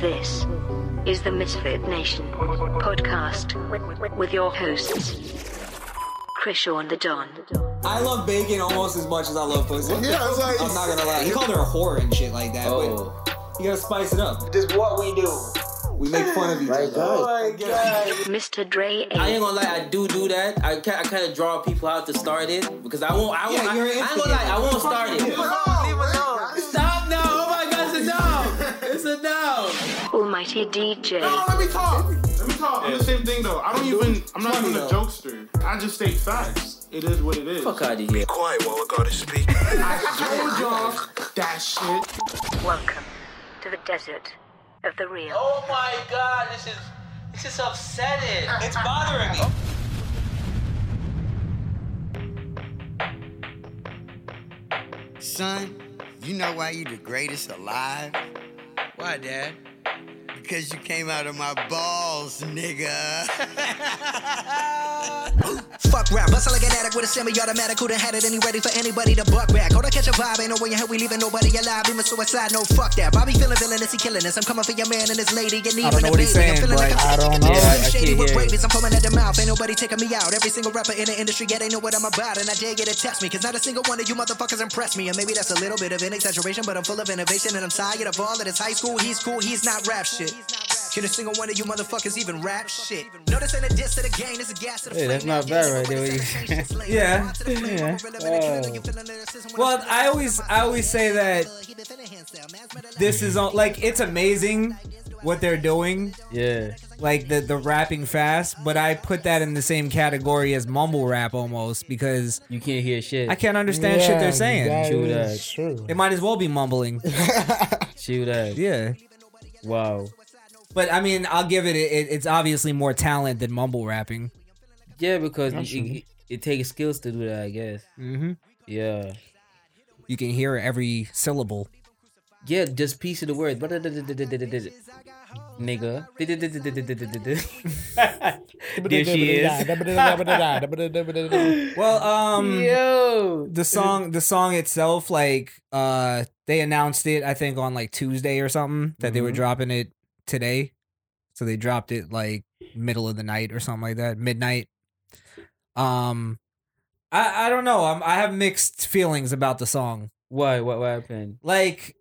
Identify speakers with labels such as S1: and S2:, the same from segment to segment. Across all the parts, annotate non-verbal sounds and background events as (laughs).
S1: This is the Misfit Nation podcast with your hosts, Krishaw and the Don.
S2: I love bacon almost as much as I love pussy.
S3: Yeah, it's like-
S2: I'm not gonna lie. He called her a whore and shit like that,
S4: Oh,
S2: but you gotta spice it up.
S5: This is what we do.
S2: We make fun of each
S4: Right,
S2: other. my
S4: guys.
S2: god.
S1: Mr. Dre A.
S4: I ain't gonna lie, I do do that. I ca- I kind of draw people out to start it because I won't. I won't.
S2: Yeah,
S4: I,
S2: you're
S4: I ain't
S2: instigating.
S4: gonna lie, I won't start
S3: Leave
S4: it. Stop now! Oh my God, it's a no! It's a no!
S1: Almighty DJ,
S3: No, let me talk. Let me talk. I'm the same thing though. I don't even. I'm not even a
S2: though.
S3: jokester. I just state facts. It is what it is.
S4: Fuck out of here.
S6: quiet while I gotta speak.
S3: I told y'all that shit.
S1: welcome to the desert of the real.
S7: Oh my god, this is this is upsetting.
S2: It's bothering me.
S8: Son, you know why you the greatest alive? Why, Dad? Because you came out of my balls, nigga.
S9: Fuck rap, bustle like an addict with a semi-automatic who done had it and he ready for anybody to buck back. Hold on, catch a vibe, ain't no way in hell we leaving nobody alive, even suicide, no fuck that. Bobby feeling villainous, he killing us. I'm coming for your man and his lady and even
S2: don't know
S9: a
S2: what he's
S9: baby.
S2: saying,
S9: I'm feeling
S2: but
S9: like
S2: I
S9: I'm
S2: don't
S9: fucking
S2: know.
S4: Yeah, I- I
S9: shady
S4: can't
S9: with
S4: hear it.
S9: rabies. I'm foaming at the mouth, ain't nobody taking me out. Every single rapper in the industry yet ain't know what I'm about, and I dare get to test me, cause not a single one of you motherfuckers impressed me. And maybe that's a little bit of an exaggeration, but I'm full of innovation and I'm tired of all of this high school. He's cool, he's not rap shit. Can a single one of you motherfuckers even rap shit? No, this ain't a diss to the game, it's a gas to the
S10: Hey, that's not bad right there, what (laughs) you-
S9: yeah.
S10: Yeah. Oh.
S9: Well, I always, I always say that
S10: this is all, like it's amazing what they're doing
S4: Yeah.
S10: like the the rapping fast but i put that in the same category as mumble rap almost because
S4: You can't hear shit.
S10: i can't understand shit they're saying
S4: True that.
S10: it might as well be
S2: (laughs)
S10: mumbling
S4: Shoot that.
S10: yeah
S4: Wow.
S10: but i mean i'll give it, it it's obviously more talent than mumble rapping
S4: Yeah, because it, it, it takes skills to do that, I guess.
S10: mm-hmm.
S4: Yeah.
S10: you can hear every syllable
S4: Yeah, just piece of the word. uh, Nigga. (laughs) There she is.
S10: (laughs) well um
S4: Yo.
S10: the song the song itself like uh they announced it i think on like tuesday or something that they were
S4: Mhm.
S10: dropping it today so they dropped it like middle of the night or something like that midnight um i i don't know I'm, i have mixed feelings about the song
S4: Why? What, what happened?
S10: like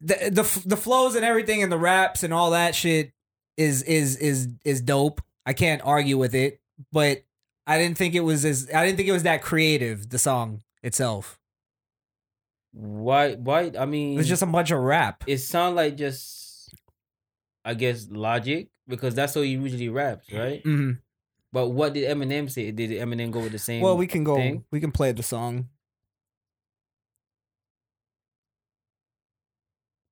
S10: the the f- the flows and everything and the raps and all that shit is is is is dope. I can't argue with it, but I didn't think it was as I didn't think it was that creative. The song itself,
S4: Why? Why? I mean,
S10: it was just a bunch of rap.
S4: it sound like just, I guess, logic because that's how he usually raps, right?
S10: Mhm.
S4: But what did Eminem say? Did Eminem go with the same?
S10: Well, we can go.
S4: thing?
S10: We can play the song.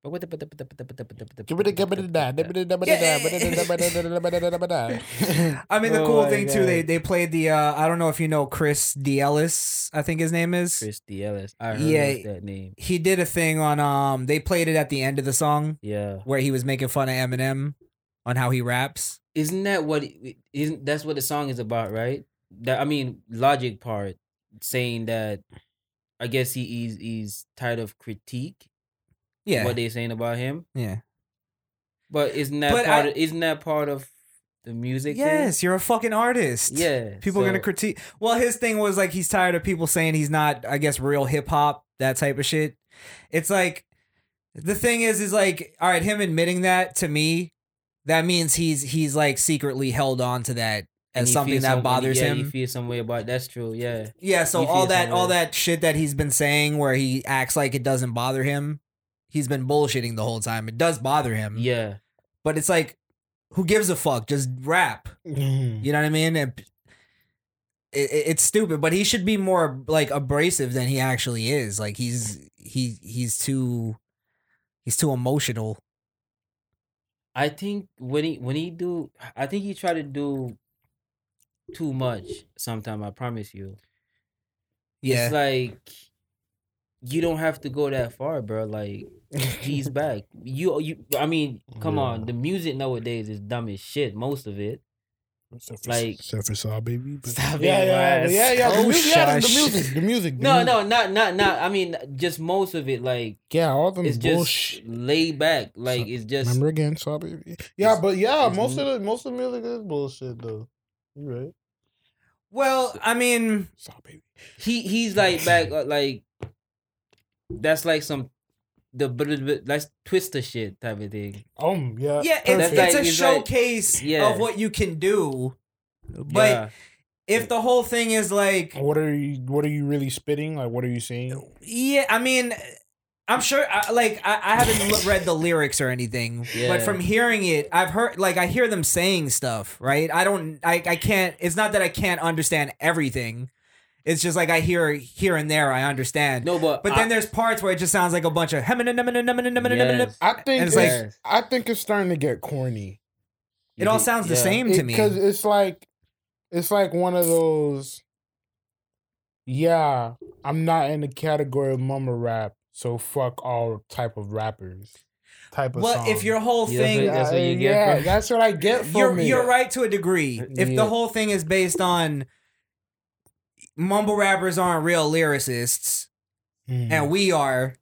S10: (laughs) I mean, the
S4: Oh
S10: cool
S4: my
S10: thing too, they
S4: God.
S10: they played the. uh I don't know if you know Chris D. Ellis. I think his name is.
S4: Christy Ellis. I heard
S10: Yeah.
S4: that name.
S10: He did a thing on. Um, they played it at the end of the song.
S4: Yeah.
S10: where he was making fun of Eminem on how he raps.
S4: Isn't that what? it- Isn't that's what the song is about, right? That I mean, logic part saying that. I guess he he's, he's tired of critique.
S10: Yeah,
S4: What they saying about him,
S10: yeah.
S4: but isn't that
S10: But
S4: part?
S10: I-
S4: of, isn't that part of the music? thing?
S10: Yes, you're a fucking artist.
S4: Yeah.
S10: People are gonna
S4: so-
S10: critique. Well, his thing was like he's tired of people saying he's not, I guess, real hip hop, that type of shit. It's like the thing is, is like, all right, him admitting that to me, that means he's he's like secretly held on to that
S4: and
S10: as
S4: he
S10: something
S4: feels
S10: that
S4: some-
S10: bothers
S4: yeah, He
S10: him. Mm-hmm.
S4: feels some way about. That's true. Yeah.
S10: Yeah, so
S4: he
S10: all
S4: feels
S10: that
S4: some
S10: all
S4: way.
S10: that shit that he's been saying where he acts like it doesn't bother him, he's been bullshitting the whole time. It does bother him.
S4: Yeah.
S10: but it's like who gives a fuck just rap
S5: Mm-hmm.
S10: you know what i mean And p- it, it- it's stupid but he should be more like abrasive than he actually is like he's he he's too he's too emotional
S4: I think when he when he do, I think he try to do too much. Sometime I promise you.
S10: yeah
S4: It's like you don't have to go that far, bro. Like
S10: (laughs)
S4: he's back. You you. I mean, come on. The music nowadays is dumb as shit. Most of it.
S5: Except
S4: Like-
S5: except for Saw Baby. but-
S4: Stop being (laughs)
S5: yeah, yeah,
S4: biased.
S5: yeah, yeah, yeah. The
S10: Oh,
S5: music, yeah, the
S10: shush.
S5: music, the music. the
S4: No,
S5: music.
S4: no, not not not. I mean, just most of it, like
S5: Yeah, all them
S4: it's just
S5: bullshit.
S4: laid back. Like it's just
S5: Remember again, Saw Baby. Yeah, but yeah,
S4: it's
S5: most of
S4: mu-
S5: the most of the music is bullshit though. You right?
S10: Well, I mean,
S5: Saw Baby.
S4: he he's like back uh, like that's like some the but but that's twister shit type of thing.
S5: Um, yeah,
S10: yeah,
S4: That's
S10: it's,
S4: like-
S10: it's a
S4: it's like-
S10: showcase
S4: Yeah.
S10: of what you can do. But
S4: Yeah.
S10: if the whole thing is like,
S5: What are you? What are you really spitting? Like, what are you saying?
S10: yeah, I mean, I'm sure, I, like, I, I haven't l- read the lyrics or anything, but
S4: Yeah.
S10: from hearing it, I've heard, like, I hear them saying stuff, right? I don't, I, I can't, it's not that I can't understand everything. It's just like I hear here and there, I understand.
S4: no, but
S10: But then
S4: I-
S10: there's parts where it just sounds like a bunch of it
S4: Yes.
S5: I think
S10: it's
S5: it's,
S10: like-
S5: I think it's starting to get corny.
S10: all sounds the
S4: Yeah.
S10: same to me.
S5: because it's like it's like one of those yeah i'm not in the category of mumble rap so fuck all type of rappers type of
S10: Well,
S5: song.
S10: if your (laughs) whole
S4: Yeah, that's
S10: thing
S4: what- that's what you get
S5: yeah
S4: from-
S5: that's what i get from
S10: (laughs) you're
S5: it
S10: you're right to a degree. If
S5: Yeah.
S10: the whole thing is based on mumble rappers aren't real lyricists
S5: Mhm.
S10: and we are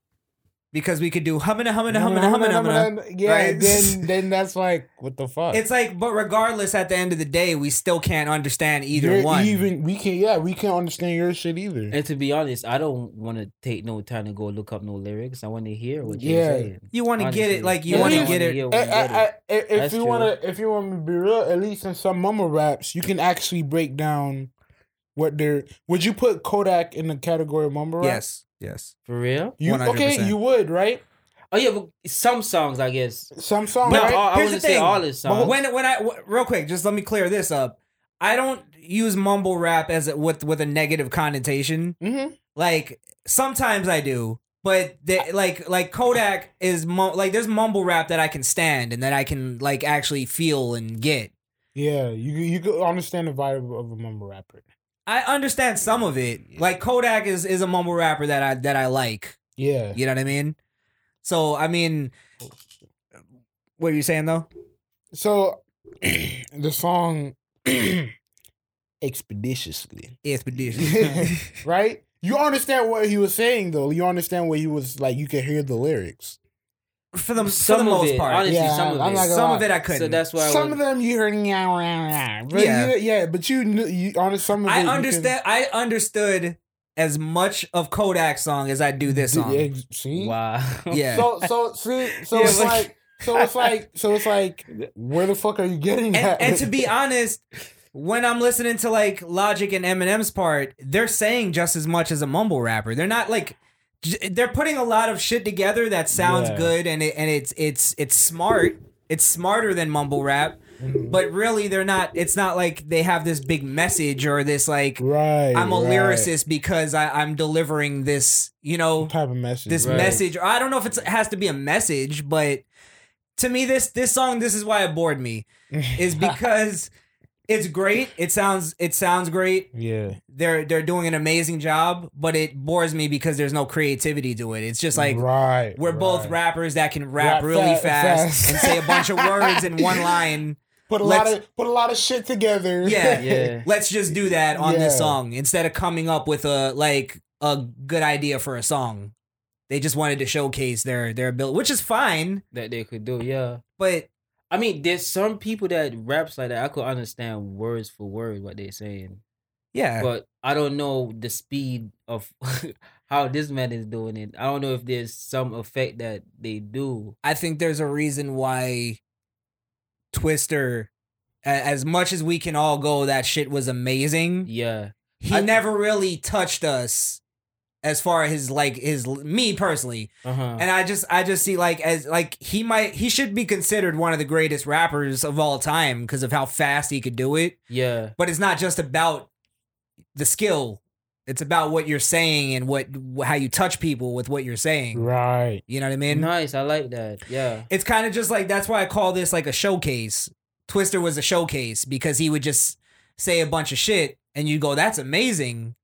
S10: because we could do hummina hummina hummina hummina hummina.
S5: yeah
S10: Right.
S5: then then that's like what the fuck
S10: It's like, but regardless, at the end of the day, we still can't understand either
S5: You're
S10: one.
S5: even we can yeah we can't understand your shit either
S4: and to be honest, I don't want to take no time to go look up no lyrics. I want to hear what
S5: Yeah.
S4: you're saying.
S10: you want to get it
S4: Honestly.
S10: like you
S5: At
S10: want to
S5: least-
S10: get it.
S4: Yeah, we
S5: I-
S4: get it.
S5: I- I- eh, if
S4: That's
S5: you
S4: true.
S5: want to, if you want to be real, at least in some mumble raps, you can actually break down what they're. Would you put Kodak in the category of mumble rap?
S10: Yes, yes.
S4: For real?
S5: You, okay,
S10: 100%.
S5: you would, right?
S4: Oh yeah, but some songs I guess.
S5: Some songs,
S10: No, uh,
S4: I-
S5: right?
S10: here's
S4: I,
S10: the
S4: wouldn't say
S10: thing.
S4: all his songs.
S10: But when when I w- real quick, just let me clear this up. I don't use mumble rap as a, with with a negative connotation.
S5: Mhm.
S10: Like sometimes I do, but the, like like Kodak is mu- like there's mumble rap that I can stand and that I can like actually feel and get.
S5: Yeah, you you could understand the vibe of a mumble rapper.
S10: I understand some of it. Like Kodak is is a mumble rapper that I that I like.
S5: Yeah,
S10: You know what I mean? So I mean, what are you saying though? (clears throat)
S5: so the song expeditiously,
S10: Expedition.
S5: right? You understand what he was saying, though. You understand what he was like. You could hear the lyrics.
S10: (laughs) for the
S4: Some
S10: for
S4: of
S10: the most
S4: it,
S10: part,
S4: honestly,
S5: Yeah,
S4: some of
S5: I'm
S4: it.
S5: not gonna
S10: some
S5: lie.
S10: of it I couldn't.
S4: so that's why I
S5: some
S4: would-
S5: of them you heard meow, meow, meow. But
S10: Yeah.
S5: yeah, yeah, but you knew you on some of it.
S10: I
S5: you can-
S10: understand. I understood as much of Kodak's song as I do this
S5: Yeah,
S10: song. Yeah,
S5: ex- see,
S4: Wow.
S5: so so see, so
S10: Yeah,
S5: it's
S10: like-
S5: like, so it's like, so it's like, where the fuck are you getting
S10: and,
S5: that?
S10: and to be honest, when I'm listening to like Logic and Eminem's part, they're saying just as much as a mumble rapper. They're not like j- they're putting a lot of shit together that sounds
S5: Yeah.
S10: good and it, and it's it's it's smart. It's smarter than mumble rap,
S5: Mm-hmm.
S10: but really they're not. It's not like they have this big message or this like
S5: right,
S10: I'm a
S5: right.
S10: lyricist because I, I'm delivering this. You know,
S5: type of message.
S10: this
S4: Right.
S10: message. I don't know if it's, it has to be a message, but to me, this this song, this is why it bored me,
S5: (laughs)
S10: is because it's great. It sounds it sounds great.
S5: yeah,
S10: They're they're doing an amazing job, but it bores me because there's no creativity to it. It's just like
S5: right,
S10: we're both
S5: right.
S10: rappers that can rap,
S5: Rap
S10: really
S5: fa-
S10: fast,
S5: fast.
S10: and say a bunch of words
S5: (laughs)
S10: in one line.
S5: Put a
S10: Let's-
S5: lot of put a lot of shit together.
S10: Yeah.
S4: (laughs) Yeah.
S10: Let's just do that on this
S5: Yeah.
S10: song instead of coming up with a like a good idea for a song. They just wanted to showcase their their ability, which is fine.
S4: (laughs) That they could do, yeah.
S10: But
S4: I mean, there's some people that raps like that. I could understand words for word what they're saying,
S10: yeah,
S4: but I don't know the speed of (laughs) how this man is doing it. I don't know if there's some effect that they do.
S10: I think there's a reason why Twister, a- as much as we can all go, that shit was amazing.
S4: Yeah,
S10: He
S4: I-
S10: never really touched us as far as his like his me personally.
S4: uh huh.
S10: And I just I just see like as like he might he should be considered one of the greatest rappers of all time because of how fast he could do it.
S4: Yeah,
S10: But it's not just about the skill. It's about what you're saying and what how you touch people with what you're saying.
S5: (laughs) right.
S10: You know what I mean?
S4: nice. I like that. Yeah,
S10: It's kind of just like that's why I call this like a showcase. Twister was a showcase because he would just say a bunch of shit and you go that's amazing.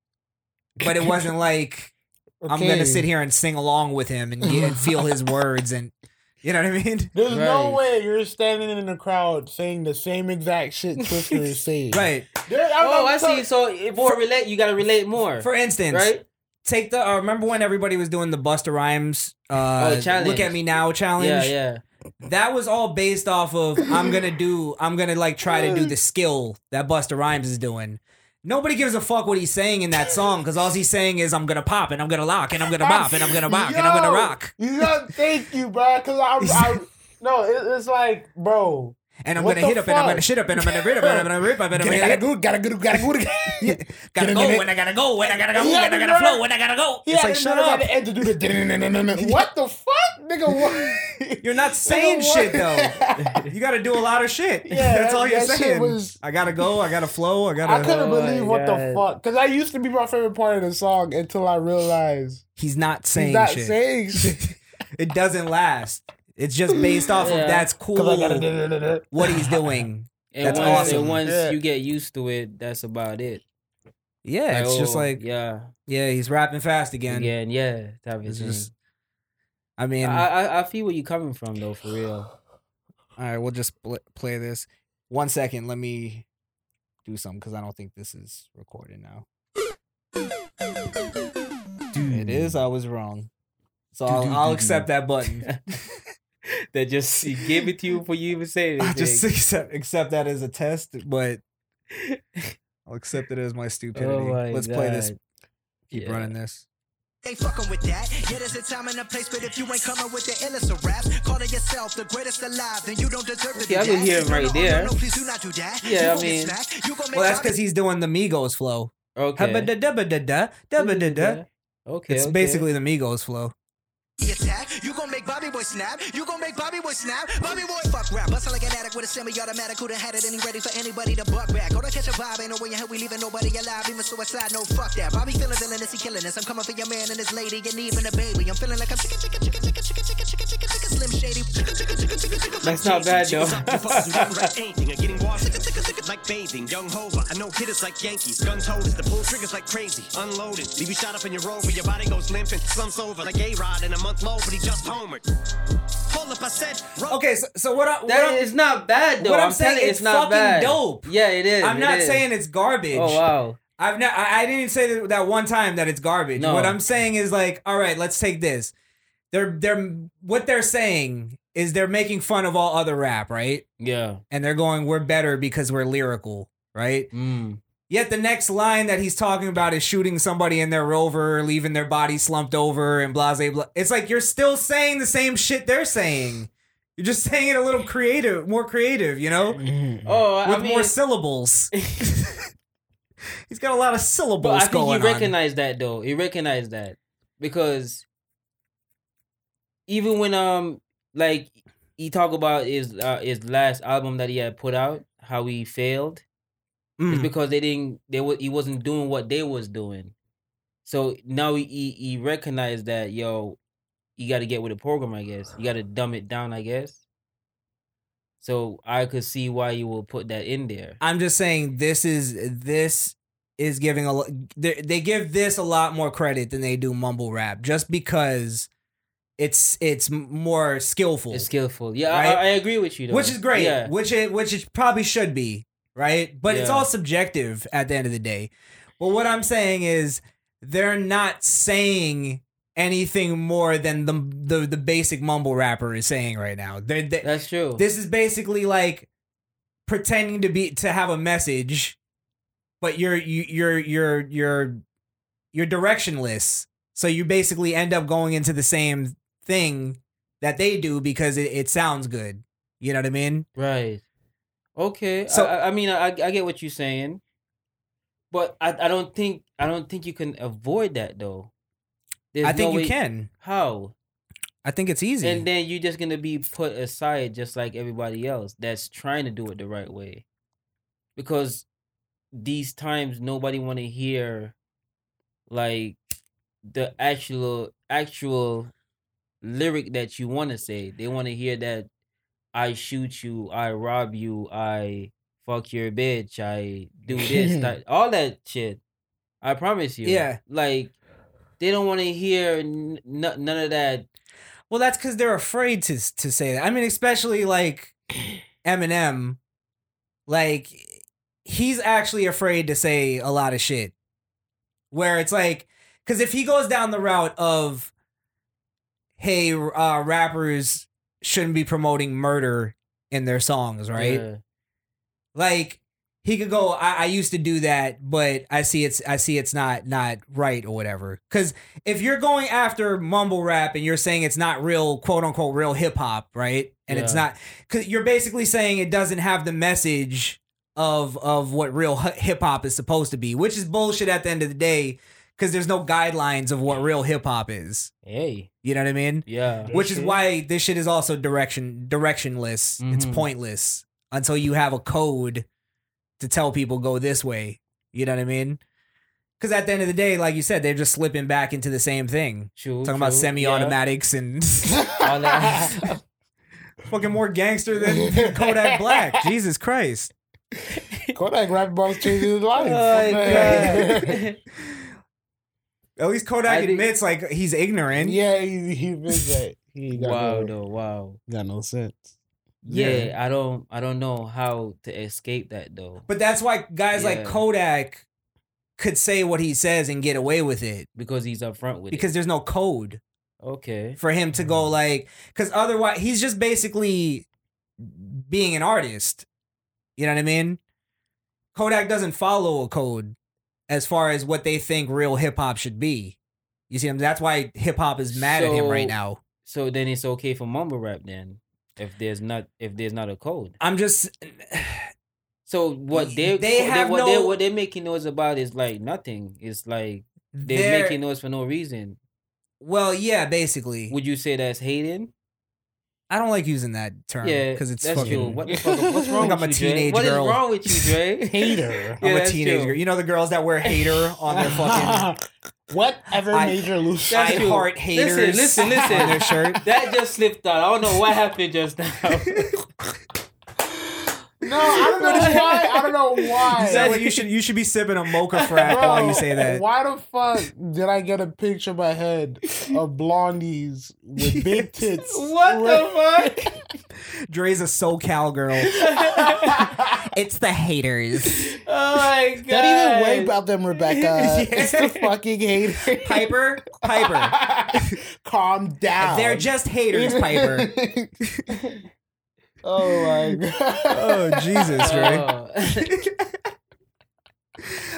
S10: But it wasn't like I'm gonna
S5: Okay.
S10: sit here and sing along with him and, get, and feel his words and You know what I
S4: (laughs)
S10: mean?
S5: There's no
S4: Right.
S5: way you're standing in the crowd saying the same exact shit
S10: (laughs)
S5: Twister is saying.
S10: Right.
S5: There- I'm
S4: Oh,
S5: not
S4: I see.
S5: talking-
S4: So if more relate, you gotta relate more,
S10: For instance,
S4: right?
S10: take the. Uh, remember when everybody was doing the Busta Rhymes? Uh,
S4: Oh, challenge.
S10: Look at me now challenge.
S4: Yeah, yeah.
S10: That was all based off of I'm gonna do. I'm gonna like try to do the skill that Busta Rhymes is doing. Nobody gives a fuck what he's saying in that song because all he's saying is I'm gonna pop and I'm gonna lock and I'm gonna bop and I'm gonna rock and I'm
S5: Yo!
S10: gonna rock
S5: You know, thank you, bro. Because I'm,
S10: (laughs)
S5: I'm, no, it, it's like, bro.
S10: and I'm
S5: What
S10: gonna
S5: the
S10: hit up and I'm
S5: fuck?
S10: gonna shit up and I'm gonna rip up and I'm gonna rip up and
S5: (laughs)
S10: I'm gonna
S5: Gotta go, gotta go, gotta
S10: (laughs)
S5: go.
S10: gotta
S5: Get
S10: go
S5: in it.
S10: and I gotta go and I gotta go
S5: Yeah,
S10: and I
S5: you know?
S10: gotta flow and I gotta go.
S5: Yeah,
S10: It's like shut up.
S5: At the end to do the what the fuck, nigga?
S10: (laughs)
S5: What?
S10: You're
S5: (laughs)
S10: not saying
S5: Nigga, what?
S10: shit
S5: (laughs)
S10: though. You got to do a lot of shit. (laughs)
S5: Yeah,
S10: that's all
S5: that-
S10: you're
S5: that shit
S10: saying.
S5: was-
S10: I gotta go. I gotta flow. I
S5: I
S10: gotta.
S5: couldn't
S4: Oh my
S5: believe what the
S4: God.
S5: fuck. Because I used to be my favorite part of the song until I realized
S10: (laughs) He's not saying
S5: he's not
S10: shit. (laughs)
S5: saying shit.
S10: It doesn't last. It's just based off
S4: Yeah.
S10: of that's
S5: Because I
S10: cool.
S5: gotta.
S10: What he's doing.
S4: And
S10: That's
S4: once,
S10: awesome.
S4: And once
S5: Yeah.
S4: you get used to it, that's about it.
S10: Yeah, it's just
S4: oh,
S10: like yeah.
S4: yeah,
S10: he's rapping fast again.
S4: again, yeah, type of
S10: It's
S4: thing.
S10: just. I mean,
S4: I, I I feel where you're coming from though,
S10: (laughs)
S4: for real.
S10: all right, we'll just pl- play this. One second, let me do something because I don't think this is recorded now. It is. I was wrong. So I'll, I'll accept that button.
S4: (laughs) That just he gave it to you before you even say
S10: (laughs) I'll just
S4: anything.
S10: accept, accept that as a test,
S4: (laughs)
S10: but I'll accept it as my stupidity.
S4: Oh my
S10: Let's play this.
S4: God.
S10: Keep
S4: Yeah.
S10: running this.
S9: They fucking with that. Yeah, there's a time and a place, but if you ain't coming with the illest of raps, calling yourself the greatest alive, then you don't deserve to be
S4: Yeah, I
S9: that.
S4: can hear him
S9: No, oh,
S4: right
S9: no,
S4: there.
S9: No, no, please do not do that.
S4: Yeah,
S9: You
S4: I
S9: gon' get
S4: mean-
S9: smacked. You gon' make
S10: Well, that's
S9: Bobby
S10: because he's doing the Migos flow.
S4: Okay.
S10: Hubba-da-dubba-da-da, dubba-da-da.
S4: Okay.
S10: It's
S4: okay.
S10: basically the Migos flow.
S9: attack. You gon' make Bobby Boy snap. You gon' make Bobby Boy snap. Bobby Boy fuck rap. Bustle like an addict with a semi-automatic. Who'da had it and he ready for anybody to buck back. Go to catch a vibe. Ain't no way in hell we leaving nobody alive. Even suicide, no fuck that. Bobby feeling villainous, he killing us. I'm coming for your man and his lady and even a baby. I'm feeling like I'm chicken, chicken, chicken, chicken, chicken, chicken, chicken, chicken, chicken, slim shady. Chicken, chicken, chicken, chicken, chicken,
S4: That's not bad though.
S6: anything or getting washed like bathing. Young Hova, I know hitters like Yankees. Gun toters, the pull triggers like crazy. Unloaded, leave you shot up in your rover. Your body goes limp and slumps over like A Rod in a month low, but he just homered. Hold up, I said, roll
S10: Okay, so, so what, I, what
S4: That
S10: I'm-
S4: is not bad though.
S10: what I'm
S4: I'm, telling
S10: saying,
S4: you,
S10: it's
S4: it's, not
S10: fucking
S4: bad.
S10: dope.
S4: Yeah, it is.
S10: I'm
S4: it
S10: not
S4: is.
S10: saying it's garbage.
S4: Oh wow.
S10: I've not, I, I didn't say that, that one time that it's garbage.
S4: No.
S10: What I'm saying is like, all right, let's take this. They're they're what they're saying is they're making fun of all other rap, right?
S4: Yeah.
S10: And they're going, we're better because we're lyrical, right?
S4: Mm.
S10: Yet the next line that he's talking about is shooting somebody in their rover, leaving their body slumped over, and blase. Blah. It's like you're still saying the same shit they're saying. You're just saying it a little creative, more creative, you know, with
S4: Oh, I mean,
S10: more
S4: (laughs)
S10: syllables. (laughs) he's got a lot of syllables
S4: but I think
S10: going
S4: he
S10: on.
S4: recognized that though. He recognized that because even when um like he talk about his uh, his last album that he had put out, how he failed.
S10: Mm.
S4: It's because they didn't. They wa He wasn't doing what they was doing. So now he he, he recognized that yo, you got to get with the program. I guess you got to dumb it down. I guess. So I could see why you will put that in there.
S10: I'm just saying this is this is giving a lo- they they give this a lot more credit than they do mumble rap just because it's it's m- more skillful,
S4: It's skillful. Yeah, I,
S10: Right?
S4: I, I agree with you. Though.
S10: which is great,
S4: Yeah.
S10: which it which it probably should be, right? But it's
S4: Yeah.
S10: all subjective at the end of the day. But what I'm saying is they're not saying anything more than the the, the basic mumble rapper is saying right now. They, they,
S4: That's true.
S10: this is basically like pretending to be to have a message but you're you, you're you're you're you're directionless so you basically end up going into the same thing that they do because it, it sounds good you know what i mean
S4: Right. Okay.
S10: So-
S4: So I, I mean, I, I get what you're saying, but I, I don't think I don't think you can avoid that though. There's
S10: i think
S4: no
S10: you
S4: way-
S10: can
S4: How?
S10: i think it's easy
S4: And then you're just gonna be put aside just like everybody else that's trying to do it the right way. Because these times nobody wanna hear like the actual actual lyric that you wanna say. They wanna hear that I shoot you, I rob you, I fuck your bitch,
S10: (laughs)
S4: I do this, that all that shit. I promise you.
S10: Yeah.
S4: Like they don't want to hear n- n- none of that
S10: Well, that's because they're afraid to to say that. I mean, especially like Eminem, like he's actually afraid to say a lot of shit. Where it's like, because if he goes down the route of, hey, uh, rappers shouldn't be promoting murder in their songs, right?
S4: Yeah.
S10: Like he could go, I, I used to do that, but I see it's I see it's not not right or whatever. Because if you're going after mumble rap and you're saying it's not real, quote unquote, real hip hop, right? And it's
S4: Yeah.
S10: not because you're basically saying it doesn't have the message of of what real hip hop is supposed to be, which is bullshit at the end of the day. Because there's no guidelines of what real hip hop is.
S4: Hey,
S10: You know what I mean?
S4: yeah,
S10: which is why this shit is also direction directionless. It's
S4: Mhm.
S10: pointless until you have a code to tell people go this way. You know what I mean? Because at the end of the day, like you said, they're just slipping back into the same thing.
S4: True,
S10: Talking about
S4: true,
S10: semi-automatics and (laughs)
S4: yeah. All that- (laughs)
S10: fucking more gangster than, than Kodak Black. Jesus Christ!
S5: Kodak rap about changing his life.
S10: (laughs) Oh,
S5: (laughs)
S10: God. At least Kodak
S4: I think-
S10: admits like he's ignorant.
S5: yeah, he, he did that. He ain't got,
S4: wow,
S5: no,
S4: though, wow.
S5: got no sense.
S4: Yeah, I don't, I don't know how to escape that though,
S10: But that's why guys
S4: Yeah.
S10: like Kodak could say what he says and get away with it.
S4: because he's upfront with
S10: because there's no code
S4: it. Okay,
S10: for him to
S4: Mm-hmm.
S10: go like because otherwise he's just basically being an artist you know what i mean kodak doesn't follow a code as far as what they think real hip-hop should be you see him that's why hip-hop is mad at him right
S4: So-
S10: now
S4: so then it's okay for mumble rap then, if there's not, if there's not a code.
S10: i'm just
S4: So what they
S10: They have
S4: what they
S10: no-
S4: what they're making noise about is like nothing. It's like they're,
S10: they're-
S4: making noise for no reason.
S10: well yeah basically
S4: Would you say that's hating?
S10: i don't like using that term
S4: Yeah,
S10: because it's
S4: that's
S10: fucking
S4: true. What the fuck? What's wrong?
S10: Like I'm
S4: with
S10: a
S4: you, Dre?
S10: teenage
S4: What is
S10: girl.
S4: wrong with you,
S10: (laughs)
S4: Dre?
S5: Hater.
S4: (laughs) Yeah,
S10: i'm a
S4: that's
S10: teenager
S4: true.
S10: you know the girls that wear hater on
S4: (laughs)
S10: their fucking
S5: (laughs) Whatever
S10: I-
S5: major loose.
S4: That's
S10: I
S4: true.
S10: heart haters
S4: Listen, listen, listen.
S10: on their shirt
S4: (laughs) That just slipped out. I don't know what happened just now. (laughs)
S5: No, I don't know why. I don't know why.
S10: You sound like you should you should be sipping a
S4: (laughs)
S10: mocha frap
S5: Bro,
S10: while you say that.
S5: Why the fuck did I get a picture in my head of blondies
S10: (laughs)
S4: (laughs)
S5: with big tits?
S4: what the fuck?
S10: Dre's a SoCal
S4: (laughs)
S10: girl.
S5: (laughs)
S10: it's the haters.
S4: Oh my god.
S5: Don't even worry about them, Rebecca. It's the fucking haters.
S10: (laughs) Piper, Piper.
S5: Calm
S10: (laughs)
S5: down.
S10: They're just haters, Piper.
S5: (laughs)
S4: (laughs)
S5: oh my god.
S10: Oh Jesus, Dre.
S4: Oh. (laughs)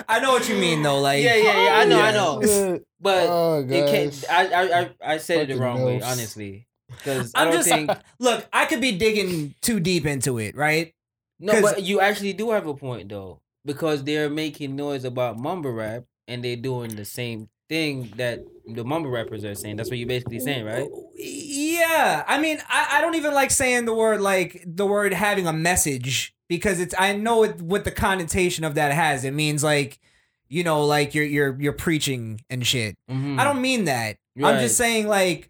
S10: I know what you mean though. Like
S4: yeah, yeah, yeah. I know, I know.
S5: Shit.
S4: But
S5: Oh,
S4: it can't,
S5: gosh.
S4: I, I, I, I said it the
S5: Fucking
S4: wrong way,
S5: milfs.
S4: honestly. Because I
S10: I'm
S4: don't
S10: just uh,
S4: think.
S10: look. I could be digging too deep into it, right?
S4: No,
S10: 'Cause-
S4: but you actually do have a point though, because they're making noise about mumble rap and they're doing the same thing that the mumble rappers are saying. That's what you're basically saying, right?
S10: Yeah, I mean, I, I don't even like saying the word like the word having a message because it's I know it, what the connotation of that has. It means like, you know, like you're you're you're preaching and shit. I don't mean that. I'm
S4: Mm. Right.
S10: just saying like,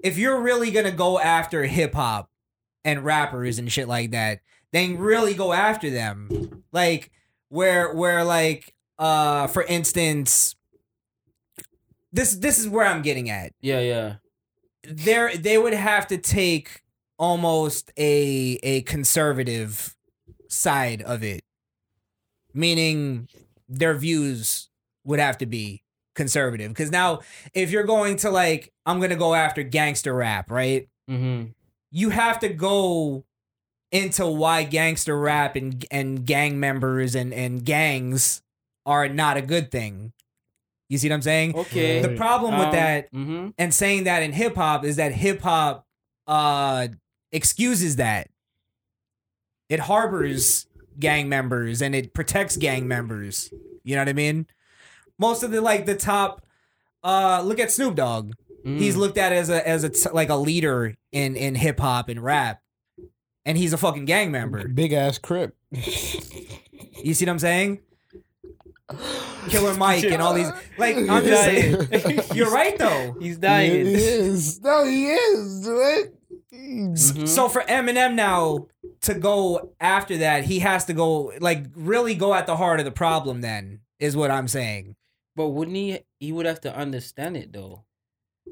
S10: if you're really gonna go after hip hop and rappers and shit like that, then really go after them. Like where where like uh for instance, this this is where I'm getting at
S4: Yeah, yeah.
S10: there they would have to take almost a a conservative side of it meaning their views would have to be conservative cuz now if you're going to like I'm going to go after gangster rap right
S4: Mm-hmm.
S10: you have to go into why gangster rap and and gang members and and gangs are not a good thing you see what I'm saying
S4: Okay.
S10: the problem with
S4: Um,
S10: that
S4: Mm-hmm.
S10: and saying that in hip hop is that hip hop uh excuses that. It harbors gang members and it protects gang members. You know what I mean? Most of the like the top uh look at Snoop Dogg. He's looked at as a as a t- like a leader in in hip hop and rap. And he's a fucking gang member.
S5: Big
S10: (laughs)
S5: ass crip.
S10: You see what I'm saying? Killer Mike and all these like I'm just saying. You're right though.
S4: He's
S5: He
S4: dying.
S5: (laughs) is. No, he is, dude. He's-
S4: Mhm.
S10: So for Eminem now to go after that, he has to go like really go at the heart of the problem. Then is what I'm saying.
S4: But wouldn't he? He would have to understand it though.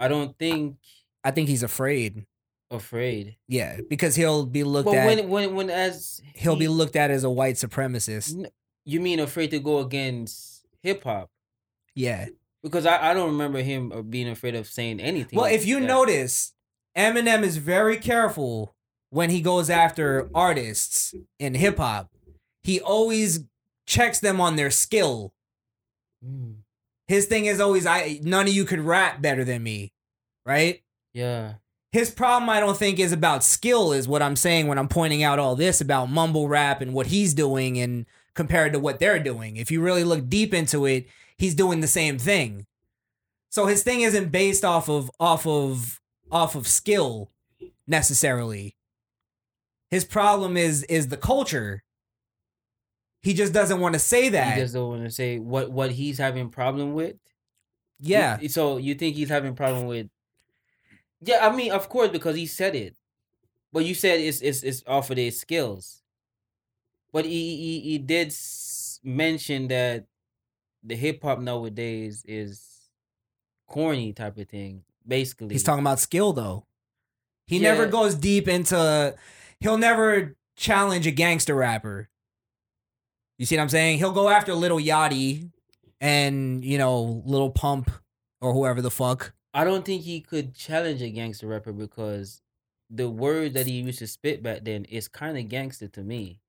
S4: I don't think.
S10: I think he's afraid.
S4: Afraid.
S10: Yeah, because he'll be looked
S4: But
S10: at.
S4: when when when as
S10: he'll be looked at as a white supremacist.
S4: you mean afraid to go against hip hop
S10: Yeah.
S4: because I, I don't remember him uh, being afraid of saying anything.
S10: Well,
S4: like
S10: if you
S4: that.
S10: notice, Eminem is very careful when he goes after artists in hip hop. He always checks them on their skill.
S4: Mm.
S10: His thing is always I none of you could rap better than me, right?
S4: Yeah.
S10: His problem I don't think is about skill is what I'm saying when I'm pointing out all this about mumble rap and what he's doing and compared to what they're doing. If you really look deep into it, he's doing the same thing. So his thing isn't based off of off of off of skill necessarily. His problem is is the culture. He just doesn't want to say that.
S4: He just don't want to say what what he's having problem with.
S10: Yeah.
S4: You- so you think he's having problem with? Yeah, I mean, of course, because he said it. But you said it's it's it's off of their skills. But he he, he did s- mention that the hip hop nowadays is corny type of thing. Basically,
S10: He's talking about skill though. He
S4: Yeah.
S10: never goes deep into he'll never challenge a gangster rapper. You see what I'm saying? He'll go after little Yachty and, you know, little Pump or whoever the fuck.
S4: I don't think he could challenge a gangster rapper because the word that he used to spit back then is kind of gangster to me.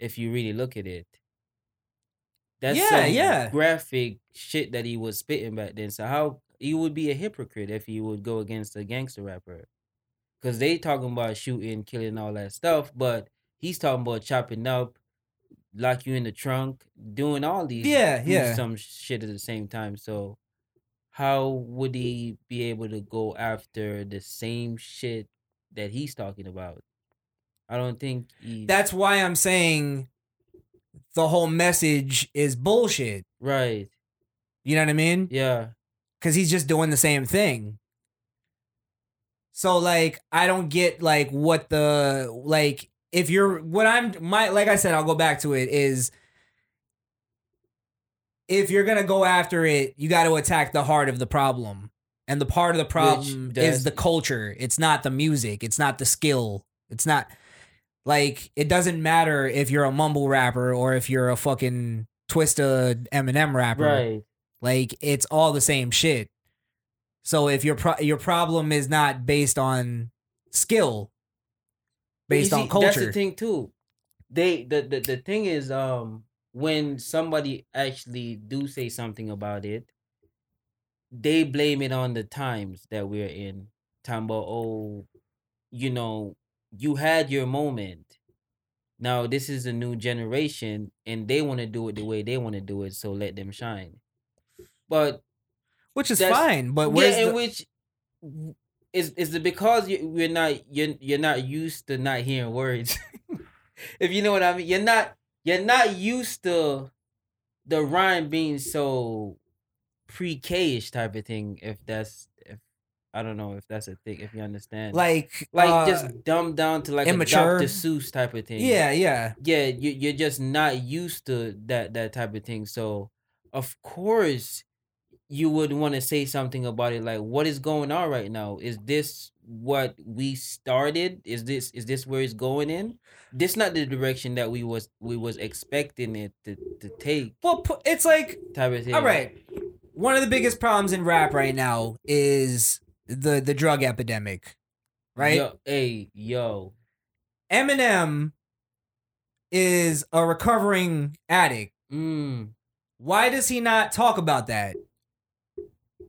S4: If you really look at it, that's
S10: Yeah,
S4: some
S10: yeah.
S4: graphic shit that he was spitting back then. So how he would be a hypocrite if he would go against a gangster rapper, because they talking about shooting, killing, all that stuff, but he's talking about chopping up, lock you in the trunk, doing all these
S10: Yeah,
S4: do
S10: yeah.
S4: some shit at the same time. So how would he be able to go after the same shit that he's talking about? I don't think he,
S10: That's why I'm saying the whole message is bullshit.
S4: right.
S10: You know what I mean?
S4: Yeah,
S10: because he's just doing the same thing. So like I don't get like what the like if you're what I'm my like I said I'll go back to it is if you're gonna go after it you got to attack the heart of the problem and the part of the problem is
S4: does-
S10: the culture it's not the music it's not the skill it's not like it doesn't matter if you're a mumble rapper or if you're a fucking twista Eminem rapper
S4: right.
S10: like it's all the same shit. So if your pro- your problem is not based on skill,
S4: But you
S10: based on
S4: see, That's
S10: culture,
S4: the thing too. They the, the the thing is um when somebody actually do say something about it, they blame it on the times that we're in. Tambo, oh, you know, you had your moment. Now this is a new generation, and they want to do it the way they want to do it. So let them shine. But
S10: which is
S4: that's-
S10: fine. But
S4: yeah,
S10: where's
S4: and
S10: the-
S4: which is is it because you, we're not you're you're not used to not hearing words, (laughs) if you know what I mean. You're not you're not used to the rhyme being so pre-K-ish type of thing. If that's if I don't know if that's a thing. If you understand,
S10: like
S4: like
S10: uh,
S4: just dumbed down to like
S10: immature?
S4: a Dr. Seuss type of thing.
S10: yeah yeah
S4: yeah. You, you're just not used to that that type of thing. So, of course, you would want to say something about it. Like, what is going on right now? Is this what we started? Is this is this where it's going in? This not the direction that we was we was expecting it to to take.
S10: well pu- it's like
S4: Type of thing.
S10: all right. One of the biggest problems in rap right now is the the drug epidemic, right?
S4: Yo, hey, yo.
S10: Eminem is a recovering addict.
S4: Mm,
S10: Why does he not talk about that?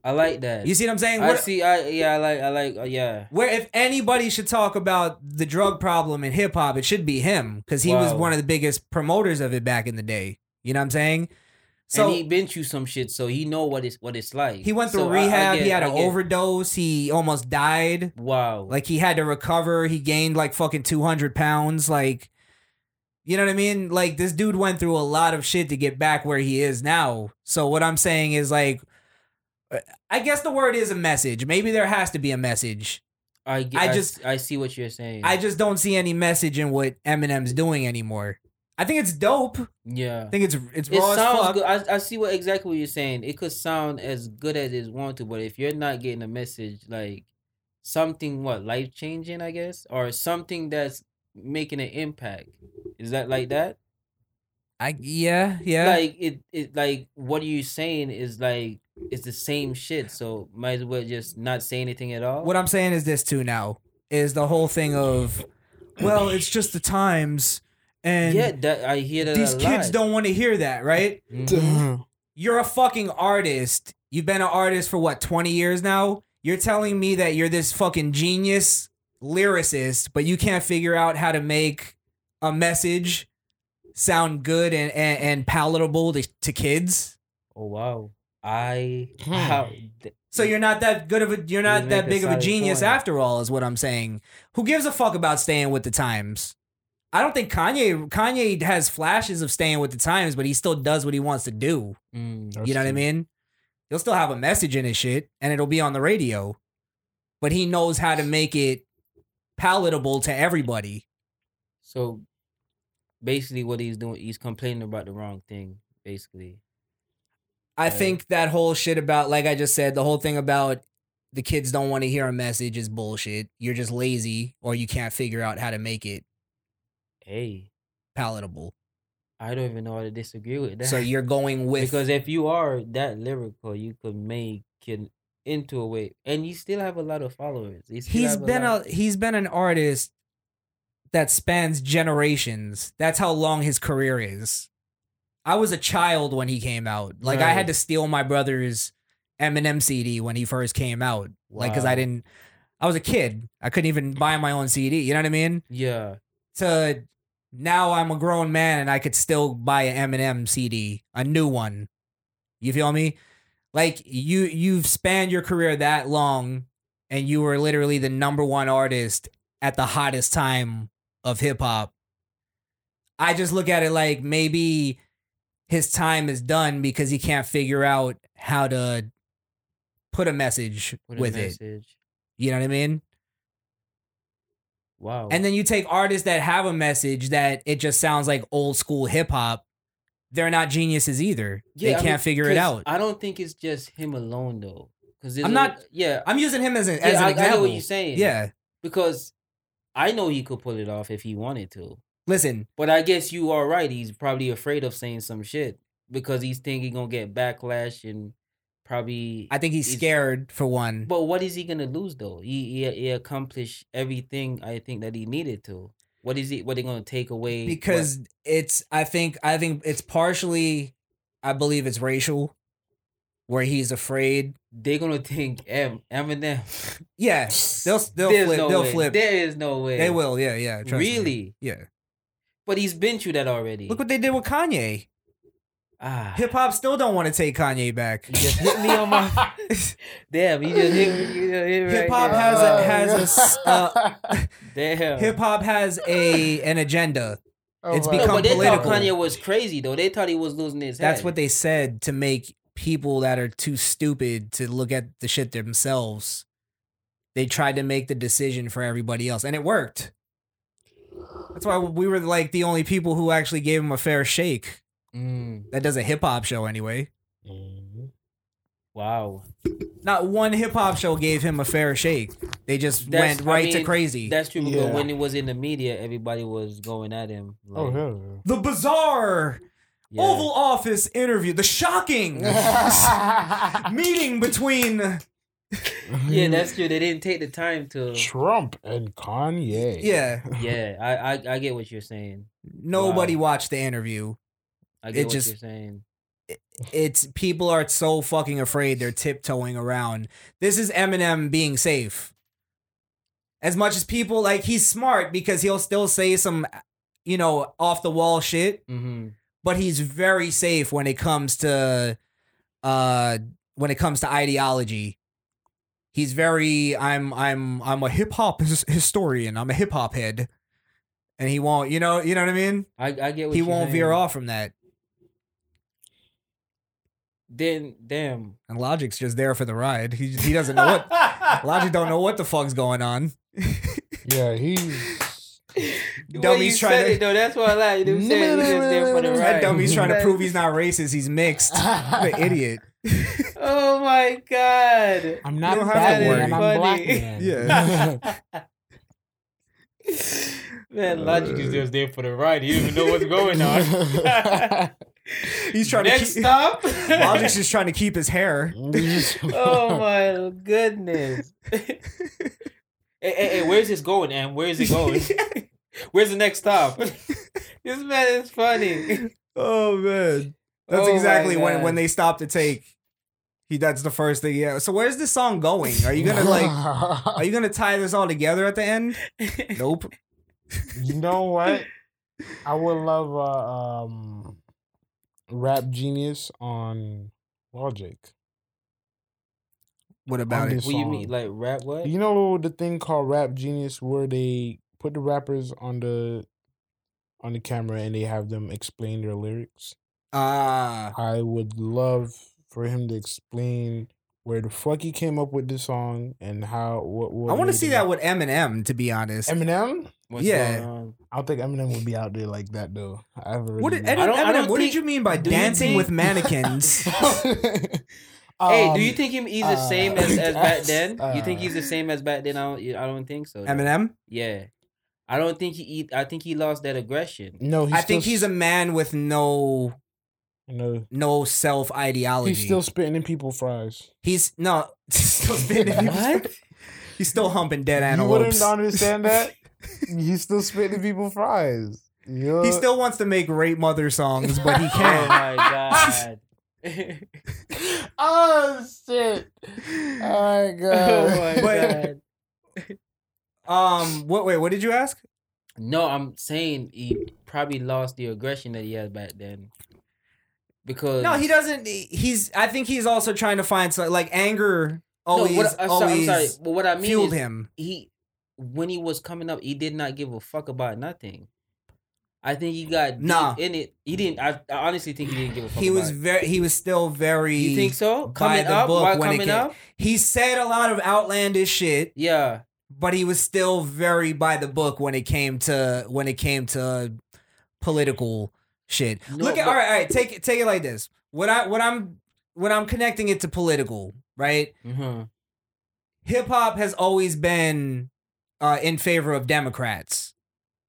S4: I like that.
S10: You see what I'm saying?
S4: I
S10: What-
S4: see. I yeah. I like. I like. uh, yeah.
S10: Where if anybody should talk about the drug problem in hip hop, it should be him because he was
S4: Wow.
S10: one of the biggest promoters of it back in the day. You know what I'm saying? So
S4: and he
S10: he,
S4: been through some shit, so he know what it's what it's like.
S10: went through
S4: So I- I
S10: rehab. he
S4: get-
S10: had
S4: I
S10: an
S4: get-
S10: overdose. He almost died.
S4: Wow.
S10: Like he had to recover. He gained like fucking 200 pounds. Like, you know what I mean? Like this dude went through a lot of shit to get back where he is now. So what I'm saying is like, uh, I guess the word is a message. Maybe there has to be a message.
S4: I get,
S10: I
S4: I
S10: just-
S4: just I see what you're saying.
S10: I just don't see any message in what Eminem's doing anymore. I think it's dope. I
S4: yeah.
S10: think it's it's
S4: It
S10: raw as
S4: sounds
S10: fuck.
S4: good. I, I see what exactly what you're saying. It could sound as good as it's want to, but if you're not getting a message, like something what life changing, I guess, or something that's making an impact. Is that like that?
S10: I yeah yeah.
S4: Like it it like what are you saying is like it's the same shit. So might as well just not say anything at all.
S10: What I'm saying is this too now is the whole thing of well, it's just the times and
S4: yeah, that I hear that
S10: these
S4: a
S10: kids
S4: lot. Mm-hmm.
S10: don't want to hear that, right?
S5: Damn.
S10: You're a fucking artist. You've been an artist for what, 20 years now? You're telling me that you're this fucking genius lyricist, but you can't figure out how to make a message sound good and, and, and palatable to, to kids?
S4: Oh wow, I
S10: Hmm.
S4: how,
S10: So you're not that good of a you're not
S4: You make
S10: that
S4: a
S10: big of a
S4: solid
S10: genius
S4: point.
S10: after all is what I'm saying. Who gives a fuck about staying with the times? I don't think Kanye Kanye has flashes of staying with the times, but he still does what he wants to do.
S4: Mm,
S10: you know what I mean? He'll still have a message in his shit and it'll be on the radio. But he knows how to make it palatable to everybody.
S4: so basically what he's doing, he's complaining about the wrong thing. Basically,
S10: I think that whole shit about, like I just said, the whole thing about the kids don't want to hear a message is bullshit. You're just lazy or you can't figure out how to make it
S4: hey,
S10: palatable.
S4: I don't even know how to disagree with that. (laughs)
S10: So you're going with
S4: because if you are that lyrical, you could make it into a way, and you still have a lot of followers. You still
S10: he's
S4: have
S10: been
S4: lot-
S10: a he's been an artist that spans generations. That's how long his career is. I was a child when he came out. Like I had
S4: Right.
S10: to steal my brother's Eminem CD when he first came out. Like because I
S4: Wow.
S10: didn't. I was a kid. I couldn't even buy my own CD. You know what I mean?
S4: yeah.
S10: To now I'm a grown man and I could still buy an Eminem CD, a new one. You feel me? Like you you've spanned your career that long and you were literally the number one artist at the hottest time of hip hop. I just look at it like maybe his time is done because he can't figure out how to put a message
S4: With,
S10: with
S4: a
S10: it.
S4: message.
S10: You know what I mean?
S4: Wow.
S10: And then you take artists that have a message that it just sounds like old school hip hop. They're not geniuses either. they
S4: I
S10: can't
S4: mean,
S10: figure it
S4: 'cause
S10: out.
S4: I don't think it's just him alone though. Because
S10: I'm not-
S4: yeah,
S10: I'm using him as an,
S4: Yeah,
S10: as an
S4: I- I get what
S10: example.
S4: you're saying.
S10: Yeah.
S4: because I know he could pull it off if he wanted to.
S10: Listen,
S4: But I guess you are right. He's probably afraid of saying some shit because he's thinking he gonna get backlash and probably.
S10: I think he's
S4: He's-
S10: scared for one.
S4: But what is he gonna lose though? He he, he accomplished everything I think that he needed to. What is he? What they gonna take away? What-
S10: because it's I think I think it's partially I believe it's racial where he's afraid.
S4: they gonna (laughs) think em, Eminem.
S10: Yeah. They'll they'll
S4: There's
S10: flip.
S4: no
S10: they'll
S4: way.
S10: flip.
S4: There is no way.
S10: They will. Yeah, yeah. trust me.
S4: Really?
S10: Yeah.
S4: But he's been through that already.
S10: Look what they did with Kanye.
S4: ah,
S10: Hip hop still don't want to take Kanye back.
S4: you just hit me on
S10: (laughs)
S4: my. (laughs) Damn, you just hit me. You just hit me right
S10: Hip hop
S4: there. Oh,
S10: has a has a s-
S5: (laughs)
S10: uh,
S4: Damn.
S10: hip hop has a an agenda. It's
S5: wow.
S4: No,
S10: become
S4: but they
S10: political.
S4: thought Kanye was crazy though. They thought he was losing his head.
S10: That's what they said to make people that are too stupid to look at the shit themselves. They tried to make the decision for everybody else, and it worked. That's why we were like the only people who actually gave him a fair shake.
S4: Mm.
S10: That does a hip hop show anyway.
S4: Wow.
S10: Not one hip hop show gave him a fair shake. They just
S4: That's-
S10: went
S4: I
S10: right to
S4: mean,
S10: crazy.
S4: That's true because
S5: Yeah.
S4: when it was in the media, everybody was going at him.
S5: Oh
S4: like,
S5: hell
S10: the bizarre
S4: yeah.
S10: Oval Office interview, the
S4: (laughs)
S10: shocking (laughs)
S5: yeah.
S10: meeting between
S4: Yeah, that's true. They didn't take the time
S5: (laughs)
S4: to.
S5: Trump and Kanye.
S10: yeah.
S4: Yeah, I I, I get what you're saying.
S10: Nobody watched the interview.
S4: I
S10: It
S4: get what
S10: just-
S4: you're saying.
S10: It's people are so fucking afraid they're tiptoeing around. This is Eminem being safe. As much as people like he's smart because he'll still say some you know off the wall shit,
S4: hmm
S10: but he's very safe when it comes to uh when it comes to ideology. He's very I'm I'm I'm a hip hop his- historian. I'm a hip hop head. And he won't, you know, you know what I mean?
S4: I I get what
S10: He
S4: you're
S10: won't veer
S4: saying.
S10: off from that.
S4: Then damn.
S10: and Logic's just there for the ride. He he doesn't know what Logic don't know what the fuck's going on.
S5: Yeah, he's
S4: The way
S10: Dummy's
S4: you
S10: trying
S4: (laughs) said
S10: to-
S4: it though. That's why I
S5: (laughs)
S4: lied. You know what I'm saying? He just there for the
S10: That
S4: ride. (laughs)
S10: dummy's trying to prove he's not racist. He's mixed. What an idiot.
S4: oh my god!
S5: I'm not
S4: You don't have
S5: fat
S4: to worry.
S5: man.
S4: (laughs)
S5: I'm black
S4: Funny.
S5: man.
S4: Yeah.
S5: (laughs)
S4: Man, logic is just there for the ride. He didn't even know what's going on.
S10: He's trying to
S4: Next
S10: keep-
S4: stop.
S10: (laughs) Logic's just trying to keep his hair.
S4: (laughs) oh my (laughs) goodness. hey, hey, hey, where's this going, and Where's (laughs) it going? where's the next stop? (laughs) this man is funny. (laughs)
S10: Oh man, that's
S4: Oh, my
S10: exactly when
S4: God.
S10: when they stop to take. He that's the first thing. Yeah. So where's this song going? Are you gonna like?
S4: (laughs)
S10: are you gonna tie this all together at the end? Nope.
S5: (laughs) You know what? I would love uh, um rap genius on Logic.
S10: What
S5: about it?
S4: What you mean, like rap? What?
S5: You know the thing called Rap Genius where they put the rappers on the on the camera and they have them explain their lyrics.
S10: Ah.
S5: I would love for him to explain where the fuck he came up with this song and how what. what
S10: I want to
S5: made
S10: see
S5: it.
S10: that with Eminem. To be honest,
S5: Eminem.
S10: What's Yeah.
S4: uh,
S10: going
S5: I don't think Eminem would be out there like that though. I haven't. Really
S10: What did
S5: been-
S10: Eminem, what did you mean by
S4: do you
S10: dancing
S4: think- Oh.
S10: with
S4: (laughs)
S10: mannequins? (laughs)
S5: (laughs)
S4: hey, do you
S5: Um,
S4: think him he's
S5: uh,
S4: the same
S5: (laughs)
S4: as, as back
S5: that's-
S4: then? you think
S5: uh,
S4: he's the same as back then? I don't. I don't think so. though.
S10: Eminem?
S4: Yeah, I don't think he. eat- I think he lost that aggression.
S5: No, he's
S10: I think
S5: still-
S10: he's a man with no
S5: no
S10: no self ideology.
S5: He's still spitting in people fries.
S10: He's no (laughs)
S4: (laughs)
S10: still spitting.
S4: what?
S10: (laughs) He's still humping dead
S5: You
S10: antelopes.
S5: wouldn't understand that. (laughs) he's still spitting in people fries.
S10: (laughs)
S5: You're-
S10: He still wants to make rape mother songs, but he
S4: uh, (laughs) Oh
S10: can't.
S4: my god.
S5: (laughs)
S4: (laughs)
S5: Oh shit! Oh my
S4: oh (laughs) my
S5: god!
S10: But-
S4: god.
S10: um, what? Wait, what did you ask?
S4: No, I'm saying he probably lost the aggression that he had back then. Because
S10: No, he doesn't. He's. I think he's also trying to find some, like anger.
S4: No,
S10: Always,
S4: what, I'm, sorry, I'm
S10: always
S4: sorry, but what I mean
S10: fueled
S4: is
S10: him.
S4: he when he was coming up, he did not give a fuck about nothing. I think he got deep
S10: Nah.
S4: in it. He didn't. I, I honestly think he didn't give a fuck.
S10: He was
S4: about it.
S10: very. He was still very.
S4: You think so?
S10: by
S4: Coming
S10: the
S4: up,
S10: book
S4: while
S10: when it
S4: coming
S10: came-
S4: up,
S10: He said a lot of outlandish shit,
S4: yeah.
S10: but he was still very by the book when it came to when it came to political shit.
S4: No,
S10: Look at
S4: but-
S10: all right, all right. Take it. Take it like this. What I what I'm when I'm connecting it to political, right?
S4: Mhm.
S10: hip hop has always been uh, in favor of Democrats,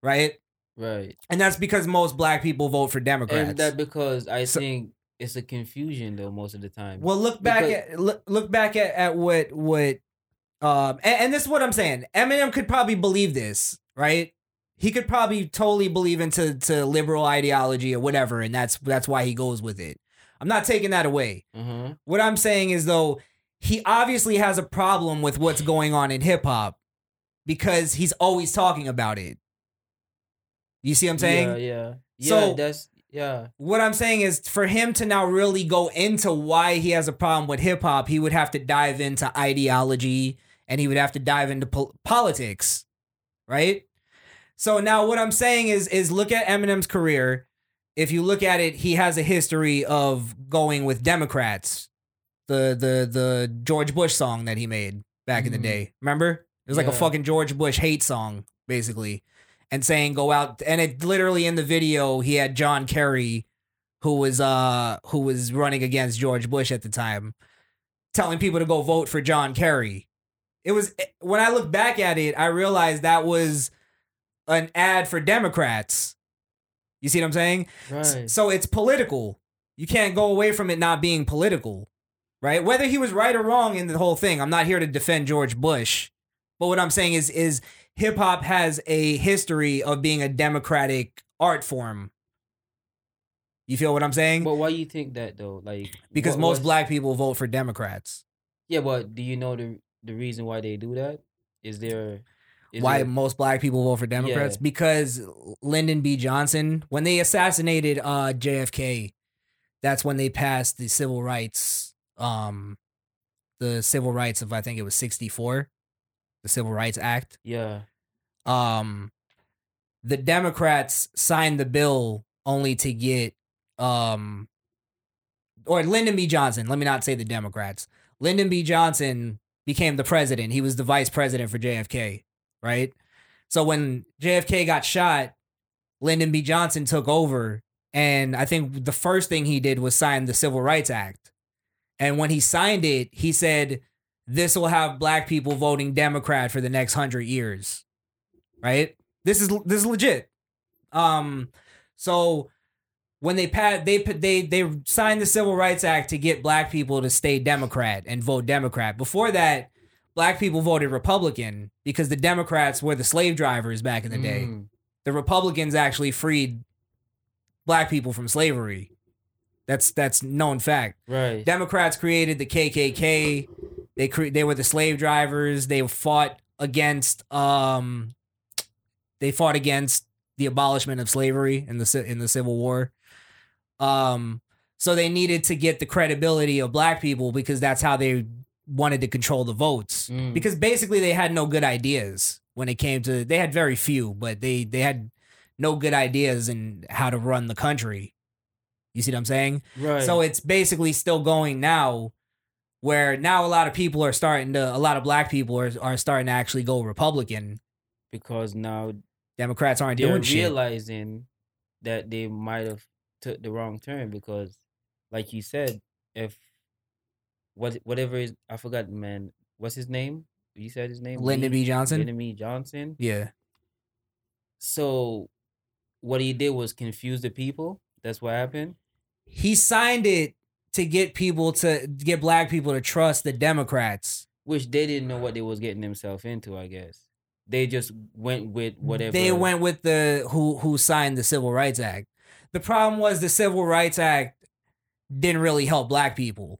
S10: right?
S4: Right,
S10: And that's because most black people vote for Democrats.
S4: and that because I
S10: So-
S4: think it's a confusion though most of the time.
S10: well, look back
S4: because-
S10: at look, look back at, at what what um and, and this is what I'm saying. Eminem could probably believe this, right? He could probably totally believe into to liberal ideology or whatever, and that's that's why he goes with it. I'm not taking that away.
S4: Mhm.
S10: What I'm saying is though, he obviously has a problem with what's going on in hip hop because he's always talking about it. You see what I'm saying?
S4: yeah, yeah, yeah.
S10: So-
S4: that's yeah.
S10: What I'm saying is for him to now really go into why he has a problem with hip hop, he would have to dive into ideology and he would have to dive into pol- politics, right? So now what I'm saying is is look at Eminem's career. If you look at it, he has a history of going with Democrats. The the the George Bush song that he made back in the
S4: Mhm.
S10: day. Remember? It was like a
S4: Yeah.
S10: fucking George Bush hate song basically. And saying go out and it literally in the video he had John Kerry who was uh who was running against George Bush at the time telling people to go vote for John Kerry. It was eh, when I look back at it, I realized that was an ad for Democrats. You see what I'm saying? S-
S4: Right.
S10: So it's political. You can't go away from it not being political, right? Whether he was right or wrong in the whole thing, I'm not here to defend George Bush. But what I'm saying is, is hip hop has a history of being a democratic art form. You feel what I'm saying?
S4: But why you think that though? Like
S10: because
S4: what
S10: most
S4: was-
S10: black people vote for Democrats.
S4: Yeah, but do you know the the reason why they do that? Is there is
S10: why
S4: there-
S10: most black people vote for Democrats
S4: Yeah.
S10: because Lyndon B. Johnson, when they assassinated uh, JFK, that's when they passed the civil rights, um, the civil rights of I think it was sixty four, the Civil Rights Act.
S4: yeah.
S10: Um, the Democrats signed the bill only to get, um, or Lyndon B. Johnson. Let me not say the Democrats. Lyndon B. Johnson became the president. He was the vice president for JFK, right? So when JFK got shot, Lyndon B. Johnson took over. And I think the first thing he did was sign the Civil Rights Act. And when he signed it, he said, "This will have black people voting Democrat for the next hundred years." Right? This is this is legit. Um, so when they pat they they they signed the Civil Rights Act to get black people to stay Democrat and vote Democrat. Before that, black people voted Republican because the Democrats were the slave drivers back in the
S4: Mm.
S10: day. The Republicans actually freed black people from slavery. That's that's known fact.
S4: Right.
S10: Democrats created the KKK. They cre- they were the slave drivers. They fought against um they fought against the abolishment of slavery in the ci- in the Civil War. Um, so they needed to get the credibility of black people because that's how they wanted to control the votes.
S4: Mm.
S10: Because basically they had no good ideas when it came to they had very few, but they they had no good ideas in how to run the country. You see what I'm saying?
S4: Right.
S10: So it's basically still going now where now a lot of people are starting to a lot of black people are, are starting to actually go Republican
S4: because now
S10: Democrats aren't
S4: they're
S10: doing shit.
S4: realizing that they might have took the wrong turn because, like you said, if what whatever is I forgot, man, what's his name? You said his name,
S10: Lyndon B. Johnson?
S4: Lyndon B. Johnson.
S10: Yeah.
S4: So, what he did was confuse the people. That's what happened.
S10: He signed it to get people to get black people to trust the Democrats.
S4: Which they didn't know what they was getting themselves into. I guess they just went with whatever
S10: They went with the who who signed the Civil Rights Act. The problem was the Civil Rights Act didn't really help black people.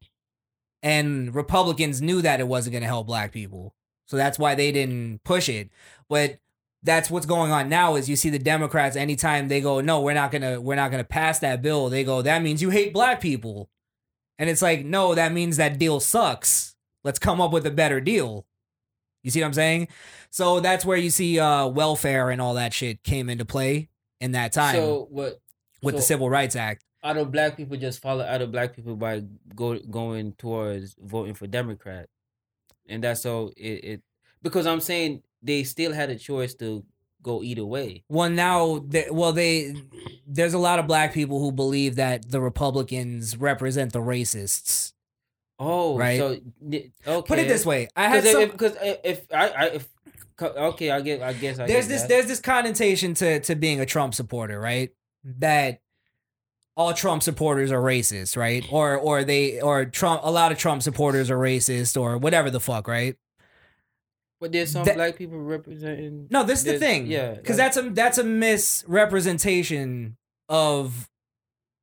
S10: And Republicans knew that it wasn't going to help black people. So that's why they didn't push it. But that's what's going on now is you see the Democrats anytime they go, "No, we're not going to we're not going to pass that bill." They go, "That means you hate black people." And it's like, "No, that means that deal sucks. Let's come up with a better deal." You see what I'm saying? So that's where you see uh, welfare and all that shit came into play in that time
S4: So what?
S10: with the
S4: so-
S10: Civil Rights Act.
S4: other black people just follow other black people by go going towards voting for Democrat, and that's so it, it. Because I'm saying they still had a choice to go either way.
S10: Well, now, they, well, they there's a lot of black people who believe that the Republicans represent the racists.
S4: Oh,
S10: Right.
S4: So n- okay.
S10: Put it this way, I had some-
S4: because if, if I, I if co- okay, I get I guess I
S10: there's
S4: get
S10: this
S4: that.
S10: there's this connotation to to being a Trump supporter, right? That all Trump supporters are racist, right? Or or they or Trump a lot of Trump supporters are racist or whatever the fuck, right?
S4: but there's some
S10: that-
S4: black people representing.
S10: No, this is the
S4: there's-
S10: thing.
S4: Yeah,
S10: because
S4: like-
S10: that's a that's a misrepresentation of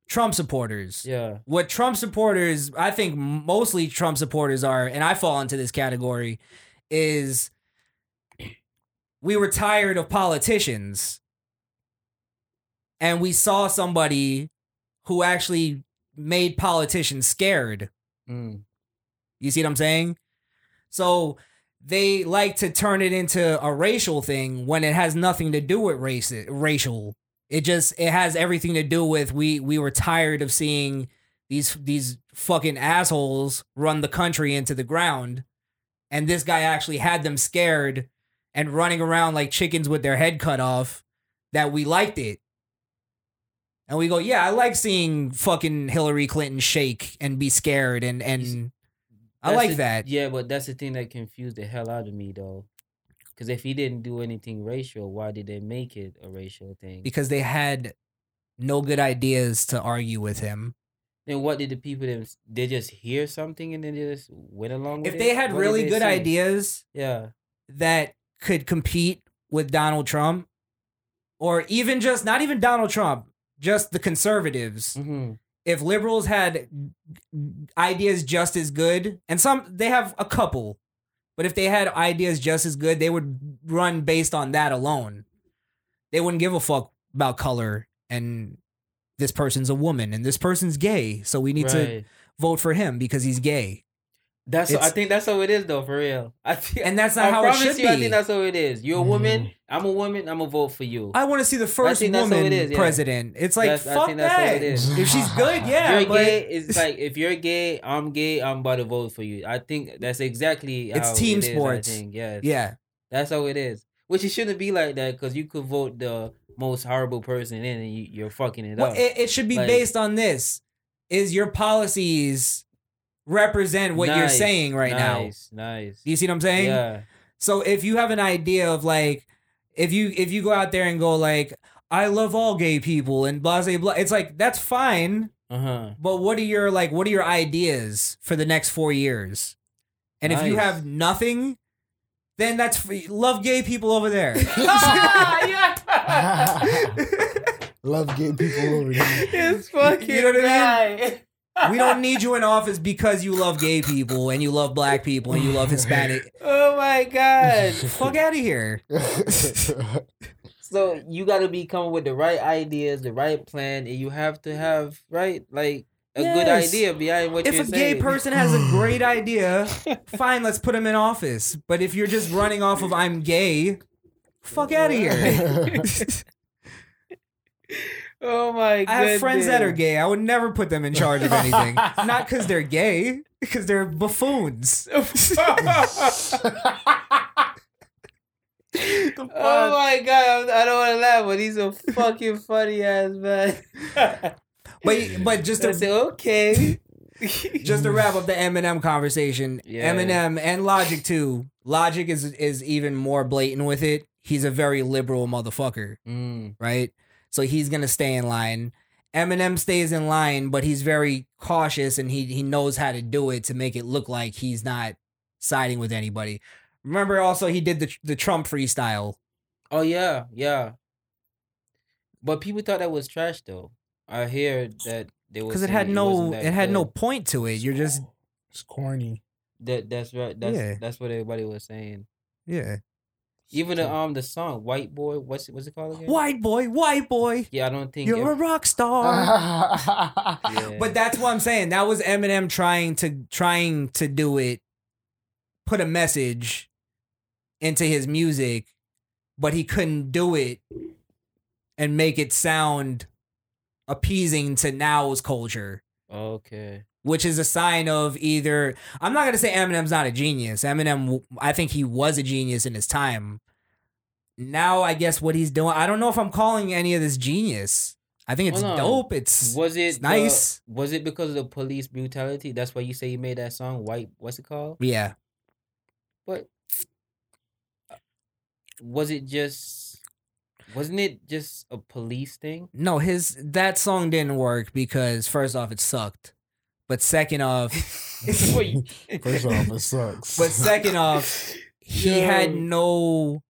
S10: Trump supporters.
S4: Yeah.
S10: What Trump supporters, I think mostly Trump supporters are, and I fall into this category, is we were tired of politicians and we saw somebody who actually made politicians scared. You see what I'm saying? So they like to turn it into a racial thing when it has nothing to do with race racial. It just it has everything to do with we we were tired of seeing these these fucking assholes run the country into the ground and this guy actually had them scared and running around like chickens with their head cut off that we liked it. And we go, yeah, I like seeing fucking Hillary Clinton shake and be scared and and I
S4: That's
S10: like
S4: the-
S10: that.
S4: Yeah, but that's the thing that confused the hell out of me though. Because if he didn't do anything racial, why did they make it a racial thing?
S10: because they had no good ideas to argue with him.
S4: Then what did the people them they just hear something and then they just went along
S10: If
S4: with it?
S10: they had
S4: What did
S10: really
S4: they
S10: good
S4: say?
S10: ideas
S4: Yeah.
S10: that could compete with Donald Trump, or even just not even Donald Trump, just the conservatives.
S4: mm-hmm,
S10: If liberals had ideas just as good, and some they have a couple, but if they had ideas just as good, they would run based on that alone. They wouldn't give a fuck about color and this person's a woman and this person's gay, so we need to
S4: Right.
S10: vote for him because he's gay.
S4: That's I
S10: It's-
S4: think that's how it is though, for real. (laughs) I think,
S10: And that's not
S4: I
S10: how it
S4: promise
S10: should
S4: you, I
S10: be.
S4: think that's how it is. You're a woman. I'm a woman. I'm gonna vote for you.
S10: I want to see the first
S4: think that's how it
S10: woman
S4: is, yeah.
S10: president. It's like
S4: That's- I
S10: fuck
S4: think that's how
S10: that.
S4: it is.
S10: If she's good, yeah.
S4: you're
S10: but
S4: gay. It's like if you're gay, I'm gay. I'm about to vote for you. I think that's exactly.
S10: It's
S4: how
S10: team
S4: it is, I
S10: sports.
S4: think, Yes.
S10: Yeah.
S4: That's how it is. Which it shouldn't be like that because you could vote the most horrible person in and you, you're fucking it
S10: well,
S4: up.
S10: it, it should be
S4: Like,
S10: based on this: is your policies represent what you're
S4: Nice,
S10: saying right
S4: nice,
S10: now.
S4: nice.
S10: You see what I'm saying?
S4: Yeah.
S10: So if you have an idea of like, if you if you go out there and go like, I love all gay people and blah blah blah, it's like that's fine.
S4: Uh-huh.
S10: But what are your like? What are your ideas for the next four years? And if you
S4: Nice.
S10: have nothing, then that's free. love gay people over there.
S5: Love gay people over there.
S4: It's
S10: fucking You know what I we don't need you in office because you love gay people and you love black people and you love Hispanic.
S4: (laughs) Oh my
S10: (laughs)
S4: god.
S10: Fuck out of here.
S4: so you got to be coming with the right ideas, the right plan, and you have to have right like a good
S10: Yes.
S4: idea behind what
S10: if
S4: you're
S10: a
S4: saying.
S10: gay person has a
S4: (laughs)
S10: great idea, fine, let's put him in office. But if you're just running off of I'm gay, fuck out of
S4: (laughs)
S10: here.
S4: oh my god.
S10: I have friends that are gay. I would never put them in charge of
S4: (laughs)
S10: anything. Not because they're gay, because they're buffoons.
S4: Oh my god, I don't want to laugh, but he's a fucking funny ass
S10: (laughs)
S4: man. (laughs)
S10: But but just to
S4: say okay,
S10: just to wrap up the Eminem conversation,
S4: Yeah.
S10: Eminem and Logic too. Logic is is even more blatant with it. He's a very liberal motherfucker,
S4: Mm.
S10: right? So he's gonna stay in line. Eminem stays in line, but he's very cautious and he he knows how to do it to make it look like he's not siding with anybody. Remember, also he did the the Trump freestyle.
S4: Oh yeah, yeah. But people thought that was trash though. I hear that they were
S10: because it
S4: saying
S10: had no
S4: wasn't
S10: it
S4: that
S10: had no
S4: good.
S10: point to it. You're just
S5: it's corny.
S4: That that's right. That's
S10: Yeah.
S4: that's what everybody was saying.
S10: Yeah.
S4: Even the um the song White Boy, what's it what's it called again?
S10: White boy, white boy,
S4: Yeah, I don't think
S10: you're a
S4: (laughs) ev-
S10: rock star. But that's what I'm saying. That was Eminem trying to trying to do it, put a message into his music, but he couldn't do it and make it sound appeasing to now's culture
S4: Okay.
S10: which is a sign of either I'm not gonna say Eminem's not a genius. Eminem, w- I think he was a genius in his time. Now I guess what he's doing, I don't know if I'm calling any of this genius. I think it's
S4: Hold on.
S10: dope. It's
S4: was it
S10: it's nice.
S4: the- was it because of the police brutality? That's why you say you made that song White what's it called?
S10: yeah,
S4: But was it just wasn't it just a police thing?
S10: no, his that song didn't work because first off, it sucked, but second off,
S4: (laughs)
S10: (laughs)
S4: Wait.
S5: (laughs) First off, it sucks.
S10: But
S5: (laughs)
S10: second off, he
S4: Yo.
S10: had no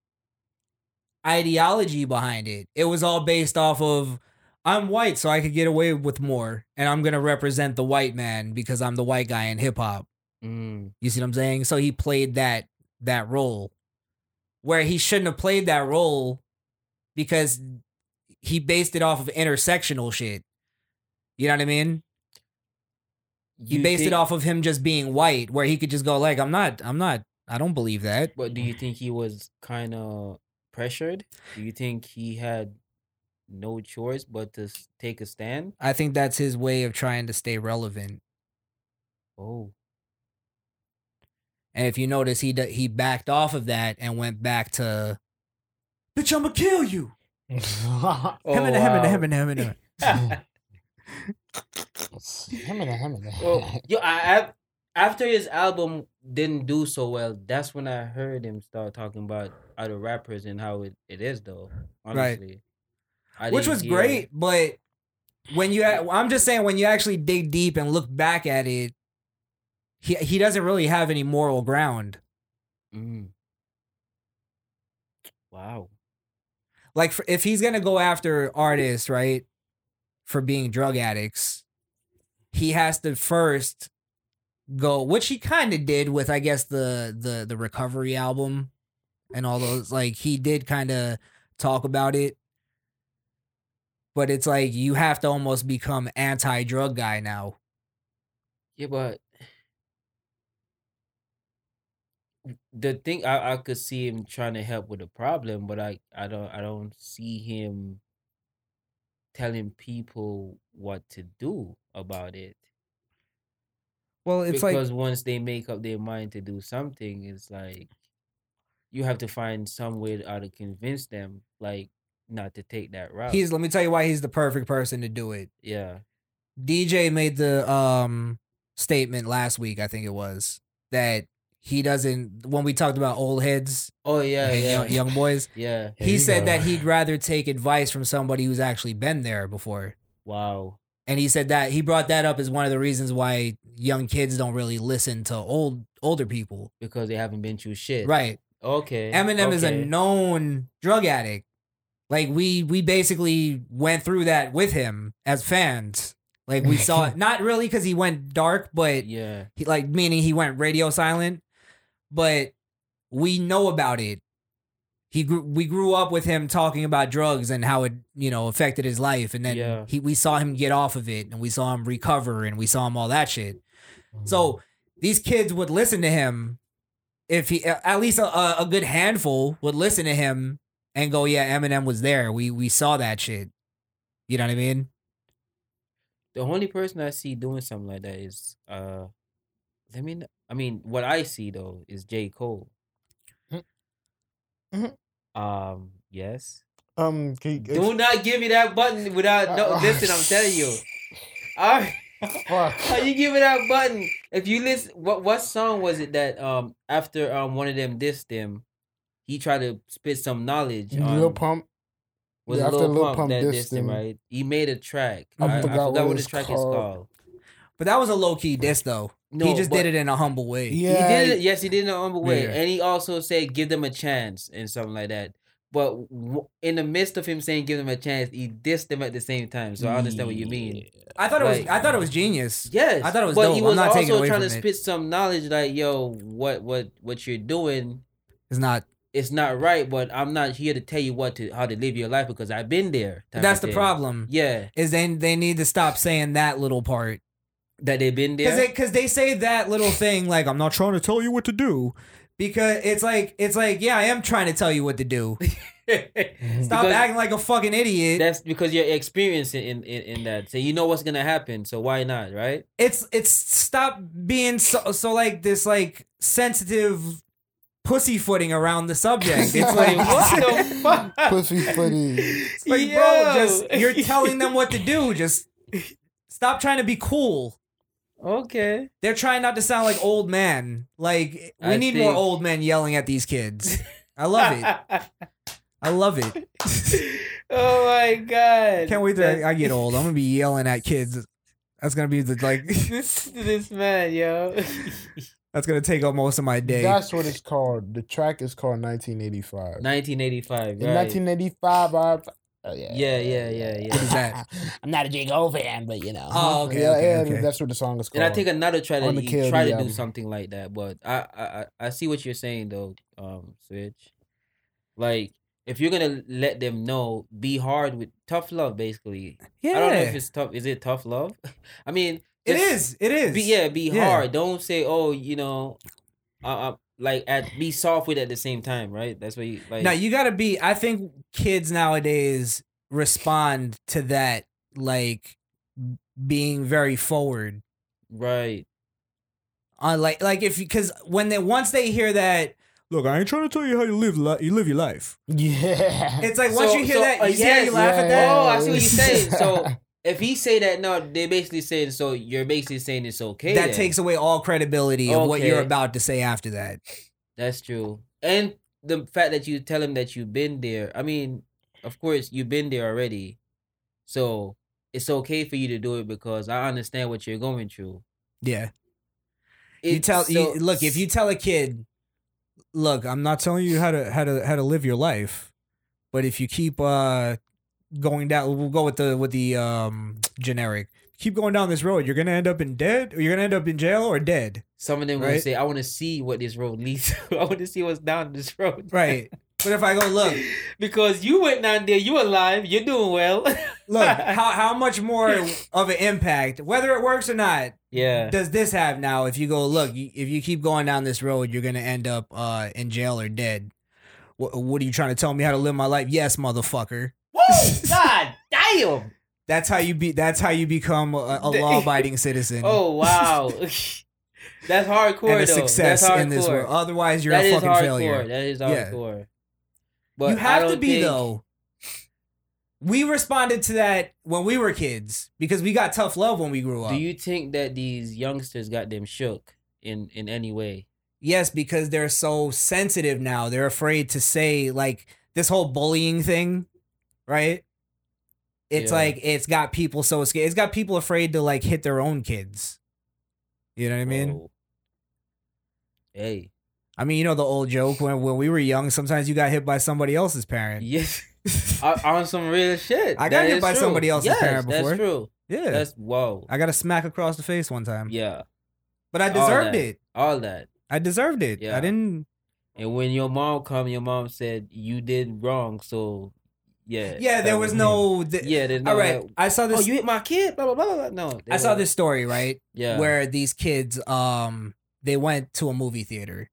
S10: ideology behind it. It was all based off of I'm white, so I could get away with more, and I'm gonna represent the white man because I'm the white guy in hip hop.
S4: Mm,
S10: You see what I'm saying? So he played that that role where he shouldn't have played that role because he based it off of intersectional shit. You know what I mean? He
S4: you
S10: based
S4: think-
S10: it off of him just being white, where he could just go like, "I'm not, I'm not, I don't believe that."
S4: But do you think he was kind of pressured? Do you think he had no choice but to s- take a stand?
S10: I think that's his way of trying to stay relevant.
S4: Oh,
S10: And if you notice, he d- he backed off of that and went back to, "Bitch, I'm gonna kill you."
S4: oh
S10: Him and him and him and him and him. (laughs)
S4: Well, yo, I, I after his album didn't do so well, that's when I heard him start talking about other rappers and how it, it is though.
S10: Right.
S4: Honestly, I
S10: which
S4: didn't
S10: was
S4: hear-
S10: great. But when you, a- I'm just saying, when you actually dig deep and look back at it, he he doesn't really have any moral ground.
S4: Mm. Wow.
S10: Like for, if he's gonna go after artists, right, for being drug addicts, he has to first go, which he kind of did with, I guess the the the recovery album and all those. Like he did kind of talk about it. But it's like you have to almost become anti-drug guy now.
S4: Yeah, but the thing I, I could see him trying to help with the problem, but I, I don't I don't see him telling people what to do about it.
S10: Well, it's like
S4: because once they make up their mind to do something, it's like you have to find some way to, how to convince them, like not to take that route.
S10: He's let me tell you why he's the perfect person to do it.
S4: yeah,
S10: DJ made the um statement last week, I think it was, that he doesn't when we talked about old heads.
S4: Oh
S10: (laughs)
S4: yeah,
S10: and
S4: yeah.
S10: young, young
S4: (laughs)
S10: boys.
S4: Yeah.
S10: He said that he'd rather take advice from somebody who's actually been there before.
S4: Wow.
S10: And he said that he brought that up as one of the reasons why young kids don't really listen to old older people.
S4: Because they haven't been through shit.
S10: Right.
S4: Okay.
S10: Eminem is a
S4: okay.
S10: known drug addict. Like we we basically went through that with him as fans. Like we saw
S4: (laughs)
S10: it not really because he went dark, but
S4: yeah,
S10: he like meaning he went radio silent. But we know about it. He grew, we grew up with him talking about drugs and how it you know affected his life, and then
S4: Yeah.
S10: he we saw him get off of it, and we saw him recover, and we saw him all that shit. So these kids would listen to him if he at least a, a a good handful would listen to him and go, yeah, Eminem was there. We we saw that shit. You know what I mean?
S4: The only person I see doing something like that is uh let me kn- I mean what I see though is J. Cole.
S5: Mhm.
S4: Um yes.
S5: Um, can you,
S4: Do not give me that button without no
S5: Uh,
S4: listen, I'm telling
S5: (laughs)
S4: you. All right. (laughs)
S5: Fuck.
S4: Are you giving that button? If you listen, what what song was it that um after um one of them dissed them, he tried to spit some knowledge. On,
S5: Lil Pump.
S4: was
S5: yeah, after
S4: Lil,
S5: Lil
S4: Pump,
S5: Pump
S4: that
S5: dissed
S4: dissed him,
S5: him.
S4: right? He made a track.
S5: I
S4: I, I
S5: forgot
S4: forgot, what
S5: what
S4: the
S5: it's
S4: track
S5: called.
S4: is called.
S10: But that was a low key diss though. he
S4: No,
S10: just
S4: but-
S10: did it in a humble way.
S5: Yeah,
S4: He did it. Yes, he did it in a humble way,
S10: Yeah.
S4: and he also said give them a chance and something like that. But w- in the midst of him saying give them a chance, he dissed them at the same time. So I understand what you mean.
S10: I thought it was.
S4: Like-
S10: I thought it was genius.
S4: Yes,
S10: I thought it was
S4: But
S10: dope.
S4: he
S10: I'm
S4: was
S10: not
S4: also
S10: taking away
S4: trying to
S10: from it.
S4: spit some knowledge, like yo, what what what you're doing
S10: It's not.
S4: is not right. But I'm not here to tell you what to how to live your life because I've been there. type
S10: That's
S4: of
S10: the
S4: thing.
S10: problem.
S4: Yeah,
S10: Is they they need to stop saying that little part
S4: that they've been
S10: because
S4: there.
S10: they because they say that little thing like I'm not trying to tell you what to do because it's like it's like yeah I am trying to tell you what to
S4: (laughs)
S10: do. Stop
S4: Mm-hmm. Because-
S10: acting like a fucking idiot.
S4: That's because you're experiencing in, in, in that. So you know what's gonna happen. So why not, right?
S10: it's it's stop being so so like this like sensitive pussyfooting around the subject. It's like
S4: (laughs) What the fuck?
S5: Pussy footy.
S10: It's like, bro,
S4: Yo.
S10: just you're telling them what to
S4: (laughs)
S10: do. Just stop trying to be cool.
S4: Okay.
S10: They're trying not to sound like old man. Like we
S4: I
S10: need more
S4: think-
S10: old men yelling at these kids. I love it. I love it.
S4: (laughs) oh my god.
S10: Can't wait
S4: That's-
S10: till I get old. I'm gonna be yelling at kids. That's gonna be the like.
S4: (laughs)
S10: (laughs)
S4: this this man, yo. (laughs)
S10: That's gonna take up most of my day.
S5: That's what it's called. The track is called 1985.
S4: 1985.
S5: In
S4: Right?
S5: 1985, I. Oh,
S4: yeah, yeah, yeah, yeah.
S10: What is that?
S5: (laughs) I'm not a J. Cole fan, but you know.
S10: Oh, okay,
S5: Uh-huh. yeah,
S10: okay,
S5: yeah,
S10: okay.
S5: that's what the song is called.
S4: And I think another try
S5: On
S4: to
S5: the
S4: he
S5: KOD
S4: try to
S5: album.
S4: do something like that, but I, I I- I see what you're saying though, um, Switch. Like if you're gonna let them know, be hard with tough love, basically.
S10: Yeah,
S4: I don't know if it's tough. Is it tough love? (laughs) I mean,
S10: it
S4: just
S10: is. It is.
S4: Be, yeah, be
S10: Yeah.
S4: hard. Don't say, oh, you know, uh, uh, like at be soft with it at the same time, right? That's what you like.
S10: Now you gotta be. I think kids nowadays respond to that like being very forward.
S4: right.
S10: on like like if because when they once they hear that look i ain't trying to tell you how you live li- you live your life
S5: (laughs) Yeah. (laughs)
S10: it's like once
S4: So-
S10: you hear
S4: so,
S10: that
S4: uh,
S10: you see how you
S4: yes,
S10: laugh at
S5: yeah,
S10: that
S4: Oh, I see what
S5: yeah.
S4: you're saying. (laughs) So if he say that, no, they basically saying so. You're basically saying it's okay.
S10: that
S4: then.
S10: takes away all credibility of what you're
S4: Okay.
S10: about to say after that
S4: That's true. And the fact that you tell him that you've been there, I mean, of course, you've been there already. So it's okay for you to do it because I understand what you're going through.
S10: yeah you
S4: It's
S10: tell
S4: so-
S10: you, look if you tell a kid look i'm not telling you how to how to how to live your life but if you keep uh going down we'll go with the with the um generic keep going down this road you're gonna end up in dead or you're gonna end up in jail or dead
S4: Some of them
S10: Right?
S4: gonna say, "I want to see what this road leads. to. (laughs) I want to see what's down this road."
S10: right but if i go look
S4: Because you went down there, you alive, you're doing well. (laughs)
S10: look how how much more of an impact whether it works or not
S4: yeah,
S10: does this have now if you go look you- if you keep going down this road you're gonna end up uh in jail or dead what, what are you trying to tell me how to live my life yes motherfucker
S4: Woo! God damn!
S10: (laughs) that's how you be that's how you become a,
S4: (laughs)
S10: a law-abiding citizen (laughs)
S4: Oh wow, that's hardcore.
S10: and
S4: though.
S10: a success
S4: that's hardcore.
S10: in this world otherwise you're
S4: That
S10: a
S4: is
S10: fucking
S4: hardcore.
S10: failure
S4: That is
S10: Yeah.
S4: hardcore.
S10: you
S4: I
S10: have to
S4: don't
S10: be
S4: think-
S10: though we responded to that when we were kids because we got tough love when we grew up.
S4: Do you think that these youngsters got them shook in in any way?
S10: Yes, because they're so sensitive now. They're afraid to say like this whole bullying thing, right? It's
S4: Yeah.
S10: like it's got people so scared. It's got people afraid to like hit their own kids. You know what I mean?
S4: Oh. Hey.
S10: I mean, you know the old joke when when we were young, sometimes you got hit by somebody else's parent.
S4: (laughs) Yes. I- on some real shit.
S10: I got
S4: That
S10: hit
S4: is
S10: by
S4: true.
S10: somebody else's
S4: yes,
S10: parent before.
S4: That's true.
S10: (laughs) Yeah.
S4: That's whoa.
S10: I got a smack across the face one time.
S4: Yeah.
S10: But I
S4: All
S10: deserved
S4: that.
S10: it.
S4: All that.
S10: I deserved it.
S4: Yeah.
S10: I didn't
S4: And when your mom come, your mom said you did wrong. So yeah.
S10: Yeah, there
S4: that
S10: was no th-
S4: Yeah, there's no
S10: All right. I saw this
S4: Oh, you hit my kid, blah blah blah blah. No.
S10: I
S4: there
S10: saw
S4: was-
S10: this story, right?
S4: Yeah.
S10: Where these kids um they went to a movie theater.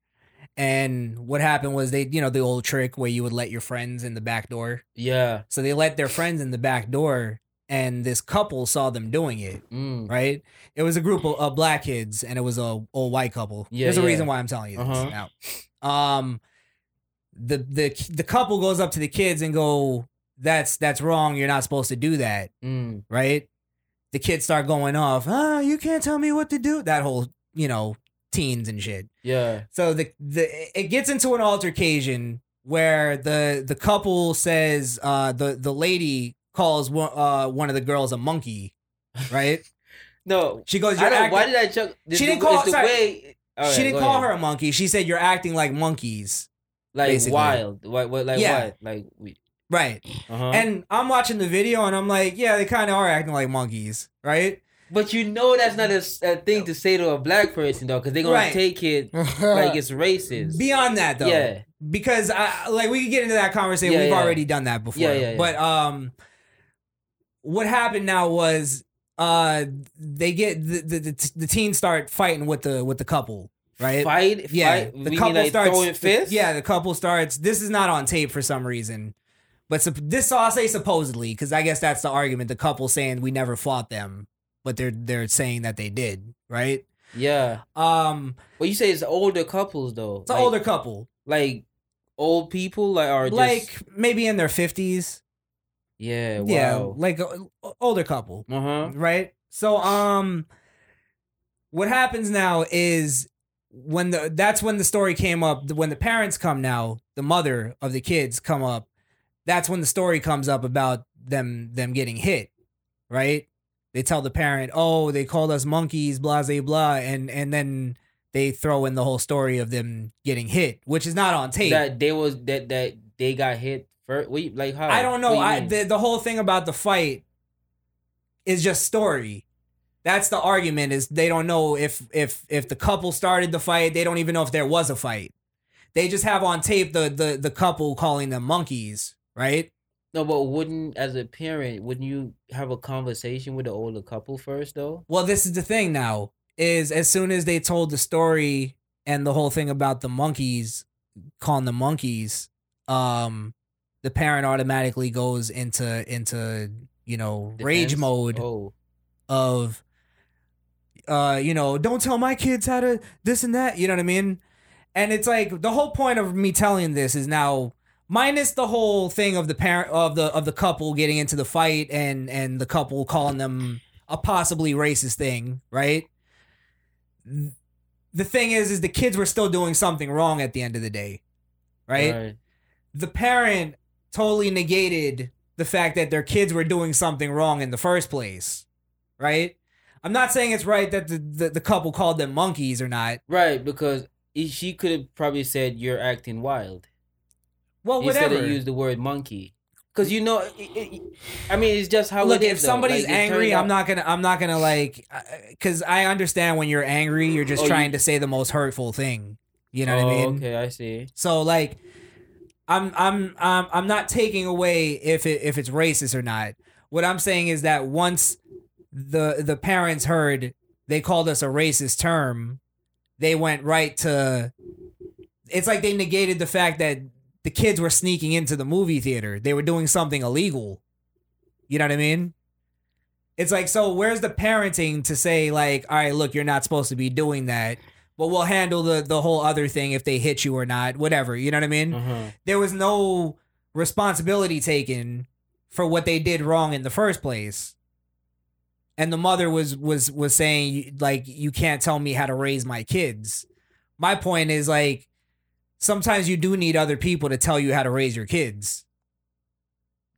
S10: And what happened was they, you know, the old trick where you would let your friends in the back door.
S4: Yeah.
S10: So they let their friends in the back door and this couple saw them doing it,
S4: Mm.
S10: right? It was a group of, of black kids and it was a old white couple.
S4: Yeah,
S10: There's a
S4: yeah.
S10: reason why I'm telling you this
S4: Uh-huh.
S10: now. Um the the the couple goes up to the kids and go that's that's wrong. You're not supposed to do that
S4: Mm.
S10: right? The kids start going off. Ah, you can't tell me what to do. That whole, you know, teens and shit.
S4: Yeah.
S10: So the the it gets into an altercation where the the couple says uh the the lady calls one uh one of the girls a monkey, right?
S4: No.
S10: She goes,
S4: I
S10: "You're
S4: don't, why
S10: acting."
S4: did I chuck? this-
S10: She didn't
S4: it's
S10: call-
S4: the
S10: sorry.
S4: way- All
S10: she
S4: right,
S10: didn't
S4: go
S10: call
S4: ahead.
S10: her a monkey. She said you're acting like monkeys,
S4: like
S10: basically.
S4: wild, like what, like
S10: Yeah.
S4: what, like we.
S10: right?
S4: Uh-huh.
S10: And I'm watching the video and I'm like, yeah, they kind of are acting like monkeys, right?
S4: But you know that's not a, s- a thing to say to a black person though, because they're gonna
S10: Right.
S4: take it like it's racist.
S10: Beyond that though,
S4: Yeah.
S10: because I like we could get into that conversation.
S4: Yeah,
S10: We've
S4: yeah.
S10: already done that before.
S4: Yeah, yeah, yeah.
S10: But um, what happened now was uh they get the the, the the teens start fighting with the with the couple, right?
S4: Fight,
S10: yeah.
S4: fight?
S10: The
S4: We
S10: couple
S4: mean, like,
S10: starts
S4: throwing fists?
S10: yeah, the couple starts. This is not on tape for some reason. But sup- this I'll say supposedly because I guess that's the argument. The couple saying we never fought them, but they're they're saying that they did, right?
S4: Yeah.
S10: Um,
S4: Well, you say it's older couples though.
S10: it's an older couple,
S4: like old people, like are just,
S10: like maybe in their fifties.
S4: yeah,
S10: yeah
S4: wow.
S10: like a, a- older couple
S4: uh huh.
S10: right so um what happens now is when the that's when the story came up when the parents come now the mother of the kids come up that's when the story comes up about them them getting hit right they tell the parent oh they called us monkeys blah blah blah and and then they throw in the whole story of them getting hit which is not on tape
S4: That they was that that they got hit first. Wait, like how?
S10: I don't
S4: What
S10: know.
S4: you
S10: I
S4: mean?
S10: the, the whole thing about the fight is just story. That's the argument is they don't know if if if the couple started the fight. They don't even know if there was a fight. They just have on tape the the the couple calling them monkeys, right?
S4: no, but wouldn't as a parent, wouldn't you have a conversation with the older couple first though?
S10: Well, this is the thing now is as soon as they told the story and the whole thing about the monkeys calling the monkeys, um, the parent automatically goes into into you know rage
S4: Defense?
S10: mode.
S4: Oh,
S10: of uh you know don't tell my kids how to this and that you know what i mean and it's like the whole point of me telling this is now minus the whole thing of the parent of the of the couple getting into the fight and and the couple calling them a possibly racist thing right the thing is is the kids were still doing something wrong at the end of the day right the parent totally negated the fact that their kids were doing something wrong in the first place, right? I'm not saying it's right that the, the, the couple called them monkeys or not.
S4: Right, because he- she could have probably said, "You're acting wild."
S10: Well,
S4: Instead
S10: Oh, whatever.
S4: of use the word monkey, because you know, it, it, I mean, it's just how.
S10: Look,
S4: it
S10: if
S4: is, though.
S10: somebody's
S4: Like, it
S10: angry,
S4: turned
S10: I'm
S4: out-
S10: not gonna, I'm not gonna like, because I understand when you're angry, you're just
S4: Oh, you-
S10: trying to say the most hurtful thing. You know
S4: oh,
S10: what I mean?
S4: Okay, I see.
S10: So like, I'm I'm I'm I'm not taking away if it if it's racist or not. What I'm saying is that once the the parents heard they called us a racist term, they went right to. It's like they negated the fact that the kids were sneaking into the movie theater. They were doing something illegal. You know what I mean? It's like so. Where's the parenting to say like, all right, look, you're not supposed to be doing that but we'll handle the the whole other thing if they hit you or not, whatever. You know what I mean?
S4: Uh-huh.
S10: There was no responsibility taken for what they did wrong in the first place. And the mother was was was saying like you can't tell me how to raise my kids. My point is like sometimes you do need other people to tell you how to raise your kids.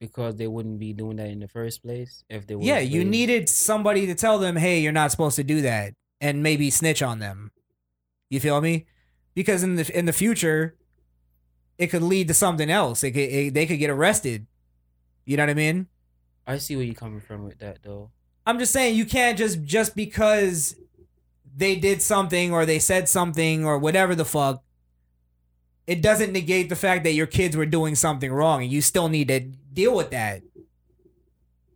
S4: because they wouldn't be doing that in the first place if they were
S10: Yeah, you needed somebody to tell them, hey, you're not supposed to do that, and maybe snitch on them. You feel me? Because in the in the future, it could lead to something else. It could, it, they could get arrested. You know what I mean?
S4: I see where you're coming from with that though.
S10: I'm just saying you can't just just because they did something or they said something or whatever the fuck. It doesn't negate the fact that your kids were doing something wrong, and you still need to deal with that.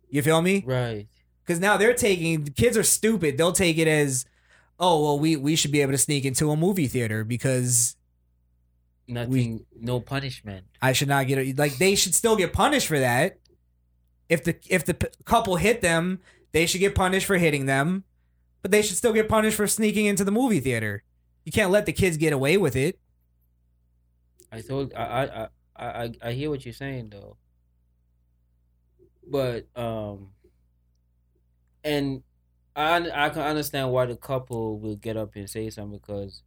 S10: You feel me?
S4: Right.
S10: Because now they're taking kids are stupid. They'll take it as, oh well, we we should be able to sneak into a movie theater because
S4: Nothing, no punishment.
S10: I should not get a, like they should still get punished for that. If the if the p- couple hit them, they should get punished for hitting them, but they should still get punished for sneaking into the movie theater. You can't let the kids get away with it.
S4: I told I I- I I I, I hear what you're saying though. But um, and I un- I can understand why the couple will get up and say something because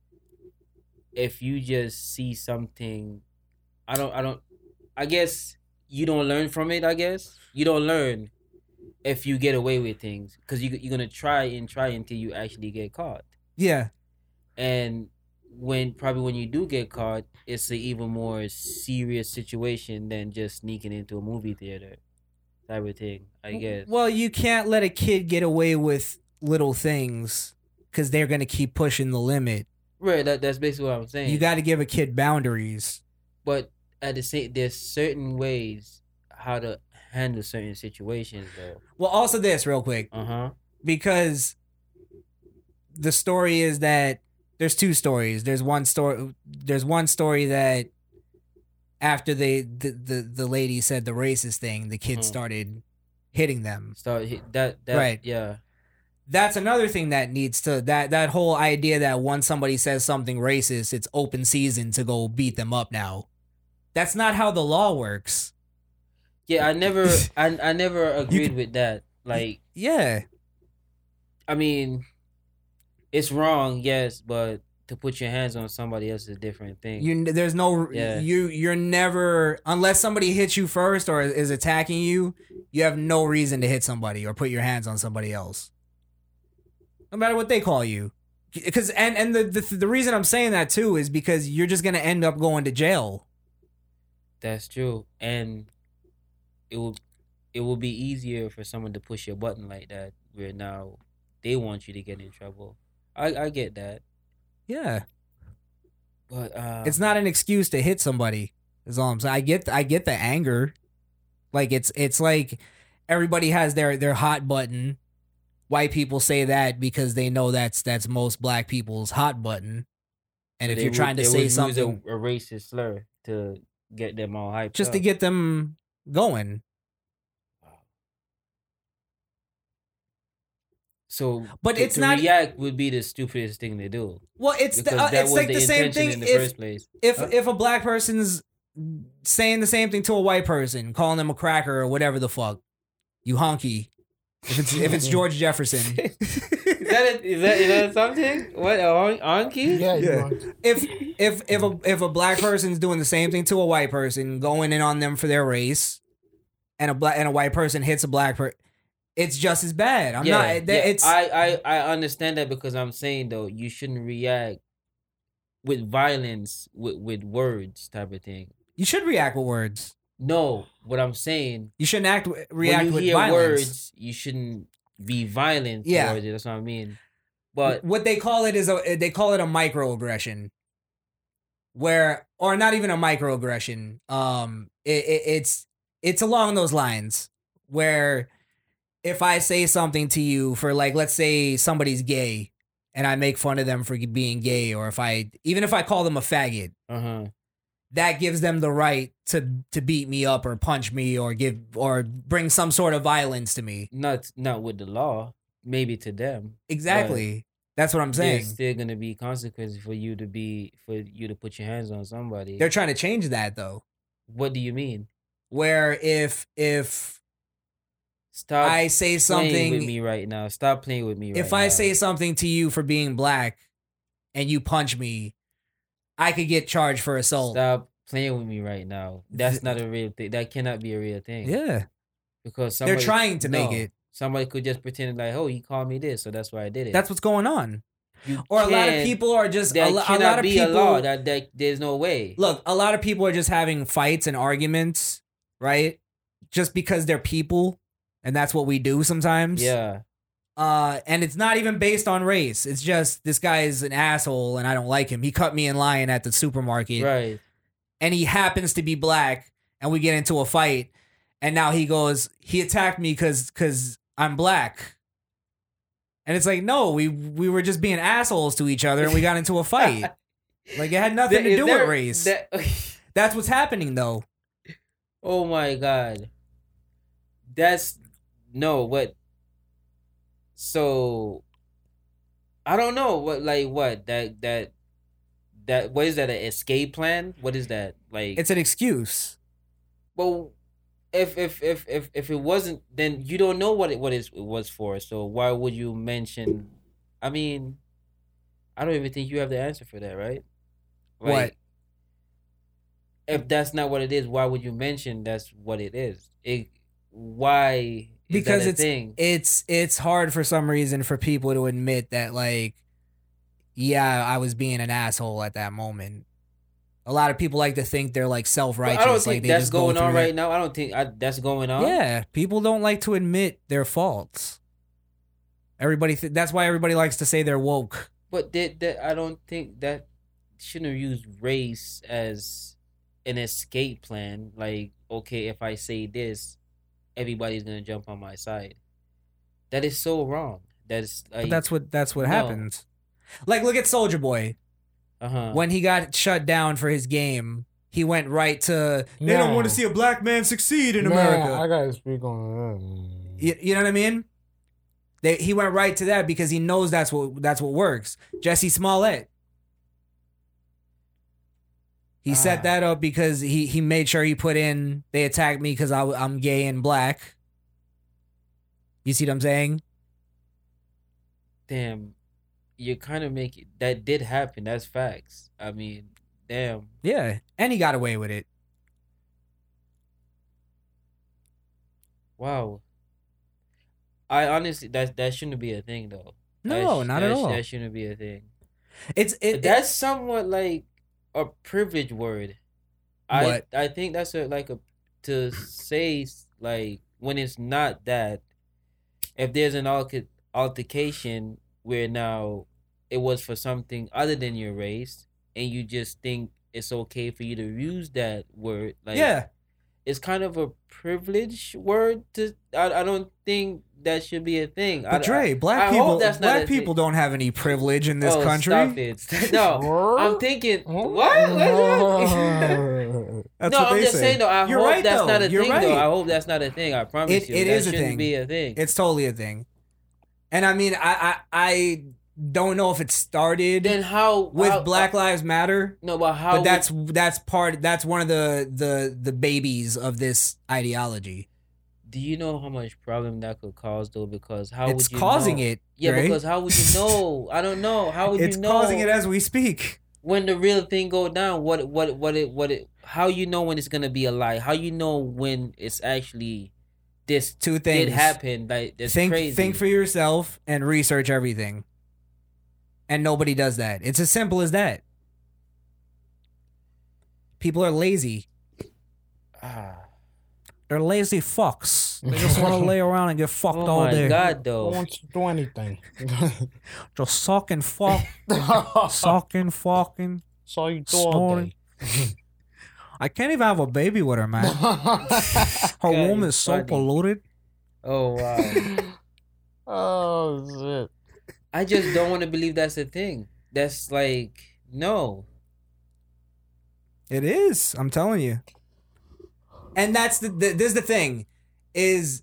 S4: if you just see something, I don't I don't I guess you don't learn from it. I guess you don't learn if you get away with things because you you're gonna try and try until you actually get caught
S10: Yeah,
S4: and when probably when you do get caught, it's an even more serious situation than just sneaking into a movie theater type of thing. I guess
S10: Well, you can't let a kid get away with little things because they're gonna keep pushing the limit.
S4: right. That, that's basically what I'm saying.
S10: You got to give a kid boundaries.
S4: but at the same, there's certain ways how to handle certain situations though.
S10: Well, also this real quick.
S4: Uh huh.
S10: because the story is that there's two stories. There's one story. There's one story that after they the the, the lady said the racist thing, the kids
S4: Mhm.
S10: started hitting them.
S4: So he- that that
S10: Right.
S4: yeah
S10: That's another thing that needs to that that whole idea that once somebody says something racist, it's open season to go beat them up now. That's not how the law works.
S4: yeah.
S10: (laughs)
S4: I never I I never agreed with that. Like
S10: Yeah.
S4: I mean, it's wrong, yes, but to put your hands on somebody else is a different thing.
S10: You there's no
S4: Yeah.
S10: you you're never unless somebody hits you first or is attacking you, you have no reason to hit somebody or put your hands on somebody else. No matter what they call you. Cuz and and the, the the reason I'm saying that too is because you're just going to end up going to jail.
S4: That's true, and it will it will be easier for someone to push your button like that, where now they want you to get in trouble. I I get that,
S10: Yeah.
S4: but uh,
S10: It's not an excuse to hit somebody. Is all I'm saying. I get I get the anger. Like it's it's like everybody has their their hot button. White people say that because they know that's that's most black people's hot button. And if
S4: they
S10: you're
S4: would-
S10: trying to
S4: they
S10: say
S4: would use a-
S10: something
S4: a, racist slur to get them all hyped,
S10: just to
S4: up.
S10: get them going.
S4: so.
S10: But
S4: to-
S10: it's
S4: to
S10: not-
S4: react would be the stupidest thing to do.
S10: Well, it's the,
S4: Because
S10: uh,
S4: that
S10: it's
S4: was
S10: like
S4: the
S10: the, same
S4: intention
S10: thing
S4: in the
S10: if
S4: first place.
S10: if
S4: Uh,
S10: if a black person's saying the same thing to a white person, calling them a cracker or whatever the fuck, you honky. If it's if
S4: (laughs)
S10: it's George Jefferson,
S4: Is that, a, is that is that something? What a hon- honky?
S5: Yeah, you
S10: Yeah.
S5: know,
S10: if
S4: (laughs)
S10: if if a if a black person's doing the same thing to a white person, going in on them for their race, and a black and a white person hits a black person, it's just as bad. I'm not. that- It's
S4: I, I I understand that because I'm saying though you shouldn't react with violence with with words type of thing.
S10: you should react with words.
S4: No, what I'm saying
S10: You shouldn't act with- react
S4: when you
S10: with
S4: hear
S10: violence.
S4: words, you shouldn't be violent
S10: Yeah.
S4: towards it. That's what I mean. But
S10: what they call it is a they call it a microaggression, where or not even a microaggression. Um, it, it, it's it's along those lines where if I say something to you for like let's say somebody's gay and I make fun of them for being gay, or if I even if I call them a faggot,
S4: uh huh.
S10: that gives them the right to to beat me up or punch me or give or bring some sort of violence to me.
S4: Not not with the law. Maybe to them.
S10: Exactly. That's what I'm saying.
S4: There's still gonna be consequences for you to be for you to put your hands on somebody.
S10: They're trying to change that though.
S4: what do you mean?
S10: where if if
S4: Stop.
S10: I say
S4: playing with
S10: something-
S4: me right now. Stop playing with me. Right
S10: if I
S4: now.
S10: say something to you for being black and you punch me, I could get charged for assault.
S4: stop playing with me right now, that's not a real thing. That cannot be a real thing.
S10: Yeah.
S4: because
S10: They're
S4: somebody,
S10: trying to make it.
S4: Somebody could just pretend like, oh, he called me this, so that's why I did it.
S10: That's what's going on.
S4: You
S10: Or a lot of
S4: can't-
S10: people are just
S4: That
S10: a, lo- a
S4: cannot
S10: lot of
S4: be
S10: people
S4: a law. That, that there's no way.
S10: look, a lot of people are just having fights and arguments, right? Just because they're people, and that's what we do sometimes.
S4: Yeah.
S10: Uh, and it's not even based on race. It's just this guy is an asshole, and I don't like him. He cut me in line at the supermarket,
S4: right?
S10: And he happens to be black, and we get into a fight, and now he goes, he attacked me because because I'm black. And it's like, no, we we were just being assholes to each other, and we got into a fight.
S4: (laughs)
S10: like it had nothing to
S4: Is
S10: do
S4: there-
S10: with race.
S4: that- (laughs)
S10: That's what's happening though.
S4: Oh my god. That's no what so I don't know what like what that that that what is that an escape plan? What is that? Like
S10: It's an excuse.
S4: well if if if if if it wasn't then you don't know what it what is it was for. So why would you mention I mean I don't even think you have the answer for that, right?
S10: What?
S4: if that's not what it is, why would you mention that's what it is? It why is
S10: because
S4: that a
S10: it's
S4: thing?
S10: it's it's hard for some reason for people to admit that like yeah, I was being an asshole at that moment. A lot of people like to think they're like
S4: But
S10: self-righteous
S4: I don't
S10: like
S4: think
S10: they
S4: that's
S10: just go
S4: going on
S10: through
S4: right now. I don't think I, that's going on.
S10: Yeah, people don't like to admit their faults. Everybody th- that's why everybody likes to say they're woke.
S4: but that, that I don't think that shouldn't use race as an escape plan. Like, okay, if I say this, everybody's gonna jump on my side. That is so wrong. That is like
S10: But that's what that's what
S4: no.
S10: happens. Like look at Soldier Boy.
S4: uh-huh.
S10: when he got shut down for his game, he went right to they don't want to see a black man succeed in
S5: Nah,
S10: America.
S5: I gotta speak on uh,
S10: you, you know what I mean? They, he went right to that because he knows that's what that's what works. Jesse Smollett.
S4: Ah.
S10: He set that up because he he made sure he put in they attacked me because I'm gay and black. You see what I'm saying?
S4: damn, you kind of make it, that did happen. That's facts. I mean, damn.
S10: Yeah, and he got away with it.
S4: Wow. I honestly that that shouldn't be a thing though. That
S10: No,
S4: sh-
S10: not at
S4: that sh-
S10: all.
S4: That shouldn't be a thing.
S10: It's it,
S4: that's somewhat like a privilege word. I
S10: What?
S4: I think that's a like a to say s- like when it's not that if there's an alca- altercation where now it was for something other than your race and you just think it's okay for you to use that word like
S10: Yeah.
S4: it's kind of a privilege word to I, I don't think that should be a thing I,
S10: But Dre,
S4: I-
S10: black
S4: I hope
S10: people,
S4: that's not a
S10: black
S4: thing.
S10: people don't have any privilege in this
S4: Oh,
S10: country.
S4: stop it. (laughs) no i'm thinking what, What's that?
S5: that.
S10: (laughs) That's
S4: no,
S10: what
S4: I'm
S10: they
S4: just
S10: say.
S4: saying though. I
S10: You're
S4: hope
S10: right,
S4: that's
S10: though.
S4: not a
S10: You're
S4: thing though.
S10: right.
S4: I hope that's not a thing. I promise
S10: It-
S4: you,
S10: it
S4: that
S10: is a
S4: shouldn't
S10: thing.
S4: be a thing.
S10: It's totally a thing. And I mean, I I, I don't know if it started
S4: then how
S10: with
S4: how-
S10: Black Lives Matter,
S4: No, but how?
S10: but
S4: would-
S10: that's that's part that's one of the the the babies of this ideology.
S4: do you know how much problem that could cause though? Because how
S10: It's
S4: would you
S10: causing
S4: know?
S10: it,
S4: Yeah,
S10: right?
S4: because
S10: (laughs)
S4: how would you know? I don't know. How would
S10: It's
S4: you know?
S10: causing it as we speak.
S4: when the real thing go down. What what what it what it? How you know when it's gonna be a lie? How you know when it's actually this
S10: Two
S4: did
S10: things.
S4: happen? Like it's
S10: think
S4: crazy.
S10: think for yourself and research everything. And nobody does that. It's as simple as that. People are
S4: (sighs)
S10: lazy. They're lazy fucks. They just
S4: (laughs)
S10: want to lay around and get fucked
S4: oh
S10: all
S4: my
S10: day.
S4: god,
S5: I
S4: though.
S5: don't want you to do anything.
S10: Just sucking, fuck,
S4: (laughs)
S5: (laughs)
S10: sucking, fucking,
S5: So you do all
S10: snoring.
S5: day.
S4: (laughs)
S10: I can't even have a baby with her, man. Her
S4: Oh God,
S10: womb
S4: you
S10: is so
S4: funny.
S10: polluted.
S4: Oh wow.
S5: (laughs) oh
S4: I just don't want to believe that's a thing. That's like no.
S10: It is. I'm telling you. And that's the, the this is the thing, is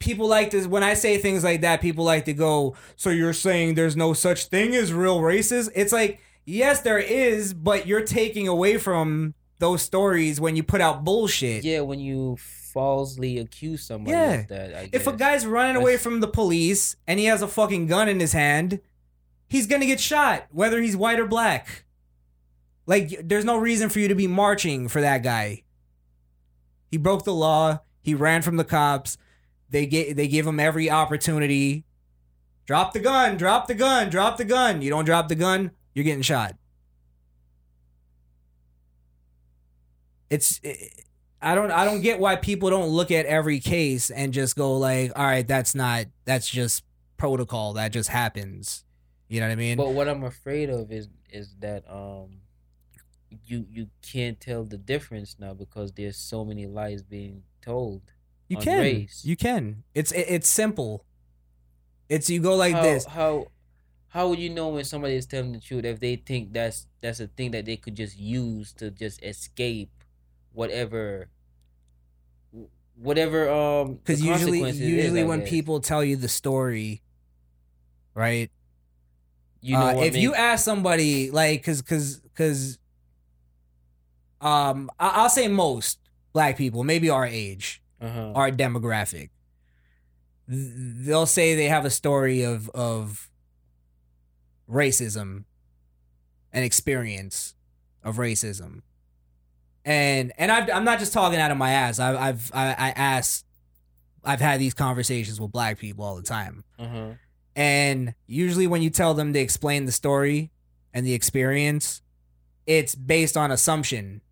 S10: people like to when I say things like that, people like to go. So you're saying there's no such thing as real races? It's like yes, there is, but you're taking away from those stories when you put out bullshit.
S4: Yeah, when you falsely accuse somebody
S10: Yeah.
S4: of that. I guess.
S10: If a guy's running away from the police and he has a fucking gun in his hand, he's gonna get shot, whether he's white or black. Like, there's no reason for you to be marching for that guy. He broke the law. He ran from the cops. They get they give him every opportunity. Drop the gun. Drop the gun. Drop the gun. You don't drop the gun, you're getting shot. It's I don't I don't get why people don't look at every case and just go like, all right, that's not that's just protocol. That just happens. You know what I mean?
S4: But what I'm afraid of is is that um you you can't tell the difference now because there's so many lies being told.
S10: you
S4: on
S10: can.
S4: race.
S10: You can. It's it, it's simple. It's you go like
S4: how,
S10: this.
S4: How how would you know when somebody is telling the truth if they think that's that's a thing that they could just use to just escape whatever whatever um the
S10: Because usually
S4: consequences is,
S10: usually
S4: I
S10: when
S4: guess.
S10: people tell you the story, right?
S4: You know
S10: Uh,
S4: what
S10: if you
S4: makes-
S10: ask somebody like because because because um I- i'll say most black people maybe our age
S4: Uh-huh.
S10: our demographic th- they'll say they have a story of of racism an experience of racism and and I've, i'm not just talking out of my ass i've i've i, I asked i've had these conversations with black people all the time
S4: Uh-huh.
S10: and usually, when you tell them to explain the story and the experience, it's based on assumption.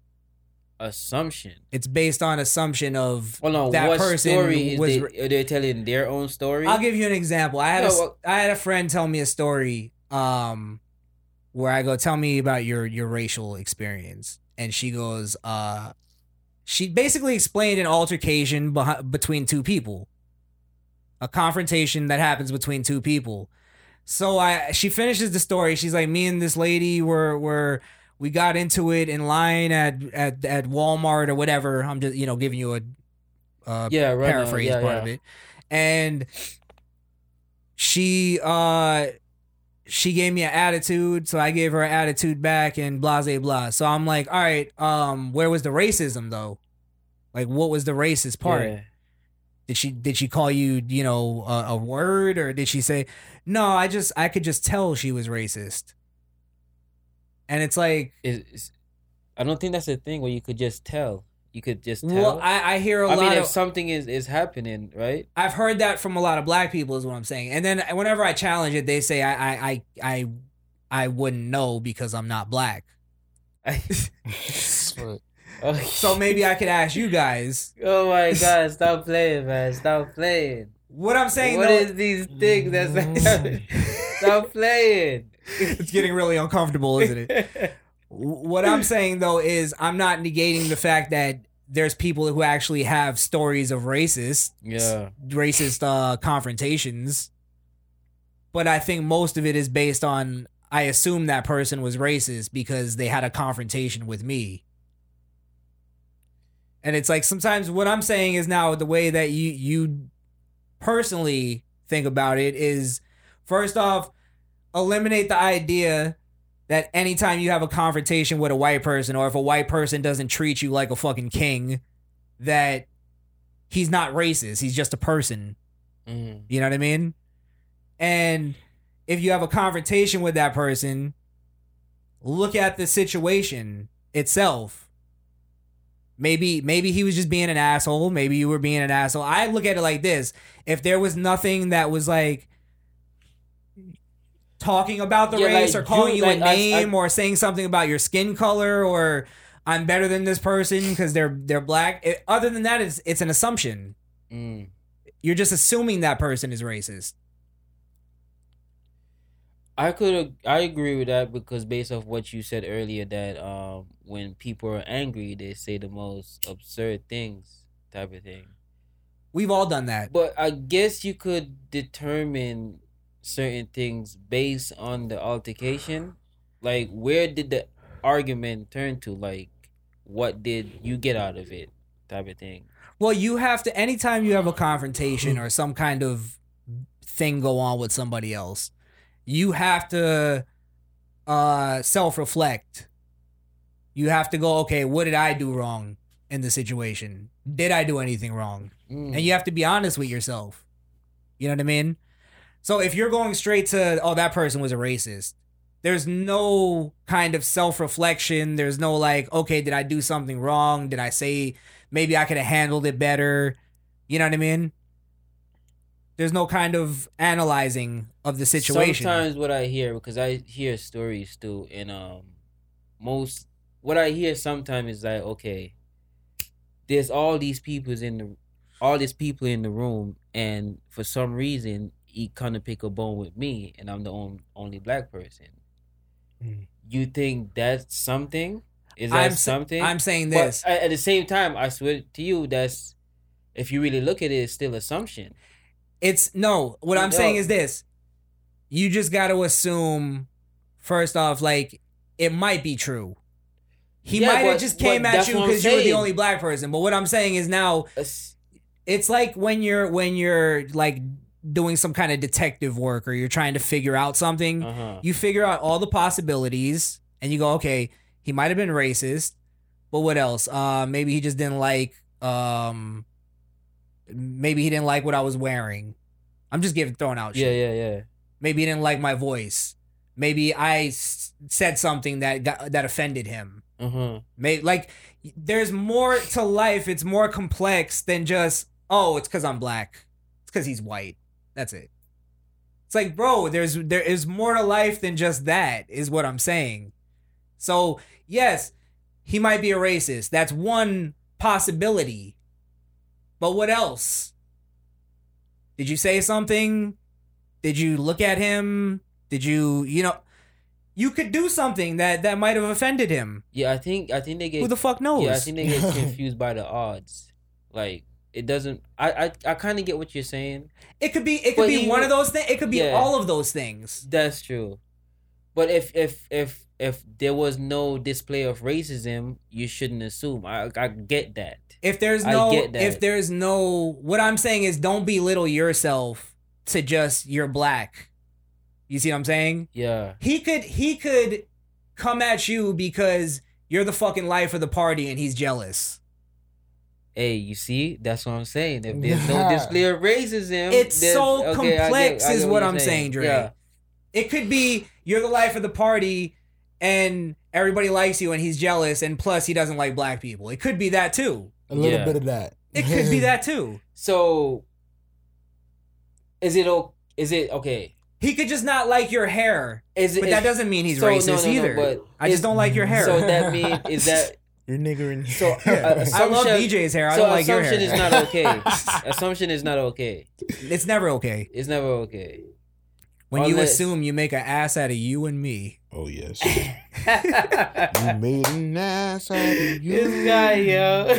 S4: assumption
S10: It's based on assumption of
S4: Hold on,
S10: that
S4: what
S10: person
S4: story is
S10: was.
S4: they, are they telling their own story?
S10: I'll give you an example. I had
S4: No,
S10: a,
S4: well-
S10: I had a friend tell me a story um where I go, "Tell me about your your racial experience," and she goes, "Uh, she basically explained an altercation behi- between two people, a confrontation that happens between two people." So I she finishes the story. She's like, "Me and this lady were were." We got into it in line at, at, at Walmart or whatever. I'm just you know giving you a uh,
S4: Yeah, right now.
S10: paraphrase
S4: Yeah,
S10: part
S4: yeah.
S10: of it, and she uh she gave me an attitude, so I gave her an attitude back and blah blah blah. So I'm like, all right, um, where was the racism though? Like, what was the racist part?
S4: Yeah.
S10: Did she did she call you you know a, a word or did she say no? I just I could just tell she was racist. And it's like
S4: Is, is- I don't think that's a thing where you could just tell. You could just tell.
S10: Well, I, I hear a
S4: I
S10: lot
S4: mean, if
S10: of
S4: something is is happening, right?
S10: I've heard that from a lot of black people is what I'm saying. And then whenever I challenge it, they say I I I I, I wouldn't know because I'm not black.
S4: (laughs)
S10: so maybe I could ask you guys.
S4: Oh my god! Stop playing, man! Stop playing.
S10: What I'm saying
S4: What
S10: though-
S4: is these things that's (laughs) stop playing?
S10: (laughs) It's getting really uncomfortable, isn't it?
S4: (laughs)
S10: What I'm saying though is I'm not negating the fact that there's people who actually have stories of racist
S4: Yeah.
S10: racist uh, confrontations. But I think most of it is based on I assume that person was racist because they had a confrontation with me. And it's like sometimes what I'm saying is now the way that you you personally think about it is first off eliminate the idea that anytime you have a confrontation with a white person or if a white person doesn't treat you like a fucking king that he's not racist he's just a person
S4: mm,
S10: you know what i mean and if you have a confrontation with that person look at the situation itself maybe maybe he was just being an asshole maybe you were being an asshole i look at it like this if there was nothing that was like talking about the
S4: Yeah,
S10: race
S4: like,
S10: or calling you,
S4: you- like,
S10: a
S4: I- I-
S10: name or saying something about your skin color or i'm better than this person because they're they're black It- other than that it's it's an assumption
S4: mm.
S10: you're just assuming that person is racist
S4: I could ag- I agree with that because based off what you said earlier that um when people are angry they say the most absurd things type of thing.
S10: We've all done that.
S4: But I guess you could determine certain things based on the altercation. Like where did the argument turn to? Like what did you get out of it? Type of thing.
S10: Well, you have to anytime you have a confrontation or some kind of thing go on with somebody else, you have to uh self-reflect. You have to go, okay, what did I do wrong? in the situation? Did I do anything wrong? And
S4: Mm.
S10: you have to be honest with yourself. You know what I mean? So if you're going straight to, oh, that person was a racist, there's no kind of self reflection. There's no like, okay, did I do something wrong? Did I say maybe I could have handled it better? You know what I mean? There's no kind of analyzing of the situation.
S4: Sometimes what I hear because I hear stories too, and um, most what I hear sometimes is like, okay, there's all these people's in the, all these people in the room, and for some reason he kind of pick a bone with me, and I'm the only only black person.
S5: Mm.
S4: You think that's something? Is that
S10: I'm s-
S4: something?
S10: I'm saying
S4: But
S10: this.
S4: a- at the same time, I swear to you, that's if you really look at it, it's still assumption.
S10: It's no. What I'm
S4: No.
S10: saying is this: you just got to assume. First off, like it might be true. He
S4: Yeah,
S10: might have
S4: but-
S10: just
S4: but
S10: came at
S4: that's
S10: you
S4: what I'm
S10: because you were the
S4: saying.
S10: only black person. But what I'm saying is now,
S4: It's-
S10: it's like when you're when you're like doing some kind of detective work or you're trying to figure out something.
S4: Uh-huh.
S10: You figure out all the possibilities and you go, okay, he might have been racist, but what else? Uh, maybe he just didn't like. Um, maybe he didn't like what I was wearing. I'm just giving throwing out. Shit.
S4: Yeah, yeah, yeah.
S10: Maybe he didn't like my voice. Maybe I s- said something that got, that offended him.
S4: Uh huh.
S10: Maybe like there's more to life. It's more complex than just oh, it's because I'm black. It's because he's white. That's it. It's like bro, there's there is more to life than just that. Is what I'm saying. So yes, he might be a racist. That's one possibility. But what else? Did you say something? Did you look at him? Did you you know? You could do something that that might have offended him.
S4: Yeah, I think I think they get
S10: Who the fuck knows?
S4: Yeah, I think
S10: (laughs)
S4: they get confused by the odds. Like it doesn't. I I, I kind of get what you're saying.
S10: It could be it could
S4: But
S10: be
S4: he-
S10: one of those things. It could be
S4: Yeah.
S10: all of those things.
S4: That's true. But if if if if there was no display of racism, you shouldn't assume. I I get that.
S10: If there's
S4: I
S10: no
S4: get that.
S10: if there's no what I'm saying is don't belittle yourself to just you're black. You see what I'm saying?
S4: Yeah.
S10: He could he could come at you because you're the fucking life of the party and he's jealous.
S4: Hey, you see, that's what I'm saying. If there's no display of racism,
S10: It's
S4: then-
S10: so
S4: okay, I get-
S10: complex
S4: I get
S10: is what,
S4: you're
S10: I'm saying, Dre.
S4: Yeah.
S10: It could be you're the life of the party and everybody likes you and he's jealous and plus he doesn't like black people. It could be that too.
S5: A little
S4: Yeah.
S5: bit of that.
S10: It could
S4: (laughs)
S10: be that too.
S4: So, is it o- is it okay?
S10: He could just not like your hair.
S4: Is it
S10: But that
S4: is-
S10: doesn't mean he's
S4: so, no,
S10: racist
S4: no, no,
S10: either.
S4: but
S10: I just
S4: is-
S10: don't like your hair. (laughs)
S4: So that mean is that
S5: (laughs) You're niggering.
S4: so? uh,
S10: I love
S4: assumption-
S10: DJ's hair. I
S4: so
S10: don't like your
S4: assumption
S10: hair.
S4: is not okay. assumption is not okay.
S10: (laughs) it's never okay
S4: It's never okay.
S10: when you
S4: Unless-
S10: assume you make an ass out of you and me.
S5: oh yes.
S4: this
S5: You made an
S4: (laughs)
S5: ass out of you.
S10: (laughs)
S4: guy, yo.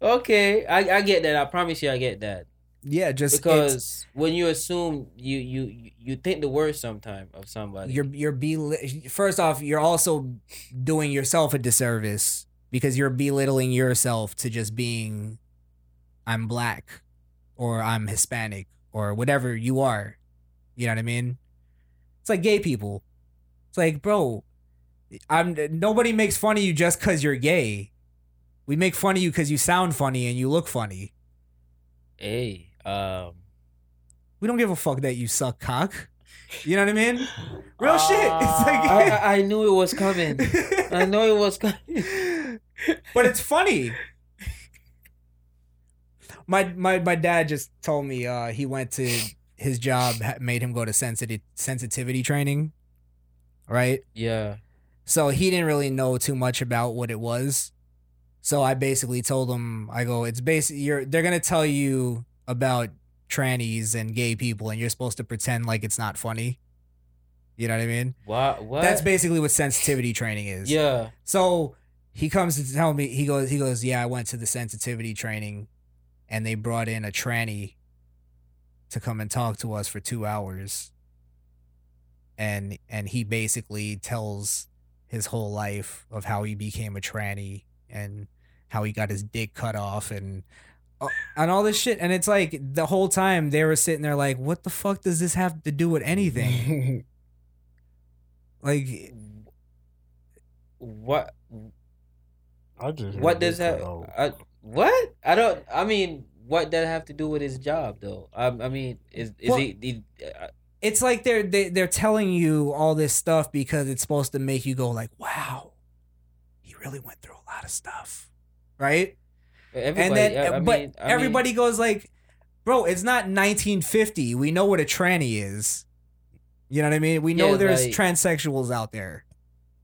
S4: okay, I, I get that. I promise you, I get that.
S10: Yeah, just because
S4: Because when you assume, you you you think the worst sometime of somebody.
S10: you're you're bel- First off, you're also doing yourself a disservice because you're belittling yourself to just being, I'm black, or I'm Hispanic, or whatever you are. You know what I mean? It's like gay people. It's like, bro, I'm nobody makes fun of you just because you're gay. We make fun of you because you sound funny and you look funny.
S4: hey,
S10: (laughs)
S4: um,
S10: We don't give a fuck that you suck cock. You know what I mean? Real shit. It's like,
S4: I, Uh, I- I knew it was coming.
S10: (laughs)
S4: I know it was coming.
S10: but it's funny. My my my dad just told me uh, he went to his job ha- made him go to sensitivity sensitivity training, right?
S4: Yeah.
S10: So he didn't really know too much about what it was. So I basically told him, I go, it's basically you're they're gonna tell you about trannies and gay people, and you're supposed to pretend like it's not funny. You know what I mean?
S4: What? What?
S10: That's basically what sensitivity training is.
S4: Yeah.
S10: So he comes to tell me he goes he goes yeah I went to the sensitivity training, and they brought in a tranny to come and talk to us for two hours. And and he basically tells his whole life of how he became a tranny and how he got his dick cut off and uh, and all this shit. And it's like the whole time they were sitting there like, what the fuck does this have to do with anything? Like
S4: What?
S5: (laughs) I just
S4: what does that?
S10: (laughs)
S4: I, what I don't. I mean, what that have to do with his job though? I, I mean, is is
S10: Well-
S4: he? he uh,
S10: It's like they're they, they're telling you all this stuff because it's supposed to make you go like, wow, he really went through a lot of stuff, right?
S4: everybody, uh,
S10: and then, uh,
S4: I- I
S10: but
S4: mean- I mean-
S10: everybody goes like, "Bro, it's not 1950. We know what a tranny is. You know what I mean? We know
S4: Yeah,
S10: there's
S4: like-
S10: transsexuals out there.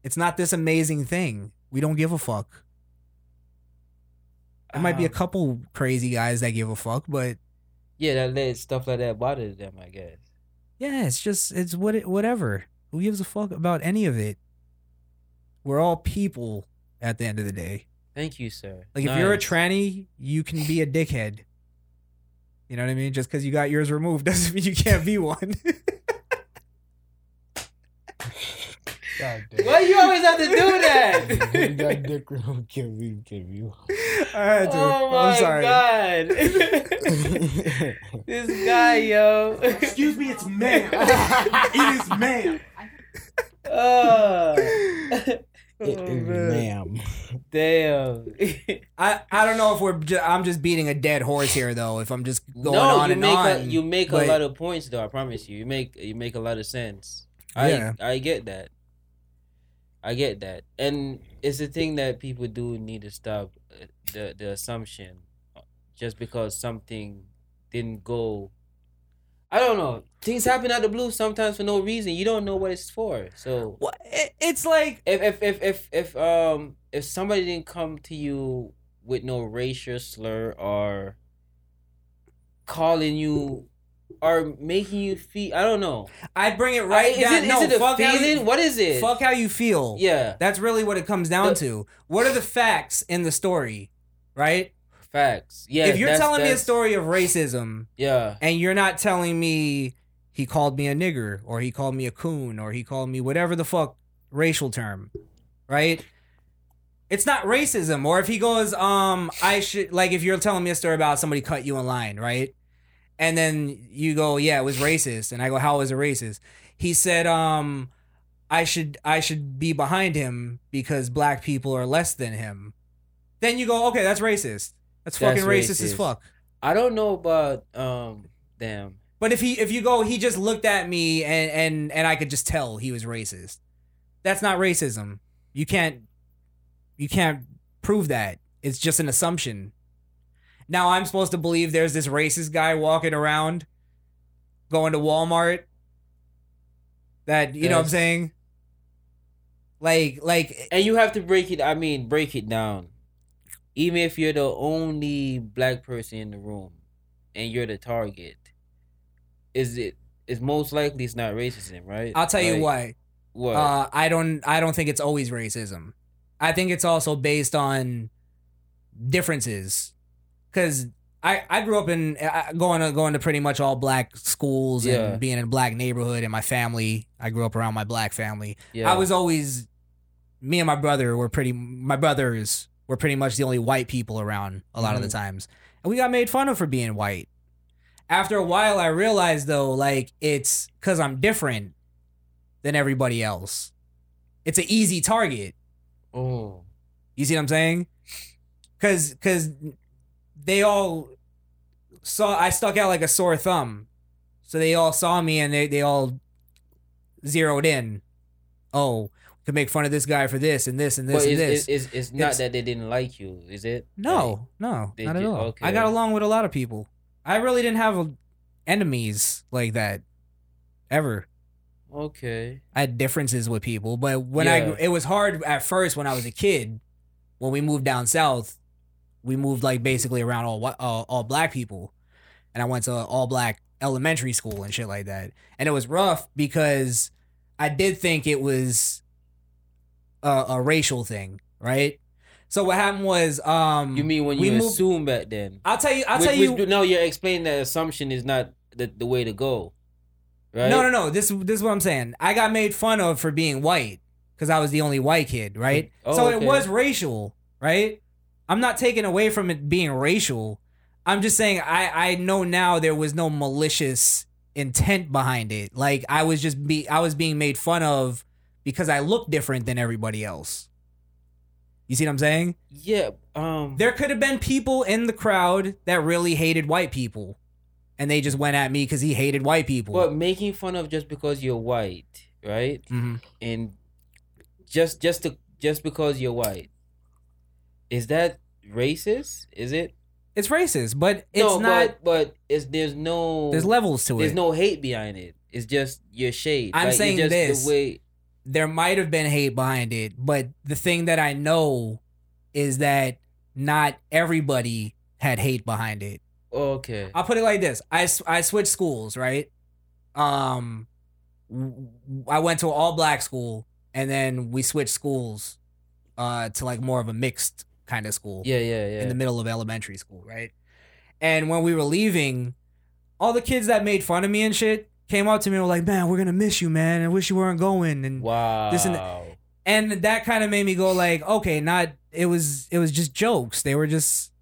S10: It's not this amazing thing. We don't give a fuck. There might be a
S4: Um,
S10: couple crazy guys that give a fuck, but
S4: yeah, that let stuff like that bothers them. I guess.
S10: yeah, it's just it's what it, whatever. Who gives a fuck about any of it? We're all people at the end of the day.
S4: Thank you, sir.
S10: Like if you're a
S4: Nice.
S10: tranny, you can be a dickhead. You know what I mean? Just because you got yours removed (laughs) doesn't mean you can't be one. (laughs)
S4: Why you always have to do that? (laughs)
S5: you got dick removed, can we
S10: (laughs)
S5: give you?
S10: I had to.
S4: Oh my
S10: I'm sorry.
S4: god. (laughs) this guy, yo. (laughs)
S3: Excuse me, it's ma'am. it is ma'am.
S4: Oh,
S10: Oh,
S5: It is (laughs) ma'am.
S4: damn. (laughs)
S10: I, I don't know if we're ju- I'm just beating a dead horse here though. If I'm just going
S4: no,
S10: on
S4: you
S10: and
S4: make
S10: on,
S4: a, you make
S10: but-
S4: a lot of points though. I promise you, you make you make a lot of sense. I
S10: Yeah.
S4: I get that. I get that, and it's a thing that people do need to stop uh, the the assumption, uh, just because something didn't go. I don't know. Things happen out of the blue sometimes for no reason. You don't know what it's for. So
S10: Wha- it- it's like
S4: if if if if if um if somebody didn't come to you with no racial slur or calling you or making you feel I don't know.
S10: I bring it right
S4: I- is
S10: down.
S4: it- is
S10: no,
S4: it a
S10: fuck How
S4: feeling?
S10: you,
S4: What is it?
S10: Fuck how you feel.
S4: Yeah.
S10: That's really what it comes down
S4: The-
S10: to. What are the facts in the story, right?
S4: Facts. Yeah.
S10: if you're
S4: that's-
S10: telling me a
S4: that's-
S10: story of racism,
S4: Yeah.
S10: and you're not telling me he called me a nigger or he called me a coon or he called me whatever the fuck racial term, right? It's not racism. Or if he goes, um, I should like if you're telling me a story about somebody cut you in line, right? And then you go, yeah, it was racist, and I go, how was it racist? He said, um, I should I should be behind him because black people are less than him. Then you go, okay, that's racist. That's
S4: That's
S10: fucking racist as
S4: racist.
S10: fuck.
S4: I don't know about um damn.
S10: But if he if you go, he just looked at me and and and I could just tell he was racist. That's not racism. You can't you can't prove that. It's just an assumption. Now I'm supposed to believe there's this racist guy walking around going to Walmart that you know what I'm
S4: Yes.
S10: saying? Like like
S4: And you have to break it I mean break it down. Even if you're the only black person in the room and you're the target, is it it's most likely it's not racism, right?
S10: I'll tell you
S4: Like,
S10: what.
S4: What?
S10: Uh, I don't. I don't think it's always racism. I think it's also based on differences. Because I I grew up in I, going to going to pretty much all black schools
S4: Yeah.
S10: and being in a black neighborhood and my family. I grew up around my black family.
S4: yeah.
S10: I was always me and my brother were pretty. My brothers were pretty much the only white people around a lot of the times, and we got made fun of for being white. After a while, I realized though, like it's because I'm different than everybody else. It's an easy target.
S4: Oh.
S10: You see what I'm saying? Cause cause they all saw I stuck out like a sore thumb. So they all saw me and they, they all zeroed in. Oh, we could make fun of this guy for this and this and this
S4: But
S10: and
S4: it's,
S10: this.
S4: it's, it's, it's not
S10: It's-
S4: that they didn't like you, is it? Like,
S10: no, no,
S4: they
S10: not at
S4: ju-
S10: all. I
S4: okay.
S10: got along with a lot of people. I really didn't have a, enemies like that ever.
S4: okay.
S10: I had differences with people, but when
S4: Yeah.
S10: I it was hard at first when I was a kid. When we moved down south, we moved like basically around all whi- all, all black people, and I went to all black elementary school and shit like that. And it was rough because I did think it was a, a racial thing, right? So what happened was, um,
S4: You mean when
S10: we
S4: you
S10: moved-
S4: assume back then?
S10: I'll tell you. I'll
S4: Which-
S10: tell you.
S4: which- no, you're explaining that assumption is not the, the way to go, right?
S10: No, no, no. This this is what I'm saying. I got made fun of for being white because I was the only white kid, right?
S4: (laughs) Oh,
S10: so it
S4: okay.
S10: was racial, right? I'm not taking away from it being racial. I'm just saying I I know now there was no malicious intent behind it. Like I was just be I was being made fun of because I looked different than everybody else. You see what I'm saying?
S4: Yeah. Um.
S10: There could have been people in the crowd that really hated white people, and they just went at me because he hated white people.
S4: But making fun of just because you're white, right?
S10: Mm-hmm.
S4: And just just to just because you're white, is that racist? Is it?
S10: It's racist, but it's
S4: no,
S10: not.
S4: But, but it's there's no
S10: There's levels to
S4: There's
S10: it.
S4: no hate behind it. It's just your shade.
S10: I'm
S4: Like, it's
S10: saying
S4: just
S10: this.
S4: The way
S10: there might have been hate behind it, but the thing that I know is that not everybody had hate behind it.
S4: oh, okay.
S10: I'll put it like this: I s- I switched schools, right? Um, w- I went to an all black school, and then we switched schools, uh, to like more of a mixed kind of school.
S4: Yeah, yeah, yeah.
S10: In the middle of elementary school, right? And when we were leaving, all the kids that made fun of me and shit came up to me and were like, "Man, we're gonna miss you, man. I wish you weren't going." And
S4: wow,
S10: this and that. and that kind of made me go like, okay, not it was it was just jokes. They were just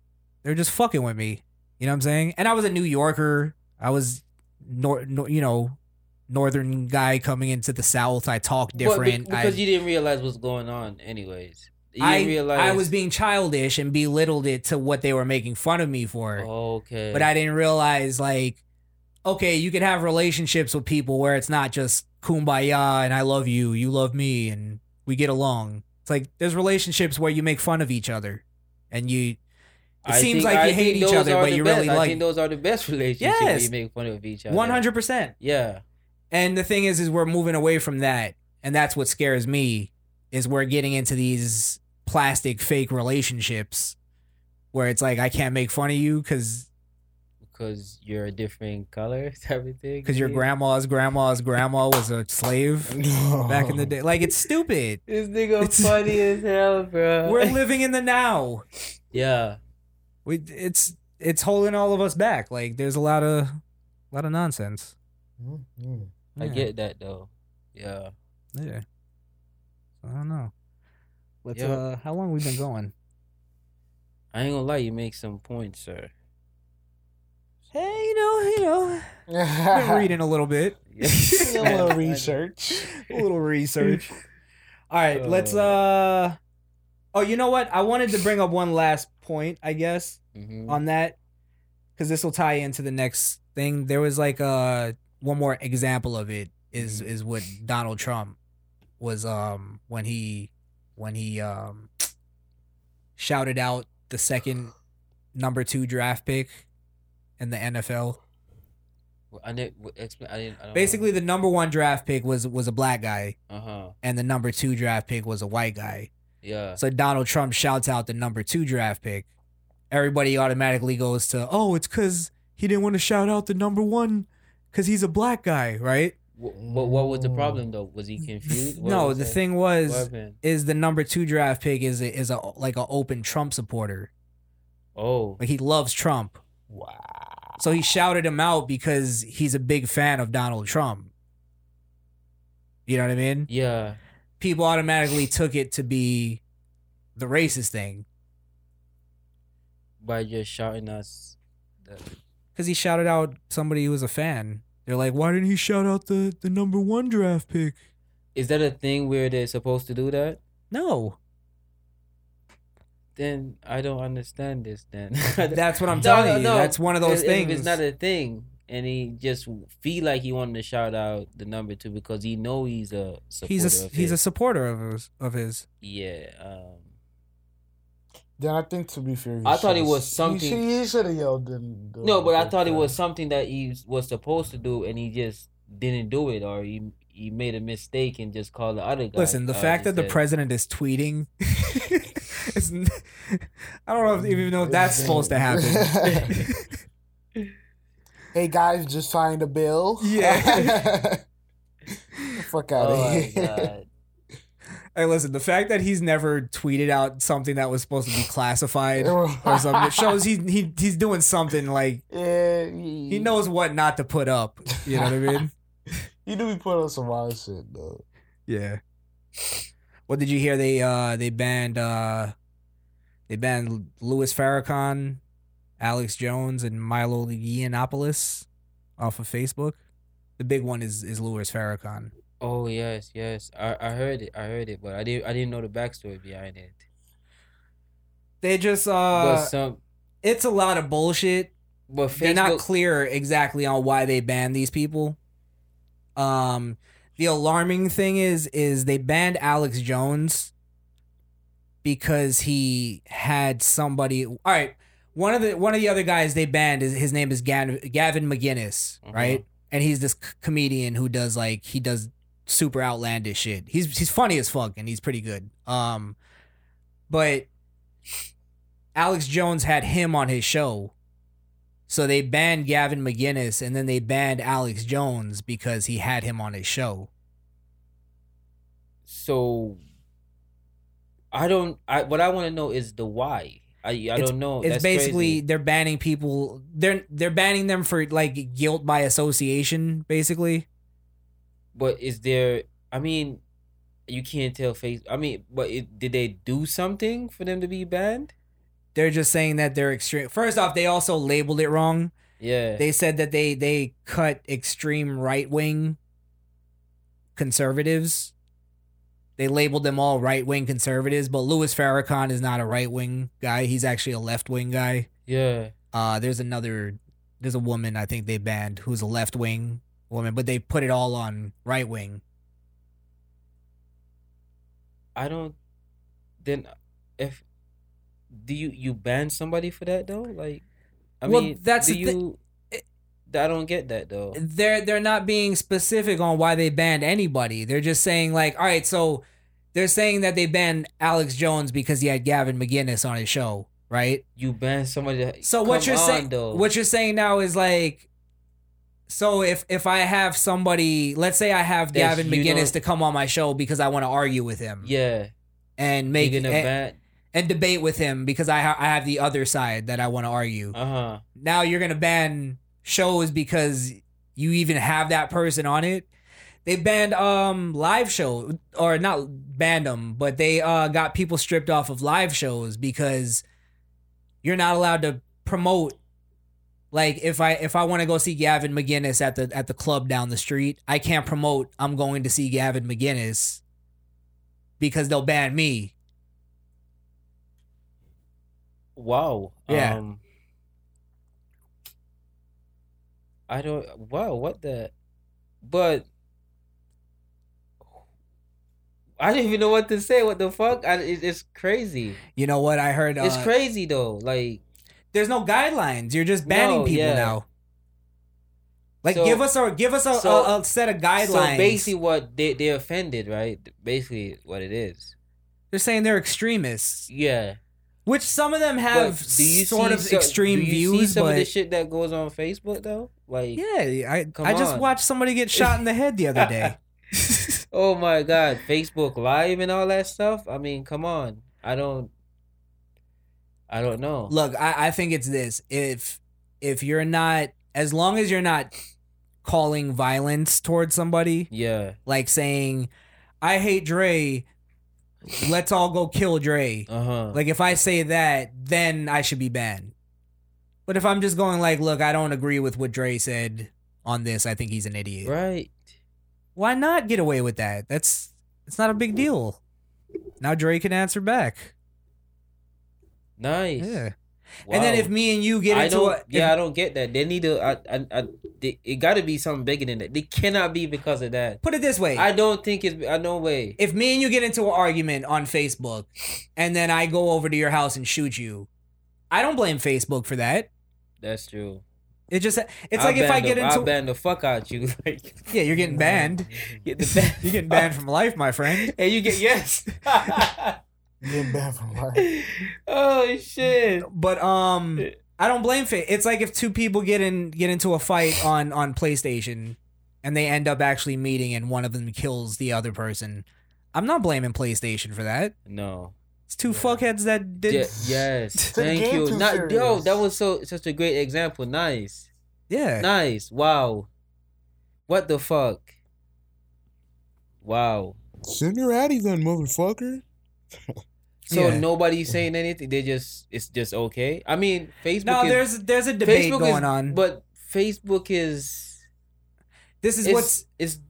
S10: they were just fucking with me. You know what I'm saying? And I was a New Yorker. I was nor, nor you know northern guy coming into the south. I talked
S4: But be-
S10: different.
S4: because
S10: I,
S4: you didn't realize what's going on, anyways. You
S10: I,
S4: didn't realize
S10: I was being childish and belittled it to what they were making fun of me
S4: Oh,
S10: for.
S4: okay,
S10: But I didn't realize like okay, you can have relationships with people where it's not just kumbaya and I love you, you love me and we get along. It's like there's relationships where you make fun of each other and you it
S4: I
S10: seems
S4: think-
S10: like
S4: I
S10: you hate
S4: think
S10: each
S4: those
S10: other
S4: are
S10: but
S4: the
S10: you
S4: best.
S10: really
S4: I
S10: like
S4: think those are the best (laughs) relationships where
S10: Yes.
S4: you make fun of each other.
S10: 100%.
S4: Yeah.
S10: And the thing is is we're moving away from that and that's what scares me is we're getting into these plastic fake relationships where it's like I can't make fun of you cuz
S4: because you're a different color (laughs) type of thing.
S10: cuz your
S4: Yeah.
S10: grandma's grandma's grandma was a slave back in the day. Like it's stupid.
S4: This nigga funny as hell, bro.
S10: (laughs) We're living in the now.
S4: yeah.
S10: We it's it's holding all of us back. Like there's a lot of a lot of nonsense.
S4: I
S5: Mm-hmm.
S10: Yeah.
S4: get that though. Yeah.
S10: Yeah. I don't know. Let's
S4: Yep.
S10: uh how long we been going?
S4: I ain't gonna lie, you make some points,
S10: (laughs)
S4: sir.
S10: (laughs) Hey, you know, you know. Been
S5: (laughs)
S10: reading a little bit.
S4: (laughs)
S5: a little research.
S10: (laughs) a little research. (laughs) All right, let's uh Oh, you know what? I wanted to bring up one last point, I guess.
S4: Mhm.
S10: on that because this will tie into the next thing. There was like uh one more example of it is is what Donald Trump was um when he when he um shouted out the second number two draft pick in the NFL.
S4: I didn't w- explain. I didn't. I don't
S10: Basically, the number one draft pick was was a black guy,
S4: Uh huh.
S10: and the number two draft pick was a white guy.
S4: Yeah.
S10: So Donald Trump shouts out the number two draft pick. Everybody automatically goes to, oh, it's because he didn't want to shout out the number one because he's a black guy, right?
S4: Wh- But what was the problem though? Was he confused? What
S10: no,
S4: was
S10: the
S4: that?
S10: thing
S4: What
S10: was
S4: happened?
S10: is the number two draft pick is a, is a like an open Trump supporter.
S4: Oh.
S10: Like he loves Trump. Wow. So he shouted him out because he's a big fan of Donald Trump. You know what I mean?
S4: Yeah.
S10: People automatically took it to be the racist thing.
S4: By just shouting us. That,
S10: because he shouted out somebody who was a fan. They're like, why didn't he shout out the, the number one draft pick?
S4: is that a thing where they're supposed to do that?
S10: No,
S4: Then I don't understand this. Then (laughs)
S10: that's what I'm
S4: No,
S10: telling
S4: no,
S10: you.
S4: no.
S10: That's one of those
S4: If-
S10: things.
S4: If it's not a thing, and he just feel like he wanted to shout out the number two because he know he's a supporter
S10: he's a
S4: of
S10: he's a
S4: his.
S10: supporter of his, of his.
S4: yeah. Um,
S5: Then I think to be fair, he
S4: I thought it
S5: should've-
S4: was
S5: he
S4: something-
S5: should- He should have yelled. in the-
S4: no, but uh, I thought it was something that he was supposed to do, and he just didn't do it, or he he made a mistake and just called the other guy.
S10: Listen, the
S4: out
S10: fact that
S4: and
S10: the
S4: said-
S10: president is tweeting, (laughs) it's, n- I don't know if, even know if that's supposed to (laughs) happen.
S5: Hey guys, just signed a bill. (laughs)
S10: Yeah.
S5: Fuck out
S4: Oh
S5: of
S4: my
S5: here.
S4: god!
S10: hey, listen, the fact that he's never tweeted out something that was supposed to be classified or something shows he, he he's doing something like
S5: (laughs)
S10: (laughs)
S5: Yeah,
S10: he knows what not to put up. You know what I mean?
S5: You do be putting on some wild shit though.
S10: Yeah. What did you hear? They uh they banned uh they banned Louis Farrakhan, Alex Jones, and Milo Yiannopoulos off of Facebook. The big one is is Louis Farrakhan.
S4: Oh yes, yes. I, I heard it. I heard it, but I didn't I didn't know the backstory behind it.
S10: They just
S4: But
S10: uh,
S4: some
S10: it's a lot of bullshit.
S4: But
S10: they're not
S4: Facebook-
S10: clear exactly on why they banned these people. Um, the alarming thing is, is they banned Alex Jones because he had somebody. All right, one of the one of the other guys they banned is his name is Gavin, Gavin McGinnis,
S4: Mm-hmm.
S10: right? And he's this c- comedian who does like he does super outlandish shit. He's he's funny as fuck and he's pretty good. Um, but Alex Jones had him on his show. So they banned Gavin McGinnis and then they banned Alex Jones because he had him on his show.
S4: so I don't. I what I want to know is the why. I I
S10: It's-
S4: don't know.
S10: It's
S4: Oh, That's
S10: basically
S4: crazy.
S10: they're banning people. They're they're banning them for like guilt by association, basically.
S4: But is there? I mean, you can't tell face. I mean, but it, did they do something for them to be banned?
S10: They're just saying that they're extreme. First off, they also labeled it wrong.
S4: Yeah.
S10: They said that they they cut extreme right wing conservatives. They labeled them all right wing conservatives, but Louis Farrakhan is not a right wing guy. He's actually a left wing guy.
S4: Yeah.
S10: Uh, there's another, there's a woman I think they banned who's a left wing woman, but they put it all on right wing.
S4: I don't. Then, if do you you ban somebody for that though? Like, I
S10: Well,
S4: mean,
S10: that's
S4: do
S10: the thi-
S4: you. I don't get that though.
S10: They're they're not being specific on why they banned anybody. They're just saying like, all right, so they're saying that they banned Alex Jones because he had Gavin McGinnis on his show, right?
S4: You ban somebody. That,
S10: So what
S4: Come
S10: you're
S4: on,
S10: saying,
S4: though.
S10: what you're saying now is like, so if if I have somebody, let's say I have
S4: That
S10: Gavin
S4: you
S10: McGinnis
S4: don't-
S10: to come on my show because I want to argue with him,
S4: Yeah.
S10: and
S4: You're
S10: make eh
S4: gonna
S10: and,
S4: ban.
S10: and debate with him because I ha- I have the other side that I want to argue.
S4: Uh huh.
S10: now you're gonna ban shows because you even have that person on it. They banned um live show or not banned them, but they uh got people stripped off of live shows because you're not allowed to promote. Like if I if I want to go see Gavin McGinnis at the at the club down the street, I can't promote I'm going to see Gavin McGinnis because they'll ban me.
S4: Wow.
S10: Yeah.
S4: Um, I don't. Wow. What the? But I didn't even know what to say. What the fuck? I, it, it's crazy.
S10: You know what I heard?
S4: It's
S10: uh,
S4: crazy though. Like
S10: There's no guidelines. You're just banning
S4: No,
S10: people
S4: yeah.
S10: now. Like
S4: So-
S10: give us a give us a,
S4: so-
S10: a, a set of guidelines.
S4: So basically, what they they offended, right? Basically, what it is.
S10: they're saying they're extremists,
S4: Yeah.
S10: which some of them
S4: But
S10: have
S4: do you
S10: sort
S4: see
S10: of
S4: so-
S10: extreme
S4: do you see
S10: views,
S4: some of the
S10: but
S4: shit that goes on Facebook though, like
S10: yeah, I
S4: Come
S10: I just
S4: on.
S10: watched somebody get shot in the head the other
S4: (laughs)
S10: day.
S4: oh my god, Facebook Live and all that stuff. I mean, come on. I don't. I don't know.
S10: Look, I, I think it's this: if if you're not, as long as you're not calling violence towards somebody,
S4: Yeah.
S10: like saying, "I hate Dre," let's all go kill Dre.
S4: Uh huh.
S10: Like if I say that, then I should be banned. But if I'm just going like, look, I don't agree with what Dre said on this. I think he's an idiot.
S4: right.
S10: Why not get away with that? That's it's not a big deal. Now Dre can answer back.
S4: Nice.
S10: Yeah. And then
S4: Wow.
S10: if me and you get
S4: I
S10: into
S4: don't,
S10: a
S4: yeah, I don't get that. They need to. I, I, I they, it got to be something bigger than that. They cannot be because of that.
S10: put it this way.
S4: I don't think it's. I no way.
S10: if me and you get into an argument on Facebook and then I go over to your house and shoot you, I don't blame Facebook for that.
S4: That's true.
S10: It just it's
S4: I'll
S10: like if
S4: ban
S10: I get
S4: the,
S10: into
S4: I'll ban the fuck out you. (laughs) Like
S10: Yeah, you're getting banned.
S4: get
S10: (laughs)
S4: the ban.
S10: You're getting banned from life, my friend.
S4: and you get yes.
S5: Getting banned from life. (laughs)
S4: oh shit.
S10: But um, I don't blame Fa It's like if two people get in get into a fight on on PlayStation, and they end up actually meeting, and one of them kills the other person. I'm not blaming PlayStation for that.
S4: (laughs) No.
S10: It's two fuckheads that did.
S4: Ye-
S10: (laughs)
S4: yes.
S5: Took
S4: Thank
S5: game
S4: you.
S5: too
S4: Not, yo,
S5: serious.
S4: that was so such a great example. Nice.
S10: Yeah.
S4: Nice. Wow. What the fuck? Wow.
S5: Send her out then, motherfucker.
S4: So
S10: Yeah.
S4: nobody's saying anything. They just it's just okay. I mean, Facebook.
S10: no,
S4: is,
S10: there's there's a debate
S4: Facebook
S10: going
S4: is,
S10: on. But
S4: but Facebook is
S10: this is
S4: it's,
S10: what's
S4: it's.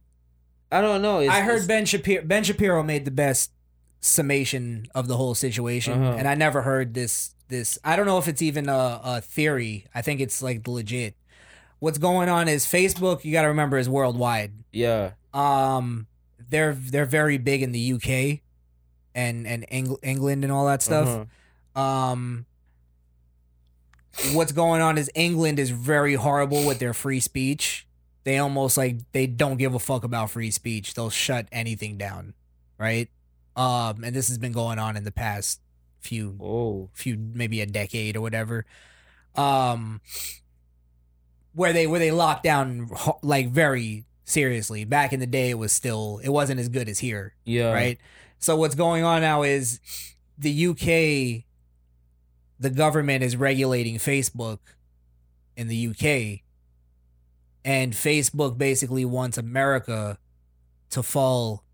S4: I don't know. It's,
S10: I heard
S4: it's-
S10: Ben Shapiro. Ben Shapiro made the best summation of the whole situation.
S4: Uh-huh.
S10: And I never heard this. This I don't know if it's even a, a theory. I think it's like legit. What's going on is Facebook. You got to remember is worldwide.
S4: Yeah.
S10: Um, they're they're very big in the UK, and and Eng- England and all that stuff. Um, what's going on is England is very horrible with their free speech. They almost like they don't give a fuck about free speech. They'll shut anything down, right? Um, and this has been going on in the past few,
S4: oh,
S10: few maybe a decade or whatever. Um, where they where they locked down ho- like very seriously. Back in the day, it was still it wasn't as good as here
S4: Yeah.
S10: right? So what's going on now is the UK, the government is regulating Facebook in the UK, and Facebook basically wants America to fall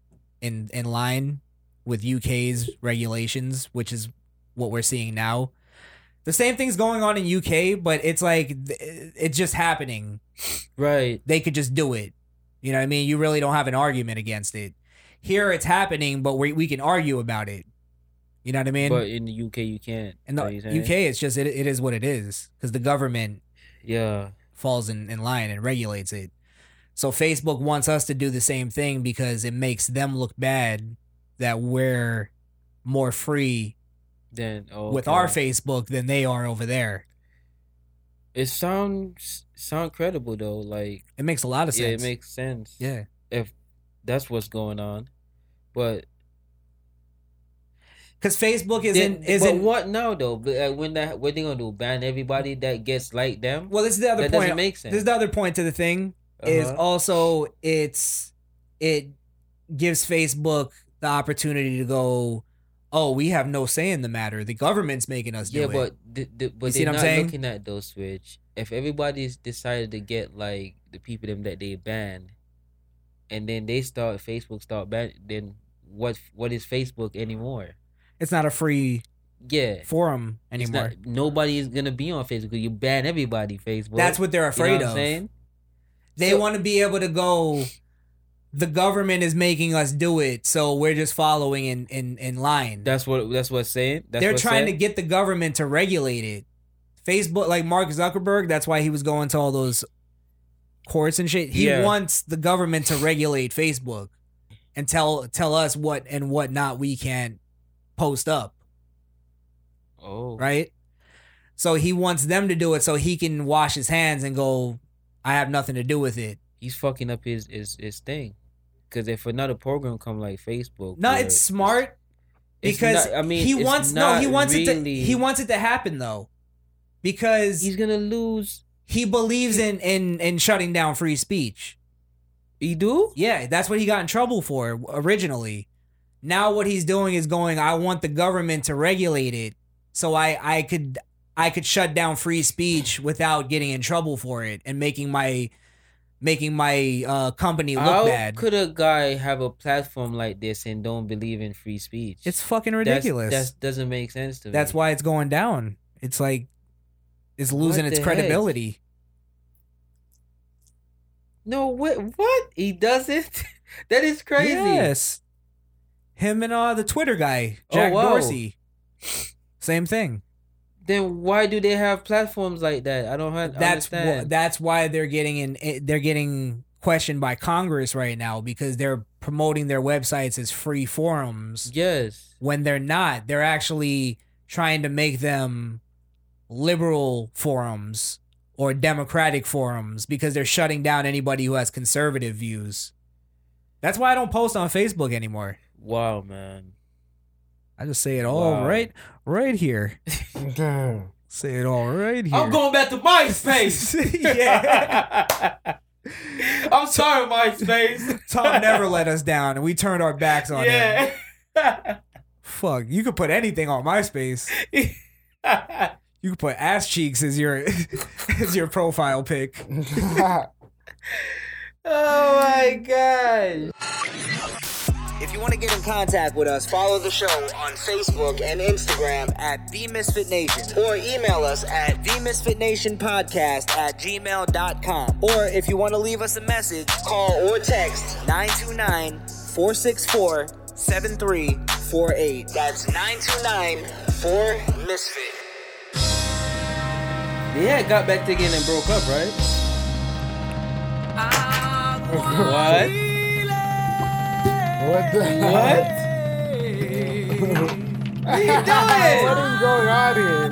S10: in in line with UK's regulations, which is what we're seeing now. The same thing's going on in UK, but it's like th- it's just happening.
S4: Right.
S10: They could just do it. You know what I mean? You really don't have an argument against it. Here it's happening, but we we can argue about it. You know what I mean?
S4: but in the UK, you can't.
S10: in
S4: know
S10: the
S4: what I'm saying?
S10: UK, it's just it, it is what it is because the government
S4: Yeah.
S10: falls in, in line and regulates it. So Facebook wants us to do the same thing because it makes them look bad that we're more free
S4: Then oh,
S10: with
S4: okay.
S10: our Facebook than they are over there.
S4: It sounds sound credible though. Like
S10: It makes a lot of
S4: yeah,
S10: sense.
S4: it makes sense.
S10: yeah.
S4: If that's what's going on, but
S10: Because Facebook
S4: then,
S10: isn't
S4: but
S10: isn't
S4: what now though? But uh, when that what they gonna do? Ban everybody that gets like them?
S10: Well, this is the other
S4: That
S10: point.
S4: doesn't make sense.
S10: This is the other point to the thing is
S4: Uh-huh.
S10: also it's it gives Facebook the opportunity to go, oh, we have no say in the matter. The government's making us do
S4: yeah,
S10: it.
S4: but the, the, but
S10: see
S4: they're
S10: what I'm
S4: not
S10: saying?
S4: looking at those switch. If everybody's decided to get like the people them that they banned, and then they start Facebook start ban, then what what is Facebook anymore?
S10: it's not a free
S4: Yeah,
S10: forum
S4: It's
S10: anymore.
S4: Not, nobody is gonna be on Facebook. You ban everybody Facebook.
S10: That's what they're
S4: you know
S10: afraid
S4: what I'm
S10: of.
S4: saying?
S10: They
S4: So-
S10: want to be able to go. The government is making us do it, so we're just following in in in line.
S4: That's what that's what it's saying. That's
S10: they're
S4: what it's
S10: trying to
S4: saying?
S10: get the government to regulate it. Facebook, like Mark Zuckerberg, that's why he was going to all those courts and shit. He
S4: Yeah.
S10: wants the government to regulate Facebook and tell tell us what and what not we can post up,
S4: Oh,
S10: right? So he wants them to do it so he can wash his hands and go, I have nothing to do with it.
S4: he's fucking up his his, his thing. Because if another program come like Facebook,
S10: No,
S4: where
S10: it's smart
S4: it's
S10: because
S4: not- I mean,
S10: he
S4: it's
S10: wants no,
S4: not
S10: he wants it to
S4: really-
S10: he wants it to happen though. Because
S4: he's gonna lose.
S10: he believes in in in shutting down free speech.
S4: He do?
S10: Yeah, that's what he got in trouble for originally. Now what he's doing is going I want the government to regulate it so I I could I could shut down free speech without getting in trouble for it and making my making my uh company look
S4: How
S10: bad.
S4: could a guy have a platform like this and don't believe in free speech?
S10: it's fucking
S4: That's-
S10: ridiculous.
S4: That's,
S10: That's,
S4: doesn't make sense to me.
S10: why it's going down. It's like it's losing
S4: What
S10: its
S4: the heck?
S10: credibility.
S4: No, what? What? He doesn't. (laughs) that is crazy.
S10: Yes. Him and uh the Twitter guy, Jack
S4: wow.
S10: Dorsey. Same thing.
S4: Then why do they have platforms like that? I don't hun-
S10: That's wh-
S4: understand.
S10: that's why they're getting in eh, they're getting questioned by Congress right now because they're promoting their websites as free forums
S4: yes.
S10: when they're not. They're actually trying to make them liberal forums or democratic forums because they're shutting down anybody who has conservative views. That's why I don't post on Facebook anymore.
S4: Wow, man.
S10: I just say it all
S4: Wow.
S10: right, right here.
S5: Damn. (laughs)
S10: Say it all right here.
S7: I'm going back to MySpace.
S10: (laughs) yeah.
S4: (laughs)
S7: I'm sorry,
S10: (laughs)
S7: MySpace.
S10: Tom never let us down, and we turned our backs on him.
S7: yeah.
S10: Fuck, you could put anything on
S4: (laughs)
S10: MySpace. You could put ass cheeks as your (laughs) as your profile pic.
S4: (laughs) oh my gosh.
S9: If you want to get in contact with us, follow the show on Facebook and Instagram at The Misfit Nation or email us at TheMisfitNationPodcast at gmail.com. Or if you want to leave us a message, call or text 929 464 7350.
S11: 929-429-4848. That's 929-4-MISFIT.
S4: Yeah, got back together and broke up, right? what?
S5: What the
S4: What?
S5: what are you doing? What is going on here?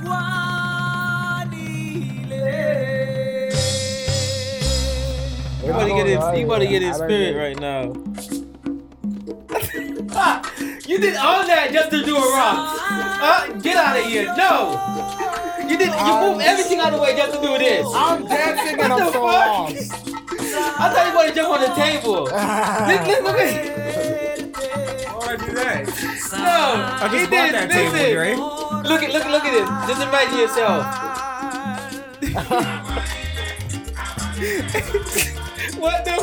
S4: You about to get
S5: What's going on
S4: in, you about to
S5: here?
S4: get in
S5: I don't
S4: spirit
S5: get it.
S4: right now. you did all that just to do a rock.
S5: Ah.
S4: Uh, get out of here. No. You did. You moved everything out of the way just to do this.
S5: Um, I'm dancing and I'm so lost.
S4: I thought you wanted to jump on the table.
S5: Uh-huh.
S4: look, look, look at No,
S10: I just
S4: he
S10: bought
S4: did.
S10: that
S4: listen.
S10: table,
S4: Look at look look at this. Just imagine
S5: (laughs)
S4: yourself. what
S5: (laughs)
S4: the?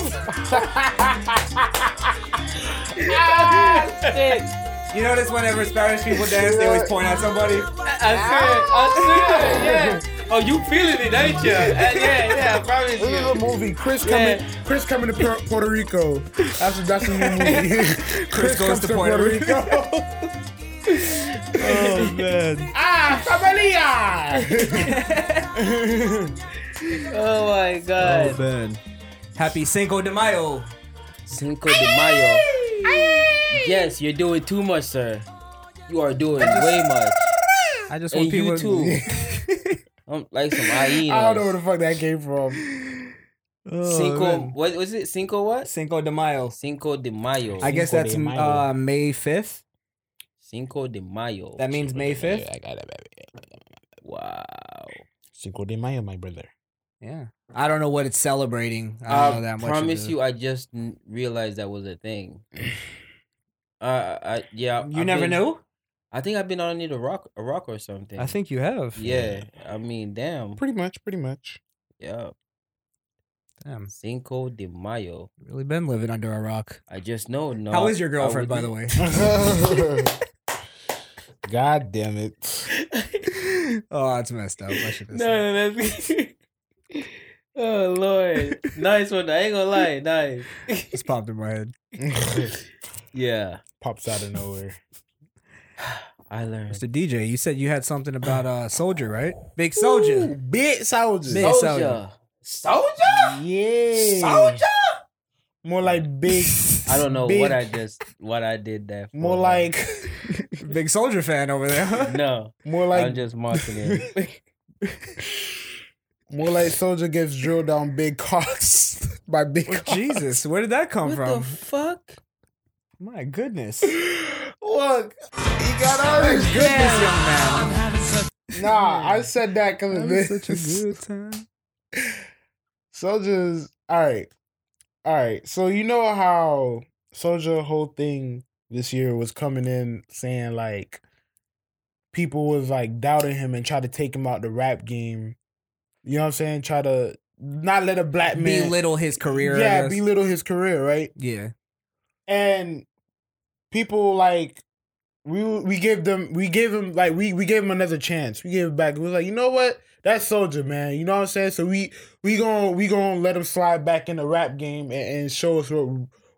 S5: Ah,
S10: You notice whenever Spanish people dance, they always point at somebody.
S4: I swear, I swear, yeah. Oh, you feeling it, ain't
S10: (laughs)
S4: you? Uh, yeah, yeah, I promise
S5: This is a
S4: you.
S5: (laughs) movie. Chris
S4: Yeah.
S5: coming. Chris coming to Pu- Puerto Rico. That's that's a new (laughs) movie. Chris,
S10: goes
S5: comes
S10: to Puerto
S5: (laughs) oh man. Ah, familia.
S4: Oh my
S10: (laughs)
S4: god.
S10: man. Happy Cinco de Mayo.
S4: Cinco de Mayo. Yes, you're doing too much, sir. You are doing way much.
S10: I just
S4: and
S10: want
S4: you
S10: people
S4: too. I'm Um, like some hyenas.
S5: I don't know where the fuck that came from.
S4: Cinco. What was it? Cinco
S10: (laughs)
S4: what?
S10: Cinco de Mayo.
S4: Cinco de Mayo.
S10: I guess
S5: Cinco
S10: that's
S5: de Mayo.
S10: uh, May 5th.
S4: Cinco de Mayo.
S10: That means May 5th.
S5: I got it, baby.
S4: Wow.
S5: Cinco de Mayo, my brother.
S10: Yeah. I don't know what it's celebrating. I don't know
S4: I
S10: that much.
S4: promise
S10: of it.
S4: you, I just n- realized that was a
S10: (sighs)
S4: thing. Uh, I, I- yeah.
S10: You never
S4: been-
S10: knew?
S4: I think I've been on need a rock, a rock or something.
S10: I think you have.
S4: Yeah, I mean, damn.
S5: Pretty much, pretty much.
S4: Yeah,
S10: Damn.
S4: Cinco de Mayo.
S10: Really been living under a rock.
S4: I just know. No.
S10: How
S4: I-
S10: is your
S4: I
S10: girlfriend, by
S4: wouldn't-
S10: the way?
S5: (laughs) God
S10: (laughs)
S5: damn it.
S10: oh, that's messed up. I should have said.
S4: (laughs) No, no, that's. (laughs) oh Lord, nice one. I ain't gonna lie, nice.
S10: It's popped in my head.
S4: Yeah,
S5: Pops out of nowhere.
S4: I learned.
S10: Mr. DJ, you said you had something about uh soldier, right? Big soldier.
S5: Big
S10: (laughs)
S5: soldier.
S10: Big soldier.
S4: Soldier, soldier,
S5: Yeah.
S4: soldier.
S5: More like big.
S4: I don't know
S5: big-
S4: what I just what I did that. For.
S5: More like. (laughs)
S10: Big soldier fan over there.
S4: No,
S5: More
S4: I'm
S5: like.
S4: just mocking
S5: (laughs)
S4: it.
S5: More like soldier gets drilled down big cocks (laughs) by big.
S10: Well,
S5: cocks.
S10: Jesus, where did that come
S4: what
S10: from?
S4: the fuck?
S10: my goodness.
S5: (laughs) Look, he got
S4: (laughs)
S5: all this
S4: Oh,
S5: goodness,
S10: young man.
S5: Nah, I said that because
S10: That (laughs)
S5: of
S10: was such a
S5: this.
S10: good time.
S5: Soldier's all right, all right. So you know how Soldier whole thing this year was coming in saying like people was like doubting him and try to take him out the rap game. You know what I'm saying? Try to not let a black man
S10: Belittle his career.
S5: Yeah,
S10: I guess.
S5: belittle his career, right?
S10: yeah.
S5: and people like we we gave them we gave him like we we gave him another chance. We gave it back. We was like, you know what? That's soldier, man. You know what I'm saying? So we we gonna we gonna let him slide back in the rap game and, and show us what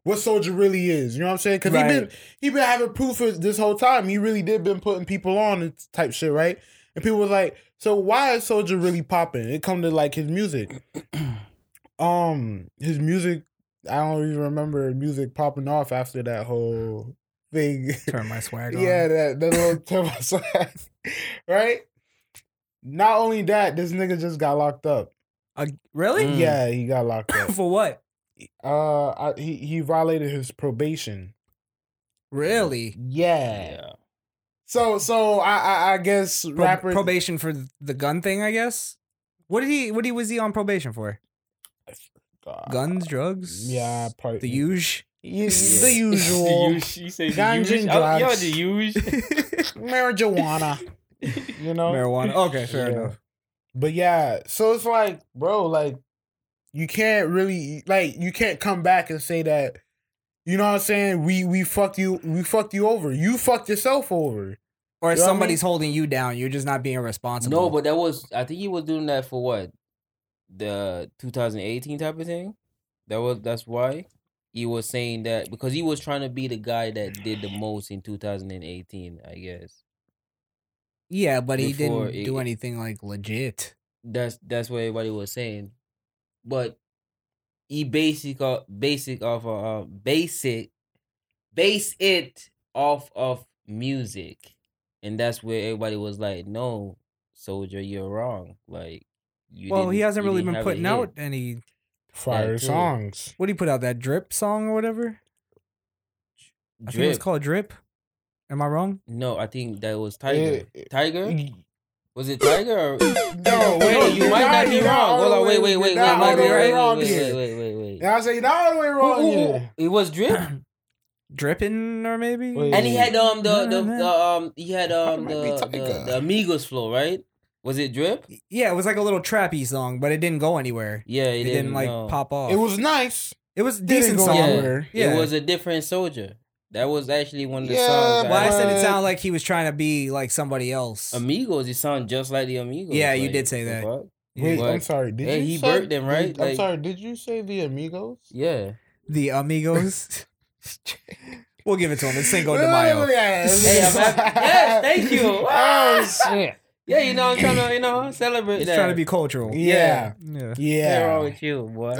S5: what soldier really is. You know what I'm saying? Because he been
S10: Right.
S5: he been having proof for this whole time. He really did been putting people on and type shit, right? And people was like, so why is soldier really popping? It come to like his music. um, his music I don't even remember music popping off after that whole thing.
S10: Turn my swag on.
S5: (laughs) yeah, that that
S10: (laughs)
S5: little turn my swag. right. Not only that, this nigga just got locked up.
S10: Uh, really?
S4: Mm.
S5: Yeah, he got locked
S10: (laughs)
S5: up.
S10: For what?
S5: uh, I, he he violated his probation.
S10: Really?
S5: Yeah.
S4: Yeah,
S5: So so I I, I guess
S10: Pro-
S5: rapper
S10: probation for the gun thing, I guess. What did he? What he was he on probation for?
S5: Uh,
S10: Guns, drugs.
S5: Yeah, probably
S10: The huge.
S5: Yeah,
S10: Yeah.
S4: (laughs)
S10: (laughs)
S5: the usual
S4: You say
S5: Ganja
S4: the
S5: and
S4: Oh, yeah,
S5: drugs.
S4: the
S5: (laughs)
S4: huge.
S10: (laughs)
S5: marijuana. You know,
S10: marijuana. Okay, fair
S5: Yeah.
S10: enough.
S5: But yeah, so it's like, bro, like you can't really like you can't come back and say that you know what I'm saying, we we fucked you we fucked you over. You fucked yourself over.
S10: Or if
S5: You know what I
S10: somebody's holding you down, you're just not being responsible.
S4: (laughs) No, but that was I think he was doing that for what? The 2018 type of thing? That was that's why? he was saying that because he was trying to be the guy that did the most in 2018, I guess.
S10: Yeah, but he
S4: Before
S10: didn't
S4: it-
S10: do anything like legit.
S4: That's that's what everybody was saying, but he basic o- basic off of uh, basic base it off of music, and that's where everybody was like, "No, soldier, you're wrong." Like, you
S10: well, he
S4: didn't-
S10: hasn't
S4: you
S10: really
S4: didn't
S10: been
S4: have a
S10: putting
S4: hit.
S10: out any.
S5: Fire
S4: too.
S5: songs.
S10: What did he put out? That drip song or whatever? I think it was
S4: Drip.
S10: called Drip. Am I wrong?
S4: No, I think that was Tiger.
S5: Yeah.
S4: Tiger? Was it Tiger? Or...
S5: (laughs) No,
S4: Wait, you
S5: you're
S4: might
S5: not-
S4: not be
S5: you're not
S4: wrong.
S5: all
S4: Hold
S5: the
S4: on,
S5: way-
S4: wait, wait,
S5: you're
S4: wait, wait,
S5: not all
S4: wait,
S5: the way
S4: wait,
S5: wrong
S4: wait,
S5: here.
S4: wait, wait, wait,
S5: Now I say you're not all the way wrong.
S4: Ooh, ooh,
S5: here.
S4: ooh. It was Drip,
S10: Dripping or maybe?
S5: Wait.
S4: and he had um the the,
S10: Mm-hmm.
S4: the um he had um
S5: might
S4: the,
S5: be
S4: the
S5: Tiger.
S4: the Amigos flow, right? Was it Drip?
S10: Yeah, it was like a little trappy song, but it didn't go anywhere.
S4: Yeah, it,
S10: It, didn't, like
S4: no.
S10: pop off.
S5: It was nice.
S10: it was a
S5: didn't
S10: decent
S5: go
S10: song.
S4: Yeah,
S5: anywhere.
S10: Yeah.
S4: it was a different soldier. That was actually one of the
S5: Yeah,
S4: songs.
S10: Well, I said it
S5: but-
S10: sounded like he was trying to be like somebody else.
S4: Amigos. It sounded just like the Amigos.
S10: Yeah, you
S4: like,
S10: did say
S4: the
S10: that.
S4: fuck?
S5: Wait,
S4: What?
S5: I'm sorry. Did
S4: Yeah,
S5: you
S4: he
S5: say,
S4: burnt them, right?
S5: did- I'm
S4: Like-
S5: sorry. Did you say the Amigos? (laughs)
S4: Yeah.
S10: the Amigos. (laughs) we'll give it to him.
S5: (laughs)
S10: It's Cinco de
S5: Oh,
S10: Mayo.
S4: (laughs)
S5: yes.
S4: Hey, I'm happy. Yes,
S5: (laughs)
S4: thank you. (laughs)
S5: oh shit!
S4: Yeah, you know, I'm trying to, you know, celebrate
S10: He's
S4: that.
S10: trying to be cultural.
S5: Yeah,
S10: Yeah.
S4: What's wrong
S5: (laughs) yeah,
S4: with you, boy?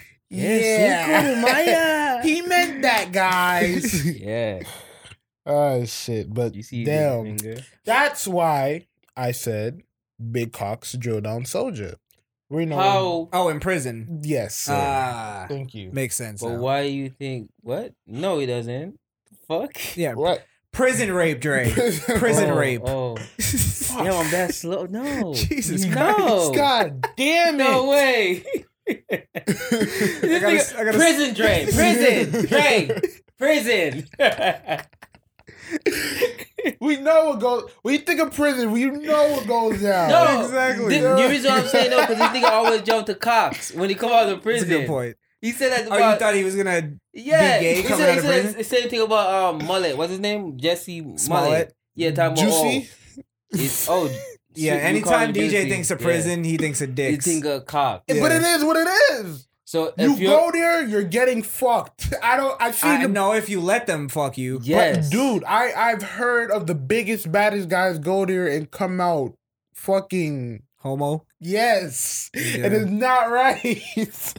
S10: (laughs)
S5: (laughs) yeah. he meant that, guys.
S4: (laughs) Yeah.
S5: (laughs) oh shit! But
S4: You see
S5: Damn.
S4: this finger?
S5: that's why I said Big Cox drill down soldier. We know
S4: How?
S10: Oh, in prison.
S5: Yes. sir.
S10: Ah,
S5: Thank you.
S10: makes sense.
S4: But
S10: now.
S4: why you think what? No, he doesn't. Fuck.
S10: Yeah.
S5: What?
S10: Prison rape,
S4: (laughs)
S5: (laughs)
S10: Dre. (laughs) Prison
S4: oh,
S10: rape.
S4: Oh, damn! I'm that slow.
S10: (laughs)
S4: No,
S10: Jesus
S4: no,
S5: God (laughs) damn it!
S4: no
S10: (laughs)
S4: way.
S10: I gotta-
S4: This nigga-
S10: I gotta-
S4: prison Dre,
S10: (laughs)
S4: prison Dre, prison.
S5: We know what goes. When you think of prison, we know what (laughs) goes down.
S4: No,
S10: Oh, Exactly.
S4: The, the reason I'm saying no because this nigga always jump to cops when he come out of
S10: That's a
S4: prison.
S10: good point.
S4: He said that
S10: Oh,
S4: about
S10: you thought he was gonna?
S4: yeah.
S10: gay
S4: he
S10: coming
S4: said,
S10: out
S4: he
S10: of
S4: said
S10: prison?
S4: the same thing about um mullet. What's his name? Jesse Mullet.
S10: Smollett.
S4: Yeah, talking about
S5: Juicy?
S4: Oh, it's, oh shit,
S10: (laughs) Yeah.
S4: you call
S10: Anytime
S4: him
S10: DJ
S4: Juicy.
S10: thinks of
S4: Yeah.
S10: prison, he thinks of
S4: You
S10: dicks.
S4: think a cock.
S10: Yeah.
S5: But it is what it is.
S4: So
S5: You
S4: if you
S5: go there, you're getting fucked. I don't. I've seen
S10: I
S5: the
S10: know if you let them fuck you.
S4: yes,
S5: But dude, I I've heard of the biggest baddest guys go there and come out fucking
S10: Homo.
S5: yes,
S10: Yeah.
S5: and it's not right. (laughs) it's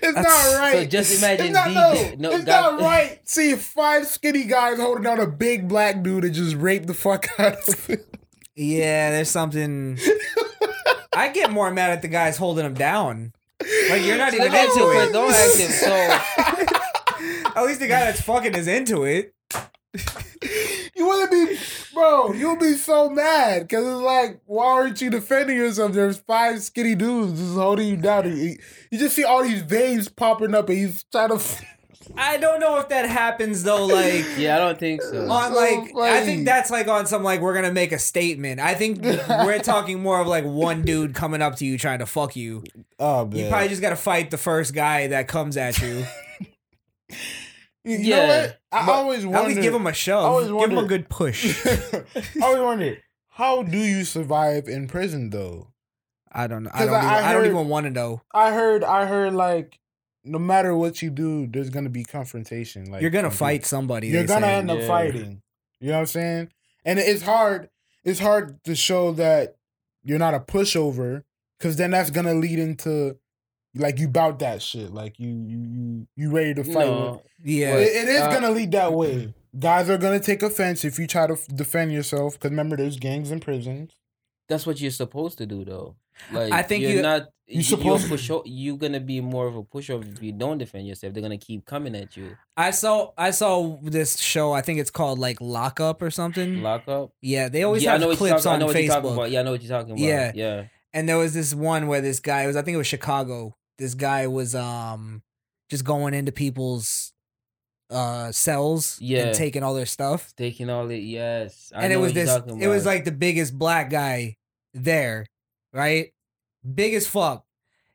S10: That's-
S5: not
S4: so
S5: right.
S4: just imagine
S5: it's not,
S4: the-
S5: no,
S4: no,
S5: it's
S4: God-
S5: not right. See five skinny guys holding down a big black dude and just rape the fuck (laughs) out of him.
S10: Yeah, there's (laughs) something. I get more mad at the guys holding him down. Like you're not
S4: So
S10: even
S4: don't act
S10: into
S4: him,
S10: it.
S4: don't act him. So
S10: (laughs) At least the guy that's fucking is into it.
S5: You wouldn't be, bro. You'll be so mad because it's like, why aren't you defending yourself? There's five skinny dudes just holding you down. You, you just see all these veins popping up, and he's trying (laughs) to.
S10: I don't know if that happens though. Like
S4: yeah, I don't think
S10: (laughs)
S4: so.
S10: on
S5: So
S10: like I
S5: funny.
S10: think that's like on some like we're gonna make a statement. I think (laughs) we're talking more of like one dude coming up to you trying to fuck you.
S5: Oh
S10: You probably just gotta fight the first guy that comes at (laughs) you.
S5: You know
S4: Yeah.
S5: what? I always
S10: At
S5: wonder.
S10: least give him a
S5: always
S10: shove. Give him a
S5: wondered-
S10: good (laughs)
S5: (laughs)
S10: push.
S5: I always wonder how do you survive in prison though?
S10: I don't know. I
S5: 'Cause
S10: don't.
S5: I-
S10: Even,
S5: I
S10: I, don't
S5: heard-
S10: even want to know.
S5: I heard. I heard like, no matter what you do, there's gonna be confrontation. Like
S10: You're gonna
S5: from
S10: fight somebody.
S5: people. You're
S10: they
S5: gonna
S10: say.
S5: end up
S4: yeah.
S5: fighting. You know what I'm saying? And it's hard. It's hard to show that you're not a pushover, because then that's gonna lead into like you bout that shit. Like you you you you ready to fight?
S4: No.
S10: Yeah.
S5: It- it is
S4: Uh,
S5: gonna lead that way. Guys are gonna take offense if you try to f- defend yourself. Because remember, there's gangs in prisons.
S4: That's what you're supposed to do, though. Like
S10: I think
S4: you're
S10: you-
S4: not.
S5: You're
S4: You're,
S5: supposed to-
S4: pusho- you're gonna be more of a pushover if you don't defend yourself. They're gonna keep coming at you.
S10: I saw I saw this show. I think it's called like Lock Up or something.
S4: Lock up.
S10: yeah, Mm. they always
S4: yeah, I know
S10: have
S4: what you're
S10: clips
S4: talking- I
S10: on
S4: know what you're talking
S10: Facebook.
S4: about. Yeah, I know what you're talking about.
S10: Yeah.
S4: Yeah, yeah.
S10: And there was this one where this guy it was I think it was Chicago. This guy was um just going into people's uh cells
S4: Yeah.
S10: and taking all their stuff.
S4: Taking all it. Yes, I
S10: and it
S4: know
S10: was
S4: what you're
S10: this
S4: talking
S10: it was
S4: about.
S10: like the biggest black guy there, right? Big as fuck.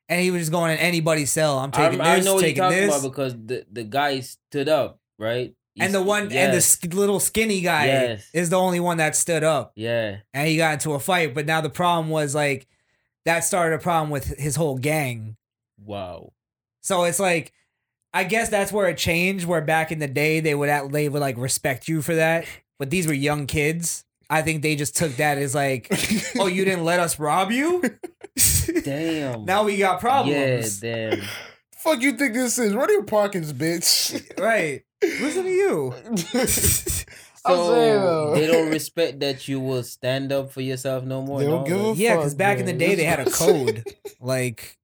S10: And he was just going in anybody's cell. I'm taking
S4: I,
S10: this,
S4: I know what you're
S10: taking
S4: talking
S10: this.
S4: about because the the guy stood up, right? He
S10: and the
S4: st-
S10: one and the
S4: yes,
S10: sk- little skinny guy
S4: Yes.
S10: is the only one that stood up.
S4: yeah,
S10: and he got into a fight. But now the problem was like that started a problem with his whole gang.
S4: wow.
S10: So it's like I guess that's where it changed. Where back in the day, they would at, they would like respect you for that, but these were young kids. I think they just took that as like, oh, you didn't let us rob you.
S4: Damn.
S10: Now we got problems.
S4: Yeah, damn.
S5: (laughs) Fuck you think this is? What are your pockets, bitch?
S10: Right.
S5: (laughs)
S10: Listen to you.
S5: (laughs) I'm saying,
S4: So
S5: though.
S4: they don't respect that you will stand up for yourself no more.
S5: They don't
S4: no?
S5: give a
S10: Yeah,
S5: Oh, fuck,
S10: because back in the
S5: man.
S10: day
S5: This-
S10: they had a code, like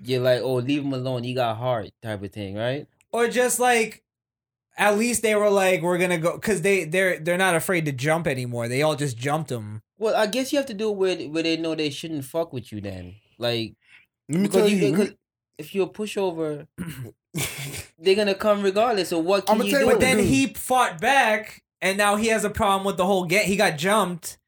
S4: You're like, oh, leave him alone. He got heart, type of thing, right?
S10: or just like at least they were like we're gonna go because they they're they're not afraid to jump anymore. They all just jumped them.
S4: Well, I guess you have to do it where, where they know they shouldn't fuck with you. Then, like,
S5: Let me
S4: because
S5: tell
S4: you,
S5: you.
S4: because if you're a
S5: (coughs)
S4: pushover, they're gonna come regardless of what can
S5: I'ma
S4: you
S5: tell
S4: do.
S5: you
S10: But
S5: what,
S10: then
S5: dude.
S10: he fought back, and now he has a problem with the whole get. He got jumped,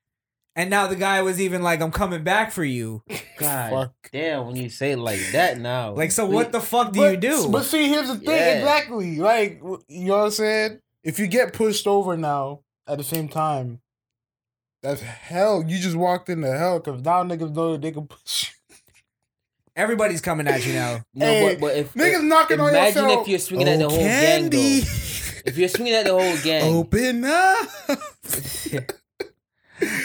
S10: and now the guy was even like, "I'm coming back for you."
S4: God
S5: Fuck.
S4: damn, when you say it like that now,
S10: Like, so what the fuck do
S5: but,
S10: you do?
S5: But see, here's the thing.
S4: Yeah.
S5: Exactly. Like w- you know what I'm saying. If you get pushed over now, at the same time, that's hell. You just walked into hell because now niggas know that they can push. you. (laughs)
S10: Everybody's coming at you now.
S4: No,
S5: Hey,
S4: but, but if
S5: niggas
S4: if-
S5: knocking on your Oh,
S4: imagine
S5: cell.
S4: if you're swinging at the whole gang. though. If you're swinging
S5: (laughs)
S4: at the whole
S5: Oh,
S4: gang,
S5: Open up. (laughs)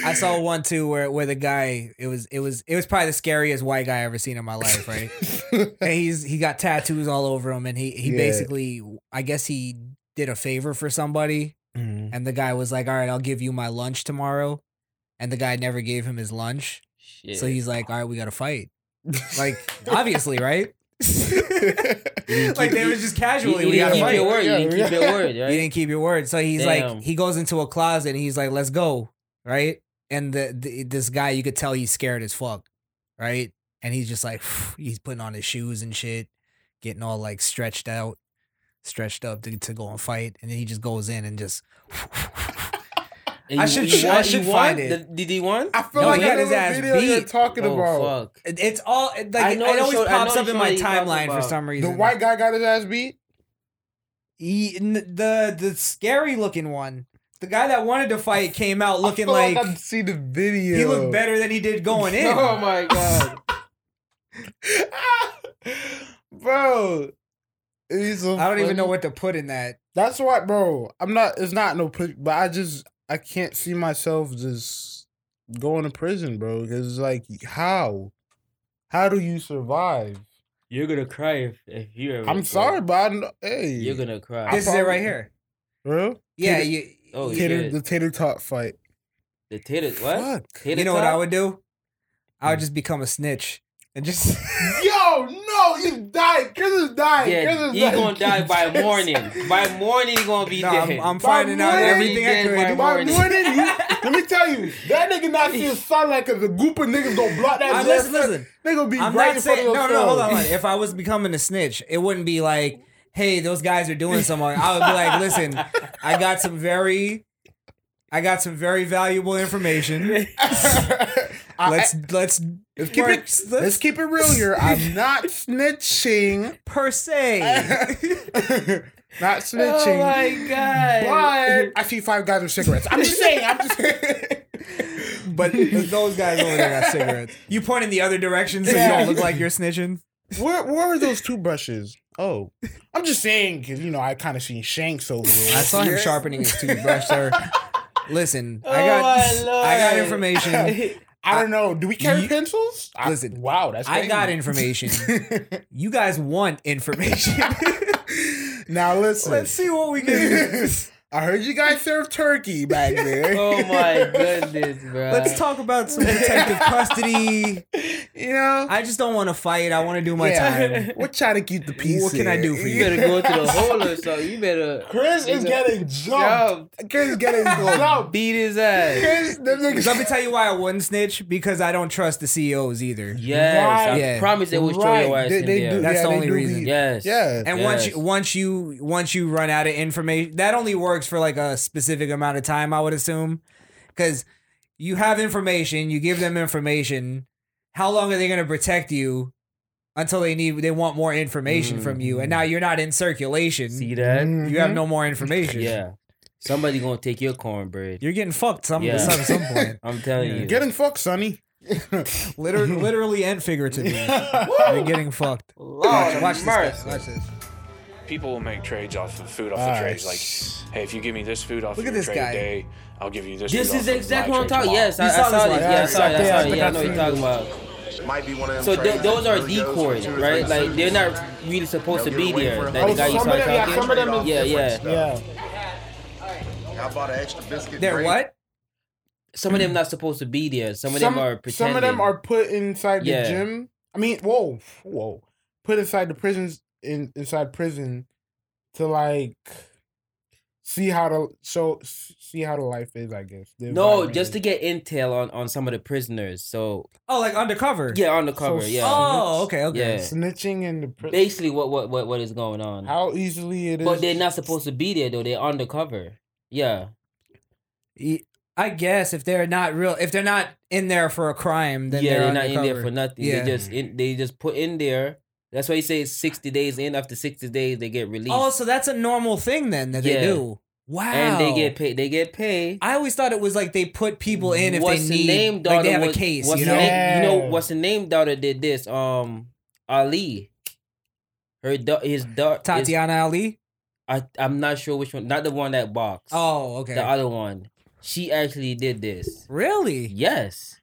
S10: I saw one too where where the guy it was it was it was probably the scariest white guy I ever seen in my life,
S5: (laughs)
S10: right? and he's he got tattoos all over him, and he he
S5: Yeah.
S10: basically I guess he did a favor for somebody,
S5: Mm.
S10: and the guy was like, "All right, I'll give you my lunch tomorrow," and the guy never gave him his lunch,
S4: shit.
S10: so he's like, "All right, we got to fight." Like obviously, right?
S5: (laughs)
S10: like they was just
S4: you,
S10: casually,
S4: you
S10: we got to
S4: didn't keep
S10: fight.
S4: your
S5: fight.
S4: word.
S5: Yeah,
S4: you didn't keep
S5: yeah.
S4: your word, right?
S10: You didn't keep your word. So he's
S4: Damn.
S10: like, he goes into a closet and he's like, let's go. Right. And the, the this guy, you could tell he's scared as fuck. Right. And he's just like, (sighs) he's putting on his shoes and shit, getting all like stretched out, stretched up to, to go and fight. And then he just goes in and just, (laughs)
S4: And
S10: I
S4: you-
S10: should-
S4: you
S10: I
S4: won-
S10: should
S4: you
S10: find
S4: won?
S10: it.
S4: The- Did he won?
S5: I feel
S10: No,
S5: like
S10: he got
S5: that
S10: his
S5: is a
S10: ass
S5: video you're
S10: beat.
S5: talking
S4: Oh,
S5: about.
S4: fuck.
S10: it- it's all it- like,
S4: I
S10: it
S4: know the
S10: always
S4: show- I know
S10: pops up
S4: the
S10: in
S4: show
S10: my
S4: that you're talking
S10: timeline for
S4: about.
S10: some
S5: The
S10: reason.
S5: white guy got his ass beat.
S10: He- n- the, the scary looking one. The guy that wanted to fight came out
S5: I
S10: looking
S5: feel
S10: like,
S5: I see the video.
S10: he looked better than he did going in. (laughs)
S5: (laughs) Oh my god, (laughs) bro! He's so
S10: I don't even know
S5: funny.
S10: what to put in that.
S5: That's why, bro. I'm not. It's not no, pr- but I just I can't see myself just going to prison, bro. Because it's like, how? How do you survive?
S4: You're gonna cry if, if you ever.
S5: I'm sorry, but I know, hey,
S4: You're gonna cry.
S10: This is it right here.
S5: bro.
S10: Yeah,
S5: Tater-
S10: you.
S4: oh
S5: tater,
S4: shit!
S5: the tater tot fight.
S4: The tater what?
S5: Fuck.
S4: Tater
S10: You know what I
S4: tot?
S10: would do? I would just become a snitch and
S5: (laughs)
S10: just. (laughs)
S5: Yo, no, he's dying. Chris is dying.
S4: Yeah,
S5: Chris is
S4: he
S5: dying.
S4: gonna die by
S5: (laughs) Chris-
S4: morning. By morning, he gonna be
S10: No,
S4: dead.
S10: I'm,
S4: (laughs)
S10: I'm
S5: By
S10: finding out
S5: morning,
S10: everything I
S4: dead by
S10: could.
S4: morning.
S5: By morning, he- let me tell you, that nigga not seeing sunlight because the group of niggas gonna block that. (laughs)
S10: I'm,
S5: damn
S10: listen,
S5: sun.
S10: listen.
S5: They gonna be
S10: I'm
S5: right
S10: not
S5: in front
S10: saying.
S5: of
S10: No,
S5: your
S10: no, hold
S5: cell.
S10: on. hold on. If I was becoming a snitch, it wouldn't be like, hey, those guys are doing something. I would be like, listen, I got some very. I got some very valuable information.
S5: (laughs) I-
S10: Let's let's
S5: Let's keep it.
S10: let's-
S5: Let's keep it real here. I'm not snitching.
S10: per se.
S5: not (laughs)
S4: Oh
S5: snitching.
S4: my god!
S5: but I see five guys with cigarettes. I'm just saying. I'm just. (laughs)
S10: But those guys over there got cigarettes. You point in the other direction so you don't look like you're snitching.
S5: where Where are those two brushes? Oh, I'm just saying because you know I kind of seen Shanks over there.
S10: I saw him sharpening his toothbrush, sir. Listen, I
S4: Oh,
S10: got
S4: my
S10: I got
S4: Lord.
S10: information.
S5: I don't know. Do we carry
S10: You-
S5: pencils? I-
S10: Listen,
S5: wow, that's
S10: I got
S5: crazy.
S10: information. You guys want information.
S5: (laughs) now listen.
S10: Let's see what we can do.
S5: I heard you guys serve turkey back there.
S4: Oh my goodness, bro.
S10: (laughs) Let's talk about some protective custody.
S5: (laughs) You know,
S10: I just don't want to fight. I want to do my
S5: Yeah. (laughs)
S10: time.
S5: we're trying to keep the peace.
S10: What can I
S5: here.
S10: do for (laughs)
S4: You better go to the hole or something. You better.
S5: Chris um, is getting jumped. Chris is getting
S10: (laughs)
S5: jumped.
S4: Beat his ass.
S5: Chris, them niggas-
S10: Let me
S5: (laughs)
S10: tell you why I wouldn't snitch because I don't trust the CEOs either.
S4: Yes, I
S10: Right.
S4: promise they will throw your
S5: Right.
S4: ass
S5: They-
S4: in
S5: they
S4: there.
S5: do-
S10: That's the
S5: they
S10: only
S5: do
S10: reason.
S5: be-
S4: Yes.
S5: Yeah.
S10: And once you once you once you run out of information, that only works for like a specific amount of time, I would assume, because you have information, you give them information. How long are they going to protect you until they need they want more information from you? And now you're not in circulation.
S4: Mm. See that?
S5: Mm-hmm.
S10: You have no more information.
S4: Yeah. Somebody gonna take your cornbread.
S10: you're getting fucked some
S4: Yeah.
S10: some, some
S4: (laughs)
S10: point,
S4: I'm telling you.
S5: Getting fucked, Sonny.
S10: literally, literally and figuratively. you're getting fucked.
S4: Lord
S10: watch this,
S4: of
S10: guys.
S4: mercy.
S10: Watch this.
S11: people will make trades off of food off
S4: All
S11: the
S4: right.
S11: trades. Like, hey, if you give me this food off
S4: Look at
S11: of your
S4: this
S11: trade
S4: guy.
S11: day, I'll give you this.
S4: This
S11: food
S4: is
S11: off of
S4: exactly
S11: my
S4: what I'm
S11: trade
S4: talking.
S11: tomorrow.
S4: Yes, I, I saw this. Yeah, I saw it. I saw it. Yeah, I know what you're talking about.
S12: Might be one of them
S4: So th-
S12: trades
S4: those
S12: that
S4: are
S12: really goes for
S4: decoys,
S12: two or
S4: right?
S12: three
S4: Like they're not really supposed to
S12: They'll
S4: be
S12: get away
S4: there.
S12: from
S4: Like the
S12: it.
S4: guy you saw talking. yeah, yeah,
S12: I bought an extra biscuit.
S4: They're
S12: bread.
S4: what? Some of them not supposed to be there. Some of them are pretending.
S5: Some of them are put inside the
S4: Yeah.
S5: gym. I mean, whoa, whoa, put inside the prisons in inside prison to like see how the so see how the life is. I guess The
S4: No,
S5: environment
S4: just to
S5: is.
S4: get intel on on some of the prisoners. So
S10: Oh, like undercover. Oh,
S4: yeah, on the cover.
S5: So
S4: yeah.
S5: snitch-
S4: Yeah.
S5: Snitching in the prison.
S4: Basically, what what what what is going on?
S5: How easily it is.
S4: But they're not supposed to be there though. They're undercover. Yeah.
S10: Y- I guess if they're not real, if they're not in there for a crime, then
S4: yeah,
S10: they're,
S4: they're, not in there
S10: undercover.
S4: for nothing.
S10: Yeah.
S4: They just in, they just put in there. That's why you say it's sixty days in. After sixty days, they get released.
S10: Oh, so that's a normal thing then that they
S4: Yeah.
S10: do. Wow.
S4: And they get paid. They get paid.
S10: I always thought it was like they put people in if they need, like
S4: daughter
S10: they have
S4: was-
S10: a case.
S4: What's
S10: You
S4: the
S10: know?
S4: name- you know what's the name? Daughter did this. Um, Ali. Her da- his daughter
S10: Tatiana Ali.
S4: I I'm not sure which one. Not the one that boxed.
S10: Oh, okay.
S4: The other one. She actually did this.
S10: Really?
S4: Yes.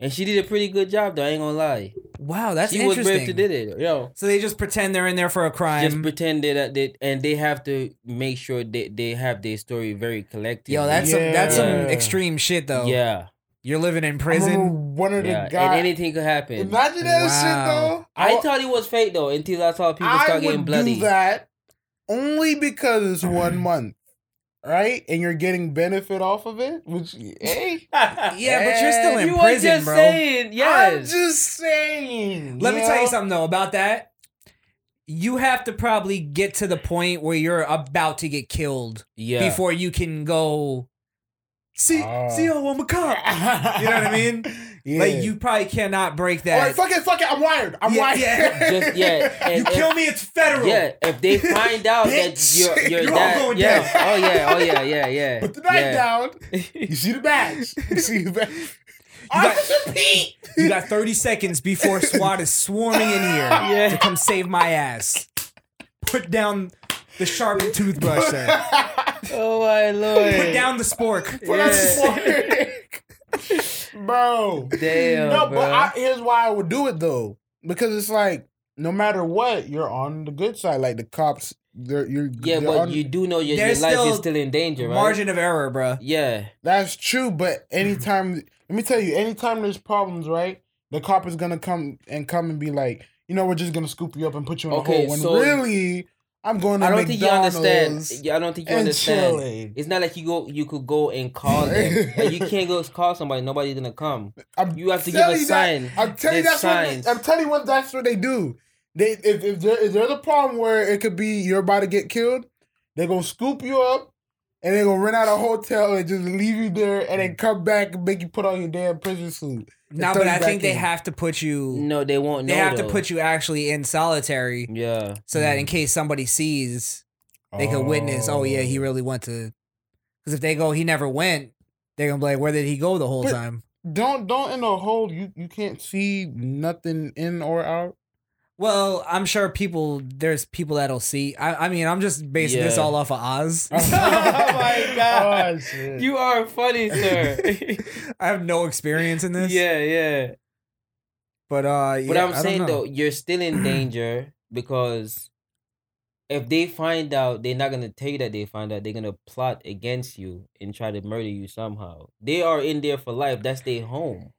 S4: And she did a pretty good job though. I ain't gonna lie.
S10: Wow, that's
S4: she was brave
S10: interesting.
S4: to did it. Yo.
S10: So they just pretend they're in there for a crime.
S4: Just pretend that they, and they have to make sure they, they have their story very collective.
S10: Yo, that's some, that's some extreme shit though.
S4: Yeah.
S10: You're living in prison.
S5: One of
S4: Yeah,
S10: guys.
S4: and anything could happen.
S5: Imagine that shit, Wow. though.
S4: I
S5: I-
S4: thought it was fake though until I saw people
S5: I
S4: start
S5: would
S4: getting bloody.
S5: do that only because
S4: (clears throat)
S5: it's one month, right? And you're getting benefit off of it. Which hey,
S10: Yeah, but you're still in prison, bro.
S5: I'm just saying.
S10: Let me tell you
S5: know?
S10: something though about that. You have to probably get to the point where you're about to get killed
S4: Yeah.
S10: before you can go see
S5: Ah.
S10: see oh I'm a (laughs) cop. you know what I mean?
S5: Yeah.
S10: Like you probably cannot break that.
S5: All right, fuck it, fuck it. I'm wired. I'm
S10: Yeah,
S5: wired. (laughs)
S10: yeah. (laughs)
S4: Just yeah.
S10: You kill me, it's federal.
S4: Yeah,
S10: (laughs)
S4: if they find out that
S5: Bitch.
S4: you're you're,
S5: You're all
S4: that,
S5: going
S4: yeah.
S5: down.
S4: Oh yeah, oh yeah, yeah, yeah.
S5: Put the knife
S4: yeah.
S10: (laughs)
S5: down. You see the badge. You see the badge. Officer Pete. (laughs)
S10: You got 30 seconds before SWAT is swarming in (laughs) here to come save my ass. Put down the sharpened toothbrush, sir.
S4: Oh my lord.
S10: Put down the spork.
S5: Put bro.
S4: Damn,
S5: No,
S4: bro.
S5: but I, here's why I would do it though, because it's like no matter what, you're on the good side. Like the cops, they're you're
S4: Yeah,
S5: they're
S4: but
S5: on-
S4: you do know your, your
S5: There's
S4: life
S5: still
S4: is still in danger, right?
S10: Margin of error, bruh.
S4: Yeah.
S5: That's true, but
S4: Mm-hmm.
S5: anytime let me tell you, anytime there's problems, right? The cop is gonna come and come and be like, you know, we're just gonna scoop you up and put you in
S4: Okay,
S5: a hole. When
S4: so-
S5: really, I'm going to
S4: I don't think you
S5: McDonald's.
S4: understand. Yeah, I don't think you
S5: and
S4: understand.
S5: chilling.
S4: It's not like you go, you could go and
S10: (laughs)
S4: call them. Like, you can't go call somebody. Nobody's gonna come. you have to give a
S5: Telling you that-
S4: sign.
S5: I'm telling you
S4: There's
S5: that's what.
S4: signs.
S5: They, I'm telling you what that's what they do. They if if, there, if there's a problem where it could be you're about to get killed, they're gonna scoop you up. And they're gonna rent out a hotel and just leave you there and then come back and make you put on your damn prison suit. and
S10: No,
S5: throw
S10: but
S5: you
S10: I
S5: back
S10: think they
S5: in.
S10: have to put you.
S4: No, they won't.
S10: They
S4: know,
S10: have to
S4: though. Mm.
S10: put you actually in solitary.
S4: Yeah.
S10: So that in case somebody sees, they could witness. Oh yeah, he really went to. Because if they go, he never went. They're gonna be like, where did he go the whole
S5: But-
S10: time?
S5: Don't don't in a hole. You you can't see nothing in or out. (laughs)
S10: Well, I'm sure people. There's people that'll see. I, I mean, I'm just basing this
S5: Yeah.
S10: all off of
S4: (laughs)
S10: Oz. (laughs)
S4: my
S5: Oh God.
S4: You are funny,
S10: (laughs)
S4: sir.
S10: I have no experience in this.
S4: Yeah, yeah.
S10: But uh,
S4: But
S10: yeah,
S4: I'm
S10: I don't
S4: saying
S10: know.
S4: though, you're still in danger because if they find out, they're not gonna tell you that they find out. They're gonna plot against you and try to murder you somehow. They are in there for life. That's their home.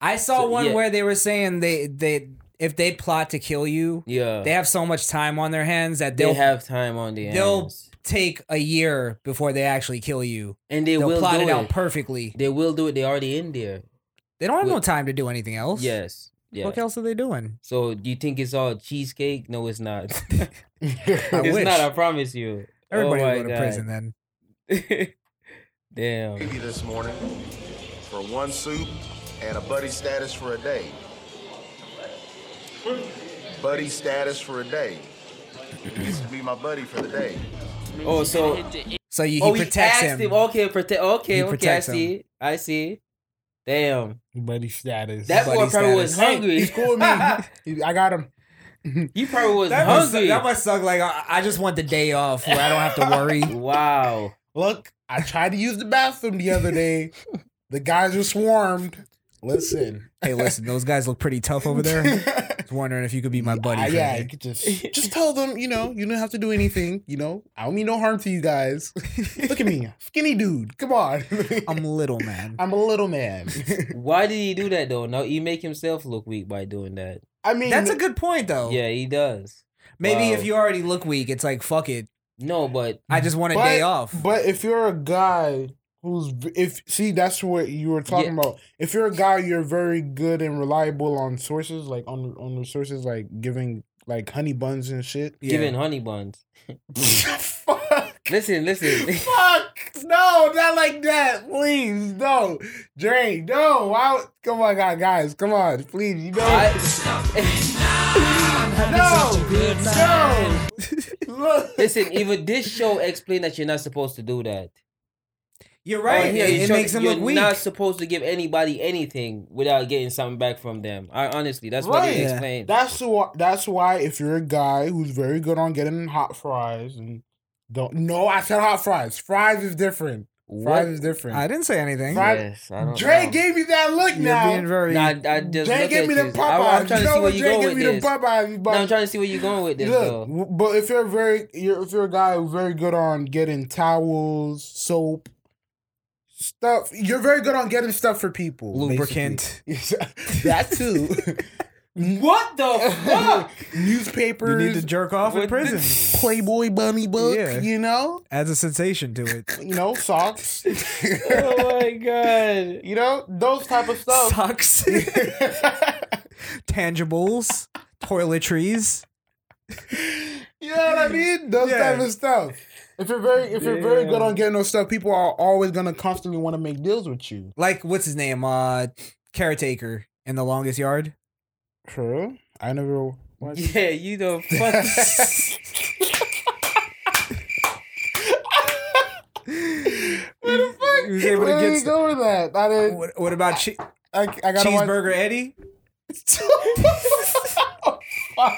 S10: I saw
S4: So,
S10: one
S4: yeah.
S10: where they were saying they they if they plot to kill you,
S4: Yeah.
S10: they have so much time on their hands that
S4: They
S10: they'll
S4: have time on the
S10: they'll
S4: hands.
S10: take a year before they actually kill you,
S4: and they
S10: will
S4: will
S10: plot
S4: do
S10: it, out
S4: it.
S10: perfectly.
S4: They will do it. They already in there.
S10: They don't have no
S4: With-
S10: time to do anything else.
S4: Yes. Yeah.
S10: What else are they doing?
S4: So do you think it's all cheesecake? No, it's not. (laughs)
S10: (laughs) I
S4: it's
S10: wish.
S4: not. I promise you. Oh
S10: Everybody
S4: my
S10: will go to
S4: God.
S10: prison then.
S4: (laughs) Damn.
S12: Baby this morning for one soup and a buddy status for a day. Buddy status for a day. This to be my buddy for the day.
S4: Oh, so
S10: So you- he
S4: oh,
S10: protects
S4: asked
S10: him.
S4: Okay, protect. Okay,
S10: He
S4: okay. I
S10: protects him.
S4: see. I see. Damn.
S5: Buddy status.
S4: That boy (laughs)
S5: Buddy
S4: probably was
S5: status. Hey,
S4: hungry.
S5: he's cool with me. He- I got him.
S4: (laughs) He probably was
S10: that Must, suck-
S4: hungry.
S10: that must suck. Like I, I just want the day off where I don't have to worry.
S4: (laughs) wow.
S5: Look, I tried to use the bathroom the other day. the guys were swarmed. Listen,
S10: Hey, listen, those guys look pretty tough over
S4: (laughs)
S10: there. Just wondering if you could be my buddy.
S5: I,
S10: for
S5: yeah,
S10: the
S5: you
S10: day.
S5: could just just tell them, you know, you don't have to do anything. You know, I don't mean no harm to you guys. Look at me, skinny dude. Come on,
S10: I'm little man.
S5: (laughs) I'm a little man. (laughs)
S4: Why did he do that though? No, he make himself look weak by doing that.
S5: I mean,
S10: that's a good point though.
S5: Oh.
S4: Yeah, he does.
S10: Maybe
S4: Wow.
S10: if you already look weak, it's like fuck it.
S4: No, but
S10: I just want a
S5: But-
S10: day off.
S5: But if you're a guy who's v- if see that's what you were talking
S10: Yeah.
S5: about. If you're a guy, you're very good and reliable on sources, like on on resources, like giving like honey buns and shit. (laughs)
S4: giving honey buns.
S10: (laughs)
S4: Listen, listen.
S5: Fuck no, not like that. Please, no, Dre, no. Why? would- Come on, guy- guys, come on, please. You
S10: (laughs)
S5: know, (laughs) no, no.
S4: (laughs)
S5: Look,
S4: Listen, even this show explained that you're not supposed to do that.
S10: You're
S4: On
S10: right.
S4: here,
S10: it,
S4: it
S10: it
S4: show-
S10: makes them
S4: you're
S10: look weak.
S4: not supposed to give anybody anything without getting something back from them. I honestly, that's what
S5: Right.
S4: they explained.
S5: That's why. That's why if you're a guy who's very good on getting hot fries and don't no, I said hot fries. Fries is different.
S4: What?
S5: Fries is different.
S10: I didn't say anything.
S5: Fries-
S4: Yes, I don't
S5: Dre
S4: know.
S5: gave me that look
S10: You're
S5: now.
S10: being very.
S4: Nah, I just
S5: Dre
S4: look
S5: gave
S4: at
S5: me the
S4: you.
S5: Popeyes.
S4: I, am trying to see
S5: you know
S4: where
S5: what
S4: you
S5: Dre
S4: go
S5: gave
S4: with
S5: me
S4: this.
S5: the Popeyes.
S4: No,
S5: but-
S4: I'm trying to see where you going with this.
S5: Look,
S4: though.
S5: w- but if you're very, you're, if you're a guy who's very good on getting towels, soap, stuff, you're very good on getting stuff for people.
S10: Lubricant.
S5: basically. (laughs) that too.
S4: (laughs) What
S5: (laughs)
S4: the fuck?
S5: (laughs) Newspapers.
S10: You need to jerk off in
S4: What
S10: prison.
S5: Playboy bunny book.
S10: Yeah.
S5: You know,
S10: Adds a sensation to
S5: (laughs)
S10: it.
S5: you know socks. (laughs)
S4: oh my god.
S5: you know those type of stuff.
S10: Sucks. Tangibles. Toiletries.
S5: (laughs) You know what I mean? Those
S10: Yeah.
S5: type of stuff. If you're very, if you're very good on getting those stuff, people are always gonna constantly want to make deals with you.
S10: Like what's his name? Uh, caretaker in the longest yard.
S5: True. I never.
S4: (laughs)
S5: watched-
S4: Yeah, you the
S5: (laughs)
S4: fuck.
S5: Where the fuck?
S10: He was (laughs) able to
S5: Where
S10: get
S5: did he
S10: s-
S5: go with that? I didn't.
S10: What, what about che-
S5: I, I gotta (laughs)
S10: cheeseburger Eddie? (laughs)
S5: watch. fuck.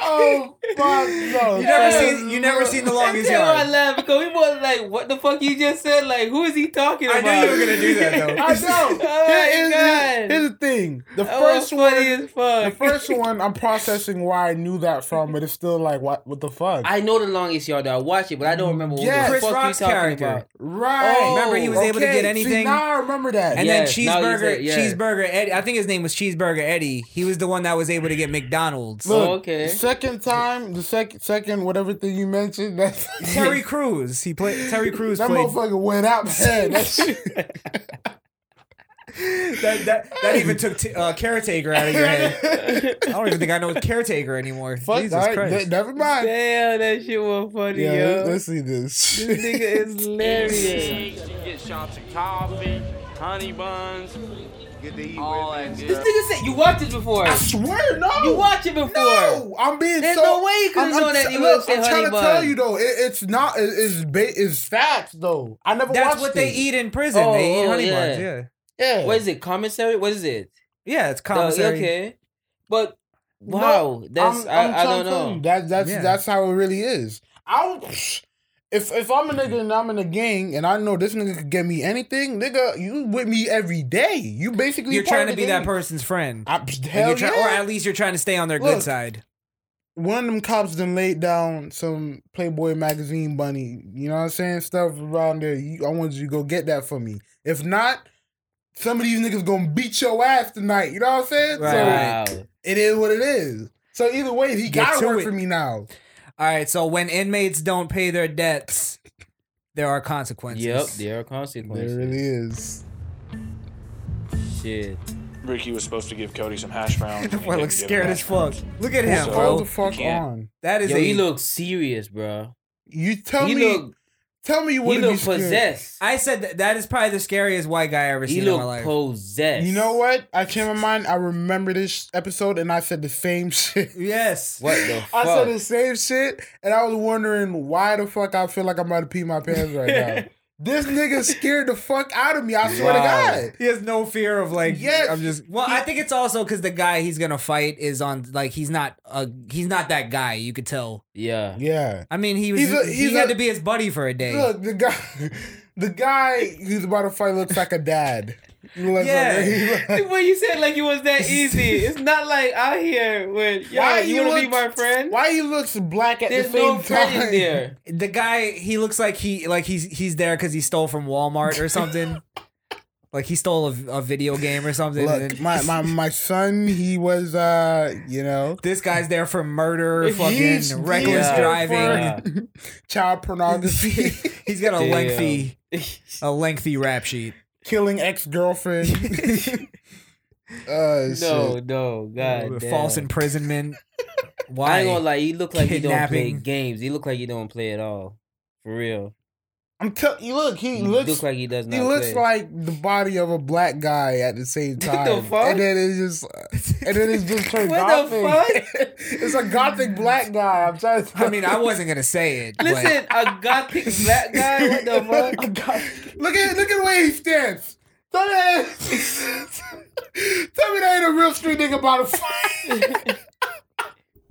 S5: oh fuck no!
S10: You never seen you never seen the longest
S4: Damn, I
S10: yard.
S4: laughed because we were like, what the fuck you just said? Like, who is he talking
S10: I
S4: about?
S10: knew you were gonna do that
S5: I (laughs) know.
S4: Oh my
S5: Here is the-
S4: God.
S5: here's the thing. The
S4: That
S5: first
S4: was funny
S5: one.
S4: as fuck.
S5: The first one, I'm processing where I knew that from, but it's still like, what? What the fuck?
S4: (laughs) I know the longest yard. though. I watch it, but I don't remember what
S5: Yeah.
S4: the
S10: Chris
S4: fuck
S10: Rock's
S4: you talking
S10: character.
S4: about.
S5: right.
S4: Oh, Remember
S10: he was able to get
S5: See,
S10: anything?
S5: now I remember that.
S10: And
S4: Yes,
S10: then
S4: now you
S10: cheeseburger,
S4: say- yeah.
S10: cheeseburger Eddie. I think his name was Cheeseburger Eddie. He was the one that was able to get McDonald's.
S5: Look,
S4: Oh, okay.
S5: Second time, the second second whatever thing you
S4: (laughs)
S5: mentioned, that (laughs)
S10: Terry Crews. He played Terry Crews
S5: that
S10: played
S5: motherfucker went
S4: (laughs)
S5: out man. That shit.
S10: that, that. That even took t- uh, caretaker out of your
S5: (laughs)
S10: head. I don't even think I know caretaker anymore.
S5: Fuck,
S10: Jesus
S5: all right,
S10: Christ.
S5: th- never mind.
S4: Damn, that shit was funny,
S5: yeah,
S4: yo.
S5: let's, let's see this.
S4: (laughs) This nigga
S10: (laughs)
S4: is hilarious.
S13: Get shots of coffee, honey buns,
S12: Get to eat
S13: all that
S4: This
S13: good.
S4: nigga said you watched it before.
S5: (laughs) I swear, no.
S4: You watched it before.
S5: No, I'm being
S4: There's
S5: so.
S4: no way you could've
S5: I'm- I'm
S4: known that
S5: t-
S4: you
S5: look,
S4: would've said
S5: I'm trying to
S4: honey
S5: tell
S4: bun.
S5: you though, it, it's not. It, it's ba- it's facts though. I never
S10: That's
S5: watched
S10: what they
S5: it.
S10: eat in prison.
S4: Oh,
S10: they eat
S4: oh,
S10: honey
S4: yeah.
S10: buns. Yeah.
S5: Yeah.
S4: What is it? Commissary? What is it?
S10: Yeah, it's
S4: The-
S10: commissary.
S4: okay. But
S5: No,
S4: wow, that's
S5: I'm-
S4: I,
S5: I'm
S4: I
S5: trying
S4: don't
S5: to tell you,
S4: know.
S5: That that's
S10: Yeah.
S5: that's how it really is. I don't- if if I'm a nigga and I'm in a gang and I know this nigga could get me anything, nigga, you with me every day. You basically
S10: You're
S5: part
S10: trying to
S5: of the
S10: be that
S5: gang.
S10: person's friend.
S5: I, psh,
S10: Like,
S5: hell
S10: you're try-
S5: yeah.
S10: Or at least you're trying to stay on their
S5: Look.
S10: good side.
S5: one of them cops then laid down some Playboy magazine bunny, you know what I'm saying? Stuff around there. You, I want you to go get that for me. If not, some of these niggas gonna beat your ass tonight. You know what I'm saying?
S10: Right.
S5: So
S4: Wow.
S5: it is what it is. So either way, he
S10: Get
S5: got
S10: to
S5: work
S10: it.
S5: for me now.
S10: All right, so when inmates don't pay their debts, there are consequences.
S4: Yep, there are
S5: It
S4: consequences.
S5: really is.
S4: Shit.
S11: Ricky was supposed to give Cody some
S10: (laughs)
S11: hash browns. and he
S10: Boy
S11: didn't
S10: looks
S11: give him
S10: scared as
S11: hash
S10: fuck.
S11: browns.
S10: Look at him,
S11: So-
S5: Hold
S10: bro.
S5: the fuck
S11: you can't-
S5: on.
S10: That is
S4: Yo,
S10: a.
S4: he looks serious, bro.
S5: You tell
S4: he
S5: me
S4: look
S5: tell me you
S4: he
S5: wouldn't be
S4: look
S5: scared.
S4: possessed.
S10: I said that, that is probably the scariest white guy I ever
S4: He
S10: seen in my
S4: look
S10: life.
S4: possessed.
S5: You know what? I changed my mind. I remember this episode and I said the same (laughs) shit.
S10: yes.
S4: What the fuck?
S5: (laughs) I
S4: (laughs)
S5: said the same shit, and I was wondering why the fuck I feel like I'm about to pee my pants right now. This nigga scared the fuck out of me. I
S10: Wow.
S5: swear to God.
S10: He has no fear of like.
S5: Yes.
S10: I'm just. Well, I think it's also because the guy he's gonna fight is on like he's not a he's not that guy. You could tell.
S4: (laughs) Yeah.
S5: Yeah.
S10: I mean, he was
S5: He's a- he's
S10: he had
S5: a-
S10: to be his buddy for a day.
S5: Look, the guy, (laughs) the guy who's about to fight looks like a dad. He looks
S4: Yeah.
S5: like-
S4: The way you said like it was that easy. It's not like out here with yo,
S5: Why
S4: you
S5: you
S4: wanna be
S5: look-
S4: my friend?
S5: (laughs) Why he looks black at
S4: There's
S5: the same
S4: no
S5: time?
S4: credit (laughs) there.
S10: The guy, he looks like he like he's he's there because he stole from Walmart or
S5: (laughs)
S10: something. like he stole a, a video game or something. and
S5: Look,
S10: then-
S5: my, my my son, he was uh, you know,
S10: (laughs) this guy's there for murder,
S5: He's- he's
S10: fucking reckless
S5: there
S10: driving.
S4: (laughs)
S5: for child pornography.
S10: (laughs) He's got a
S5: Damn.
S10: lengthy a lengthy rap sheet.
S5: killing
S4: (laughs)
S5: ex girlfriend. (laughs) uh,
S4: No,
S5: shit.
S4: no, god. Damn.
S10: False imprisonment.
S4: (laughs) I
S10: Why?
S4: ain't gonna lie, you look like you don't play
S10: Kidnapping.
S4: games. You look like you don't play at all. For real.
S5: I'm telling you, look, he
S4: You
S5: looks
S4: look like he does not
S5: He looks
S4: play.
S5: like the body of a black guy at
S4: (laughs)
S5: the same
S4: the
S5: time.
S4: fuck?
S5: And then it's just, and then
S4: (laughs)
S5: it's just straight
S4: What the
S5: gothic. (laughs) it's a gothic black guy. I'm trying to.
S10: I mean, I wasn't gonna say it.
S4: Listen, a gothic black guy, what
S5: (laughs)
S4: the fuck?
S5: (laughs) Look at look at the way he stands. Tell me that, tell me that ain't a (laughs) real street nigga about a fight. (laughs)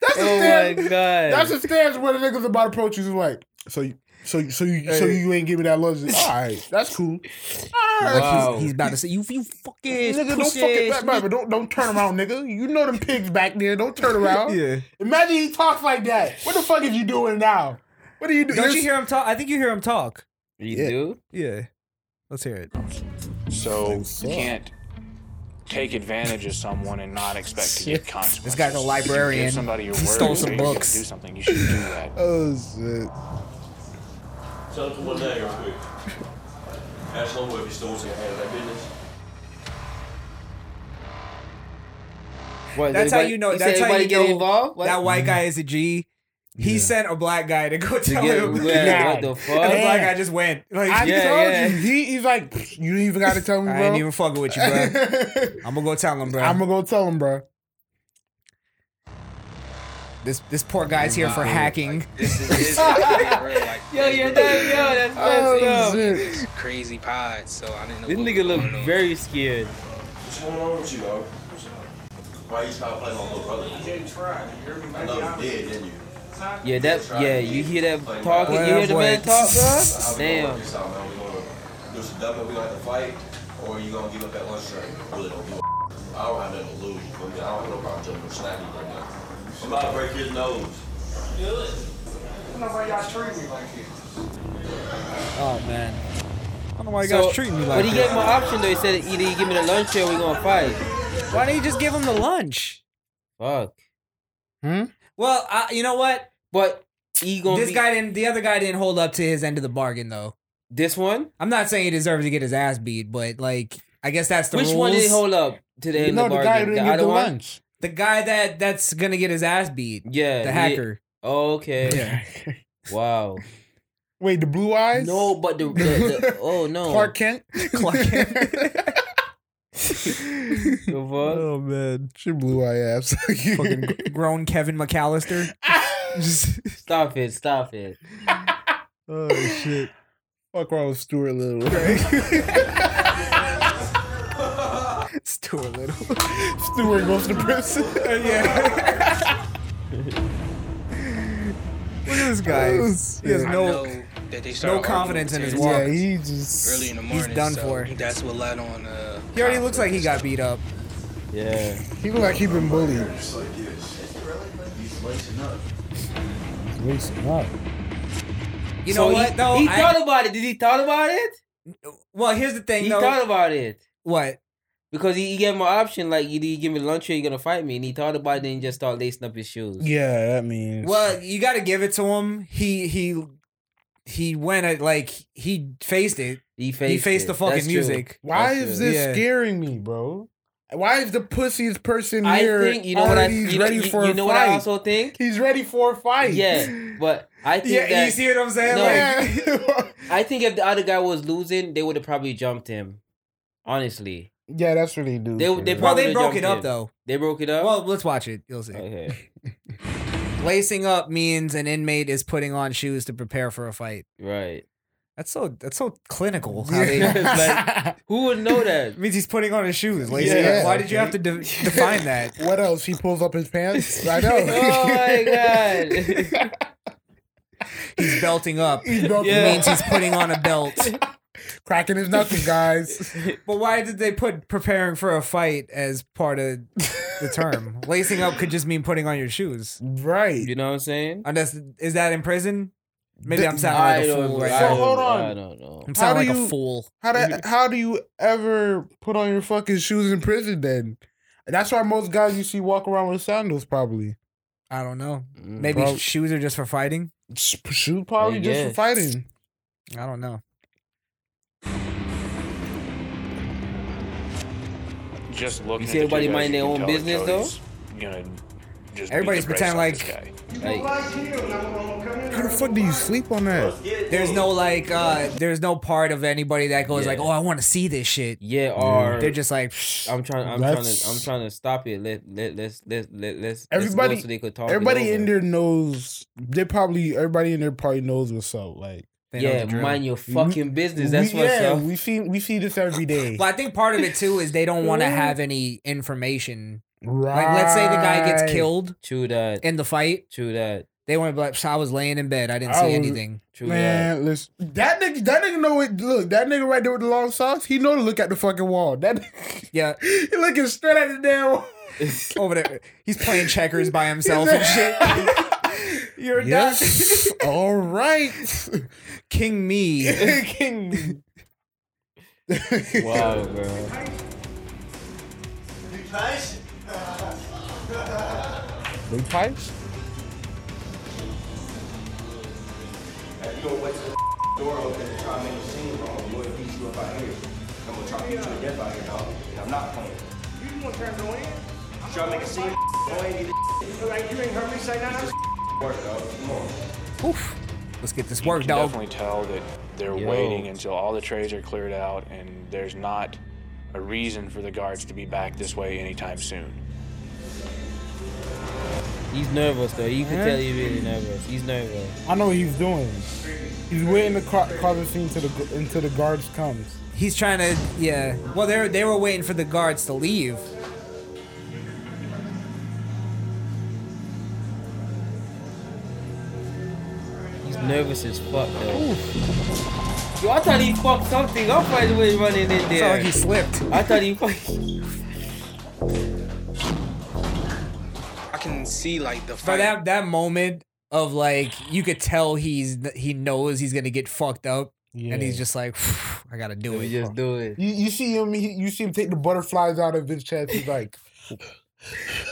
S5: that's a
S4: Oh
S5: stance.
S4: my God.
S5: That's a stance where the niggas about to approach you. Is like, so you, so you, so you, so
S10: Hey.
S5: you ain't give me
S4: (laughs)
S5: that logic. All right, that's cool.
S10: But,
S5: All
S10: like,
S5: right.
S10: he's-
S4: Oh.
S10: he's, about to say you you fucking
S5: Nigga, don't
S10: pussy
S5: fucking
S10: ass
S5: back, back, but don't don't turn around, nigga. You know them pigs back there.
S10: (laughs)
S5: Don't turn around.
S10: Yeah.
S5: Imagine he talks like that. What the fuck is you doing now? What are you doing?
S10: Don't you hear him talk? I think you hear him talk.
S4: You do?
S10: Yeah. Let's hear it.
S11: So you can't take advantage of someone and not expect
S10: (laughs)
S11: to get consequences.
S10: This guy's a
S11: If you
S10: librarian.
S11: give somebody your
S10: He
S11: word
S10: stole
S11: that
S10: some
S11: you're gonna
S10: books.
S11: Do something. You should do that.
S5: Oh shit.
S14: Tell them to one day real quick. Ask them if you still want to handle that business.
S4: What,
S10: That's how you know. That's how you
S4: get
S10: know
S4: involved. What?
S10: that white guy is a G. He sent a black guy to go tell
S4: get-
S10: him.
S4: yeah, what the
S10: (laughs)
S4: fuck?
S10: And the black
S5: Yeah.
S10: guy just went. Like,
S5: I
S10: yeah,
S5: told
S10: yeah.
S5: you. He, he's like, "Pfft, you didn't even got to tell me,
S10: I ain't
S5: (laughs) bro.
S10: even fucking with you,
S4: (laughs)
S10: bro. I'm gonna go tell him, bro.
S5: I'm gonna go tell him, bro.
S10: this this poor guy's here for
S5: Wow.
S10: hacking.
S15: This is, this is like, real, like,
S4: Yo, you're done.
S10: (laughs)
S4: Yo, that's
S15: Oh,
S4: messed up.
S15: it's crazy pod, so I didn't know.
S4: This
S15: what
S4: nigga
S15: was
S4: look
S15: going on.
S4: very scared.
S14: What's going on with you, dog? Why you stopped playing on little brother? You didn't try. I know you did, didn't you?
S4: Yeah, that. Yeah, you hear that talking? You hear the man talk, (laughs) bro? Damn.
S14: Damn. We gonna do some dumping, we gonna have to fight, or you gonna give up at lunchtime? I Really don't give a I don't have nothing to lose. you feel me? I don't have no problem jumping or slapping you right now. I'm about to break his nose. Good.
S15: I don't know why y'all treat me like this.
S10: Oh man. I don't know why you
S4: So-
S10: guys treating me like
S4: But he
S10: that.
S4: gave him an option though. He said either you give me the lunch or we gonna fight.
S10: Why didn't you just give him the lunch?
S4: Fuck.
S5: Hmm?
S10: Well, I, you know what?
S4: But he gonna
S10: this
S4: be-
S10: guy didn't. The other guy didn't hold up to his end of the bargain, though.
S4: This one?
S10: I'm not saying he deserves to get his ass beat, but like, I guess that's the
S4: Which one did he
S10: rules.
S4: hold up to the end
S10: No,
S4: of the
S10: the guy
S4: bargain?
S10: who didn't get
S4: other
S10: the
S4: one?
S10: lunch. The guy that that's gonna get his ass beat.
S4: Yeah,
S10: the
S4: he-
S10: hacker.
S4: okay. Wow.
S5: (laughs) Wait, the blue eyes?
S4: No, but the, the,
S5: (laughs)
S4: the oh no,
S5: Clark Kent.
S10: (laughs) Clark Kent.
S5: (laughs) Oh man, she blew my ass. (laughs)
S10: Fucking gr- grown Kevin McAllister.
S4: stop it, stop it.
S5: oh shit. Fuck wrong with Stuart Little, (laughs) right?
S10: (laughs) Stuart Little.
S5: Stuart goes to (laughs) prison.
S10: yeah. Look at this guy.
S5: Oh,
S10: (laughs) he has
S5: shit.
S10: no,
S15: I know that they started
S10: no confidence in his
S15: arguing
S10: walk.
S15: with
S5: he just
S15: early in the
S10: he's
S15: morning.
S10: done
S15: so
S10: for.
S15: That's what led on. Uh,
S10: He already looks like he got beat up.
S4: Yeah.
S5: He look like he been bullied. Lacing up.
S10: You
S4: So
S10: know
S4: he-
S10: what? though?
S4: he
S10: I-
S4: thought about it. Did he thought about it?
S10: Well, here's the thing.
S4: He
S10: though.
S4: thought about it.
S10: What?
S4: Because he, he gave him an option, like either you give me lunch or you're gonna fight me, and he thought about it and just started lacing up his shoes.
S5: Yeah, that means.
S10: Well, you got to give it to him. He he he went at like he faced it.
S4: He
S10: faced. He faced
S4: it.
S10: the fucking
S4: That's true.
S10: music.
S5: Why is this
S10: Yeah.
S5: scaring me, bro? Why is the pussiest person
S4: I
S5: here
S4: think you know what I
S5: already
S4: you know,
S5: ready
S4: you-
S5: for
S4: you
S5: a
S4: know
S5: fight?
S4: what I also think.
S5: He's ready for a fight. (laughs)
S4: Yeah, but I think
S10: Yeah,
S4: that,
S10: you see what I'm saying?
S4: No.
S10: Like-
S4: I think if the other guy was losing, they would have probably jumped him. Honestly,
S5: Yeah, that's what they do.
S4: they
S5: for
S4: they probably
S5: real.
S10: they
S4: would've
S10: broke it up,
S4: jumped him.
S10: though.
S4: They broke it up.
S10: Well, let's watch it. You'll see.
S4: Okay.
S10: Lacing up means an inmate is putting on shoes to prepare for a fight.
S4: Right.
S10: That's so that's so clinical.
S4: (laughs)
S10: How they,
S4: Like, who would know that?
S10: means he's putting on his shoes. Like,
S5: Yeah.
S10: why did you have to de- define
S5: (laughs)
S10: that?
S5: What else? He pulls up
S4: (laughs)
S5: his pants. I know.
S4: god.
S10: he's belting up.
S5: He's belting
S10: It
S5: up.
S10: means he's putting on a belt.
S5: Cracking his nothing,
S4: (laughs)
S5: guys.
S10: But why did they put preparing for a fight as part of the
S5: (laughs)
S10: term? Lacing up could just mean putting on your shoes.
S5: Right.
S4: You know what I'm saying?
S10: Unless is that in prison? Maybe I'm sounding
S4: I
S10: like a
S4: don't-
S10: fool
S4: I
S10: right
S5: So
S10: now.
S5: hold on.
S4: I don't know.
S10: I'm
S5: How
S10: sounding
S5: do
S10: like a
S5: you-
S10: fool.
S5: How do how do you ever put on your fucking shoes in prison? Then that's why most guys you see walk around with sandals. Probably
S10: I don't know. Maybe
S5: Bro.
S10: shoes are just for fighting.
S5: shoes probably
S10: I
S5: just for
S10: guess.
S5: fighting.
S10: I don't know.
S11: Just looking.
S4: see
S11: at the
S4: everybody
S11: two guys,
S4: mind
S11: you
S4: their
S11: can
S4: own
S11: tell that
S4: business,
S11: Jody's Gonna just
S10: Everybody's
S11: beat the brakes
S10: pretending
S11: off this
S10: like-
S11: guy.
S5: How the fuck do you sleep on that?
S10: There's no like, uh there's no part of anybody that goes like, oh, I want to see this shit.
S4: Yeah, or
S10: they're just like,
S4: I'm trying. I'm
S10: Let's-
S4: trying to. I'm trying to stop it. Let let let's let let let's let's go
S5: Everybody,
S4: so they could talk. it
S5: everybody
S4: over.
S5: in there knows. They probably everybody in there probably knows what's up. Like,
S10: They know the
S4: Yeah,
S10: drill.
S4: mind your fucking business. That's
S5: we,
S4: what's
S5: yeah,
S4: up.
S5: we see we see this every day.
S10: (laughs) Well, I think part of it too is they don't want to have any information.
S5: right.
S10: Like, let's say the guy
S5: Right.
S10: gets killed
S4: True that.
S10: in the fight.
S4: True that.
S10: They want to be like, "So I was laying in bed. I didn't
S5: I
S10: see
S5: was-
S10: anything.
S4: True that.
S5: Man, listen. That nigga, that nigga know it. Look, that nigga right there with the long socks. He know to look at the fucking wall. That (laughs) nigga,
S10: Yeah.
S5: he looking straight at the damn. wall.
S10: Over there. He's playing checkers by himself and shit.
S5: (laughs)
S10: You're
S5: Yes. All right.
S10: not King me.
S5: King.
S4: Wow, bro.
S5: Blue pipes.
S14: If you don't wait till the door open and try to make a scene, bro, I'm gonna beat you up out here. I'm gonna try to beat you to death out here, dog. And I'm not playing. You want to try to go in? Try to make a scene. Go in, get it. Like, you ain't heard me say nothing. Work, dog. Come on.
S10: Oof. Let's get this
S11: You
S10: work,
S11: can
S10: dog.
S11: definitely tell that they're
S10: Yo.
S11: waiting until all the trays are cleared out, and there's not a reason for the guards to be back this way anytime soon. (laughs)
S4: He's nervous though. You can
S5: Yeah.
S4: tell he's really nervous. He's nervous.
S5: I know what he's doing. He's waiting to ca- cause a scene to the until the guards comes.
S10: He's trying to, yeah. Well, they are they were waiting for the guards to leave.
S4: He's nervous as fuck though. Yo, I thought he fucked something up by the way running in
S10: It's not
S4: there.
S10: like he slipped.
S4: I thought he fucked.
S15: I can see like the
S10: For
S15: fight.
S10: that that moment of like, you could tell he's he knows he's gonna get fucked up, and he's
S5: Yeah.
S10: just like, I gotta do
S4: Let me
S10: it.
S4: just do it,
S5: You, you see him. He, you see him take the butterflies out of his chest. He's like,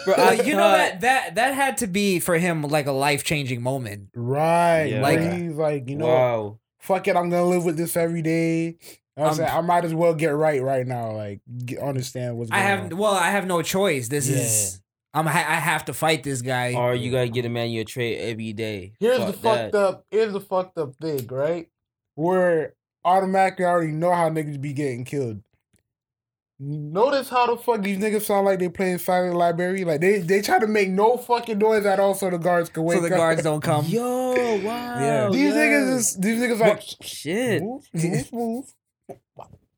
S4: bro.
S10: Uh,
S4: I
S5: (laughs)
S10: you know that
S4: thought-
S10: that that had to be for him like a life changing moment.
S5: right.
S4: Yeah.
S5: Like
S10: Like-
S5: he's like, you know,
S4: Wow.
S5: fuck it. I'm gonna live with this every day. You know what I'm
S10: I'm-
S5: saying? I might as well get right right now. Like, get, understand what's
S10: I
S5: going
S10: have
S5: on.
S10: well, I have no choice. This is I'm I have to fight this guy.
S4: Or you gotta get a man your trade every day.
S5: Here's
S4: Fuck
S5: the
S4: that.
S5: fucked up. Here's the fucked up thing, right? Where automatically I already know how niggas be getting killed. Notice how the fuck these niggas sound like they playing silent library. Like they they try to make no fucking noise at all, so the guards can wake
S10: so the
S5: up.
S10: guards don't come.
S4: Yo, wow.
S10: Yeah.
S5: these
S4: Um, yeah.
S5: niggas is these niggas like
S4: shit.
S5: move, move, move.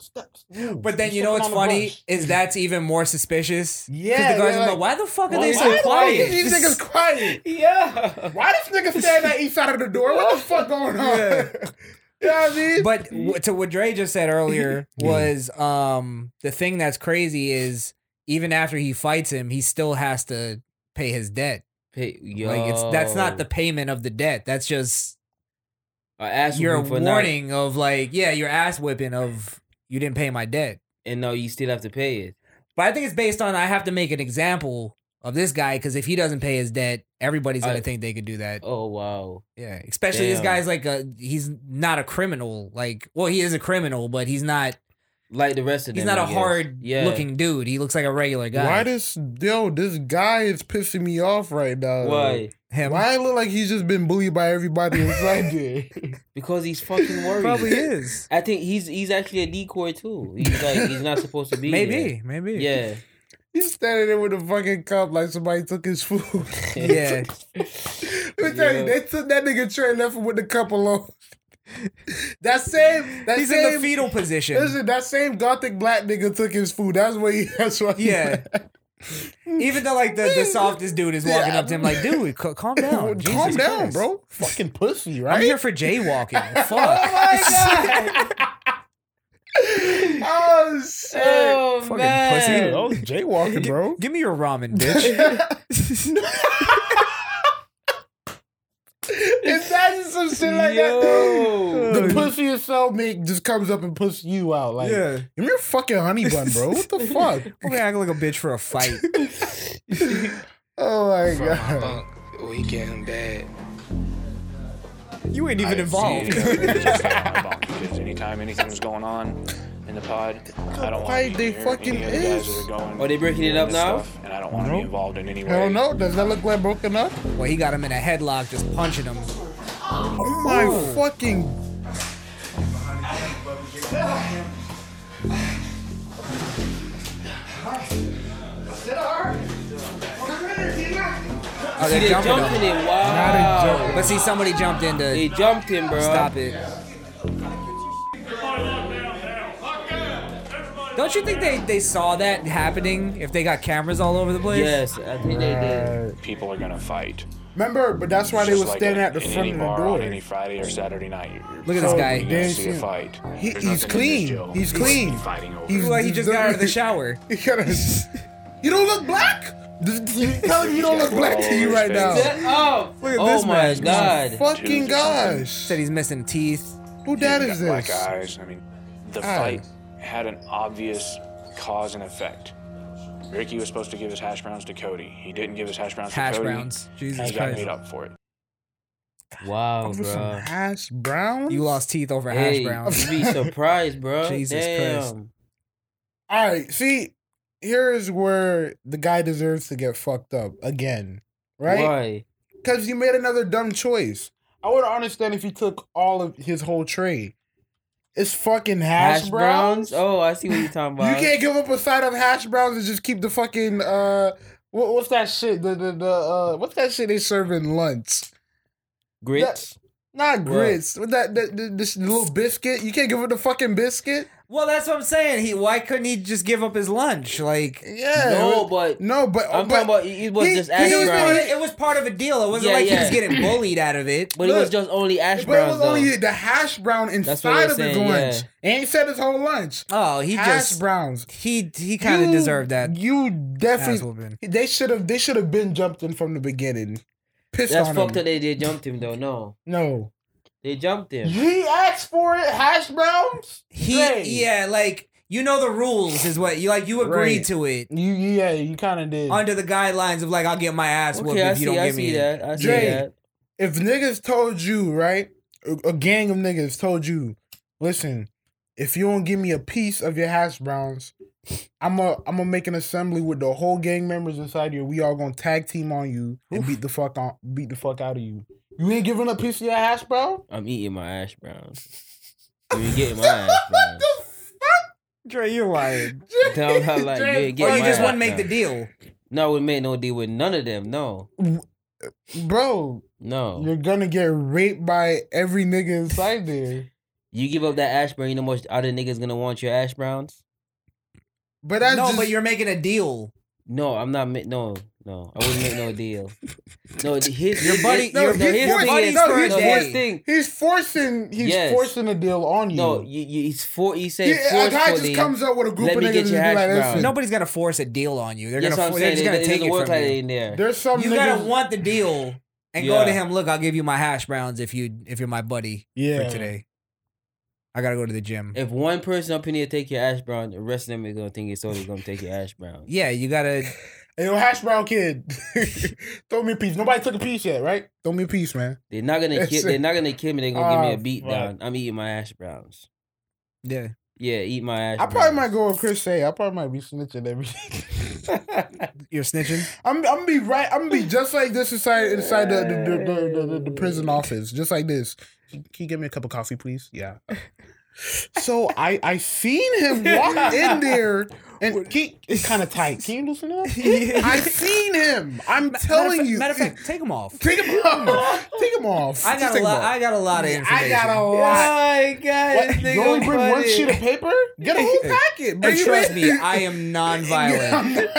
S5: Steps, move.
S10: But then
S5: You're
S10: you know
S5: stepping
S10: what's
S5: on the
S10: funny
S5: brush.
S10: is that's even more suspicious.
S5: Yeah,
S10: the guards
S5: they're
S10: are like,
S5: like,
S10: why the fuck are
S5: Why
S10: they
S5: the
S10: so
S5: fuck
S10: quiet?
S5: is These
S10: (laughs)
S5: niggas quiet.
S4: Yeah.
S5: Why this nigga standing at each side of the door? What the fuck going on?
S10: (laughs) Yeah.
S5: (laughs) you know what I mean?
S10: But w- to what Dre just said earlier
S5: (laughs)
S10: was um the thing that's crazy is even after he fights him, he still has to pay his debt.
S4: Hey, yo.
S10: Like it's that's not the payment of the debt. That's just
S4: I asked
S10: your
S4: you for warning,
S10: warning of like, yeah, your ass whipping of you didn't pay my debt.
S4: and now you still have to pay it.
S10: But I think it's based on I have to make an example of this guy because if he doesn't pay his debt, everybody's gonna
S4: I-
S10: think they could do that.
S4: Oh wow.
S10: Yeah, especially this
S4: Damn.
S10: guy's like a he's not a criminal. Like, well, he is a criminal, but he's not
S4: Like the rest of
S10: he's
S4: them.
S10: not
S4: I
S10: a
S4: guess.
S10: hard
S4: yeah.
S10: looking dude. He looks like a regular guy.
S5: Why this yo? This guy is pissing me off right
S10: (laughs)
S5: now.
S4: Why?
S10: Him
S5: Why it look like he's just been bullied by everybody inside
S10: (laughs)
S5: there?
S4: Because he's fucking worried.
S10: probably
S4: (laughs)
S10: is.
S4: I think he's he's actually a decoy too. He's like he's not supposed to be.
S10: Maybe, maybe.
S4: There. Yeah.
S5: He's standing there with a fucking cup like somebody took his food. (laughs) Let
S10: (laughs)
S5: me
S10: yeah.
S5: tell you, they took that nigga tray and left him with the cup alone. (laughs) That same. That
S10: He's in the
S5: same,
S10: fetal position.
S5: Listen, that same gothic black nigga took his food. That's what he. (laughs) That's what.
S10: (laughs)
S5: he-
S10: Yeah. Even though like the, the softest dude is walking up to him like, dude, ca- calm down, Jesus
S5: Calm down,
S10: Christ.
S5: bro. Fucking pussy, right?
S10: I'm here for (laughs) jaywalking. Fuck.
S5: (laughs) Oh shit!
S10: Fucking pussy.
S5: man. Oh, (laughs) jaywalking, bro.
S10: Give me your ramen, (laughs)
S5: (laughs)
S10: bitch.
S5: Imagine some shit like
S10: Oh,
S5: that. The pussy your cellmate just comes up and pushes you out. Like,
S10: Yeah.
S5: give me your fucking honey bun, bro. What the
S10: (laughs)
S5: fuck?
S10: I'm gonna act like a bitch for a fight.
S5: Oh my
S15: From my
S5: god.
S15: bunk, we getting bad.
S10: (laughs) You ain't
S11: I
S10: even involved.
S11: see
S10: (laughs)
S11: it every day on my bunk, because anytime anything was going on in the pod, I don't want
S5: Why
S11: to
S5: they
S11: be near
S5: fucking
S11: any of the guys
S5: is?
S11: that are going.
S4: Are they breaking it
S11: doing
S4: up
S11: this
S4: now?
S11: Stuff, and I don't want to be involved in any way.
S5: Hell no. Does that look like broken up?
S10: Well, he got him in a headlock, just punching him.
S5: Oh my fucking.
S10: Oh,
S4: See,
S10: they're
S4: they
S10: jumping
S4: jumped in
S10: him.
S4: it. Wow.
S10: But see, somebody jumped in to
S4: They jumped him, bro.
S10: stop it. Don't you think they, they saw that happening if they got cameras all over the place?
S4: Yes, I think they did.
S11: People are gonna fight.
S5: Remember, but that's why
S11: It's
S5: they
S11: just
S5: were
S11: like
S5: standing
S11: a-
S5: at the
S11: in
S5: front
S11: any
S5: of the
S11: bar
S5: door.
S11: On any Friday or Saturday night. You're, you're
S5: Look at this guy.
S11: You're gonna
S5: Damn
S11: see a
S5: shit.
S11: fight.
S5: He-
S11: There's
S5: he's
S11: nothing in this
S5: clean.
S11: jail.
S5: He's
S11: There's
S5: clean.
S11: nothing Fighting over.
S5: He's-
S10: Look like he just got out (laughs)
S5: (laughs)
S10: of the shower.
S5: You gotta- (laughs) You don't look black. You tell me you don't look black to you right now.
S4: Shut up.
S10: Look at
S4: oh
S10: this
S4: my
S10: man.
S4: god.
S5: Fucking gosh.
S10: Said he's missing teeth.
S5: Who that
S11: He's
S5: is
S11: got Black
S5: this?
S11: eyes. I mean, the
S5: Ah.
S11: fight had an obvious cause and effect. Ricky was supposed to give his hash browns to Cody. He didn't give his hash browns
S10: Hash
S11: to Cody.
S10: browns. Jesus
S11: and he got
S10: Christ.
S11: made up for it.
S4: Wow,
S5: With some
S4: bro.
S5: hash brown.
S10: You lost teeth over hash
S4: Hey,
S10: browns.
S4: (laughs) you be surprised,
S10: (laughs)
S4: bro.
S10: Jesus
S4: Damn.
S10: Christ.
S5: All right, see, here is where the guy deserves to get fucked up again, right?
S4: Why?
S5: Because you made another dumb choice. I would understand if he took all of his whole tray. It's fucking hash, browns.
S4: Oh, I see what you're talking about.
S5: You can't give up a side of hash browns and just keep the fucking uh, what, what's that shit? The the the uh, what's that shit they serve in lunch?
S4: grits.
S5: Not
S4: What?
S5: grits. What? That that the, this little biscuit. You can't give up the fucking biscuit.
S10: Well, that's what I'm saying. He why couldn't he just give up his lunch? Like
S5: Yeah.
S4: no, but
S5: No, but
S4: I'm
S5: but,
S4: talking about it it was
S5: he-
S4: just
S5: he
S4: hash
S10: it, was part of,
S4: browns.
S10: it was part of a deal. It wasn't
S4: Yeah,
S10: like
S4: yeah.
S10: he was getting bullied out of it.
S4: (laughs) But it was
S5: Look,
S4: just only hash
S5: But it
S4: browns
S5: was
S4: though.
S5: only the hash brown
S4: That's what we're
S5: inside of his
S4: saying,
S5: lunch. And he said his whole lunch.
S10: Oh, he
S5: hash
S10: just
S5: browns.
S10: he he kind of
S5: You-
S10: deserved that.
S5: You
S10: Ass
S5: definitely.
S10: whooping.
S5: They should have. They should have been jumped in from the beginning. Pissed
S4: That's
S5: on
S4: fucked
S5: him.
S4: up. They did jumped him though. No,
S5: No.
S4: they jumped him.
S5: He asked for it. Hash browns.
S10: He
S5: Dang.
S10: yeah, like you know the rules is what you like. You agree
S5: Right.
S10: to it
S5: You yeah. You kind of did.
S10: under the guidelines of like I'll get my ass whooped
S4: Okay, I
S10: if you
S4: see.
S10: don't
S4: I
S10: give me
S4: see that. I see
S5: Dre.
S4: that.
S5: if niggas told you, right, a, a gang of niggas told you, listen, if you don't give me a piece of your hash browns, I'm a I'm gonna make an assembly with the whole gang members inside here. We all gonna tag team on you and beat the fuck on beat the fuck out of you. You ain't giving a piece of your hash brown.
S4: I'm eating my hash browns. (laughs) You ain't getting my
S5: (laughs)
S4: hash browns.
S10: Dre, you're lying.
S4: Tell him
S10: (laughs)
S4: how like you
S10: Or
S4: ain't getting
S10: you
S4: my
S10: just
S4: hash
S10: wouldn't make the
S4: browns.
S10: deal.
S4: No, we made no deal with none of them. No,
S5: Bro,
S4: no.
S5: you're gonna get raped by every nigga inside there.
S4: You give up that ash brown, you know how much other niggas gonna want your ash browns?
S5: But that's
S10: no,
S5: just,
S10: but you're making a deal.
S4: No, I'm not. Ma- no, no, I wouldn't make no deal. No, th- his
S10: Your buddy-
S4: no,
S10: your-
S4: no,
S10: his
S4: his thing
S5: buddy-
S4: is,
S5: no,
S4: no,
S5: his
S4: his
S5: buddy-
S4: thing.
S5: he's forcing he's
S4: Yes.
S5: forcing a deal on you.
S4: No, you, you, he's for. He said
S5: yeah, a guy
S4: forcefully-
S5: just comes up with a group
S4: let
S5: of
S4: me
S5: niggas
S4: get
S5: and just
S4: your
S5: be
S4: hash
S5: like,
S4: brown.
S5: listen,
S10: Nobody's gonna force a deal on you. They're
S4: That's
S10: gonna
S4: what I'm
S10: for- they're
S4: saying.
S10: just
S4: It,
S10: gonna
S4: it
S10: take
S4: doesn't
S10: it
S4: work
S10: from
S4: like that
S10: you.
S4: in there.
S5: There's some
S10: You
S5: niggas.
S10: gotta want the deal and go
S4: Yeah.
S10: to him. Look, I'll give you my hash browns if you if you're my buddy
S5: Yeah.
S10: for today. I gotta go to the gym.
S4: If one person up in here take your ash brown, the rest of them is gonna think it's always gonna take your ash brown.
S10: Yeah, you gotta.
S5: Hey, yo, hash brown kid, (laughs) throw me a piece. Nobody took a piece yet, right? Throw me a piece, man.
S4: They're not gonna
S5: That's
S4: kill.
S5: it.
S4: They're not gonna kill me. They're gonna give me
S5: Ah,
S4: a beat down. I'm eating my ash browns.
S10: Yeah,
S4: Yeah, eat my ash.
S5: I probably might
S4: browns.
S5: go with Chris say. I probably might be snitching (laughs) everything.
S10: you're snitching.
S5: I'm, I'm gonna be right. I'm gonna be just like this inside inside the the, the, the, the, the prison office, just like this. Can you give me a cup of coffee, please? Yeah. So I I seen him
S10: (laughs)
S5: walk in there and he it's kind of tight. Can you loosen it up? I seen him. I'm telling you.
S10: Matter of fact, take him off.
S5: Take him off. Take him off.
S10: I got
S5: Just
S10: a
S5: take 'em
S10: lot.
S5: off.
S10: I got a lot of information. Oh
S5: I got a lot.
S4: my god!
S5: What?
S4: this
S5: You
S4: nigga
S5: only bring one
S4: funny.
S5: sheet
S10: (laughs)
S5: of paper? Get a whole packet.
S10: And
S5: Bring it
S10: trust
S5: in.
S10: me, I
S5: (laughs)
S10: am non-violent.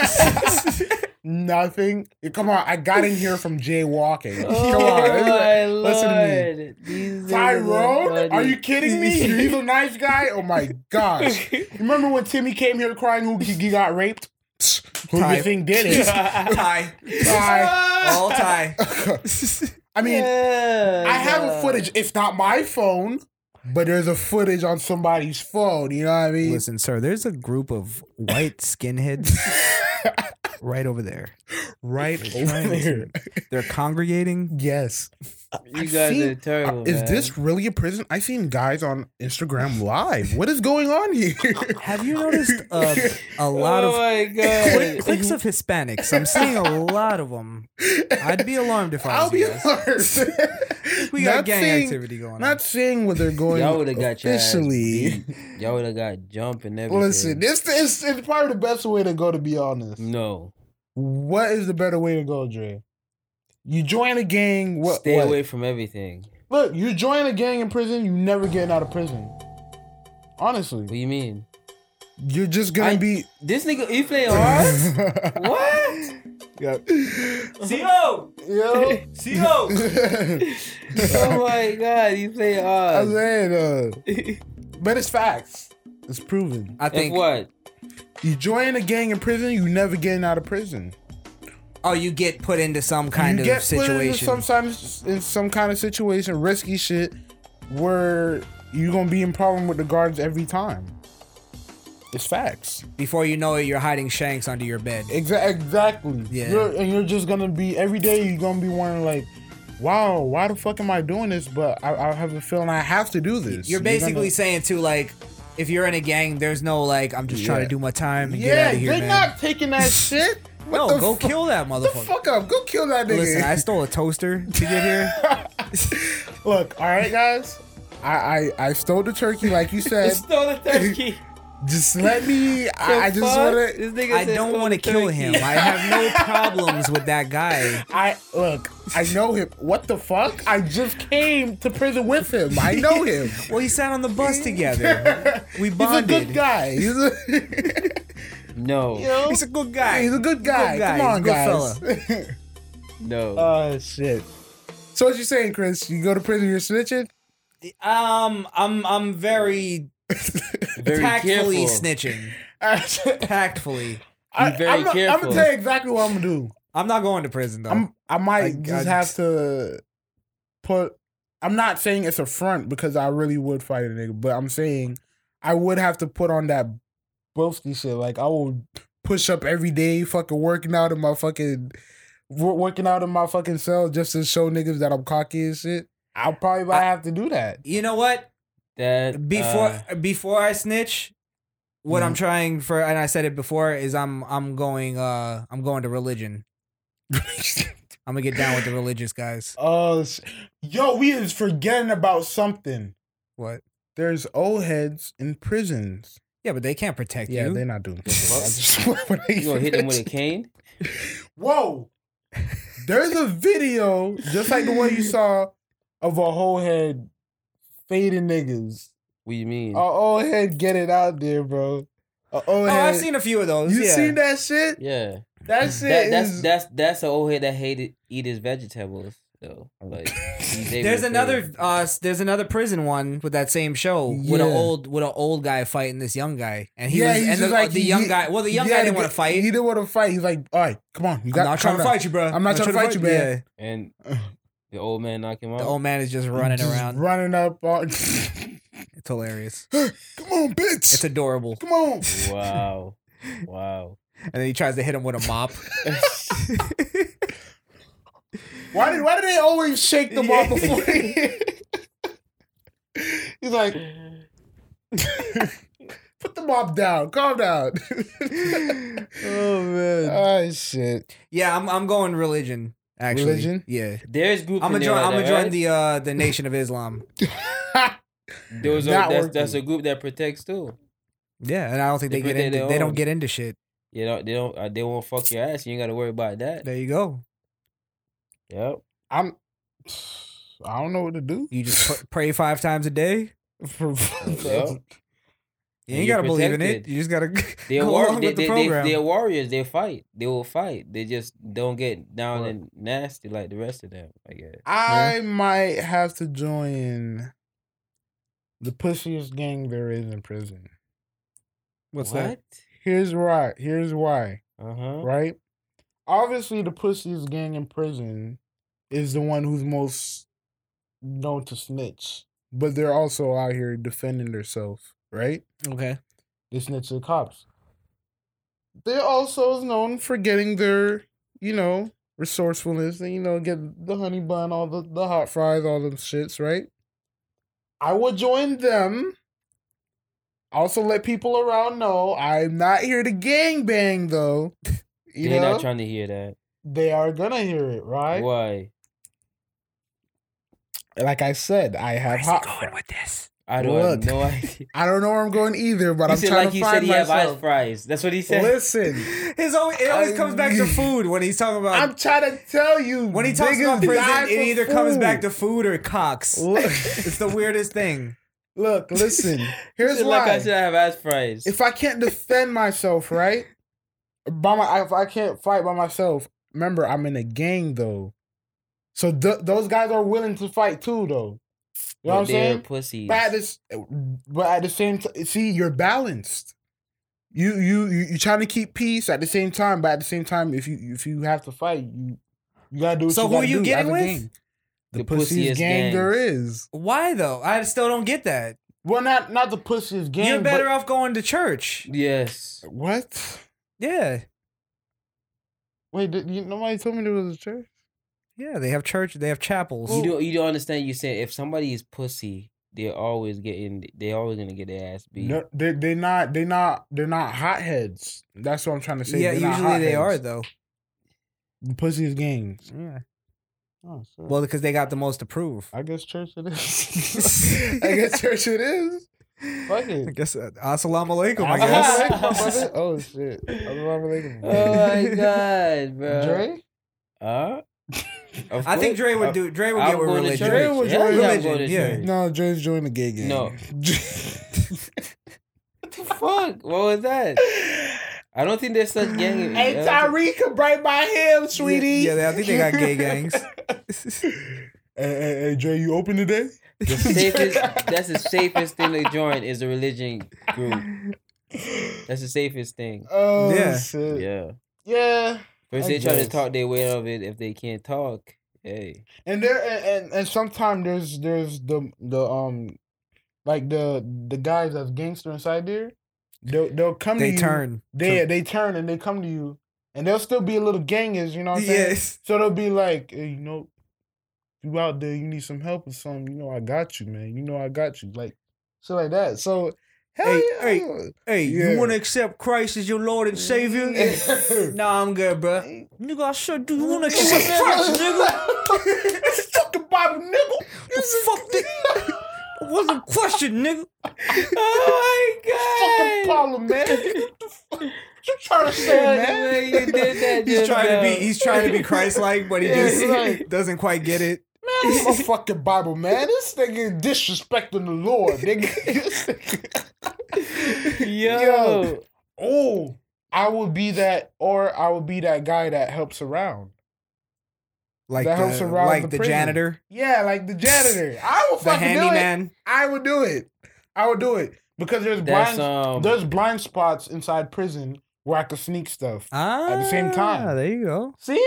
S5: Nothing. Come on, I got in here from jaywalking.
S4: (laughs)
S5: Come
S4: Oh,
S5: on,
S4: my
S5: listen to me.
S4: Lord. These niggas are
S5: Tyrone, are
S4: funny.
S5: you kidding
S4: (laughs)
S5: me? You're either nice guy. Oh my gosh! Remember when Timmy came here crying? Who he got raped? (laughs) Who do
S10: Ty.
S5: you think did
S10: (laughs)
S5: it? (laughs)
S10: Ty. (laughs)
S5: Ty.
S10: All Ty.
S5: I mean, I have a
S10: God.
S5: footage. It's not my phone, but there's a footage on somebody's phone. You know what I mean?
S10: Listen, sir, there's a group of white
S5: (laughs)
S10: skinheads right over there. Right
S5: over there.
S10: They're congregating.
S5: Yes.
S4: You
S5: I've
S4: guys
S5: seen-
S4: are terrible.
S5: Is
S4: man.
S5: this really a prison? I've seen guys on Instagram live. What is going
S4: (laughs)
S5: on here?
S10: Have you noticed
S5: (laughs)
S10: uh, a lot
S4: Oh
S10: of
S4: my
S10: click-
S4: god!
S10: clicks of Hispanics? I'm seeing a lot of them. I'd be alarmed if I was
S5: I'll be
S10: you
S5: (laughs)
S10: guys.
S5: honest.
S4: (laughs)
S10: We got
S5: Not
S10: gang
S5: seeing-
S10: activity going on.
S5: Not seeing where they're going
S4: Y'all would have got your ass
S5: officially. (laughs)
S4: beat. Y'all would have got jumped and everything.
S5: Listen, this is it's probably the best way to go. To be honest,
S4: no.
S5: what is the better way to go, Dre? You join a gang. What?
S4: Stay
S5: what?
S4: away from everything.
S5: Look, you join a gang in prison. You never getting out of prison. Honestly, what
S4: do you mean?
S5: You're just gonna be.
S4: This nigga, he play
S5: (laughs)
S4: hard. what?
S5: Yep.
S4: Co.
S5: Yo.
S10: (laughs)
S4: Co.
S5: (laughs)
S4: oh my god, you play
S5: I
S4: hard.
S5: said, uh, but it's facts. It's proven.
S10: I think.
S4: what?
S5: You join a gang in prison, you never getting out of prison.
S10: Oh, you get put into some kind
S5: you
S10: of
S5: get put into
S10: situation.
S5: some kind of, in some kind of situation, risky shit, where you're gonna be in problem with the guards every time. It's facts.
S10: Before you know it, you're hiding shanks under your bed.
S5: Exa- exactly.
S10: Yeah.
S5: You're, and you're just gonna be every day. You're gonna be wondering like, wow, why the fuck am I doing this? But I, I have a feeling I have to do this.
S10: You're
S5: gonna-
S10: basically saying too, like, if you're in a gang, there's no like, I'm just trying
S5: Yeah.
S10: to do my time and get
S5: yeah,
S10: out of here,
S5: they're
S10: man.
S5: not
S10: (laughs)
S5: taking that shit. What
S10: no,
S5: the
S10: go
S5: fuck?
S10: kill that
S5: the
S10: motherfucker.
S5: fuck up. Go kill that nigga.
S10: Listen, I stole a toaster to get here.
S5: Look, all right, guys. I, I I stole the turkey,
S10: (laughs)
S5: like you said.
S4: Stole the turkey.
S5: (laughs) just let me. I, I just
S4: fuck?
S5: want
S4: This
S5: to.
S4: nigga
S10: I
S4: said
S10: don't
S4: stole
S10: want to
S4: the
S10: kill
S4: turkey.
S10: him. I have no problems with that guy.
S5: I look. I know him. What the fuck? I just came to prison with him. I
S10: (laughs)
S5: know him.
S10: Well, he sat on the bus
S5: (laughs)
S10: together. We
S5: He's a
S10: bonded.
S5: good guy.
S10: (laughs)
S5: He's a, you
S4: No,
S5: know?
S10: He's a good guy.
S5: He's a good guy.
S10: guy.
S5: Come on,
S10: He's a
S5: guys.
S10: good
S4: no.
S5: (laughs) oh shit. So what you saying, Chris? You go to prison, you're snitching. (laughs)
S10: Um, I'm I'm very,
S4: Very
S10: tactfully
S4: careful.
S10: snitching.
S5: (laughs) I,
S10: Tactfully.
S5: I,
S4: very
S5: I'm, gonna- I'm
S4: careful.
S5: gonna tell you exactly what I'm gonna do.
S10: I'm not going to prison though.
S5: I'm I might
S10: Oh, I-
S5: just
S10: I-
S5: have to put I'm not saying it's a front because I really would fight a nigga, but I'm saying I would have to put on that Broski shit. Like I will push up every day, fucking working out in my fucking wor- working out in my fucking cell just to show niggas that I'm cocky and shit. I'll probably might
S10: I-
S5: have to do that.
S10: you know what?
S4: That
S10: before
S4: uh,
S10: before I snitch, what
S5: Mm.
S10: I'm trying for, and I said it before, is I'm I'm going uh I'm going to religion. I'm gonna get down
S5: (laughs)
S10: with the religious guys.
S5: Oh, s yo, we is forgetting about something.
S10: What?
S5: There's old heads in prisons.
S10: Yeah, but they can't protect
S5: Yeah,
S10: you.
S5: they're not doing good. I just (laughs) wanna
S4: you gonna hit him with a cane?
S5: Whoa! There's a video just like the one you saw of a whole head fading niggas.
S4: What do you mean?
S5: A old head get it out there, bro. A old
S10: oh,
S5: head.
S10: I've seen a few of those.
S5: you
S10: yeah.
S5: seen that shit?
S4: Yeah,
S5: That shit
S4: that, that's
S5: is-
S4: that's that's an old head that hated eat his vegetables. Though, like
S10: (laughs)
S4: he's able
S10: There's
S4: to
S10: another
S4: cook.
S10: uh there's another prison one with that same show with an
S5: Yeah.
S10: old with an old guy fighting this young guy. And he
S5: yeah,
S10: was
S5: he's
S10: and the,
S5: just like
S10: the
S5: he-
S10: young guy well the young
S5: he had
S10: guy didn't
S5: to
S10: want to
S5: get-
S10: fight.
S5: He didn't want to fight. He's like, all right, come on, you
S10: I'm
S5: got.
S10: not trying to
S5: calm down.
S10: fight you, bro.
S5: I'm not trying to fight you, man.
S4: and the old man knock him out.
S10: The old man is just running
S5: Just
S10: around.
S5: running up.
S10: (laughs)
S5: On, (laughs)
S10: It's hilarious.
S5: come on, bitch.
S10: It's adorable.
S5: come on.
S4: Wow, wow.
S10: And then he tries to hit him with a (laughs) mop. (laughs)
S4: (laughs)
S5: Why did Why do they always shake the ball
S10: Yeah.
S5: before? they- (laughs) He's like, put the mop down. Calm down.
S10: oh man.
S5: (laughs) oh shit.
S10: Yeah, I'm I'm going religion. Actually,
S5: Religion?
S10: Yeah,
S4: (laughs) There's group.
S10: I'm
S4: in
S10: gonna
S4: there
S10: join. uh,
S4: like
S10: I'm gonna
S4: that,
S10: join
S4: right?
S10: the uh the Nation of Islam.
S4: There was a,
S10: Not
S4: that's,
S10: working.
S4: that's a group that protects too.
S10: Yeah, and I don't think they,
S4: They
S10: get
S4: protect
S10: into
S4: their
S10: they don't
S4: own.
S10: get into shit.
S4: You know they don't uh, they won't fuck your ass. You ain't got to worry about that.
S10: There you go.
S4: Yep.
S5: (laughs) I'm. I don't know what to do. (laughs)
S10: You (laughs) just pr- pray five times a day.
S5: you
S10: ain't
S4: And you're
S10: gotta believe in it.
S4: protected.
S10: You just gotta (laughs) go
S4: They're, war-
S10: along
S4: they,
S10: with the
S4: they, they,
S10: program.
S4: they're warriors. They fight. They will fight. They just don't get down and nasty like the rest of them. I guess.
S5: I might have to join the pussiest gang there is in prison.
S10: What's
S4: that? What?
S5: Here's why. Here's why.
S4: Uh-huh.
S5: Right? Obviously, the pussiest gang in prison is the one who's most known to snitch, but they're also out here defending themselves, right?
S10: Okay.
S5: They snitch to the cops. They're also known for getting their, you know, resourcefulness and, you know, get the honey bun, all the, the hot fries, all them shits, right? I will join them. Also, let people around know I'm not here to gang bang though. (laughs) You
S4: They're
S5: know,
S4: not trying to hear that.
S5: they are gonna hear it, right?
S4: Why?
S5: Like I said, I have hot going with
S10: this.
S4: I don't have
S5: (laughs)
S4: no idea.
S5: I don't know where I'm going either, but
S4: he
S5: I'm
S4: said
S5: trying
S4: like
S5: to
S4: he
S5: find
S4: said he have
S5: myself.
S4: ice fries. That's what he said.
S5: Listen,
S10: His own, it always
S5: I-
S10: comes back to food when he's talking about.
S5: I'm trying to tell you.
S10: When he talks about
S5: niggas
S10: prison,
S5: die
S10: it
S5: for
S10: either comes back
S5: food.
S10: to food or cocks. (laughs) it's the weirdest thing.
S4: (laughs)
S5: Look, listen.
S4: (laughs)
S5: Here's
S4: He said,
S5: why.
S4: Like I should have ass fries.
S5: if I can't defend myself, right? By my, if I can't fight by myself, remember I'm in a gang though. So th- those guys are willing to fight too, though. You
S4: But
S5: know what I'm
S4: they're
S5: saying?
S4: pussies.
S5: But at this, eh, but at the same time, see, you're balanced. You you you you're trying to keep peace at the same time, but at the same time, if you if you have to fight, you you gotta do. What
S10: So
S5: you
S10: who
S5: gotta
S10: are you
S5: do
S10: getting
S5: as a
S10: with?
S5: gang. The, pussiest, gang, there is.
S10: Why though? I still don't get that.
S5: Well, not not the pussiest gang.
S10: You're better
S5: but-
S10: off going to church.
S4: Yes.
S5: What?
S10: Yeah.
S5: Wait, did you, nobody told me there was a church.
S10: Yeah, they have church. They have chapels.
S4: You don't you don't understand. You said if somebody is pussy, they're always getting they're always gonna get their ass beat.
S5: No, they they not they not they're not hotheads. That's what I'm trying to say.
S10: yeah,
S5: They're not
S10: usually they are
S5: hotheads.
S10: though.
S5: The pussiest gangs.
S10: Yeah.
S5: Oh, sure.
S10: Well, because they got the most to prove.
S5: I guess church it is. (laughs) I guess church it (laughs) is. Fuck
S10: (laughs)
S5: it.
S10: I guess uh, assalamu alaikum. I
S5: Assalamu alaikum, my brother.
S10: guess.
S5: (laughs) Oh shit. Assalamu alaikum.
S4: (laughs) Oh
S5: (laughs)
S4: my god, bro.
S5: Dre?
S4: Huh? Of
S10: I think
S4: course.
S10: Dre would do. Dray would
S4: I'm
S10: get with
S4: going to
S10: religion.
S4: church. Dre would Yeah, join yeah, I'm religion, going to yeah. church.
S5: No, Dre's joined the gay gang.
S4: No. what the (laughs) fuck? What was that? I don't think there's such gang.
S5: Hey Tyreek could break my him, sweetie.
S10: Yeah, they- I think they got
S5: (laughs)
S10: gay gangs.
S5: Hey, hey, hey, Dre, you open today?
S4: The safest, that's the safest thing to join is a religion group. That's the safest thing.
S5: Oh, Yeah. shit.
S4: Yeah.
S5: Yeah.
S4: First
S5: I
S4: they try to
S5: guess.
S4: talk their way out of it. If they can't talk, hey.
S5: and there and and, and sometimes there's there's the the um like the the guys that's gangster inside there they'll they'll come
S10: They
S5: to you
S10: turn
S5: they
S10: to-
S5: they turn and they come to you and they'll still be a little gangers you know what I'm saying
S10: Yes.
S5: so they'll be like hey, you know you out there you need some help or something you know I got you man you know I got you like so like that so hell
S10: Hey,
S5: yeah.
S10: hey, hey,
S5: Yeah.
S10: you want to accept Christ as your Lord and Savior?
S5: (laughs)
S10: nah, I'm good, bro. Nigga, I sure do. You want to accept Christ,
S5: (laughs)
S10: nigga?
S5: fuck the Bible, nigga.
S10: fuck the...
S5: (laughs)
S10: It wasn't a question, nigga.
S5: oh my god fucking problem man what you trying to say man
S4: you did that
S10: He's
S4: just
S10: trying to be
S4: now.
S10: he's trying
S5: (laughs)
S10: to be Christ-like, but he
S5: Yeah,
S10: just (laughs)
S5: right.
S10: doesn't quite get it.
S5: Man, this is a fucking Bible, man. This nigga disrespecting the Lord, nigga. (laughs)
S4: Yo.
S5: Oh, I would be that, or I would be that guy that helps around.
S10: Like
S5: that
S10: the, like the,
S5: prison.
S10: janitor.
S5: Yeah, like the janitor. I would
S10: The
S5: fucking do it.
S10: handyman.
S5: I would do it. I would do it. Because there's
S4: That's,
S5: blind
S4: um,
S5: there's blind spots inside prison where I could sneak stuff.
S10: Ah,
S5: at the same time.
S10: There you go.
S5: See?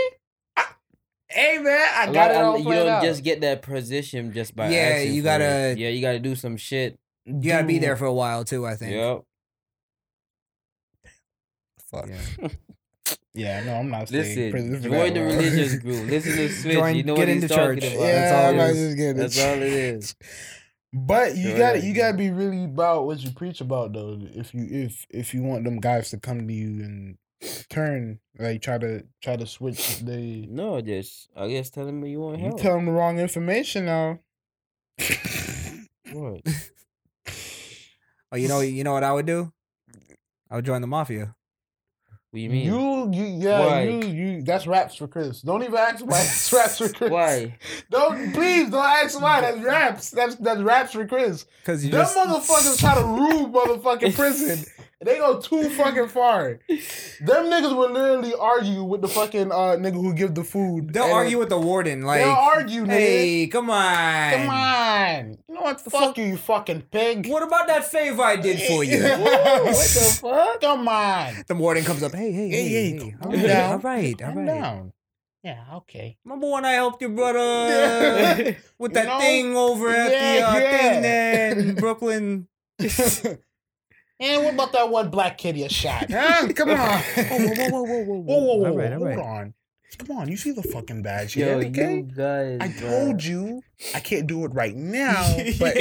S5: I- hey man, I
S4: A
S5: got
S4: lot-
S5: it
S4: a-
S5: all
S4: You
S5: planned
S4: don't
S5: out.
S4: just get that position just by
S10: Yeah,
S4: asking
S10: you
S4: for
S10: gotta-
S4: it. Yeah, you gotta do some shit.
S10: You gotta be
S4: Dude.
S10: there for a while too, I think.
S4: Yep.
S10: Fuck.
S5: Yeah, no, I'm not staying in prison
S4: Listen,
S5: for
S4: join
S5: that
S4: the
S5: long. (laughs)
S4: religious group. Listen to Switch.
S10: Join-
S4: you know
S10: get
S4: what
S10: into
S4: he's talking
S10: church.
S4: about.
S10: Yeah,
S4: That's all
S5: I'm not
S4: it
S5: just
S4: is.
S5: getting
S4: That's
S5: into
S4: all it is.
S5: But you
S4: Right.
S5: got to you got to be really about what you preach about though. If you if if you want them guys to come to you and turn like try to try to
S4: (laughs)
S5: switch the
S4: No, just I guess tell him you want
S5: you
S4: help.
S5: tell them the wrong information now.
S4: What?
S10: Oh, you know, you know what I would do? I would join the mafia.
S4: What do you
S5: (laughs) You, you, yeah,
S10: Why?
S5: you, you. That's raps for Chris. Don't even ask why. That's raps for
S4: (laughs)
S5: Chris. (laughs)
S4: Why?
S5: Don't please don't ask why. That's raps. That's that's raps for Chris.
S10: 'Cause you
S5: them
S10: just-
S5: motherfuckers try to rule motherfucking prison. They go too fucking far. Them niggas would literally argue with the fucking uh nigga who give the
S10: (laughs)
S5: food.
S10: They'll
S5: And-
S10: argue with the warden. Like
S5: They'll argue, nigga.
S10: Hey, come on,
S5: Come on. You know what? Fuck, you, you fucking pig.
S10: What about that favor I did for you?
S5: (laughs) what the fuck? Come on.
S10: The warden comes up. Hey, hey, hey,
S5: Hey,
S10: hey.
S5: hey,
S10: All
S5: calm
S10: right,
S5: down.
S10: all right, all
S5: Calm
S10: right.
S5: down. Yeah, okay.
S10: Remember when I helped your
S5: (laughs)
S10: brother with
S5: You
S10: that
S5: know?
S10: thing over at the
S5: Yeah,
S10: uh,
S5: yeah.
S10: thing there
S5: (laughs)
S10: in Brooklyn?
S5: And what about that one black kid
S10: (laughs)
S5: you shot? Huh? Come on. (laughs) whoa, whoa, whoa, whoa, whoa, whoa, whoa, whoa.
S10: All right, all
S5: Hold
S10: right.
S5: on. Come on. You see the fucking badge here,
S4: Yo,
S5: okay?
S4: you guys.
S5: I
S4: bro.
S5: told you I can't do it right now,
S10: (laughs)
S5: but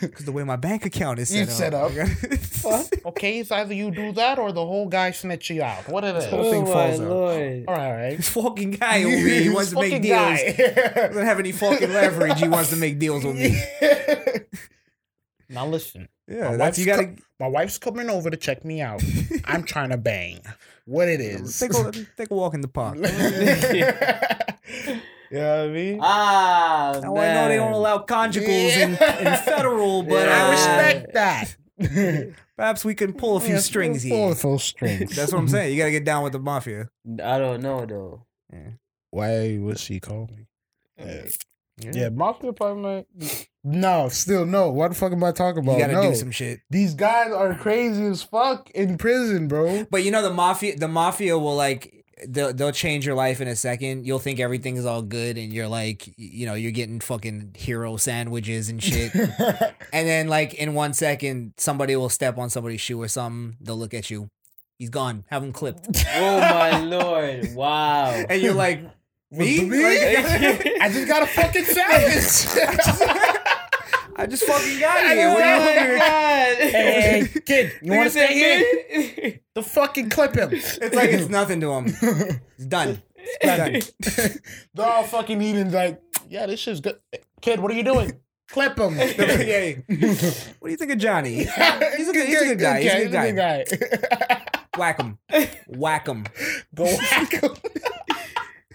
S10: Because the way my bank account is
S5: you
S10: set
S5: set
S10: up.
S5: up.
S10: (laughs)
S5: Fuck. (laughs) okay, it's either you do that or the whole guy snitch you out. What it is?
S10: whole (laughs) thing Oh, my falls out.
S4: Lord.
S5: All right, all right.
S10: This fucking
S5: (laughs)
S10: guy over here, he
S5: This
S10: wants to make
S5: fucking
S10: deals.
S5: guy.
S10: He
S5: (laughs)
S10: doesn't have any fucking leverage. He wants to make deals with
S5: (laughs)
S10: me.
S5: Now listen.
S10: Yeah,
S5: my
S10: that's,
S5: wife's,
S10: you gotta.
S5: co- my wife's coming over to check me out.
S10: (laughs)
S5: I'm trying to bang. What it is?
S10: Take
S5: (laughs)
S10: a, take a walk in the park.
S5: You know what I mean?
S4: Ah,
S10: Now I know they don't allow conjugals in, in federal, but
S5: I
S10: uh,
S5: respect that.
S10: Perhaps we can pull a few
S5: Yeah,
S10: strings
S5: pull
S10: here.
S5: a few strings.
S10: (laughs) That's what
S5: (laughs)
S10: I'm saying. You gotta get down with the mafia.
S4: I don't know though.
S5: Why would she call me? Yeah,
S10: Yeah.
S5: yeah mafia probably might. No, still no. What the fuck am I talking about?
S10: you gotta
S5: No.
S10: do some shit.
S5: These guys are crazy as fuck in prison, bro. (laughs)
S10: But you know the mafia, the mafia will like they'll, they'll change your life in a second. You'll think everything's all good, and you're like, y- you know, you're getting fucking hero sandwiches and
S5: (laughs)
S10: shit. and then like in one second, somebody will step on somebody's shoe or something. They'll look at you. He's gone. Have him clipped. (laughs)
S4: Oh my lord! Wow.
S10: and you're (laughs) like, me?
S5: me?
S10: Like,
S5: (laughs) I just got a fucking sandwich.
S10: (laughs) (laughs) I just fucking got
S5: I
S10: here. What
S5: just
S10: do you
S5: got
S10: want me to-
S5: hey, hey, kid,
S4: (laughs)
S5: you want to
S4: Look
S5: stay
S4: at
S5: here?
S4: that man.
S5: (laughs) The fucking clip him.
S10: It's (laughs) like
S5: (laughs)
S10: it's nothing to him. It's done. It's (laughs) done.
S5: (laughs) They're all fucking eating like, yeah, this shit's good. Kid, what are you doing? Clip him.
S10: (laughs) Yeah.
S5: (laughs)
S10: What do you think of (laughs) Johnny? He's a good, he's a good guy. He's a good guy. Whack (laughs) him. Whack him.
S5: (laughs) Go whack him.
S4: (laughs)
S5: (laughs)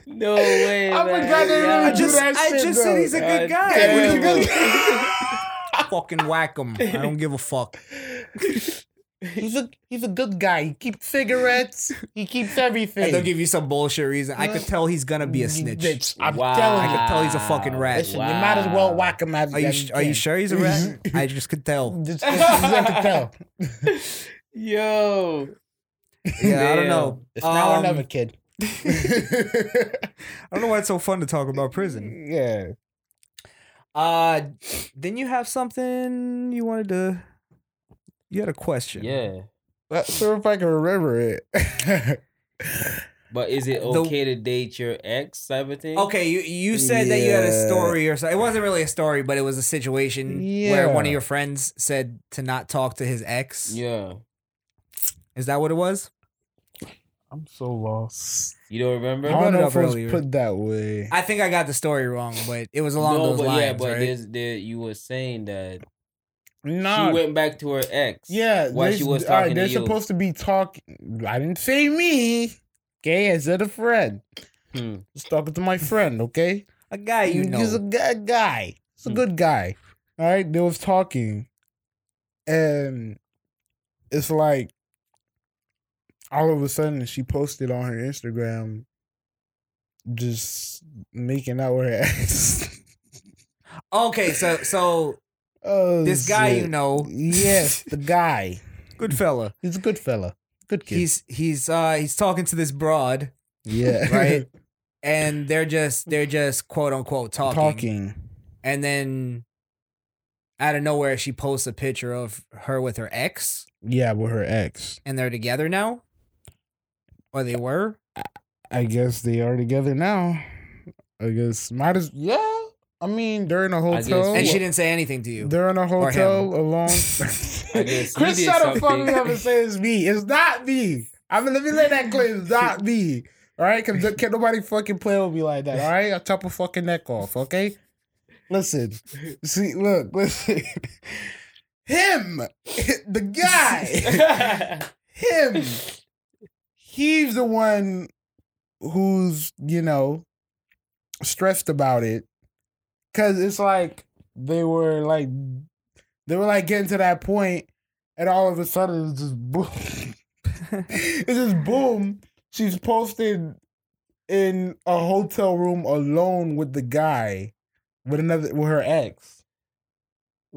S4: No way.
S5: I
S4: man.
S5: forgot they
S4: Yeah.
S10: (laughs)
S5: really
S10: I just,
S5: do that
S10: I
S5: shit,
S10: just said
S5: though.
S10: he's a good
S5: God
S10: guy. What
S5: damn.
S10: do you
S5: He's a good
S10: mean? Fucking whack him. I don't give a fuck. (laughs)
S5: He's a he's a good guy. He keeps cigarettes. He keeps
S10: And they'll
S5: everything.
S10: give you some bullshit reason. I could tell he's gonna (laughs) be a snitch.
S5: Bitch, I'm
S4: Wow.
S5: telling
S10: I
S5: you.
S10: could tell he's a fucking rat.
S5: Listen, you might as well whack him out.
S10: Are you sh- are you sure he's a (laughs)
S5: (laughs)
S10: rat? I just could (laughs) tell.
S5: Just, just, just to
S10: (laughs)
S5: tell.
S4: Yo.
S10: Yeah, I don't
S4: Damn.
S10: know.
S5: It's now or
S10: Um,
S5: never, kid.
S10: I don't know why it's so fun to talk about prison.
S5: yeah.
S10: Uh then you have something you wanted to you had a question.
S4: Yeah,
S5: Not sure if I can remember
S10: (laughs)
S5: it.
S4: but is it
S10: The-
S4: okay to date your ex? Type of thing.
S10: Okay, you you said that you had a
S5: Yeah.
S10: story or something. It wasn't really a story, but it was a situation where one of
S5: Yeah.
S10: your friends said to not talk to his ex.
S4: Yeah.
S10: Is that what it was?
S5: I'm so lost.
S4: You don't remember?
S5: I
S10: brought
S5: don't
S10: it
S5: know
S10: up
S5: if it was
S10: earlier.
S5: put that way.
S10: I think I got the story wrong, but it was along those
S4: but
S10: lines,
S4: yeah, but
S10: right?
S4: there's there you were saying that
S5: No.
S4: she went back to her ex.
S5: Yeah,
S4: while
S5: they-
S4: she was
S5: all right,
S4: talking to
S5: they're
S4: you.
S5: supposed to be talking. I didn't say me. Okay, I said a friend.
S4: Hmm.
S5: Just talking to my friend. Okay, Hmm.
S10: A guy you know.
S5: he's a good guy. He's a good guy. All right, they was talking, and it's like all of a sudden she posted on her Instagram, just making out with her (laughs) ass.
S10: okay, so so
S5: Oh,
S10: this guy you
S5: shit.
S10: know,
S5: Yes, the guy.
S10: (laughs) good fella.
S5: He's a good fella. Good kid.
S10: He's he's uh he's talking to this broad, (laughs)
S5: yeah. (laughs)
S10: right? and they're just they're just quote unquote talking.
S5: talking.
S10: And then out of nowhere she posts a picture of her with her ex
S5: Yeah, with her ex.
S10: and they're together now. Or they were.
S5: I guess they are together now. I guess might as yeah. I mean, they're in a
S4: guess-
S5: hotel.
S10: And she didn't say anything to you.
S5: They're in a hotel
S4: I
S5: alone. (laughs)
S4: guess you
S5: Chris,
S4: did
S5: shut the fuck
S4: something.
S5: up and say it's me. It's not me. I mean, let me let that clear. It's not me. All right, because can't nobody fucking play with me like that. All right, I'll chop a (laughs) fucking neck off. Okay, listen, see, look, listen. him, (laughs)
S4: (laughs)
S5: the guy, him. He's the one who's you know stressed about it because it's like they were like they were like getting to that point, and all of a sudden it's just boom. (laughs) it's just boom. She's posted in a hotel room alone with the guy, with another with her ex.
S4: (laughs)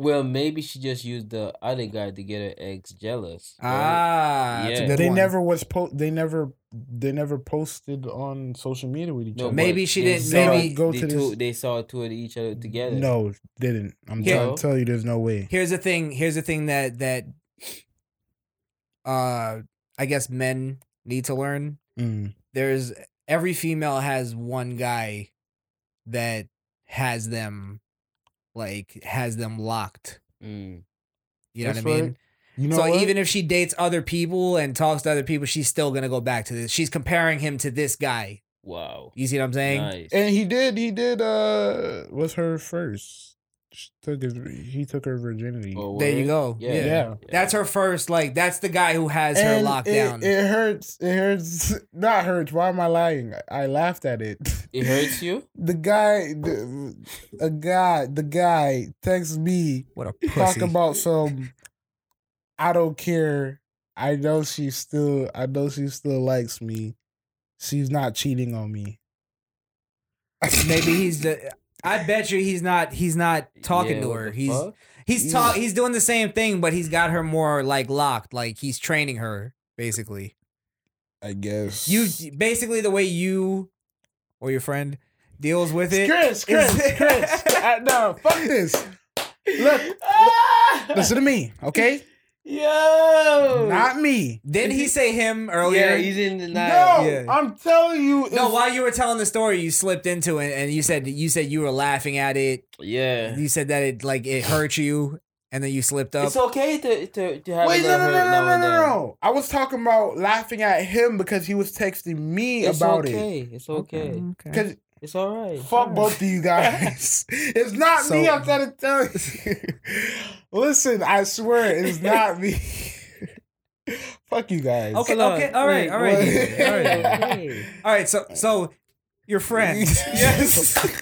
S4: Well, maybe she just used the other guy to get her ex jealous. right?
S10: Ah, that's a good
S5: they
S10: one.
S5: never was po- they never they never posted on social media with each
S4: No,
S5: other.
S4: but
S10: Maybe she
S4: they
S10: didn't-
S4: saw-
S10: maybe-
S5: Go
S4: they,
S5: to
S4: two-
S5: this-
S4: they saw two of each other together.
S5: No, didn't. I'm
S10: Here-
S5: trying to tell you, there's no way.
S10: Here's the thing. Here's the thing that that uh I guess men need to learn.
S5: Mm.
S10: There's every female has one guy that has them like has them locked.
S4: Mm,
S10: You know
S5: That's
S10: what I mean?
S5: right. You know
S10: so
S5: what?
S10: even if she dates other people and talks to other people, she's still gonna go back to this. She's comparing him to this guy.
S4: Wow.
S10: You see what I'm saying?
S5: And he did. He did. Uh, was her first. She took his. He took her virginity.
S4: Oh,
S10: There you go. Yeah.
S5: Yeah. yeah.
S10: That's her first, like, that's the guy who has her
S5: And
S10: locked
S5: it,
S10: down.
S5: It hurts. It hurts. (laughs) Not hurts. Why am I lying? I laughed at it.
S4: It hurts you?
S5: (laughs) The guy, the, a guy, the guy texts me.
S10: What a
S5: talk
S10: pussy.
S5: about some. I don't care. I know she still. I know she still likes me. She's not cheating on me.
S10: Maybe he's the. I bet you he's not. He's not talking
S5: Yeah,
S10: to
S5: what
S10: her.
S5: the
S10: He's
S5: (laughs) fuck?
S10: he's
S5: Yeah.
S10: talk. He's doing the same thing, but he's got her more like locked. Like he's training her basically.
S5: I guess (laughs)
S10: you basically the way you or your friend deals with it.
S5: Chris, Chris,
S10: is-
S5: Chris. I- no, fuck this. Look,
S4: (laughs)
S5: li- listen to me, okay?
S4: Yo,
S5: Not me.
S10: (laughs) Didn't he say him earlier?
S4: Yeah, you didn't deny
S5: No,
S10: it. Yeah.
S5: I'm telling you.
S10: No,
S5: it's-
S10: while you were telling the story, you slipped into it, and you said you said you were laughing at it.
S4: Yeah,
S10: you said that it like it hurt you, and then you slipped up.
S4: It's okay to to, to have
S5: Wait,
S4: a
S5: no,
S4: little
S5: no, no,
S4: hurt
S5: no,
S4: now
S5: no,
S4: and
S5: no,
S4: then.
S5: no. I was talking about laughing at him because he was texting me
S4: It's
S5: about
S4: okay.
S5: it.
S4: It's Mm, okay.
S5: Because
S4: It's all right.
S5: fuck both of you
S10: (laughs)
S5: guys. it's not me.
S4: So-
S5: I'm trying to tell you. (laughs) Listen, I swear, it's not me. (laughs) fuck you guys. (laughs)
S10: Okay, okay, all right, all right,
S5: Wait,
S10: all
S5: what?
S10: right, all right. So, so your
S5: (laughs)
S10: friend,
S5: yes,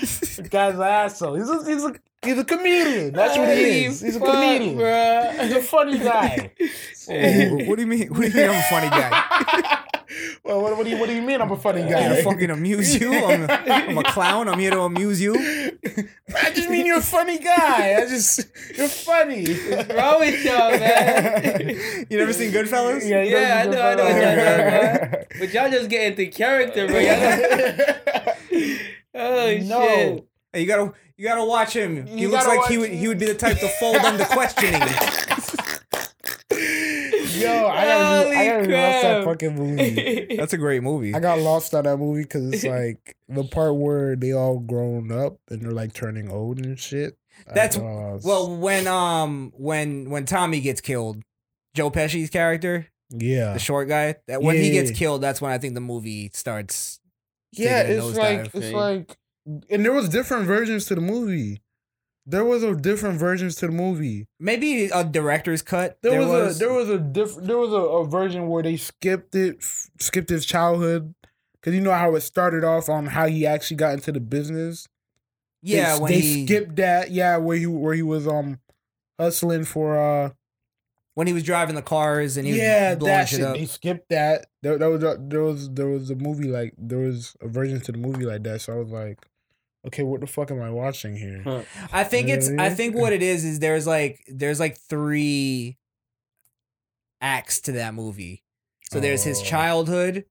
S5: This (laughs) guy's an asshole. He's a, he's a he's a comedian. That's what he
S10: Hey,
S5: is. He's a
S10: fuck,
S5: comedian.
S4: bruh.
S5: He's a
S10: (laughs)
S5: funny guy.
S10: what do you mean? (laughs) What do you mean? I'm a funny guy.
S5: (laughs) Well, what, what do you what do you mean? I'm a funny
S10: I'm here
S5: guy.
S10: to fucking amuse you. I'm a, I'm a clown. I'm here to amuse you.
S5: (laughs) I just mean you're a funny guy. I just you're funny.
S4: (laughs)
S5: What's
S4: wrong
S5: (laughs)
S4: with y'all,
S5: man?
S10: (laughs) You never seen Goodfellas?
S5: Yeah,
S4: Yeah, I know, I know what y'all doing, bro. But y'all just get into character, bro. Y'all
S5: (laughs)
S4: don't-
S10: (laughs)
S4: oh shit!
S10: Hey, you gotta you gotta watch him. He
S4: You
S10: looks
S4: gotta
S10: like he
S4: watch
S10: would he would be the type to fold
S5: (laughs)
S10: under questioning.
S5: Yo, I gotta, re- I gotta
S10: Holy
S5: rewatch that
S10: crap.
S5: fucking movie.
S10: That's a great movie.
S5: I got lost on that movie
S10: (laughs)
S5: because it's like the part where they all grown up and they're like turning old and shit. I
S10: That's
S5: lost.
S10: well when um when when Tommy gets killed, Joe Pesci's character,
S5: yeah,
S10: the short guy, that when he
S5: Uh. Yeah.
S10: gets killed, that's when I think the movie starts.
S5: yeah.
S10: taking a
S5: It's like
S10: nosedive.
S5: it's like, and there was different versions to the movie. There was a different versions to the movie.
S10: maybe a director's cut.
S5: There, was, a there was a different there was a, a version where they skipped it f- skipped his childhood because you know how it started off on how he actually got into the business. They-
S10: yeah
S5: they,
S10: when he
S5: skipped that. Yeah, where he where he was um hustling for uh
S10: when he was driving the cars and he
S5: yeah
S10: was blowing
S5: that
S10: shit
S5: shit.
S10: up.
S5: They skipped that. There, there was a, there was there was a movie like there was a version to the movie like that. So I was like, okay, what the fuck am I watching here?
S10: I think
S5: You know
S10: it's
S5: what I
S10: I
S5: mean?
S10: think what it is is there's like there's like three acts to that movie. So there's his
S5: Oh.
S10: childhood,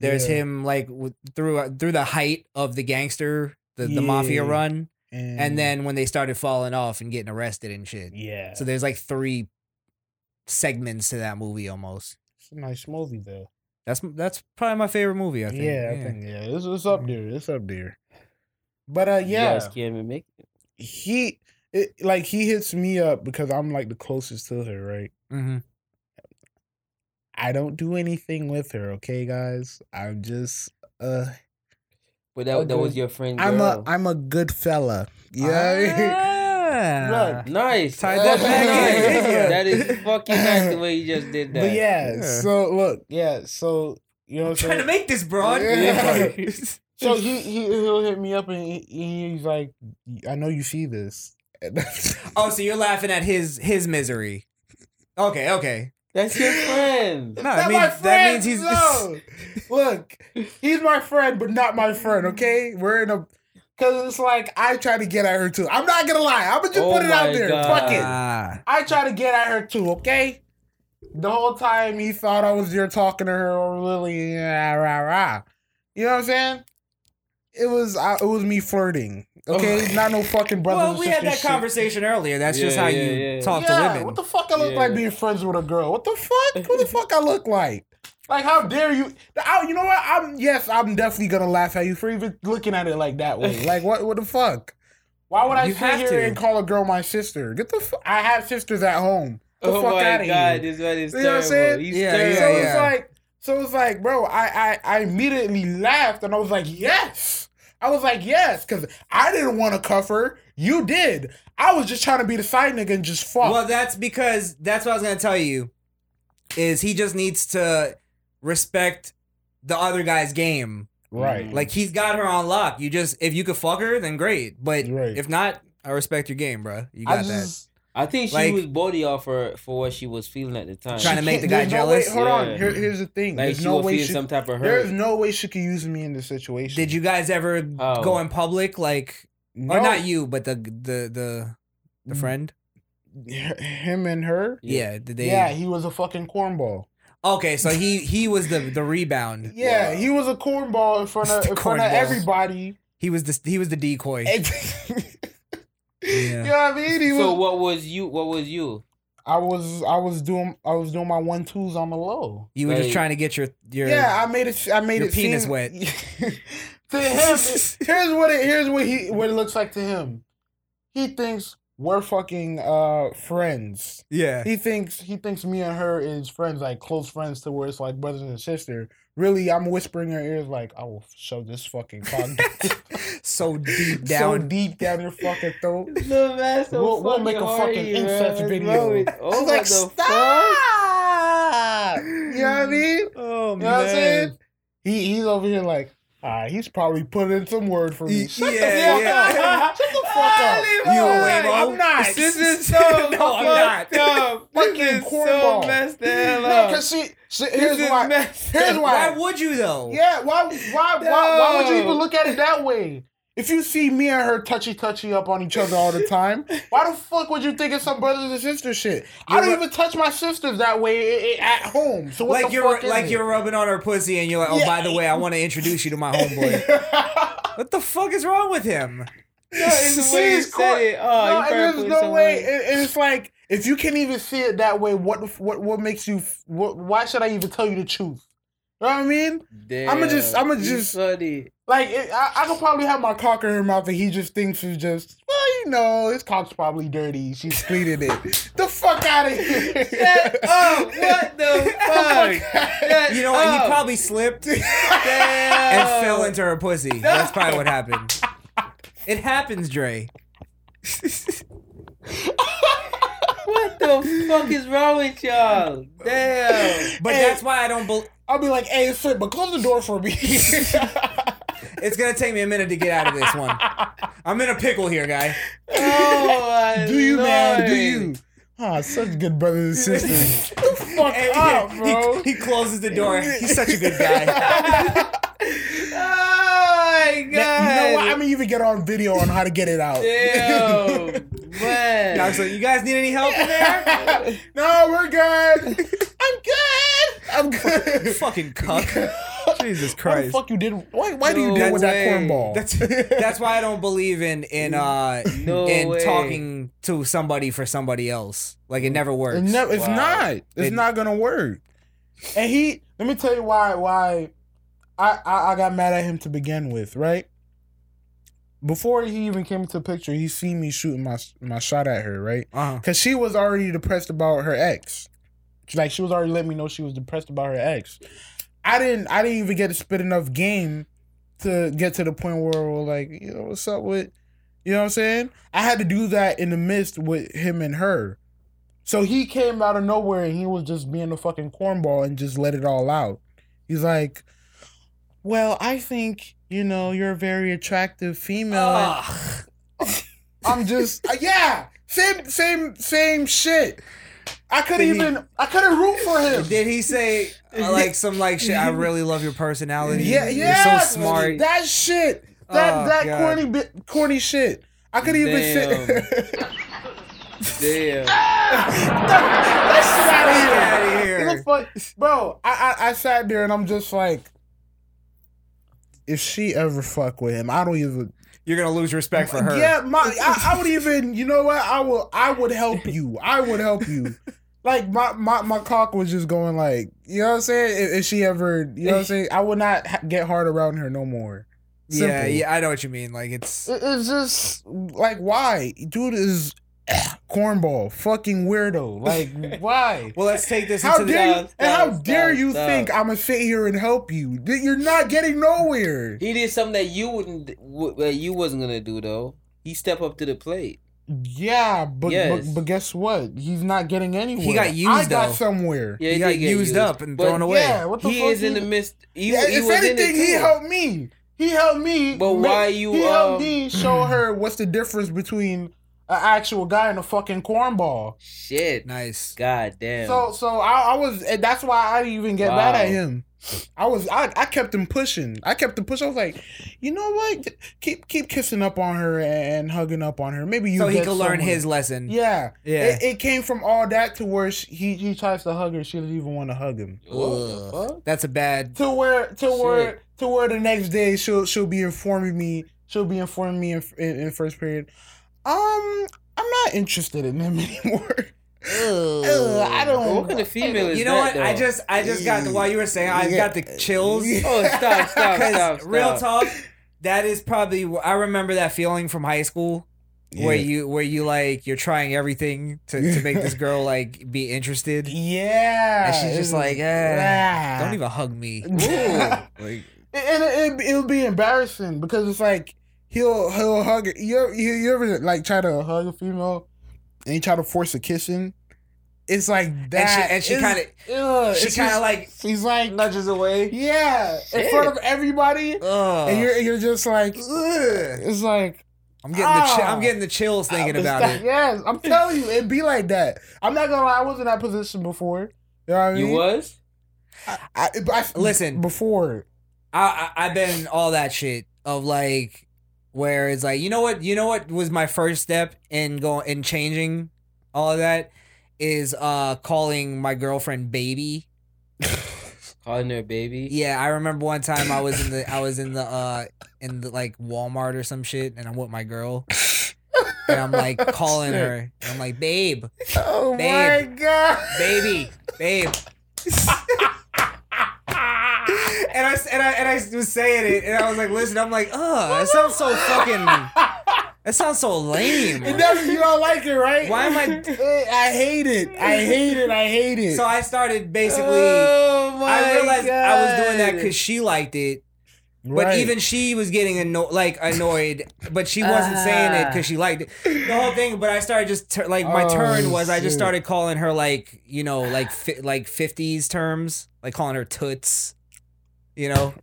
S10: there's
S5: Yeah.
S10: him like w- through through the height of the gangster the, the mafia
S5: Yeah. Mm-hmm.
S10: run
S5: and,
S10: and then when they started falling off and getting arrested and shit.
S5: yeah,
S10: So there's like three segments to that movie almost.
S5: it's a nice movie though.
S10: That's that's probably my favorite movie, I think.
S5: yeah, I think yeah, it's, it's up there. It's up there. But uh,
S4: Mm-hmm. You
S5: yeah,
S4: guys can't even make it.
S5: he it, like he hits me up because I'm like the closest to her, right?
S10: Mhm.
S5: I don't do anything with her, okay, guys. I'm just uh,
S4: But that, that was your friend.
S5: I'm a
S4: girl.
S5: (laughs)
S4: Ah,
S5: I'm a good fella. Yeah,
S10: Yeah.
S4: Nice.
S10: Tied that back in, didn't ya?
S4: that
S5: (laughs)
S4: is fucking nice the way you just did that.
S5: But yeah, so look, yeah, so you know, what I'm
S10: Trying to
S5: saying?
S10: make this broad.
S5: Yeah. (laughs)
S10: (laughs)
S5: so he, he he'll hit me up and he, he- he's like, I know you see this. (laughs)
S10: Oh, so you're laughing at his his misery. Okay, okay.
S4: That's your friend.
S10: No, I mean, that means he's (laughs)
S5: no. Look, he's my friend, but not my friend. Okay, we're in a because it's like I try to get at her too. I'm not gonna lie. I'm gonna just
S10: Oh
S5: put it out
S10: my
S5: there.
S10: God.
S5: Fuck
S10: Ah.
S5: it. I try to get at her too. Okay. The whole time he thought I was there talking to her or really rah, rah, rah. You know what I'm saying? It was I, it was me flirting. Okay, not no fucking brother.
S10: Oh. Well, we had that conversation earlier. That's just how you talk to women.
S5: What the fuck I look like being friends with a girl? What the fuck? Who the fuck I look like? Like how dare you? I, you know what? I'm yes, I'm definitely gonna laugh at you for even looking at it like
S4: (laughs)
S5: that way. Like what? What the fuck? Why would I
S4: You
S5: sit
S4: have
S5: here
S4: to.
S5: and call a girl my sister? Get the fuck! I have sisters at home. The
S4: Oh
S5: fuck
S4: my
S5: outta
S4: God,
S5: here.
S4: this man is
S5: You know what I'm
S4: terrible.
S5: saying?
S4: He's Yeah, terrible.
S5: So
S4: yeah,
S5: it's
S4: yeah.
S5: like, so it's like, bro, I, I I immediately laughed and I was like, yes. I was like, yes, because I didn't want to cuff her. You did. I was just trying to be the side nigga and just fuck.
S10: Well, that's because that's what I was gonna tell you. Is he just needs to respect the other guy's game?
S5: Right.
S10: Like he's got her on lock. You just if you could fuck her, then great. But if not, I respect your game, bro. You got
S4: I think she
S10: Like-
S4: was body off her for what she was feeling at the time.
S10: Trying to make the guy
S5: There's no way-
S10: jealous?
S5: hold on.
S4: Yeah.
S5: Here- here's the thing.
S4: Like
S5: There's
S4: she
S5: no
S4: was
S5: way
S4: feeling
S5: she-
S4: some type of
S5: There is
S4: hurt.
S5: no way she could use me in this situation.
S10: that. Did you guys ever
S5: Oh.
S10: go in public like
S5: No.
S10: or not you, but the the the the friend?
S5: Him and her.
S10: Yeah. did they
S5: Mm, Yeah, he was a fucking cornball.
S10: Okay, so he he was the the rebound.
S5: (laughs) Yeah, he was a cornball in front of
S10: (laughs)
S5: in front of
S10: Cornball. (laughs)
S5: everybody.
S10: He was the he was the decoy.
S5: You know what I mean? He
S4: so
S5: was-
S4: what was you? What was
S5: (laughs)
S4: you?
S5: I was I was doing I was doing my one twos on the low.
S10: You were just trying to get your your
S5: yeah, I made it. I made
S10: your
S5: it.
S10: penis
S5: seem- (laughs)
S10: wet.
S5: to him, here's what it here's what he what it looks like to him. He thinks we're fucking uh friends.
S10: Yeah.
S5: He thinks he thinks me and her is friends, like close friends to where it's like brothers and sister. Really, I'm whispering in her ears like, I will shove this
S10: (laughs)
S5: fucking cock
S10: so deep
S5: (laughs) so
S10: down.
S5: deep down your fucking throat.
S4: Little man, so
S5: we'll, we'll
S4: fucking
S5: make a fucking
S4: horny, man.
S5: incest
S4: What's wrong
S5: video.
S4: with- Oh,
S5: It's
S4: what
S5: like,
S4: the
S5: stop. You know
S10: (laughs)
S5: what I mean?
S10: Oh
S5: You know what I'm saying? He he's over here like, ah, he's probably putting in some word for me. Shut
S10: yeah,
S5: the fuck
S10: yeah.
S5: up. Shut the fuck up.
S10: You a waymo? (laughs)
S5: I'm not.
S10: This is so
S5: no, I'm
S10: fucked
S5: not.
S10: up. (laughs)
S5: Fucking
S10: This is so
S5: cornball.
S10: messed the hell
S5: No,
S10: up.
S5: cause she. she
S10: This
S5: here's
S10: is
S5: why.
S10: messed
S5: Here's
S10: up.
S5: why.
S10: Why would you, though?
S5: Yeah. Why? Why? Why, why would you
S10: No.
S5: even look at it that way? If you see me and her touchy touchy up on each other all the time, why the fuck would you think it's some brothers and sister shit? I don't
S10: You're-
S5: even touch my sisters that way i- i- at home. So what
S10: like
S5: the
S10: you're
S5: fuck is
S10: like
S5: it? (laughs)
S10: you're rubbing on her pussy and you're like, oh, by the way, I want to introduce you to my
S5: (laughs)
S10: homeboy. what the fuck is wrong with him?
S4: No, it's the way you
S5: She's
S4: said it. Oh,
S5: no,
S4: you
S5: and
S4: probably
S5: there's
S4: put
S5: no
S4: some
S5: way.
S4: weight.
S5: And, and it's like if you can't even see it that way, what what what makes you? f- What, why should I even tell you the truth? You know what I mean? I'ma just I'ma
S4: Damn, you
S5: just (laughs)
S4: funny.
S5: like it, I, I could probably have my cock in her mouth, and he just thinks it's just well, you know, his cock's probably dirty. She cleaning it. the fuck out of here! (laughs) Shut
S4: up! (laughs) What the fuck?
S10: You know, what?
S5: Oh.
S10: he probably
S5: (laughs)
S10: slipped and fell into her pussy. That's probably what happened. It happens, Dre.
S4: What the fuck is wrong with y'all? Damn.
S10: But that's why I don't believe.
S5: I'll be like, hey, flip, but close the door for me. (laughs)
S10: It's gonna take me a minute to get out of this one. I'm in a pickle here, guy.
S4: Oh my
S5: do you, man? Do
S4: lord.
S5: you? Ah, such good brothers
S4: (laughs)
S5: and sisters. the fuck
S10: And he-
S5: up,
S10: he-
S5: bro.
S10: He, closes the door. He's such a good guy.
S5: (laughs)
S4: Oh my god.
S5: You know what? I'm gonna even get on video on how to get it out.
S4: Damn.
S10: (laughs)
S4: man.
S10: Doc, so you guys need any help in there?
S5: (laughs)
S4: (laughs)
S5: no,
S10: (laughs)
S5: we're good. I'm good. I'm good. (laughs)
S10: Fucking cuck. Jesus Christ.
S5: fuck you did? Why? Why do you
S10: No
S5: deal with that
S10: way.
S5: cornball?
S10: That's that's why I don't believe in in uh
S4: No
S10: in
S4: way.
S10: talking to somebody for somebody else. Like it never works.
S5: It never, it's
S10: Wow.
S5: not. It's
S10: It-
S5: not gonna work. And he, let me tell you why. Why I, I I got mad at him to begin with, right? Before he even came into the picture, he seen me shooting my my shot at her, right?
S10: Uh-huh.
S5: Because she was already depressed about her ex. Like she was already letting me know she was depressed about her ex. I didn't. I didn't even get to spit enough game to get to the point where we're like, you know, what's up with You know what I'm saying? I had to do that in the midst with him and her. So he came out of nowhere and he was just being a fucking cornball and just let it all out. He's like, Well, I think, you know, you're a very attractive female.
S10: Ah. (laughs)
S5: I'm just uh, yeah. Same same same shit. I could
S10: Did he-
S5: even I couldn't root for him.
S10: Did he say I like some like shit. I really love your personality.
S5: Yeah, yeah.
S10: You're so smart.
S5: That shit. That
S10: Oh,
S5: that
S10: God.
S5: corny bit, corny shit. I could even
S10: Damn.
S5: say
S4: Damn.
S5: That's shit out of here.
S10: Outta here.
S5: Get the fuck- bro. I, I I sat there and I'm just like, if she ever fuck with him, I don't even.
S10: You're gonna lose respect for her.
S5: Yeah,
S10: (laughs)
S5: my I, I would even. You know what? I will. I would help you. I would help
S10: (laughs)
S5: you. Like my, my, my cock was just going like you know what I'm saying. If, if she ever you know what I'm saying, I would not ha- get hard around her no more.
S10: Yeah,
S5: Simple.
S10: yeah, I know what you mean. Like it's
S5: It- It's just like why, dude is (clears throat) cornball, fucking weirdo.
S10: (laughs)
S5: Like why?
S10: Well, let's take this
S5: How
S10: into the-
S5: dare you,
S10: Stop,
S5: and how
S10: stop,
S5: dare you
S4: stop,
S5: think
S4: stop.
S5: I'm gonna sit here and help you? That You're not getting nowhere.
S4: He did something that you wouldn't, w- that you wasn't gonna do though. He step up to the plate.
S5: Yeah, but
S4: Yes.
S5: but, but guess what? He's not getting anywhere.
S4: got
S5: I
S4: used,
S5: got
S4: though.
S5: somewhere.
S4: Yeah, he He got did get used used. up and But- thrown away.
S5: Yeah, what the
S4: He
S5: fuck
S4: is in the midst- he-
S5: yeah,
S4: he
S5: if
S4: was in it,
S5: anything, he
S4: too.
S5: helped me. He helped me.
S4: But
S5: ma-
S4: why you,
S5: He helped
S4: um,
S5: me show her what's the difference between an actual guy and a fucking cornball.
S4: Shit.
S10: Nice.
S4: God damn.
S5: So so I, I was and that's why I didn't even get mad at
S4: Wow.
S5: him. I was I, I kept him pushing. I kept him pushing. I was like, you know what? Keep keep kissing up on her and hugging up on her. Maybe you
S10: so he
S5: get
S10: could learn
S5: somewhere."
S10: his lesson.
S5: Yeah,
S10: Yeah.
S5: It, it came from all that to where she, he he tries to hug her. She doesn't even want to hug him.
S10: Ugh. That's a bad.
S5: To where to
S10: Shit.
S5: where to where the next day she'll she'll be informing me. She'll be informing me in, in, in first period. Um, I'm not interested in him (laughs) anymore. Ugh, I don't.
S4: What kind of female is
S10: You know
S4: that,
S10: what? I
S4: though?
S10: just I just got the, while you were saying I
S4: Yeah.
S10: got the chills.
S4: (laughs) Oh, stop,
S10: (laughs)
S4: stop,
S10: 'Cause
S4: stop, stop.
S10: Real talk. That is probably wh- I remember that feeling from high school. Where
S5: Yeah.
S10: you where you like you're trying everything to, to make
S4: (laughs)
S10: this girl like be interested.
S5: Yeah.
S10: And she's just
S5: it's-
S10: like, eh,
S5: ah. (laughs)
S10: don't even hug
S4: (laughs)
S10: me. Like,
S5: And it, it, it'll be embarrassing because it's like he'll he'll hug it. You ever, you you ever like try to hug a female and you try to force a kissing? It's like that.
S10: and she
S5: It's-
S10: kinda-
S5: ugh,
S10: she
S5: it's
S10: kinda
S5: just-
S10: like
S5: she's like
S10: nudges away.
S5: Yeah, in front of everybody,
S10: Ugh.
S5: and you're you're just like, ugh. it's like
S10: I'm getting the chi-
S5: Ah.
S10: I'm getting the chills thinking
S5: It's
S10: about
S5: that-
S10: it.
S5: Yes, I'm telling you, it be like that. I'm not gonna lie, I was in that position before. You know what I mean?
S10: You was?
S5: I, I,
S10: Listen,
S5: before
S10: I, I I've been in all that shit of like where it's like you know what you know what was my first step in going in changing all of that is uh calling my girlfriend baby.
S4: calling her baby.
S10: Yeah, I remember one time I was in the I was in the uh in the like Walmart or some shit and I'm with my girl. And I'm like calling
S5: Shit.
S10: her. and I'm like, babe,
S5: Oh
S10: Babe.
S5: my god.
S10: (laughs) baby, babe. and I s- and I and I was saying it, and I was like, listen, I'm like, ugh, that sounds so fucking, that sounds so
S5: It
S10: lame.
S5: doesn't, you don't like it, right?
S10: Why am (laughs) I-
S5: Eh, I hate it. I hate it. I hate it.
S10: So I started basically.
S5: Oh
S10: I
S5: my
S10: realized I was doing that
S5: God.
S10: because she liked it, but
S5: Right.
S10: even she was getting anno- like annoyed, but she
S5: Ah.
S10: wasn't saying it because she liked it. The whole thing. But I started just tur- like my
S5: Oh,
S10: turn was I just
S5: shit.
S10: started calling her like you know like fi- like fifties terms, like calling her toots, you
S5: (laughs)
S10: know,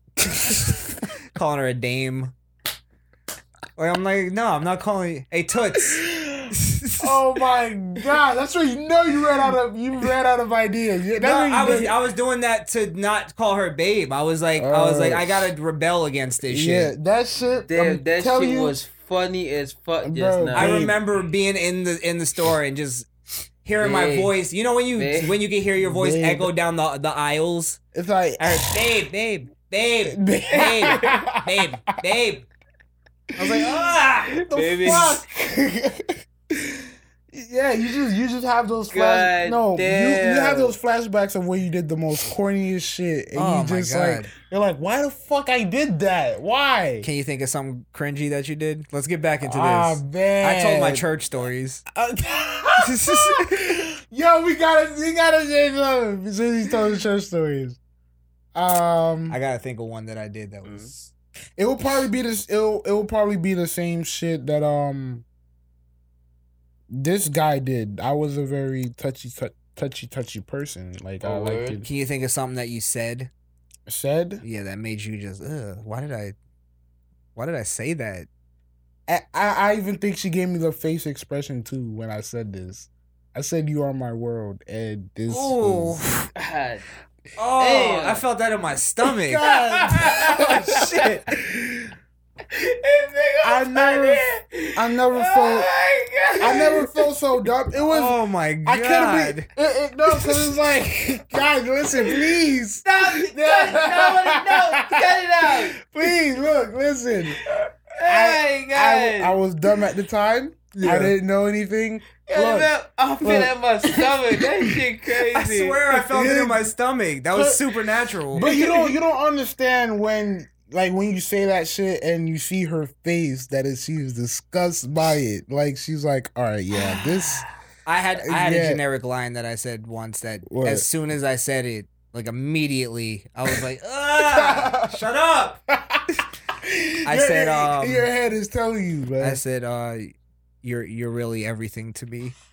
S10: calling her a dame. Like I'm like no, I'm not calling you. Hey toots.
S5: (laughs) (laughs) oh my god. That's where you know you ran out of you ran out of ideas. Yeah, That's
S10: No,
S5: when you
S10: I was
S5: know-
S10: I was doing that to not call her babe. I was like I was
S5: Oh.
S10: like I gotta rebel against this
S5: yeah,
S10: shit.
S5: that shit.
S4: Damn,
S5: I'm
S4: that
S5: telling
S4: shit
S5: you,
S4: was funny as fuck just
S5: Bro,
S4: now.
S10: I remember being in the in the store and just hearing my
S4: Babe.
S10: voice. You know when you
S4: Babe.
S10: when you can hear your voice
S5: Babe.
S10: echo down the the aisles.
S5: It's like
S10: I heard, babe, babe, babe, babe, babe, babe. I was like, ah,
S5: the
S10: Baby.
S5: fuck? (laughs) yeah, you just you just have those
S10: God
S5: flash. no, you, you
S10: damn.
S5: have those flashbacks of when you did the most corniest shit, and
S10: Oh,
S5: you
S10: my
S5: just
S10: God.
S5: like you're like, why the fuck I did that? Why?
S10: Can you think of something cringy that you did? Let's get back into this.
S5: Ah,
S10: I told my
S5: man.
S10: church stories.
S5: (laughs) Yo, we gotta we gotta change up since he's telling church stories. Um,
S10: I gotta think of one that I did that was
S5: It will probably be this. It'll it will probably be the same shit that um. This guy did. I was a very touchy, tou- touchy, touchy person. Like
S10: Oh,
S5: I liked it.
S10: Can you think of something that you said?
S5: Said?
S10: Yeah, that made you just. Ugh, why did I? Why did I say that?
S5: I, I I even think she gave me the face expression too when I said this. I said, "You are my world," and this.
S10: Ooh.
S5: was-
S4: (laughs)
S10: Oh,
S5: Damn.
S10: I felt that in my stomach.
S5: (laughs) God.
S10: (laughs) Oh, shit.
S5: I never, I
S4: Oh
S5: never felt, I
S10: (laughs)
S5: never felt so dumb. It was.
S10: Oh my god.
S5: I couldn't be. It, it, no, because it's like, (laughs) guys, listen, please. (laughs)
S10: Stop
S5: it.
S10: No,
S5: no, cut it out. Please, look, listen. Hey, I, I, was dumb at the time. I didn't know anything. Look,
S10: I
S5: feel that in
S10: my stomach.
S5: That (laughs)
S10: shit
S5: crazy.
S10: I swear I felt it in my stomach. That was supernatural.
S5: But you don't you don't understand when like when you say that shit and you see her face that is she's disgusted by it. Like she's like, all right, yeah, (laughs) this.
S10: I had I had
S5: Yeah.
S10: a generic line that I said once that
S5: What?
S10: as soon as I said it, like immediately, I was
S5: (laughs)
S10: like, ah, shut up. I
S5: Your-
S10: said,
S5: your-
S10: um,
S5: your head is telling you, man.
S10: I said, uh, you're you're really everything to me.
S5: (laughs)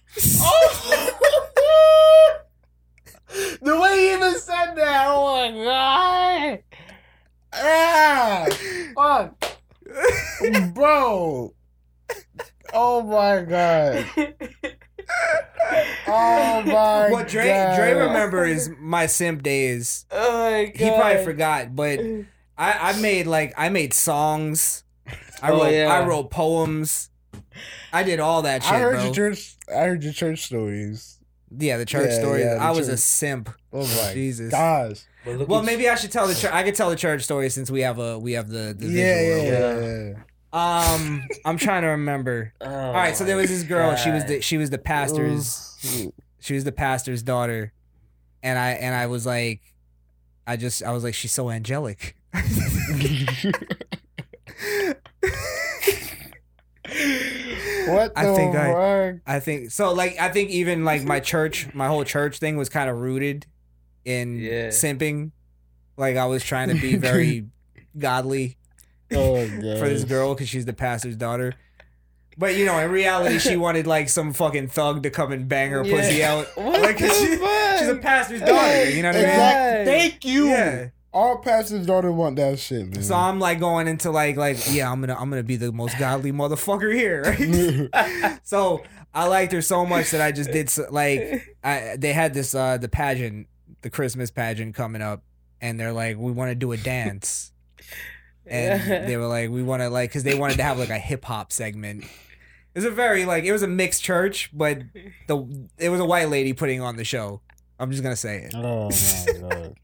S5: the way he even said that, oh my god. Ah, (laughs) fuck. Bro. Oh my god. Oh
S10: (laughs)
S5: my
S10: what Dre
S5: god.
S10: Dre remember is my simp days.
S5: Oh my god.
S10: He probably forgot,
S5: (laughs)
S10: but I, I made like I made songs. I
S5: Oh,
S10: wrote
S5: yeah.
S10: I wrote poems. I did all that shit,
S5: I heard
S10: bro.
S5: your church I heard your church stories.
S10: yeah, the church
S5: Yeah,
S10: stories.
S5: yeah, the
S10: I was a
S5: church.
S10: simp.
S5: Oh my
S10: Jesus.
S5: gosh.
S10: Well, maybe I should tell the church. I could tell the church story since we have a we have the, the
S5: Yeah,
S10: visual.
S5: yeah, yeah, yeah.
S10: Um, I'm trying to
S5: (laughs)
S10: remember.
S5: Oh
S10: All right, so there was this girl. She was the she was the pastor's. She was the pastor's daughter, and I and I was like, I just I was like, she's so angelic.
S5: (laughs) What
S10: I
S5: the
S10: think I,
S5: fuck?
S10: I think so. Like I think even like my church, my whole church thing was kind of rooted in simping. Like I was trying to be very godly
S5: Oh
S10: (laughs) for this girl because she's the pastor's daughter. But you know, in reality, she wanted like some fucking thug to come and bang her pussy
S5: Yeah.
S10: out.
S5: (laughs) What
S10: Like, 'cause
S5: the
S10: she- she's a pastor's daughter. You know what I
S5: Exact-
S10: mean?
S5: Thank you.
S10: Yeah.
S5: All pastors daughter want that shit, man.
S10: So I'm like going into like like yeah, I'm gonna I'm gonna be the most godly motherfucker here.
S5: (laughs)
S10: right? (laughs) so I liked her so much that I just did so, like I they had this uh the pageant, the Christmas pageant coming up, and they're like we want to do a dance. And they were like, we want to like, because they wanted to have like a hip hop segment. It was a very like, it was a mixed church, but the it was a white lady putting on the show. I'm just gonna say it.
S5: (laughs) Oh my god.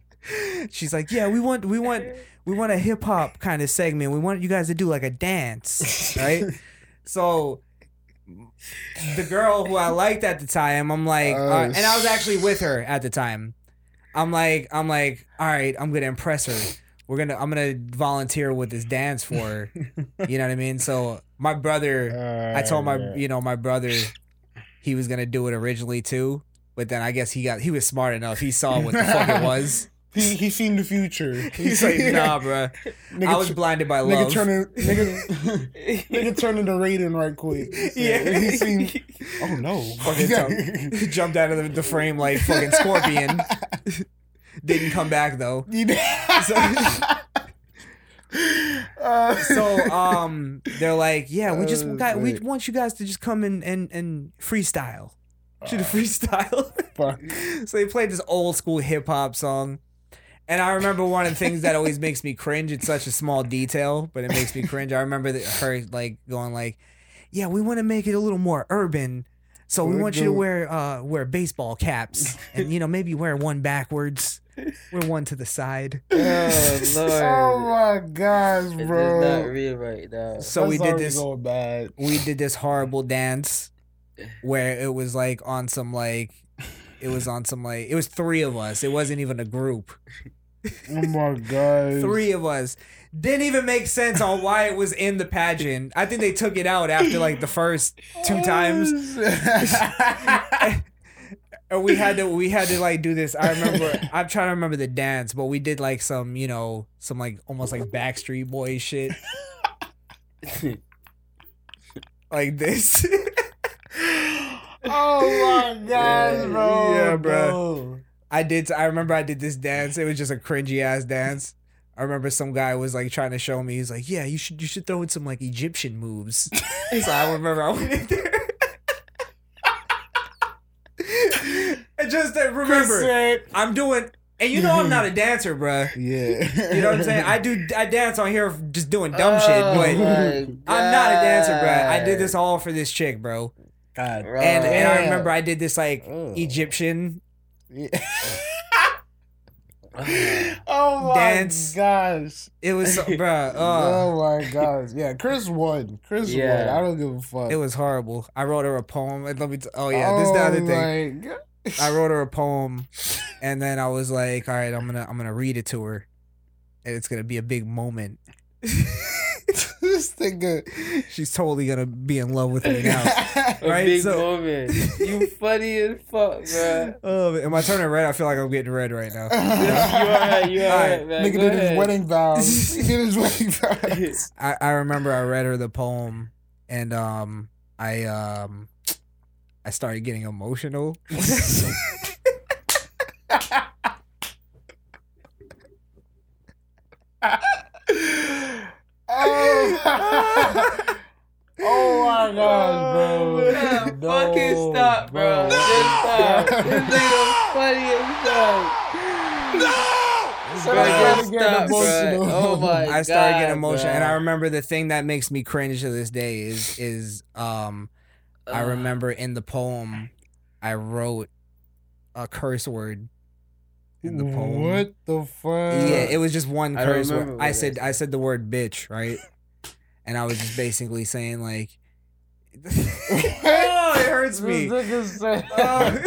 S10: She's like, yeah, we want we want we want a hip hop kind of segment. We want you guys to do like a dance, right? so the girl who I liked at the time, I'm like,
S5: Oh,
S10: uh, and I was actually with her at the time. I'm like, I'm like, all right, I'm gonna impress her. We're gonna, I'm gonna volunteer with this dance for her. You know what I mean? So my brother,
S5: Oh,
S10: I told my,
S5: Alright.
S10: you know, my brother, he was gonna do it originally too, but then I guess he got, he was smart enough. He saw what the fuck it was.
S5: He, he seen the future.
S10: (laughs) He's
S5: (laughs)
S10: like, nah, bruh. I
S5: Nigga
S10: was
S5: tr-
S10: blinded by
S5: Nigga
S10: love. (laughs)
S5: turning, nigga, nigga turning the rating right quick.
S10: Yeah.
S5: he seen.
S10: (laughs)
S5: Oh no!
S10: fucking
S5: (laughs)
S10: jump- jumped out of the, the frame like fucking scorpion. Didn't come back though. (laughs)
S5: (laughs) Uh, (laughs)
S10: So um, they're like, yeah, we just
S5: Oh,
S10: got, we
S5: shit.
S10: want you guys to just come in and and freestyle, do the
S5: Oh.
S10: freestyle. (laughs) so they played this old school hip hop song, and I remember one of the things that always makes me cringe. It's such a small detail, but it makes me cringe. I remember that her like going like, yeah, we want to make it a little more urban. So we
S5: We're
S10: want you to
S5: doing-
S10: wear uh, wear baseball caps, and you know maybe wear one backwards, wear one to the side.
S4: Oh
S5: oh
S4: lord.
S5: my gosh,
S4: It
S5: bro!
S4: does not read right now.
S10: So we did this.
S5: Going bad.
S10: We did this horrible dance where it was like on some like it was on some like it was three of us. It wasn't even a group.
S5: Oh my
S10: (laughs)
S5: god!
S10: Three of us didn't even make sense on why it was in the pageant. I think they took it out after like the first two times. Or we had to we had to like do this. I remember I'm trying to remember the dance, but we did like some, you know, some like almost like Backstreet Boy shit. like this.
S5: (laughs)
S10: (laughs)
S5: Oh my gosh, bro.
S10: Yeah, bro. I did. I remember I did this dance. It was just a cringy ass dance. I remember some guy was like trying to show me. He's like, "Yeah, you should you should throw in some like Egyptian
S5: (laughs)
S10: moves." so I remember I went in there. (laughs) and just that remember, I'm doing. And you know I'm
S5: (laughs)
S10: not a dancer, bruh.
S5: Yeah.
S10: You know what I'm (laughs) saying? I do. I dance on here just doing dumb
S5: Oh
S10: shit, but
S5: my
S10: I'm not a dancer, bruh. I
S5: God.
S10: did this all for this chick, bro.
S5: God.
S10: And and I
S5: damn. Mm.
S10: remember I did this like Egyptian
S5: (laughs) Oh my
S10: dance.
S5: gosh.
S10: It was,
S5: (laughs)
S10: so- bruh. Uh,
S5: oh my gosh. Yeah, Chris won. Chris won.
S10: Yeah.
S5: I don't give a fuck.
S10: It was horrible. I wrote her a poem. And let me. T- oh yeah, this is the
S5: Oh
S10: other
S5: my
S10: thing. I wrote her a poem, and then I was like, "All right, I'm gonna I'm gonna read it to her, and it's gonna be a big moment."
S5: (laughs) this nigga.
S10: She's totally gonna be in love with me now,
S5: (laughs)
S10: (laughs)
S4: A
S10: right?
S4: big
S10: so,
S4: moment. You funny as fuck, bro.
S10: oh, am I turning red? I feel like I'm getting red right now.
S4: you alright,
S10: (laughs)
S4: you
S10: All right.
S4: alright, man.
S5: Nigga
S4: Go
S5: did
S4: ahead.
S5: his wedding
S10: (laughs)
S5: vows. he did his wedding vows.
S10: I, I remember I read her the poem and um I um I started getting emotional.
S5: oh. oh my gosh,
S4: Oh,
S5: bro. No,
S7: Fucking stop, bro. Just stop. This nigga funny as fuck. So
S10: Bro,
S7: I
S10: I
S7: just stop, bro. Oh my
S10: (laughs) I started
S7: God,
S10: getting emotional,
S7: bro.
S10: and I remember the thing that makes me cringe to this day is is um, I
S4: Ugh.
S10: remember in the poem, I wrote a curse word in the poem.
S5: What the fuck?
S10: Yeah, it was just one
S5: I
S10: curse
S5: remember
S10: word.
S5: what
S10: I
S5: it
S10: said I said the word bitch, right? And I was just basically saying like (laughs) Oh, it hurts me. (laughs)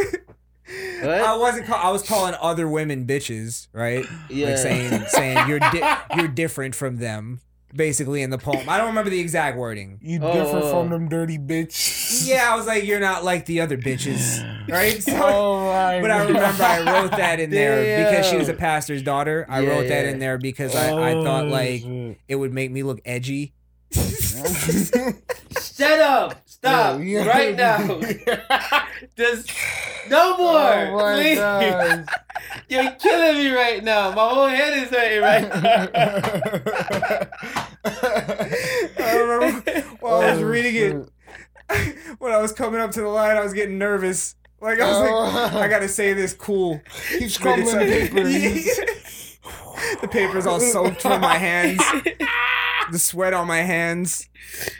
S10: Oh. I wasn't call- I was calling other women bitches, right?
S4: Yeah.
S10: Like saying saying you're di-
S5: (laughs)
S10: you're different from them basically in the poem. I don't remember the exact wording.
S5: You
S4: Oh.
S5: different from them dirty bitch.
S10: Yeah, I was like you're not like the other
S5: (sighs)
S10: bitches, right? (laughs) So-
S5: Oh my
S10: but I remember I wrote that in there because she was a
S5: Damn.
S10: pastor's daughter. I
S5: Yeah,
S10: wrote that
S5: yeah.
S10: in there because I, I thought
S5: Oh,
S10: like it would make me look
S5: (laughs)
S10: edgy.
S4: (laughs) Shut up. Stop.
S5: Yeah, yeah.
S4: Right now. Just no more.
S5: Oh my
S4: please.
S5: gosh.
S4: You're killing me right now. My whole head is hurting right now.
S10: I remember while
S5: Oh,
S10: I was reading it, when I was coming up to the line, I was getting nervous. Like I was
S5: Oh.
S10: like, I gotta say this cool.
S5: He's
S10: But
S5: crumbling
S10: it's-
S5: paper.
S10: (laughs) the paper's all soaked from my hands. The sweat on my hands.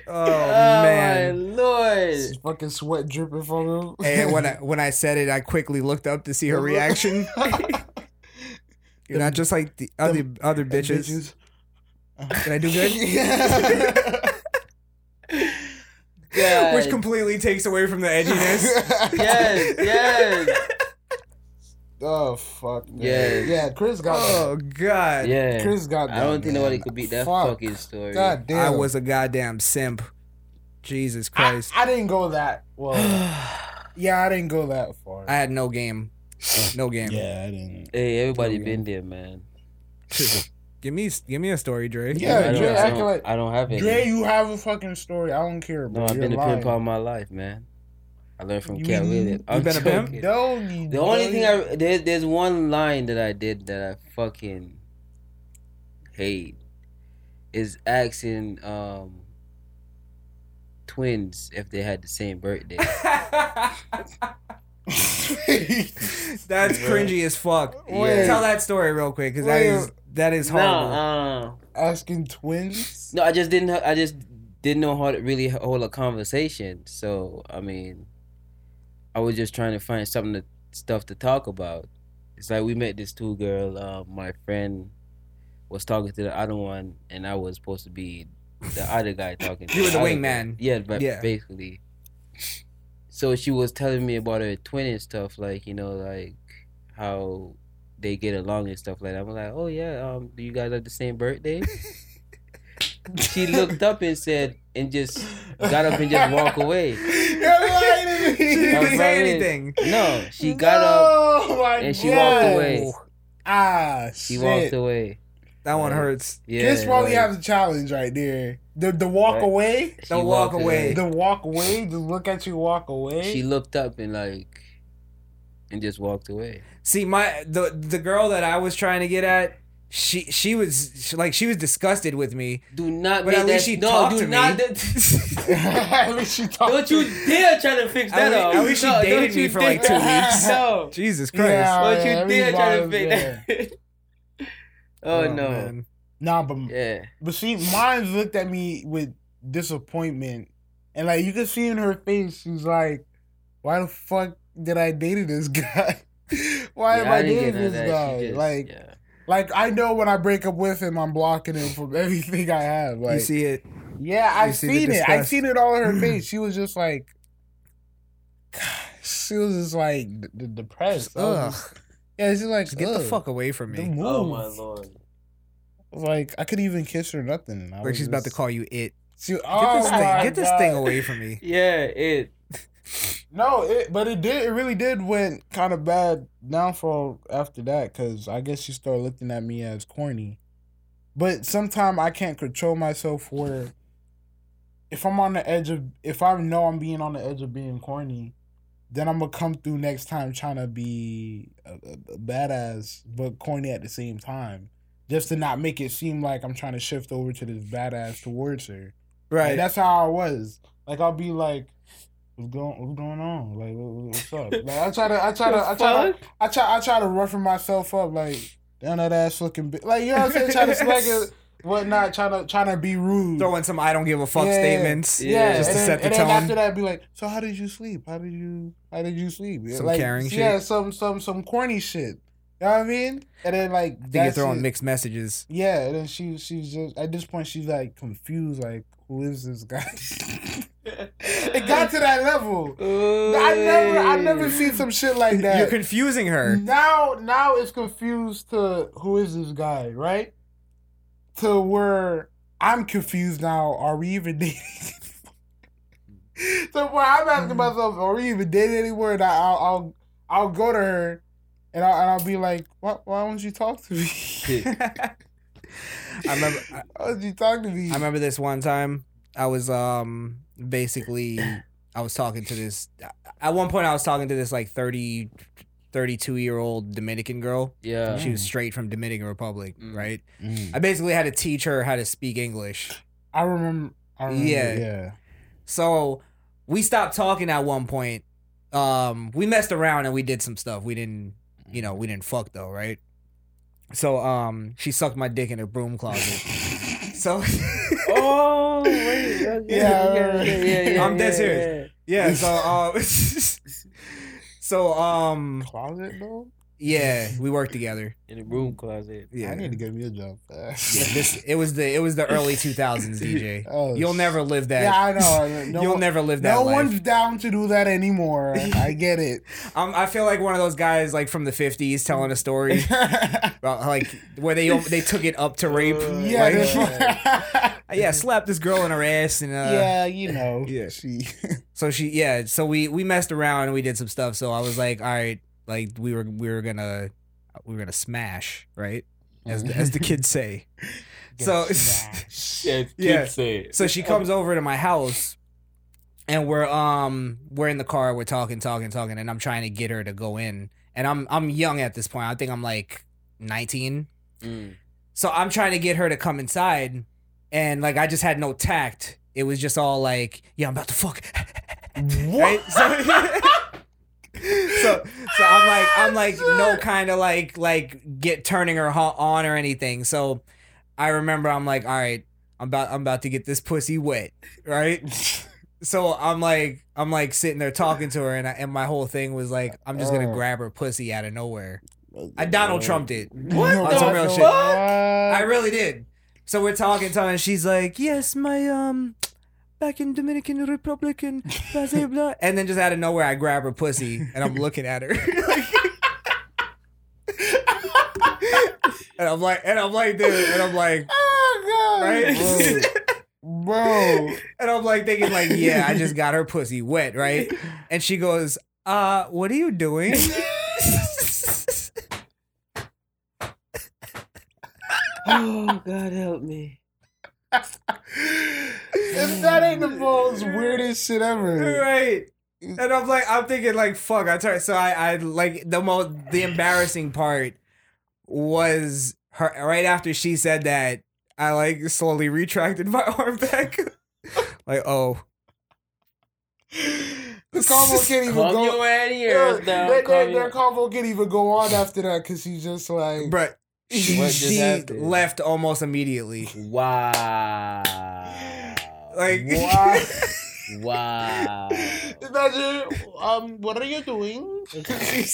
S10: Oh, man.
S4: lord!
S5: fucking sweat dripping from him.
S10: And when I when I said it, I quickly looked up to see her reaction. You're not just like the other other bitches. Did I do good? Which completely takes away from the
S5: (laughs)
S10: edginess.
S4: yes, yes.
S5: Oh fuck. Man.
S4: Yes.
S5: Yeah, Chris got.
S10: Oh God.
S4: (laughs) Yeah.
S5: Chris got.
S4: I don't think
S5: man.
S4: nobody could beat that
S5: Fuck.
S4: fucking story.
S5: God damn.
S10: I was a goddamn simp. Jesus Christ.
S5: I didn't go that.
S10: (sighs)
S5: Well. yeah, I didn't go that far.
S10: I had no game. No game.
S5: Yeah, I didn't.
S4: Hey, everybody been there, man.
S10: Give me give me a story, Dre.
S4: I
S5: Yeah,
S4: don't-
S5: Dre
S4: I
S5: acting
S4: don't-
S5: like
S4: I don't have any.
S5: Dre, you have a fucking story. I don't care, bro.
S4: No, I've
S5: You're
S4: been a
S5: lying.
S4: pimp all my life, man. I learned from
S5: You-
S4: Cat Williams.
S5: you
S4: I'm
S5: been a pimp?
S4: joking.
S5: No, you
S4: The only
S5: don't.
S4: thing I there, there's one line that I did that I fucking hate is asking um twins if they had the same (laughs)
S10: (laughs)
S4: birthday.
S10: That's
S4: Yeah.
S10: cringy as fuck.
S4: Wait.
S10: Tell that story real quick, because that
S4: Wait.
S10: is that is horrible.
S4: No, um,
S5: (laughs) asking twins.
S4: No, I just didn't. I just didn't know how to really hold a conversation. So I mean, I was just trying to find something to, stuff to talk about. It's like we met this two girl. Uh, my friend was talking to the other one, and I was supposed to be the other guy talking. to
S10: You were the
S4: other
S10: wingman.
S4: girl. Yeah, but
S10: Yeah.
S4: basically. So she was telling me about her twin and stuff, like you know, like how they get along and stuff like that. I'm like, oh yeah, um, do you guys have the same birthday?
S5: (laughs)
S4: she looked up and said, and just got up and just walked away.
S5: lying to me.
S10: She didn't
S4: I'm
S10: say
S4: right.
S10: anything.
S4: No, she got
S5: (laughs) Oh
S4: up
S5: my
S4: and she
S5: God.
S4: walked away.
S5: Ah,
S4: She
S5: shit.
S4: walked away.
S10: That one hurts.
S4: Yeah,
S5: Kiss probably
S4: like-
S5: has a challenge right there. The the walk
S4: Right.
S5: away.
S4: She The walk walked away. away.
S5: The walk away. Just look at you walk away.
S4: She looked up and like, and just walked away.
S10: See, my the the girl that I was trying to get at, she she was she, like she was disgusted with me.
S4: Do not.
S10: But
S4: make
S10: at least
S4: that-
S10: she
S4: no,
S10: talked
S4: do
S10: to me.
S4: not-
S5: (laughs)
S4: (laughs)
S5: at least she talked.
S4: Don't you dare try to fix
S10: At
S4: that up.
S10: least- at least she
S4: No,
S10: dated
S4: don't you
S10: me for, like, two
S4: dare.
S10: weeks.
S4: (laughs) No.
S10: (laughs) Jesus
S5: Christ. Yeah,
S4: don't
S5: yeah,
S4: you dare try to
S5: everybody-
S4: fix that. (laughs) oh,
S5: Oh,
S4: no.
S5: man. Nah, but
S4: yeah.
S5: But she, mine looked at me with disappointment, and like you could see in her face, she's like, "Why the fuck did I date this (laughs) guy? Why
S4: Yeah,
S5: am
S4: I
S5: I
S4: didn't get
S5: dating
S4: none of
S5: this
S4: that. She
S5: guy?
S4: just-
S5: like, like I know when I break up with him, I'm blocking him from (laughs) everything I have. Like,
S10: you see it.
S5: yeah,
S10: You
S5: I've
S10: see the
S5: seen it. I've
S10: disgust.
S5: seen it all
S10: (clears throat)
S5: in her face. She was just like, (sighs) she was just like d- d- depressed. I was
S10: Ugh.
S5: just- yeah, she's like,
S10: Get the
S5: "Ugh."
S10: fuck away from me.
S5: The move.
S10: Oh,
S4: my lord.
S5: Like I could even kiss her, nothing. and I
S10: Like
S5: was
S10: she's about to
S5: just-
S10: call you it.
S5: She,
S10: Get
S5: oh
S10: this thing,
S5: my
S10: get this thing
S5: God.
S10: away from me.
S4: Yeah, it.
S5: No, it, but it did. It really did went kind of bad downfall after that because I guess she started looking at me as corny. But sometimes I can't control myself where if I'm on the edge of if I know I'm being on the edge of being corny, then I'm gonna come through next time trying to be a, a- a badass but corny at the same time, just to not make it seem like I'm trying to shift over to this badass towards her.
S10: Right.
S5: Like, that's how I was. Like I'll be like, "What's going? What's going on? Like what- what- what's up?" Like I try to, I try to, I try to, I try, I try to roughen myself up. Like down that ass looking, bi-. like you know what I'm saying? Trying to slag
S10: (laughs)
S5: it, whatnot. Trying to, trying to be rude.
S10: Throwing some I don't give a fuck
S5: Yeah.
S10: statements.
S5: Yeah,
S10: Just to
S5: and then,
S10: set the
S5: and then
S10: tone.
S5: after that, be like, "So how did you sleep? How did you, how did you sleep?"
S10: Some
S5: like,
S10: caring shit.
S5: Yeah, some, some, some corny shit. You know what I mean? And then like,
S10: I think you're
S5: that's
S10: throwing
S5: it.
S10: mixed messages.
S5: Yeah, and then she she's just at this point she's like confused, like who is this guy? (laughs) it got to that level. I never I (laughs) never seen some shit like that.
S10: You're confusing (laughs) her.
S5: Now now it's confused to who is this guy, right? To where I'm confused now. Are we even (laughs) dating? so where I'm
S10: Mm.
S5: asking myself, are we even dating anywhere? And I- I'll I'll I'll go to her, and I'll, and I'll be like, why why won't you talk to me? (laughs)
S10: I remember. I,
S5: you talking to me?
S10: I remember this one time. I was um basically I was talking to this. At one point, I was talking to this like 30, 32 year old Dominican girl.
S4: Yeah.
S10: she was
S4: Mm.
S10: straight from Dominican Republic, right? I basically had to teach her how to speak English.
S5: I remember. I remember
S10: Yeah.
S5: yeah. yeah.
S10: So we stopped talking at one point. Um, we messed around and we did some stuff. We didn't, you know, we didn't fuck though, right? So um, she sucked my dick in her broom closet. so
S4: (laughs)
S10: (laughs)
S4: Oh, wait. Okay,
S10: Yeah,
S4: okay,
S10: right,
S4: okay,
S10: right.
S4: yeah, yeah,
S10: I'm dead
S4: yeah,
S10: serious. Yeah. So um, (laughs) so um,
S5: closet though.
S10: Yeah, we worked together.
S4: In the room closet. (gasps)
S10: Yeah.
S5: I need to get me a job. fast. (laughs)
S10: Yeah, this it was the it was the early 2000s DJ.
S5: Oh,
S10: You'll never live that.
S5: Yeah, I know.
S10: (laughs)
S5: No
S10: You'll
S5: one-
S10: never live that
S5: No
S10: life.
S5: one's down to do that
S10: (laughs)
S5: anymore. I get it.
S10: I'm, Um, I feel like one of those guys like from the 50s telling a story about like where they they took it up to rape.
S5: (laughs)
S11: Uh,
S5: Yeah,
S10: Like, uh,
S5: that's
S10: yeah, slap this girl in her ass and uh,
S5: (laughs) yeah, you know.
S10: (laughs) yeah.
S5: She. (laughs)
S10: So she yeah, so we we messed around and we did some stuff. So I was like, all right, like we were we were gonna we were gonna smash right as the, as the kids say. so (laughs)
S5: (laughs)
S4: Yeah,
S10: yeah.
S4: kids say it.
S10: So she comes over to my house and we're um we're in the car, we're talking, talking, talking, and I'm trying to get her to go in. And I'm I'm young at this point. I think I'm like 19. So I'm trying to get her to come inside and like I just had no tact. It was just all like, yeah, I'm about to fuck. (laughs) Right? So, (laughs) so so I'm like I'm like no kind of like like get turning her ho- on or anything. So I remember I'm like, all right, I'm about I'm about to get this pussy wet, right? (laughs) so I'm like I'm like sitting there talking to her, and I, and my whole thing was like, I'm just gonna
S4: Oh.
S10: grab her pussy out of nowhere. I Donald Trumped it.
S4: What
S10: On
S4: the
S10: some real shit.
S4: fuck?
S10: I really did. So we're talking to her, and she's like, yes, my um. Back in Dominican Republic and blah, blah, blah. And then just out of nowhere, I grab her pussy and I'm looking at her. (laughs) and I'm like, and I'm like, dude, and I'm like,
S5: Oh god.
S10: right? (laughs)
S5: Bro. Bro.
S10: and I'm like thinking, like, yeah, I just got her pussy wet, right? And she goes, uh, what are you doing? (laughs)
S7: oh God, help me.
S5: If that ain't the most weirdest shit ever.
S10: (laughs) right.
S5: Mm.
S10: And I'm like, I'm thinking like, fuck. I tried. So I, I like the most, the embarrassing part was her right after she said that. I like slowly retracted my (laughs) arm back, like, oh.
S5: The convo can't even
S10: Calm
S5: go.
S10: your ass
S5: Yeah,
S10: down, calm
S5: that, that,
S10: your-
S5: that convo can't even go on after that because he's just like,
S10: But she,
S5: What just
S10: she
S5: happened?
S10: left almost immediately.
S4: Wow.
S10: Like (laughs)
S5: Wow. (laughs)
S4: Wow.
S5: Imagine, um, what are you
S10: (laughs)
S5: doing?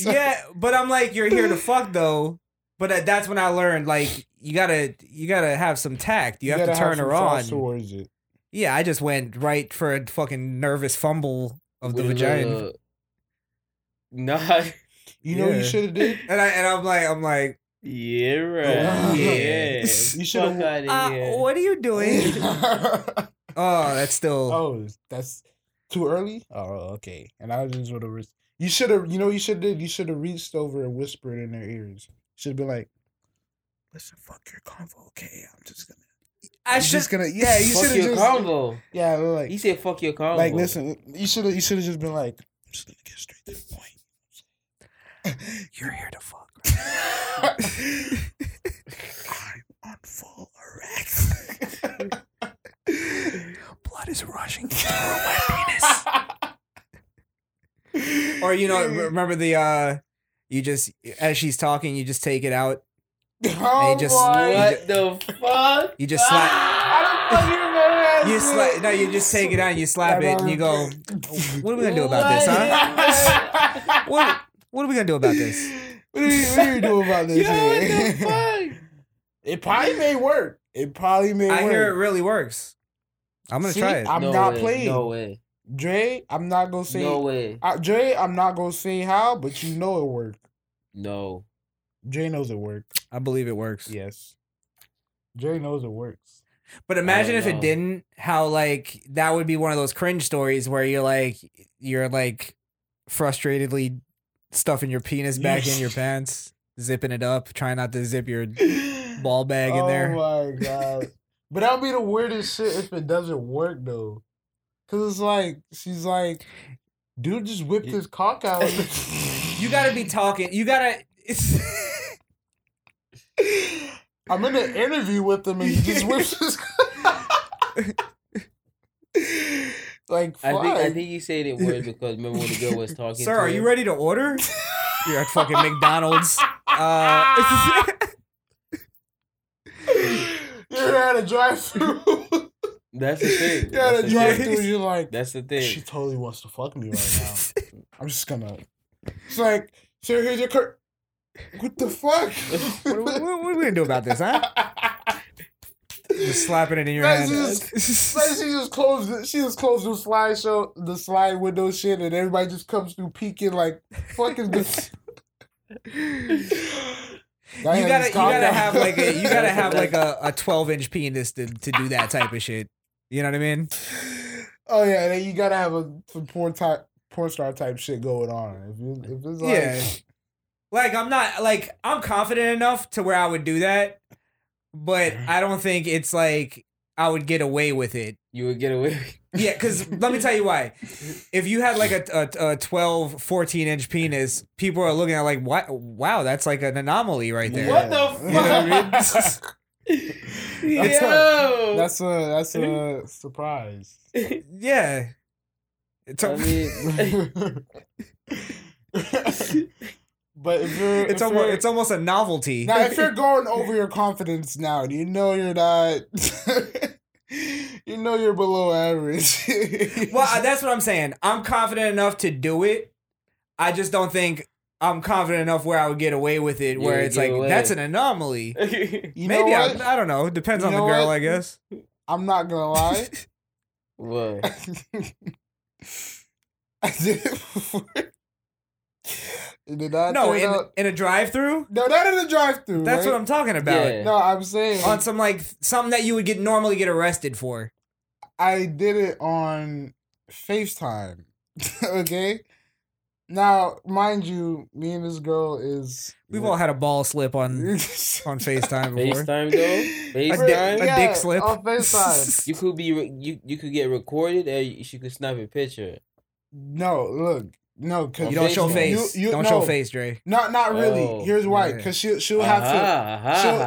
S10: yeah, but I'm like, you're here to fuck though. But that- that's when I learned, like, you gotta, you gotta have some tact. You, have
S5: gotta
S10: to turn
S5: some
S10: her
S5: thoughts
S10: on.
S5: Towards it.
S10: Yeah, I just went right for a fucking nervous fumble of the
S4: With a
S10: vagina.
S4: little- Nah.
S5: You know what you shoulda did?
S10: (laughs) And I and I'm like, I'm like,
S4: yeah, right. Yeah.
S5: (laughs)
S4: You should have out
S5: Ah,
S10: Uh,
S4: here.
S10: What are you doing? (laughs) oh, that's still.
S5: Oh, that's too early. Oh, okay. And I just would have. Re- you should have. You know, what you should did. You should have reached over and whispered in their ears. Should have been like, "Listen, fuck your convo, okay? I'm just gonna."
S10: I
S5: I'm
S10: should-
S5: just gonna. Yeah,
S10: (laughs)
S5: you
S4: Fuck
S5: should have
S4: your
S5: just.
S4: convo.
S5: Yeah, like
S4: He said, "Fuck your
S10: Oh,
S4: convo."
S5: Like, listen, you should have. You should have just been like, "I'm just gonna get straight to the point."
S10: (laughs) You're here to
S5: (laughs)
S10: fuck.
S5: I'm on full (laughs) erect.
S10: Blood is rushing through
S5: (laughs)
S10: my penis. or you know,
S5: Mm. (laughs)
S10: re- remember the uh, you just as she's talking, you just take it out.
S5: Oh
S10: and you just,
S5: boy.
S10: you
S5: What
S10: ju-
S4: the fuck?
S5: (laughs)
S10: You just slap.
S5: I don't
S10: (laughs)
S5: fucking remember that
S10: You
S5: shit.
S10: slap. No, you just take it out and you slap it and you go. What are we gonna do about this, huh? (laughs) what What are we gonna do about this?
S5: What do you, what do you do
S10: (laughs)
S5: about this? shit? it probably may work. It probably may
S10: I
S5: work.
S10: hear it really works. I'm gonna
S5: See,
S10: try it.
S5: I'm not playing.
S4: No way.
S5: Dre, I'm not gonna say
S4: No way.
S5: I, Dre, I'm not gonna say how, but you know it worked.
S4: No.
S5: Dre knows it worked.
S10: I believe it works.
S5: Yes. Dre knows it works.
S10: But imagine
S5: don't
S10: if it
S5: know.
S10: didn't, how like that would be one of those cringe stories where you're like you're like frustratedly stuffing your penis back in your pants, zipping it up, trying not to zip your (laughs) ball bag in
S5: oh
S10: there.
S5: my
S10: (laughs)
S5: god! but that'll be the weirdest shit if it doesn't work though, because it's like she's like, dude just whipped his
S10: (laughs)
S5: cock out. (laughs)
S10: You gotta be talking. You gotta it's
S5: I'm in an interview with him and he just whips his. (laughs)
S4: I
S5: like
S4: think I
S5: fuck. (laughs)
S4: think you said it was because remember when the girl was talking.
S10: Sir,
S4: to
S10: are
S4: him?
S10: you ready to order? You're at fucking McDonald's. Uh,
S5: You're at a drive-through.
S4: (laughs) That's the
S5: (laughs)
S4: thing.
S5: You're at
S4: That's
S5: a
S4: the
S5: drive-through.
S4: thing.
S5: You're like,
S4: That's the thing.
S5: She totally wants to fuck me right
S4: (laughs)
S5: now. I'm just gonna. It's like, sir, here's your cur. What
S4: (laughs)
S5: the fuck?
S10: (laughs) what, what,
S5: (laughs)
S10: what are we gonna do about this, huh? Just slapping it in your
S5: Like,
S10: hand.
S5: she just, like, she just closed. The, she just closed the slide show, the slide window shit, and everybody just comes through peeking like,
S10: (laughs)
S5: fucking. This- Oh,
S10: you gotta you gotta have like a you gotta have like a, a twelve inch penis to, to do that type of shit. You know what I mean?
S5: (laughs) Oh yeah, then you gotta have a some porn type, porn star type shit going on. If, you, if it's like,
S10: Yeah. Like I'm not like I'm confident enough to where I would do that, but I don't think it's like I would get away with it.
S4: You would get away.
S10: Yeah, because let me tell you why. If you had like a, a, a 12, 14 inch penis, people are looking at like, what? wow, that's like an anomaly right there.
S7: What the
S10: You know what I (laughs) mean?
S5: that's
S7: Yo.
S5: a that's a
S10: (laughs)
S5: that's a surprise. (laughs)
S10: Yeah. It's
S4: I
S5: (laughs)
S4: mean, (laughs)
S5: But if you're,
S10: it's
S5: if
S10: almost
S5: you're-
S10: it's almost a novelty.
S5: now if you're going over your confidence now, and you know you're not. (laughs) you know you're below average.
S10: well, I- that's what I'm saying. I'm confident enough to do it. I just don't think I'm confident enough where I would get away with it. Where
S5: Yeah,
S10: it's
S5: get
S10: like
S5: away.
S10: that's an anomaly.
S5: (laughs) You know
S10: Maybe
S5: what?
S10: I, I don't know. Depends
S5: You
S10: on the
S5: know
S10: girl,
S5: what?
S10: I guess.
S5: I'm not
S10: (laughs)
S5: gonna lie. (laughs)
S4: what?
S5: I did it before. It did not
S10: No,
S5: turn
S10: in,
S5: out-
S10: in a drive-through.
S5: No, not in a drive-through.
S10: That's what I'm talking about.
S5: No, I'm saying
S10: On some like something that you would get normally get arrested for.
S5: I did it on FaceTime. (laughs) okay. Now, mind you, me and this girl is
S10: We've
S5: (laughs)
S10: all had a ball slip on on FaceTime before.
S4: FaceTime (laughs) though.
S10: A
S4: FaceTime.
S10: dick- A, dick slip.
S5: on FaceTime.
S4: you could be re- you you could get recorded and she could snap a picture.
S5: (laughs) No, look, no, because
S10: You don't show face. Don't show face, Dre.
S5: Not, not really.
S10: Oh,
S5: Here's why,
S10: yeah. Uh-huh,
S5: because she'll she'll have to
S10: Aha, aha,
S5: she'll,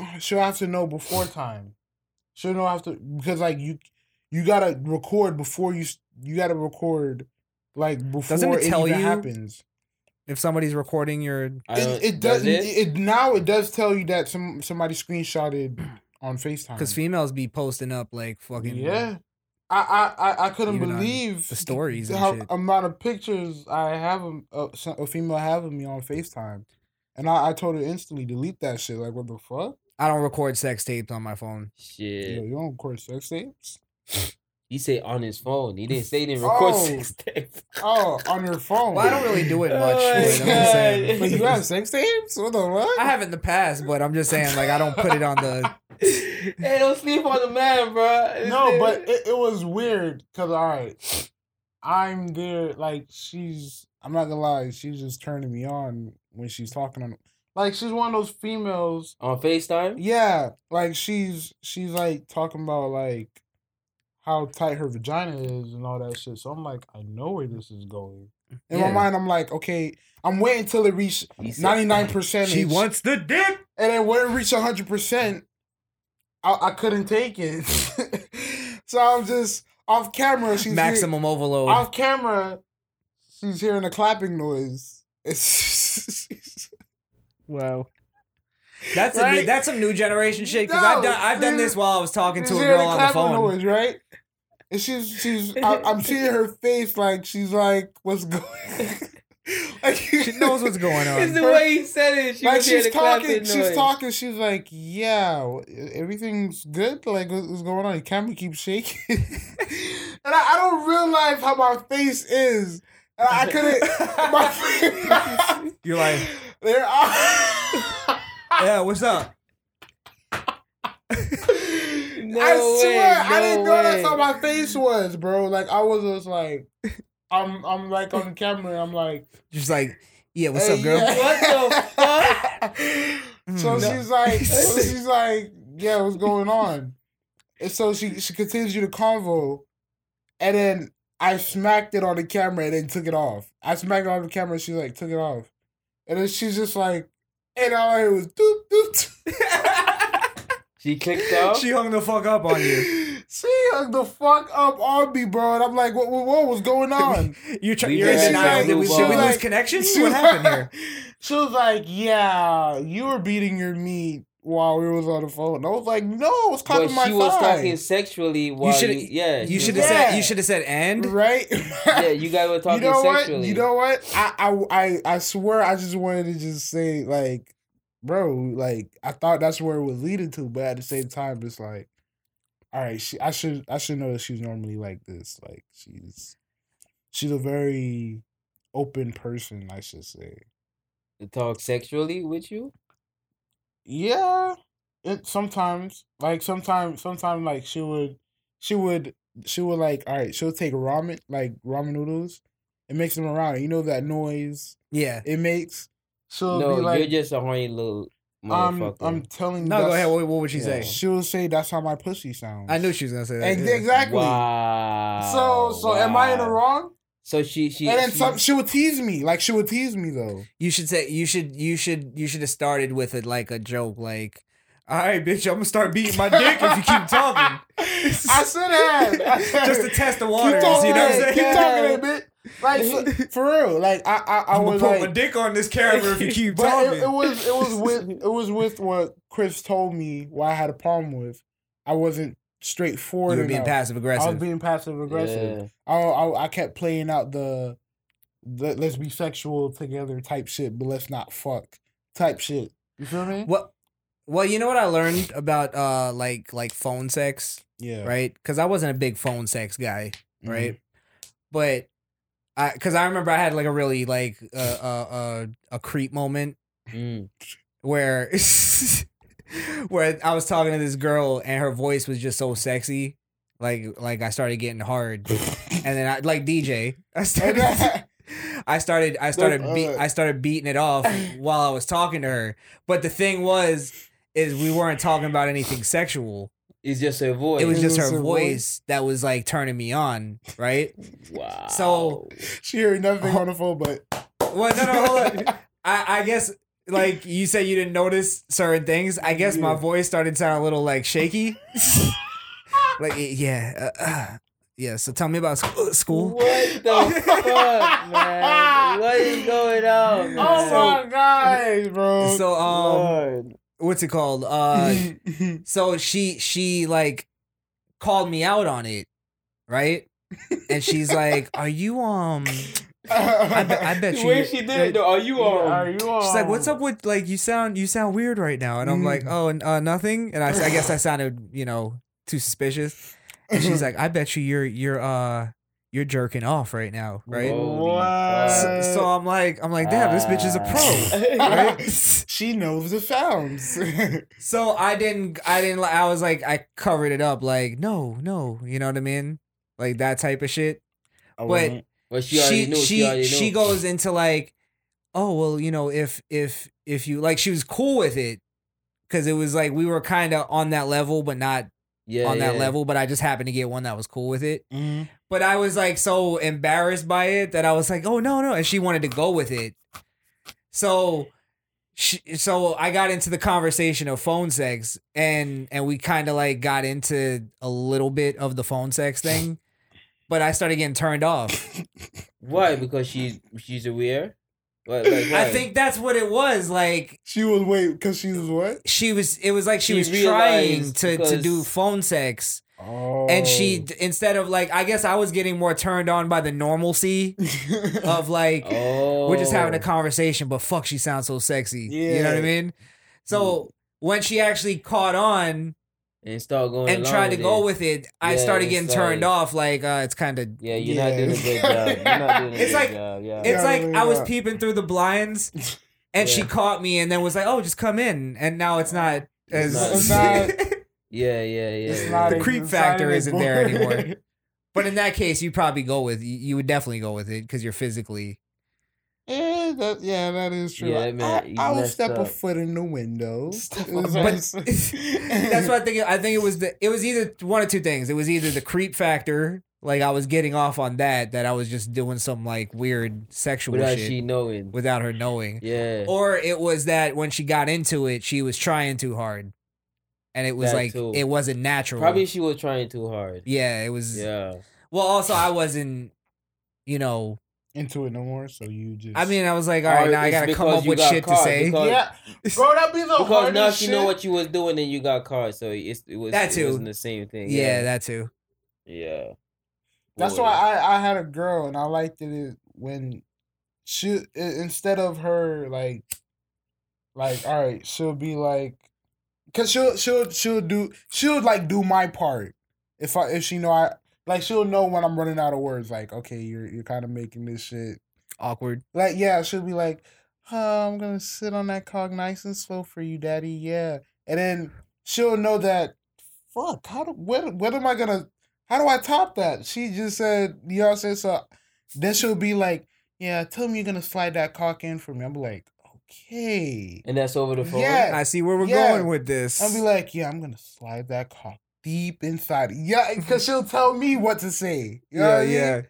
S10: aha.
S5: she'll she'll have to know before time. She'll know have to because like you you gotta record before you s- you gotta record like before
S10: Doesn't it tell
S5: even
S10: you
S5: happens.
S10: If somebody's recording your,
S5: It, it does. It? now it does tell you that some
S10: (clears throat)
S5: somebody screenshotted on Facetime.
S10: Because females be posting up like fucking
S5: Yeah. I I I, I couldn't
S10: Even on
S5: believe
S10: the stories and
S5: how
S10: shit.
S5: amount of pictures I have of of some- a female having me on Facetime, and I, I told her instantly delete that shit. Like what the fuck?
S10: I don't record sex tapes on my phone.
S4: Shit.
S5: Yo, you don't record sex tapes?
S4: He said on his phone. He didn't say he didn't record
S5: Oh.
S4: sex tapes.
S5: Oh, on your phone.
S10: Well, I don't really do it much.
S4: Oh my
S10: but I'm just saying. (laughs)
S5: But you have sex tapes? What the fuck?
S10: I have in the past, but I'm just saying like I don't put it on the.
S4: (laughs) Hey, don't sleep on the man, bro.
S5: No, but it, it was weird because all right, I'm there. Like she's, I'm not gonna lie, she's just turning me on when she's talking on. Like she's one of those females
S4: on FaceTime.
S5: Yeah, like she's she's like talking about like how tight her vagina is and all that shit. So I'm like, I know where this is going. (laughs) In my
S10: Yeah.
S5: mind, I'm like, okay, I'm waiting till it reach
S10: said,
S5: 99 percent.
S10: "She wants the dick,
S5: and then when it reached 100 percent, I, I couldn't take it. (laughs) so I'm just off camera. She's
S10: Maximum overload.
S5: Off camera, she's hearing a clapping noise. (laughs)
S10: Wow. That's a
S5: Right?
S10: new, that's some new generation shit. Because
S5: No,
S10: I've done I've done
S5: she's-
S10: this while I was talking to
S5: She's
S10: a
S5: hearing
S10: girl on the
S5: clapping
S10: phone.
S5: noise, right? And she's she's I, I'm
S10: (laughs)
S5: seeing her face like she's like, what's (laughs) going? she
S10: knows what's
S5: (laughs)
S10: going on.
S4: It's the way he said it. She
S5: like
S4: was hearing
S5: she's
S4: the clapping
S5: talking, she's
S4: noise.
S5: talking. She's like, yeah, w- e, everything's good. Like what- what's going on? The camera keeps shaking, (laughs) and I, I don't realize how my face is. And I couldn't. my
S10: (laughs)
S5: face,
S10: You're like,
S5: (laughs) there are. (laughs)
S10: yeah, what's up?
S5: I
S7: way,
S5: swear, I
S7: no
S5: didn't know
S7: way.
S5: that's how my face was, bro. Like I was just like, I'm, I'm like on camera. I'm like,
S10: Just like, yeah, what's
S5: Hey,
S10: up, girl?
S5: yeah. What
S4: the fuck?
S5: (laughs) so
S10: Mm. (laughs)
S5: she's like, so she's like, yeah, what's going on? And so she she continues you the convo, and then I smacked it on the camera and then took it off. I smacked it on the camera. and She like took it off, and then she's just like, and all I heard was doop doop.
S4: She kicked
S10: (laughs)
S4: out.
S10: She hung the fuck up on you.
S5: She hung the fuck up on me, bro. And I'm like, what, what, what was going on?
S10: You tr-
S4: We
S10: you're in
S4: just
S10: denial.
S4: like-
S10: Did we,
S4: we
S10: did we
S4: like-
S10: lose connection?
S5: she
S10: What
S5: was-
S10: happened
S5: (laughs)
S10: here?
S5: She was like, "Yeah, you were beating your meat while we was on the phone." I was like, "No, I was
S4: But
S5: clapping
S4: she
S5: my
S4: was
S5: thigh."
S4: talking sexually while you,
S10: shoulda-
S4: yeah
S10: You should have
S4: yeah.
S10: said. You should have said and.
S5: right? (laughs)
S4: yeah you guys were
S5: You
S4: talking
S5: know what?
S4: sexually
S5: You know what? I, I I I swear, I just wanted to just say like, bro, like I thought that's where it was leading to, but at the same time, it's like, all right, she I should I should know that she's normally like this. Like she's she's a very open person, I should say.
S4: To talk sexually with you.
S5: Yeah, it sometimes like sometimes sometimes like she would she would she would like all right she'll take ramen like ramen noodles and mix them around you know that noise
S10: Yeah.
S5: it makes she'll
S4: no,
S5: be like um,
S4: you're just a horny little
S5: I'm
S4: motherfucker.
S5: I'm telling you
S10: No, go
S5: that's-
S10: ahead, what- what would she say?
S5: she'll say that's how my pussy sounds
S10: I knew she was gonna say that.
S5: Ex-
S10: yeah.
S5: exactly
S4: Wow.
S5: so so am I in the
S4: wow.
S5: wrong
S4: So she she
S5: and then
S4: she-
S5: some she would tease me like she would tease me though
S10: You should say. You should. You should. You should have started with it like a joke, like. All right, bitch. I'm gonna start beating my dick if you (laughs) keep talking.
S5: (laughs) I should have
S10: (laughs) Just to test the
S5: keep
S10: waters.
S5: talking
S10: You know what I'm saying?
S5: that, keep talking that bitch
S4: (laughs)
S5: like for, for real like I I, I
S10: I'm gonna
S5: was
S10: put
S5: like
S10: my dick on this camera (laughs) if you keep
S5: But
S10: talking.
S5: it, it was it
S10: (laughs)
S5: was with it was with what Chris told me what I had a problem with. I wasn't straightforward.
S10: You were being
S5: enough. I
S10: passive-aggressive.
S5: was being passive aggressive. I, I I kept playing out the, the let's be sexual together type shit, but let's not fuck type shit. You feel me?
S10: What? Well, you know what I learned about uh like like phone sex.
S5: Yeah.
S10: Right. Because I wasn't a big phone sex guy. Right. But I because I remember I had like a really like uh, uh, uh, a creep moment
S5: Mm-hmm.
S10: where (laughs) where I was talking to this girl and her voice was just so sexy Like like I started getting hard, and then I like DJ. I started. (laughs) I started I started be- I started beating it off while I was talking to her. But the thing was is we weren't talking about anything sexual.
S4: It's just her voice.
S10: It was just her voice that was like turning me on, right?
S4: Wow.
S10: So
S5: (laughs) she heard nothing
S10: Oh.
S5: on the
S10: (laughs)
S5: phone, but
S10: well, no, no, hold on. I, I guess like you said, you didn't notice certain things. I guess my voice started to sound a little
S7: (laughs)
S10: like shaky. like yeah, uh, uh, yeah. So tell me about sc- uh, school.
S7: What the
S5: (laughs)
S7: fuck, man? What is going on? Man?
S10: Oh my
S4: (laughs)
S5: God, bro.
S10: So um, what's it
S7: (laughs)
S10: called? Uh, so she she like called me out on it, right? And she's like, "Are you um?" I, bet
S7: (laughs)
S10: I bet you.
S7: Where she did it though? Are you on?
S5: Are you on?
S10: She's like, "What's up with like you sound you sound weird right now?" And I'm like, "Oh, n- uh, nothing." And I, s- I guess I sounded you know too suspicious. And she's like, "I bet you you're you're uh you're jerking off right now, right?" So, so I'm like, I'm like, damn, this bitch is a pro.
S4: (laughs)
S5: (laughs)
S4: Ah.
S10: right?
S5: (laughs) she knows the sounds. (laughs)
S10: So I didn't, I didn't, li- I was like, I covered it up, like, no, no, you know what I mean, like that type of shit. But
S4: wasn't. Well, she
S10: she,
S4: already
S10: she,
S4: knew, she
S10: she,
S4: already knew.
S10: goes into like, oh well, you know, if if if you like, she was cool with it because it was like we were kind of on that level, but not
S4: Yeah,
S10: on that
S4: yeah. Mm-hmm.
S10: level. But I just happened to get one that was cool with it. But I was like so embarrassed by it that I was like, oh no, no. And she wanted to go with it. So she, so I got into the conversation of phone sex and and we kind of like got into a little bit of the phone sex thing. But I started getting turned off.
S4: Why? Because she's she's aware. What, like,
S10: (clears throat) I
S4: why?
S10: think that's what it was. Like
S5: she was wait, because she was what?
S10: She was it was like she,
S4: She
S10: was trying
S4: realized
S10: to, to
S4: because- Oh.
S10: do phone sex. And she
S5: Oh.
S10: d- instead of like I guess I was getting more turned on by the
S4: (laughs)
S10: normalcy of like we're just having a conversation, but fuck, she sounds so sexy. You know what I
S4: Oh. Yeah. Mm.
S10: mean? So when she actually caught on
S4: and start going
S10: and
S4: along
S10: tried to
S4: with
S10: go
S4: it.
S10: with it, I
S4: Yeah,
S10: started
S4: it's
S10: getting
S4: like-
S10: turned off. Like uh, it's kind of
S4: Yeah, you're not doing a good job. You're
S10: (laughs)
S4: not doing a
S10: It's
S4: good
S10: like
S4: job. Yeah.
S10: it's like
S4: Yeah,
S10: I was
S4: yeah.
S10: peeping through the blinds,
S4: (laughs)
S10: and she caught me, and then was like, "Oh, just come in," and now it's not as
S4: not- It's not-
S10: (laughs)
S4: Yeah, yeah, yeah. yeah.
S10: the creep factor isn't there anymore. But in that case, you probably go with you- you would definitely go with it because you're physically
S5: Yeah, Eh, that, yeah, that is true.
S10: Yeah,
S5: I-
S10: man, you
S5: I, I would
S10: messed
S5: step a
S10: up.
S5: foot in the window. (laughs)
S10: but (laughs) that's what I think. I think it was the it was either one of two things. It was either the creep factor, like I was getting off on that, that I was just doing some like weird sexual
S4: Without
S10: shit
S4: she knowing.
S10: without her knowing,
S4: Yeah.
S10: or it was that when she got into it, she was trying too hard, and it was
S4: That
S10: like
S4: too.
S10: it wasn't natural.
S4: Probably she was trying too hard.
S10: yeah, it was.
S4: Yeah.
S10: Well, also I wasn't, you know.
S5: into it no more. So you just.
S10: I mean, I was like, all right,
S4: Or
S10: now I
S4: it's
S10: gotta come
S4: because
S10: up
S4: you
S10: with
S4: got
S10: shit to
S4: caught,
S10: say.
S4: because-
S5: bro, that'd be the
S4: Because now
S5: hardest
S4: she
S5: shit.
S4: know what you was doing and you got caught, so it's, it was
S10: That
S4: it
S10: too.
S4: wasn't the same thing.
S10: Yeah, that too.
S4: Yeah.
S5: That's
S4: Boy.
S5: why I, I had a girl and I liked it when she i- instead of her like like all right she'll be like because she'll she'll she'll do she'll like do my part if I if she know I like she'll know when I'm running out of words like okay you're you're kind of making this shit
S10: awkward
S5: like yeah she'll be like oh, I'm gonna sit on that cog nice and slow for you daddy yeah and then she'll know that fuck, how do what what am I gonna how do I top that? She just said, you know what I'm saying? So then she'll be like, Yeah, tell me you're gonna slide that cock in for me. I'm like, okay.
S4: And that's over the phone.
S5: Yeah.
S10: I see where we're
S5: Yeah.
S10: going with this.
S5: I'll be like, Yeah, I'm gonna slide that cock deep inside. Yeah,
S10: (laughs)
S5: because she'll tell me what to say. You know
S10: Yeah,
S5: what I mean?
S10: yeah.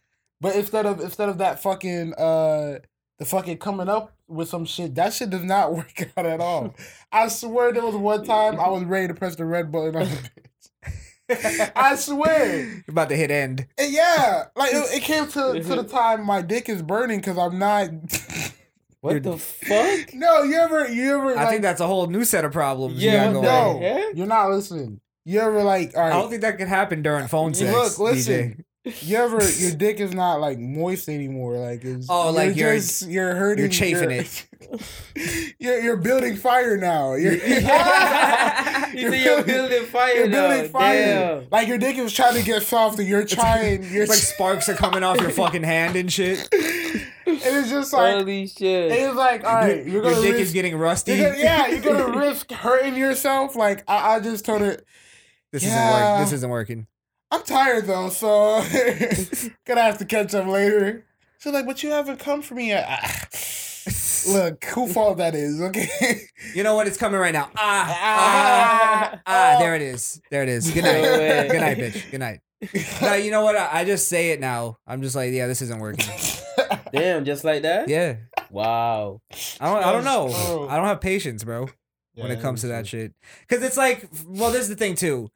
S5: But instead of instead of that fucking uh the fucking coming up with some shit, that shit does not (laughs) work out at all. I swear there was one time I was ready to press the red button on the (laughs) bitch. I swear.
S10: about to hit end.
S5: And yeah, like it, it came to, to the time my dick is burning because I'm not. (laughs)
S4: What the fuck? (laughs)
S5: No, you ever, you ever.
S10: I
S5: like,
S10: think that's a whole new set of problems. you
S5: Yeah,
S10: got
S5: no,
S10: going.
S5: you're not listening. You ever like? All right,
S10: I don't think that could happen during phone
S5: you
S10: sex.
S5: look,
S10: DJ.
S5: listen. You ever your dick is not like moist anymore? Like it's
S10: Oh, like you're-
S5: just, you're hurting,
S10: You're chafing
S5: you're- (laughs)
S10: it.
S5: You're you're building fire
S10: (laughs)
S5: now. You're, (laughs)
S4: You see, you're building fire.
S5: you're
S4: now.
S5: building fire.
S4: Damn.
S5: Like your dick is trying to get soft, and you're trying.
S10: (laughs)
S5: You're
S10: It's like sparks are coming off your fucking hand and shit.
S5: It is just like
S4: Holy shit.
S5: It was like, all right,
S10: Your-
S5: you're gonna
S10: your dick
S5: risk,
S10: is getting rusty.
S5: you're gonna- yeah,
S10: (laughs)
S5: you're gonna risk hurting yourself. Like I, I just told her,
S10: This
S5: Yeah.
S10: isn't working. This isn't working.
S5: I'm tired though, so (laughs) gonna have to catch up later. She's like, but you haven't come for me yet. (sighs) Ah. Look, who fault that is? Okay. (laughs)
S10: You know what? It's coming right now. Ah, ah, ah, there it is. There it is. Good night.
S5: No way.
S10: Good night, bitch. Good night. No, you know what? I, I just say it now. I'm just like, yeah, this isn't working.
S4: Damn, just like that?
S10: Yeah.
S4: Wow.
S10: I don't, I don't
S4: That (laughs)
S10: know.
S4: was true.
S10: I don't have patience, bro, when
S4: Oh. Yeah,
S10: it comes
S4: me
S10: to that shit. Cause it's like, well, this is the thing too.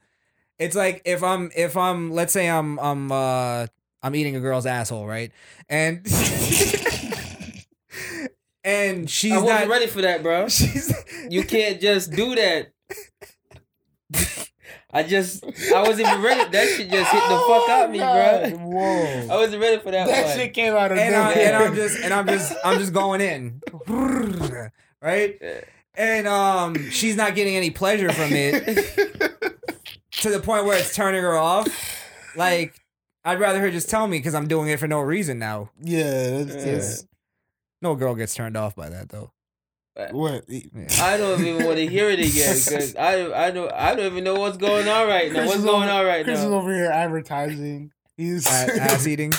S10: It's like if I'm if I'm let's say I'm I'm uh I'm eating a girl's asshole, right?
S4: (laughs)
S10: And (laughs) and she's
S4: I wasn't
S10: not
S4: ready for that, bro.
S10: (laughs)
S5: (laughs)
S4: you can't just do that. (laughs) I just, I wasn't even ready. That shit just hit the fuck out me,
S5: God.
S4: bro. Whoa. (laughs) I wasn't ready for that,
S5: Oh, That
S4: one.
S5: shit came out of
S10: and, I,
S5: nowhere.
S10: and I'm just and I'm just I'm just going in, (laughs) right? And um, she's not getting any pleasure from it to the point where it's turning her off. Like I'd rather her just tell me because I'm doing it for no reason now.
S5: Yeah, that's,
S10: that's- no girl gets turned off by that though.
S5: What? e,
S4: (laughs) I don't even want to hear it again because I, I don't, I don't even know what's going on right now. What's going on right
S5: Chris is
S4: now?
S5: over here advertising. He's (laughs)
S10: A- ass eating.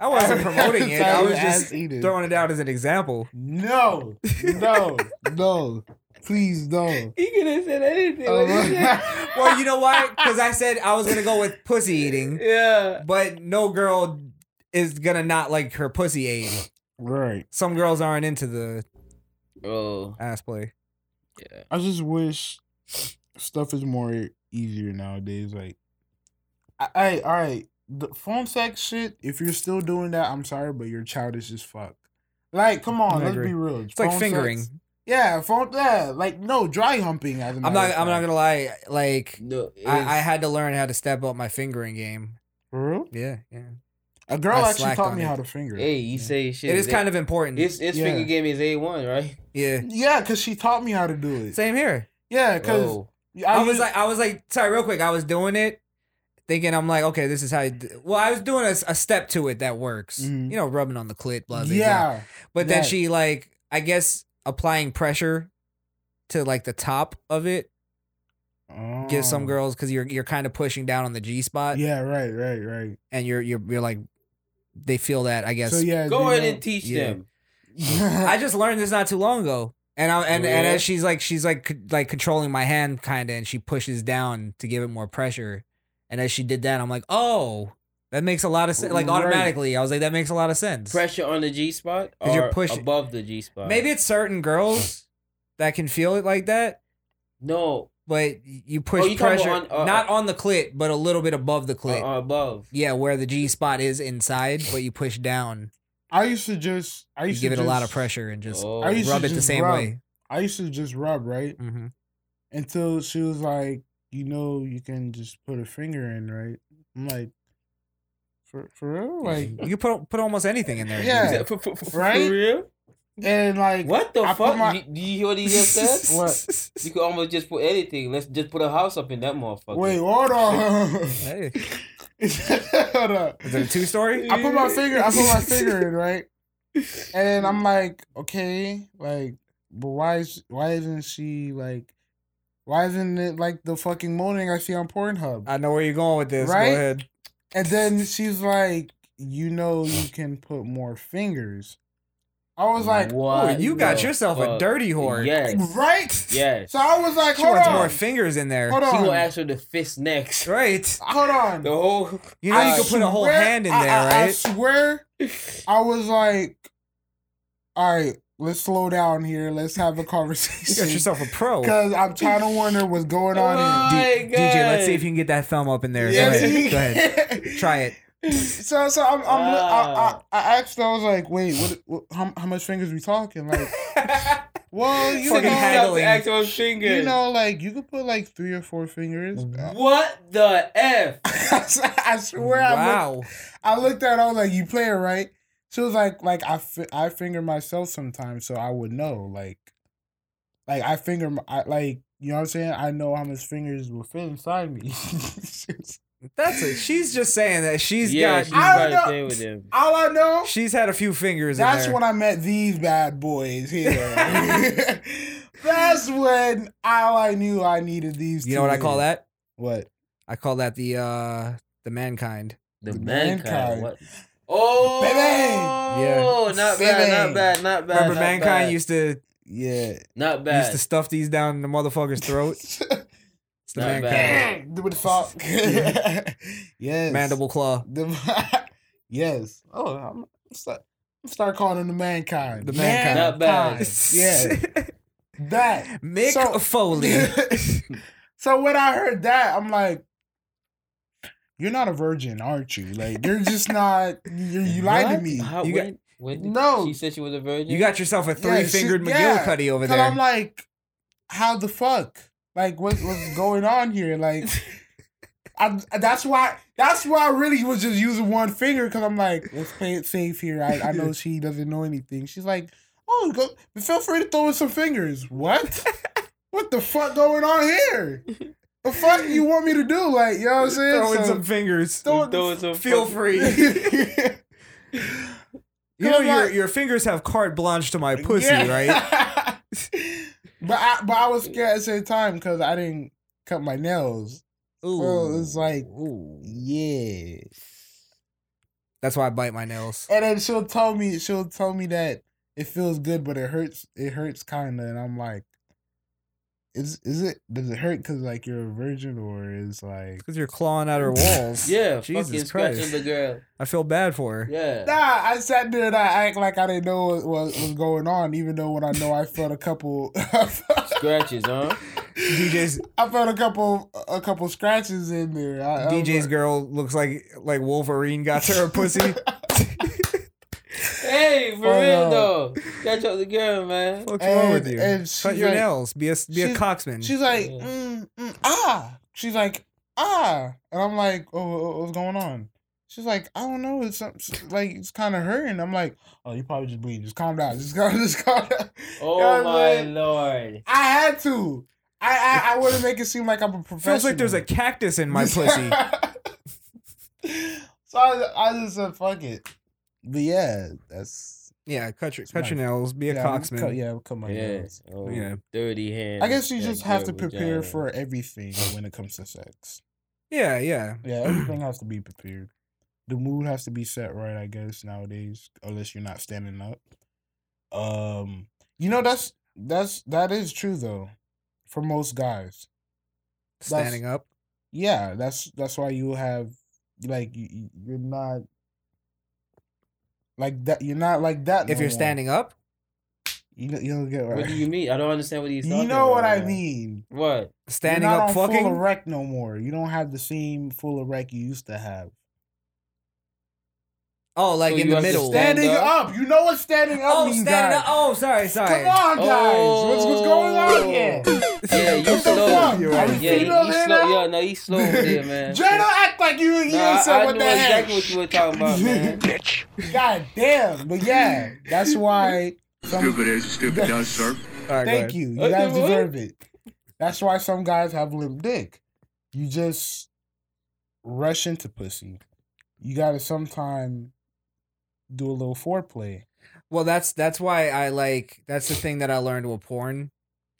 S10: I wasn't promoting it. I was just throwing it out as an example.
S5: No, no, no. Please, no.
S4: He could have said anything.
S5: Oh,
S4: What
S5: (laughs)
S4: he said.
S10: well, you know why? Because I said I was gonna go with pussy eating.
S4: Yeah.
S10: But no girl is gonna not like her pussy ate.
S5: Right.
S10: Some girls aren't into the
S4: oh
S10: ass play.
S5: I just wish stuff is more easier nowadays. Like, I, I all right, the phone sex shit. If you're still doing that, I'm sorry, but you're childish as fuck. Like, come on,
S10: I
S5: let's
S10: agree.
S5: be real.
S10: It's like
S5: Phone
S10: fingering.
S5: sex- yeah, phone. Yeah, like no dry humping. As a
S10: I'm
S5: matter
S10: not.
S5: of
S10: I'm not
S5: fact.
S10: gonna lie. Like
S4: no,
S10: I, I had to learn how to step up my fingering game.
S5: For real?
S10: Yeah, yeah.
S5: A girl
S10: I
S5: actually
S10: slacked
S5: taught
S10: on
S5: me
S10: it.
S5: how to finger.
S4: Hey, you say shit.
S10: It is
S4: that-
S10: kind of important.
S4: It's, it's
S5: Yeah.
S4: finger game is a one, right?
S10: Yeah.
S5: Yeah, cause she taught me how to do it.
S10: Same here.
S5: Yeah, cause
S4: Oh.
S10: I, was
S5: used-
S10: like, I was like, sorry, real quick. I was doing it, thinking I'm like, okay, this is how. You d Well, I was doing a, s- a step to it that works. You know, rubbing on the clit, blah blah. blah.
S5: Mm-hmm. Yeah,
S10: But then
S5: that.
S10: she like, I guess applying pressure to like the top of it gives some
S5: Oh.
S10: girls because you're you're kind of pushing down on the G spot.
S5: Yeah, right, right, right.
S10: And you're you're you're like, they feel that I guess.
S5: So, yeah, uh,
S4: Go ahead and teach
S10: Yeah.
S4: them.
S5: (laughs)
S10: I just learned this not too long ago. And I, and, and
S4: Yeah.
S10: as she's like she's like c- like controlling my hand kind of and she pushes down to give it more pressure. And as she did that, I'm like, "Oh, that makes a lot of sense." Like
S4: Right.
S10: automatically, I was like, "That makes a lot of sense."
S4: Pressure on the G spot
S10: 'Cause
S4: or
S10: you're pushing-
S4: above the G spot.
S10: Maybe it's certain girls that can feel it like that,
S4: no
S10: but you push
S4: you talking
S10: pressure
S4: about on- uh,
S10: not on the clit, but a little bit above the clit.
S4: uh, above.
S10: Yeah, where the G spot is inside, but you push down.
S5: I used to just I
S10: You
S5: used
S10: give
S5: to
S10: it a lot of
S5: just-
S10: pressure and
S4: Oh.
S10: just
S5: I used
S10: rub
S5: to
S10: it the
S5: just
S10: same
S5: rub.
S10: way.
S5: I used to just rub right
S10: Mm-hmm.
S5: until she was like, you know, you can just put a finger in, right? I'm like, for for real, like,
S10: (laughs) You can put put almost anything in there.
S5: yeah,
S4: For, for- for- for
S5: right?
S4: real?
S5: And like,
S4: What the
S5: I put
S4: fuck?
S5: my-
S4: You- Do you hear what he
S10: (laughs)
S4: just said?
S5: What?
S4: You could almost just put anything. Let's just put a house up in that motherfucker.
S5: Wait,
S10: (laughs)
S5: hold on.
S10: Hey.
S5: (laughs) hold on.
S10: Is it a two story?
S5: I put my finger. I put
S10: (laughs)
S5: my finger in, right? And I'm like, okay, like, but why is why isn't she like, why isn't it like the fucking moaning I see on Pornhub?
S10: I know where you're going with this.
S5: Right?
S10: Go ahead.
S5: And then she's like, you know, you can put more fingers. I was like, oh,
S4: Oh,
S10: Ooh, you got
S4: the
S10: yourself a
S4: fuck?
S10: dirty whore.
S4: Yes.
S5: right?
S4: Yes.
S5: So I was like,
S10: She
S5: hold
S10: wants
S5: on,
S10: more fingers in there.
S5: Hold
S4: She gonna
S5: on.
S4: ask for the fist next.
S10: Right.
S5: hold on.
S4: The (laughs) whole.
S10: You know
S5: I
S10: you can put a whole
S5: swear-
S10: hand in
S5: I-
S10: there,
S5: I- I
S10: right?
S5: swear, I was like, all right, let's slow down here. Let's have a
S10: you got
S5: conversation.
S10: yourself a pro.
S5: Because I'm trying to wonder what's going on
S10: D-
S5: here.
S10: DJ, let's see if you can get that thumb up in there.
S5: Yeah,
S10: Go
S5: see?
S10: ahead. Uh, Go ahead. Try it.
S5: (laughs) So, so I'm, I'm I, I, I asked. her, I was like, wait, what, what? How, how much fingers we
S10: (laughs)
S5: talking? Like, well, you
S10: Fucking
S5: know,
S10: haggling.
S4: Actual finger.
S5: you know, like you could put like three or four fingers.
S10: Mm-hmm.
S4: What the f?
S5: (laughs) I swear, I
S10: Wow.
S5: looked, I looked at. Her, I was like, you play it right. She was like, like I, fi- I finger myself sometimes, so I would know. Like, like I finger, my, I, like you know what I'm saying. I know how much fingers will fit inside me. (laughs)
S10: That's it. She's just saying that she's
S4: Yeah,
S10: got.
S4: she's
S5: I don't
S4: probably
S5: know.
S4: playing with him.
S5: All I know
S10: she's had a few fingers
S5: That's
S10: in there.
S5: when I met these bad boys (laughs) here. That's when all I knew I needed these.
S10: you know what I call that?
S5: What?
S10: I call that the uh The mankind.
S4: The mankind. Mankind. What?
S7: Oh,
S10: Yeah.
S7: not bad,
S10: Bang.
S7: not bad, not bad.
S10: Remember,
S7: not
S10: mankind
S7: bad.
S10: used to
S5: (laughs)
S10: yeah,
S4: not
S10: Used
S4: bad.
S10: to stuff these down the motherfucker's throat. it's the
S4: Not
S10: mankind.
S5: (laughs) Do it fuck. (laughs) yes.
S10: Mandible claw.
S5: The- (laughs) yes. Oh, I'm start, start calling him the mankind.
S10: The mankind. Not (laughs) bad.
S5: Yeah. that
S10: Mick
S5: (laughs)
S10: Foley.
S5: so when I heard that, I'm like, "You're not a virgin, aren't you? Like you're just not. You, you lied to
S4: What?
S5: me.
S4: How,
S5: you
S4: when, when did-
S5: No.
S4: She said she was a virgin.
S10: You got yourself a three fingered McGillicuddy over
S5: Cause
S10: there.
S5: I'm like, how the fuck? Like, what, what's going on here?
S10: (laughs)
S5: Like, I, that's why. That's why I really was just using one finger because I'm like, let's play it safe here. I,
S10: (laughs)
S5: I know she doesn't know anything. She's like, oh, go, feel free to throw in some fingers. What? what the fuck going on here? The fuck you want me to do? Like, you know what I'm saying?
S10: Throw in
S5: So-
S10: some fingers.
S5: Throw-
S10: Feel
S5: (laughs)
S10: free. you know your your fingers have carte blanche to my (laughs)
S5: (laughs)
S10: pussy, right?
S5: but I but I was scared at the same time because I didn't cut my nails. So it was Oh, like, yeah.
S10: That's why I bite my nails.
S5: And then she'll tell me she'll tell me that it feels good, but it hurts. It hurts kind of, and I'm like, is is it? Does it hurt because like you're a virgin, or is
S10: (laughs)
S5: like
S10: because you're clawing at her
S4: (laughs)
S10: walls?
S5: Yeah, fucking
S10: Jesus
S5: scratching
S10: Christ.
S5: the girl.
S10: I feel bad for her. (laughs)
S4: (laughs)
S5: Nah, I sat there and I act like I didn't know what, what was going on, even though when I know I felt a couple (laughs)
S4: scratches, huh?
S10: DJ's
S5: I felt a couple a couple scratches in there. I, I was
S10: DJ's girl looks like like Wolverine got to (laughs) her
S5: (laughs)
S10: pussy.
S4: Hey, for
S10: Oh, no.
S4: real though. Catch up the girl, man.
S10: What's wrong with you?
S5: and
S10: Cut
S5: she's
S10: your
S5: like-
S10: nails. Be a be a
S5: she's-
S10: cocksman.
S5: She's like, mm, mm, ah. She's like, ah. And I'm like, oh, wha- what's going on? She's like, I don't know. It's some- like it's kind of hurting. I'm like, oh, you probably just bleeding. Just calm down. Just calm. (laughs) Just calm down.
S4: Oh
S5: Yeah,
S4: my
S5: like-
S4: lord.
S5: I had to. I I, I want to make it seem like I'm a
S10: (laughs)
S5: professional.
S10: feels like there's a cactus in my pussy.
S5: (laughs)
S10: (laughs)
S5: So I, I just said, fuck it. But yeah, that's
S10: yeah. Cut your
S5: It's
S10: cut your
S5: my-
S10: nails. Be a
S5: yeah, I'm-
S10: cocksman.
S5: cut- yeah, cut my
S4: Yeah.
S5: nails.
S4: Oh,
S10: Yeah.
S4: Dirty hands.
S5: I guess you
S4: that
S5: just have to
S4: girl
S5: prepare
S4: vagina.
S5: for everything when it comes to sex.
S10: Yeah, yeah.
S5: Yeah, everything has to be prepared. The mood has to be set right, I guess, nowadays, unless you're not standing up. Um, you know that's that's that is true though, for most guys. That's-
S10: Standing up.
S5: Yeah, that's that's why you have like you, you- you're not like that. You're not like that.
S10: If
S5: no
S10: you're
S5: more.
S10: standing up,
S5: you know, you'll get right.
S4: What
S5: (laughs)
S4: do you mean? I don't understand what he's
S5: You
S4: talking
S5: know what
S4: about
S5: I
S4: now.
S5: mean.
S4: What?
S10: Standing
S5: you're not
S10: up
S5: on
S10: fucking?
S5: full erect no more. You don't have the same full erect you used to have.
S10: oh, like
S5: So
S10: in
S5: you
S10: the
S5: have to
S10: middle.
S5: stand Standing up. You know what standing up
S10: Oh,
S5: means,
S10: standing up.
S5: guys.
S10: Oh, sorry, sorry.
S5: Come on, guys. What's, what's going on here?
S4: Yeah, you
S5: What the
S4: slow. Yeah,
S5: fuck? Are you
S4: yeah, he, he
S5: female there
S4: slow.
S5: now?
S4: oh, Yeah, no, he's slow over
S10: (laughs)
S4: there,
S5: (laughs)
S4: man.
S5: Jay, don't act like you, you
S4: Nah,
S5: ain't said
S4: I
S5: what
S4: knew
S5: the heck.
S4: exactly what you were talking
S10: (laughs)
S4: about, man.
S5: (laughs) God damn. But yeah, that's why. Some,
S16: as
S5: (laughs)
S16: stupid does, sir.
S5: thank you. You guys deserve it. That's why some guys have limp dick. You just rush into pussy. You gotta sometime do a little foreplay.
S10: Well, that's that's why I like that's the thing that I learned with porn,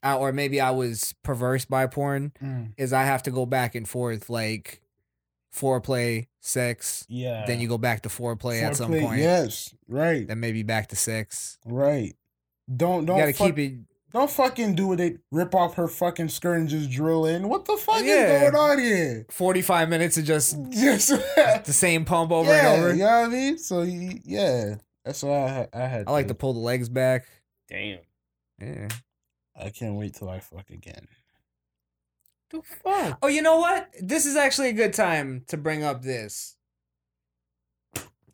S10: uh, or maybe I was perverse by porn.
S5: Mm.
S10: Is I have to go back and forth like foreplay, sex.
S5: Yeah.
S10: Then you go back to foreplay, at some
S5: Foreplay,
S10: point.
S5: Yes, right.
S10: Then maybe back to sex.
S5: Right. Don't don't
S10: you gotta
S5: fuck-
S10: keep it.
S5: Don't fucking do it. They rip off her fucking skirt and just drill in. What the fuck
S10: Yeah.
S5: is going on here? (laughs)
S10: Forty five minutes of just
S5: Yes. (laughs)
S10: the same pump over
S5: yeah,
S10: and over.
S5: you know what I mean. So you, yeah, that's why I, ha- I had.
S10: I like to pull the legs back.
S4: Damn.
S10: Yeah.
S5: I can't wait till I fuck again.
S10: Oh, you know what? This is actually a good time to bring up this.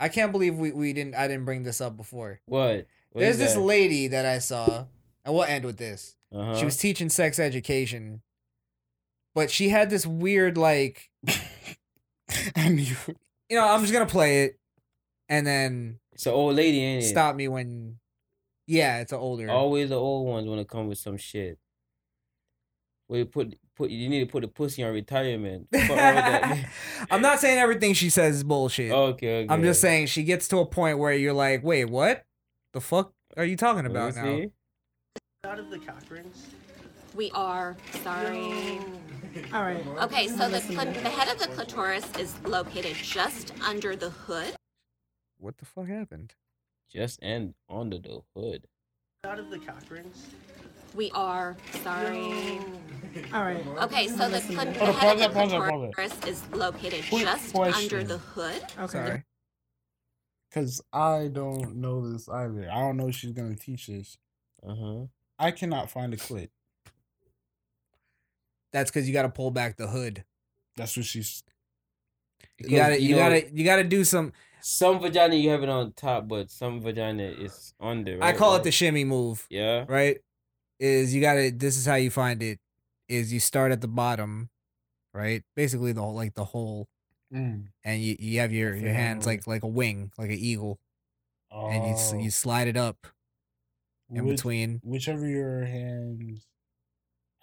S10: I can't believe we, we didn't I didn't bring this up before.
S4: What? What
S10: There's
S4: is
S10: this
S4: that?
S10: lady that I saw, and we'll end with this.
S4: Uh-huh.
S10: She was teaching sex education, but she had this weird
S4: (laughs)
S10: like. You know, I'm just gonna play it, and then
S4: It's an old lady, ain't it?
S10: stop me when. Yeah, it's an older.
S4: Always the old ones want to come with some shit. Well, you put put you need to put the pussy
S10: (laughs)
S4: on retirement. Fuck all that.
S10: I'm not saying everything she says is bullshit.
S4: (laughs) Okay, okay.
S10: I'm just saying she gets to a point where you're like, wait, what? The fuck are you talking about
S4: Let
S10: now?
S4: me
S17: Out of the Cochranes? We are. Sorry.
S16: All right.
S17: Okay, so the, cl- the head of the clitoris is located just under the hood.
S4: What the fuck happened? Just and under the hood.
S17: Out of the cock rings? We are. Sorry.
S16: All right.
S17: Okay, so the, cl- the
S16: Oh,
S17: head
S16: pause
S17: of
S16: it,
S17: the
S16: pause it, pause it.
S17: clitoris is located
S5: Quick
S17: just under
S5: question.
S17: the hood.
S5: Sorry. Cause I don't know this either. I don't know if she's gonna teach this.
S4: Uh huh.
S5: I cannot find a clip.
S10: That's because you got to pull back the hood.
S5: That's what she's.
S10: You got to you got to you got to do some.
S4: Some vagina you have it on top, but some vagina is under.
S10: I
S4: right?
S10: call
S4: Like-
S10: it the shimmy move.
S4: Yeah.
S10: Right. Is you got to. This is how you find it. Is you start at the bottom, right? Basically the whole like the whole,
S5: Mm.
S10: and you you have your your
S5: I
S10: hands
S5: know.
S10: like like a wing, like an eagle, and you s-
S5: Oh.
S10: you slide it up. In
S5: Which-
S10: between.
S5: whichever your hands.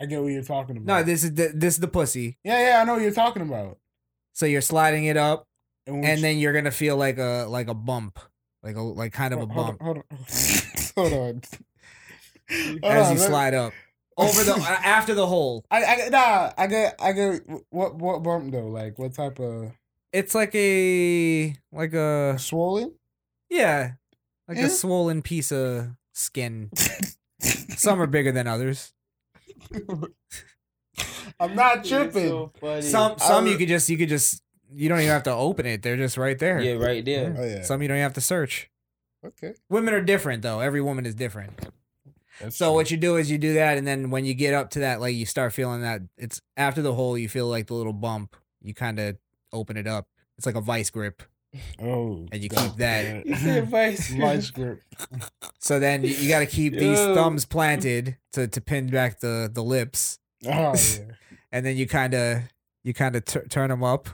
S5: I get what you're talking about.
S10: No, this is the this is the pussy.
S5: Yeah, yeah, I know what you're talking about.
S10: So you're sliding it up,
S5: and,
S10: and then you're gonna feel like a like a bump, like a like kind of a
S5: Oh, Hold on,
S10: bump.
S5: hold on, (laughs)
S10: (laughs)
S5: hold on. Hold
S10: as
S5: on, Oh,
S10: you
S5: let-
S10: slide
S5: (laughs)
S10: up over the after the hole.
S5: I, I nah, I get, I get. What, what bump though? Like, what type of?
S10: It's like a like a
S5: swollen. (laughs)
S10: Yeah, like
S5: Yeah.
S10: a swollen piece of skin. Some are bigger than others.
S5: I'm not tripping. Oh,
S10: Some some you could just you could just you don't even have to open it. They're just right there.
S4: Yeah, right there.
S5: Oh, yeah.
S10: Some you don't even have to search.
S5: Okay.
S10: Women are different though. Every woman is different. so what you do is you do that, and then when you get up to that, like you start feeling that it's after the hole, you feel like the little bump. You kind of open it up. It's like a vice grip.
S5: Oh,
S10: and you keep that.
S5: He said (laughs) vice grip. Vice grip.
S10: So then you, you got to keep these
S5: Yo.
S10: thumbs planted to to pin back the the lips.
S5: Oh,
S10: and then you kind of you kind of tur turn them up,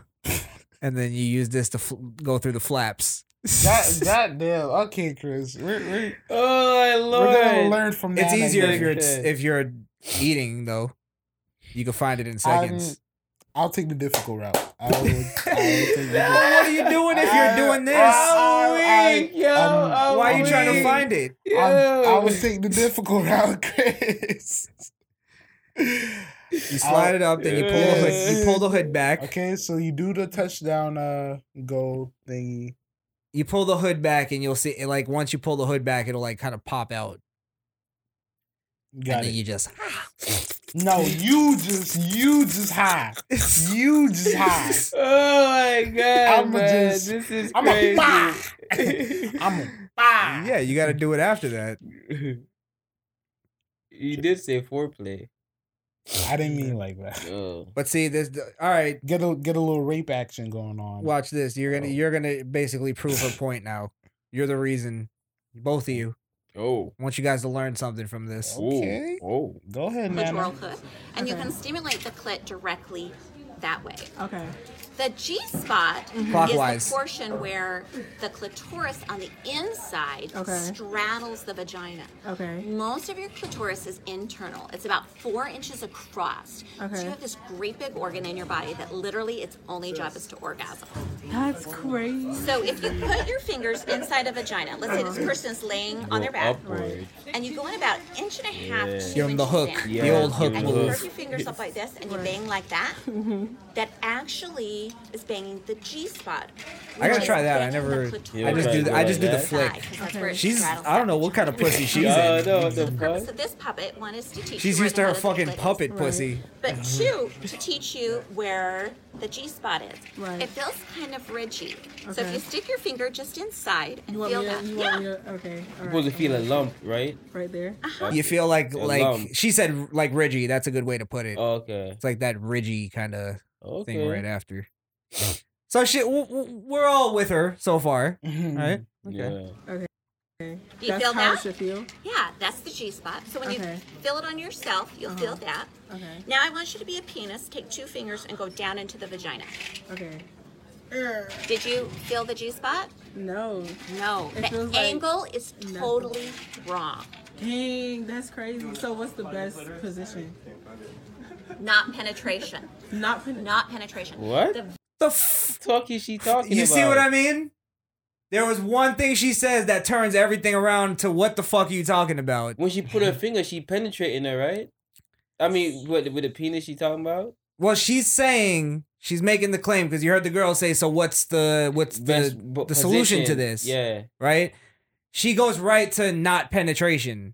S10: and then you use this to fl- go through the flaps.
S5: That, God damn. Okay, Chris. We're, we're,
S4: oh,
S5: We're gonna learn from that.
S10: It's
S5: I
S10: easier
S5: guess.
S10: if you're if you're eating though. You can find it in seconds.
S5: I'm, I'll take the difficult route. I
S10: (laughs)
S5: will, I will take the
S10: Well, what are you doing if you're doing this? Oh,
S5: I- I- I- I'm-
S10: Why are you trying to find it?
S5: I'm- I would take the difficult (laughs) route, Chris.
S10: You slide it up, then you pull the hood. You pull the hood back.
S5: Okay, so you do the touchdown uh goal thingy.
S10: You pull the hood back, and you'll see. and, Like once you pull the hood back, it'll like kind of pop out.
S5: Got
S10: and
S5: it.
S10: then you just
S5: No, you just you just high. You just high.
S10: (laughs)
S4: Oh my god,
S5: I'ma
S4: man,
S5: just-
S4: this is
S5: I'ma
S4: crazy.
S5: bah!
S4: (laughs)
S10: yeah, you got to do it after that.
S4: you did say foreplay. Oh.
S5: I didn't mean like that.
S10: But see this. All right,
S5: get a get a little rape action going on.
S10: Watch this. You're gonna you're gonna basically prove her point now. You're the reason, both of you.
S4: Oh,
S10: I want you guys to learn something from this.
S5: Okay.
S4: Oh,
S5: go ahead,
S17: clitoral
S5: Nana.
S17: hood, and you can stimulate the clit directly that way.
S16: Okay.
S17: The G spot is
S10: Clockwise.
S17: the portion where the clitoris on the inside
S16: Okay.
S17: straddles the vagina.
S16: Okay.
S17: Most of your clitoris is internal. It's about four inches across. So
S16: Okay.
S17: you have this great big organ in your body that literally its only job is to orgasm.
S16: That's crazy.
S17: So if you put your fingers inside a vagina, let's say this person is laying on their back, and you go in about an inch and a half,
S10: Yeah.
S17: two
S10: Give 'em the
S17: inches
S10: hook,
S17: down,
S10: the Yeah, old hook
S17: and you
S10: move.
S17: curve your fingers up like this, and you bang like that. That actually is banging the G spot.
S10: I gotta try that. I never.
S17: clitoris.
S10: I just do. The, I just do the
S17: Side,
S10: flick.
S17: 'cause that's where it
S10: She's.
S17: straddles
S10: I don't know what kind of pussy she's
S4: Yeah,
S10: in.
S4: I know, what the
S17: purpose of this puppet one is to teach
S10: She's
S17: you where
S10: used
S17: the
S10: to her
S17: head of the
S10: fucking
S17: clit is.
S10: puppet pussy.
S17: But two, to teach you where the G spot is.
S16: Right.
S17: It feels kind of ridgy. So if
S16: Okay.
S17: you stick your finger just inside and
S16: You want
S17: feel
S16: me to-
S17: that,
S16: you
S17: yeah.
S16: want me to- okay. All
S4: Supposed
S16: right.
S4: to feel a lump, right?
S16: Right there.
S10: You feel like
S4: A
S10: like
S4: lump.
S10: she said like ridgy. That's a good way to put it.
S4: Okay.
S10: It's like that ridgy kind of
S4: Oh. Okay.
S10: thing right after. So she, w- w- we're all with her so far,
S4: Mm-hmm.
S10: right?
S4: Yeah.
S16: Okay. Okay.
S17: Do you
S16: That's
S17: feel
S16: how
S17: that?
S16: it should feel.
S17: Yeah, that's the G spot. So when you
S16: Okay. Uh-huh.
S17: feel it on yourself, you'll feel that.
S16: Okay.
S17: Now I want you to be a penis. Take two fingers and go down into the vagina.
S16: Okay.
S17: Did you feel the G spot?
S16: No.
S17: No.
S16: It
S17: the
S16: feels like
S17: angle is totally wrong.
S16: Dang, that's crazy. So what's the best position?
S17: Not penetration.
S16: Not pen-
S17: not penetration.
S4: What?
S17: The
S10: The f-
S4: talk is she talking
S10: You
S4: about?
S10: see what I mean? There was one thing she says that turns everything around to what the fuck are you talking about? (laughs)
S4: When she put her finger, she penetrating her, right? I mean, what with the penis she talking about?
S10: Well, she's saying she's making the claim because you heard the girl say, "So what's the what's the the solution to
S4: position,
S10: this?"
S4: yeah.
S10: right. She goes right to not penetration,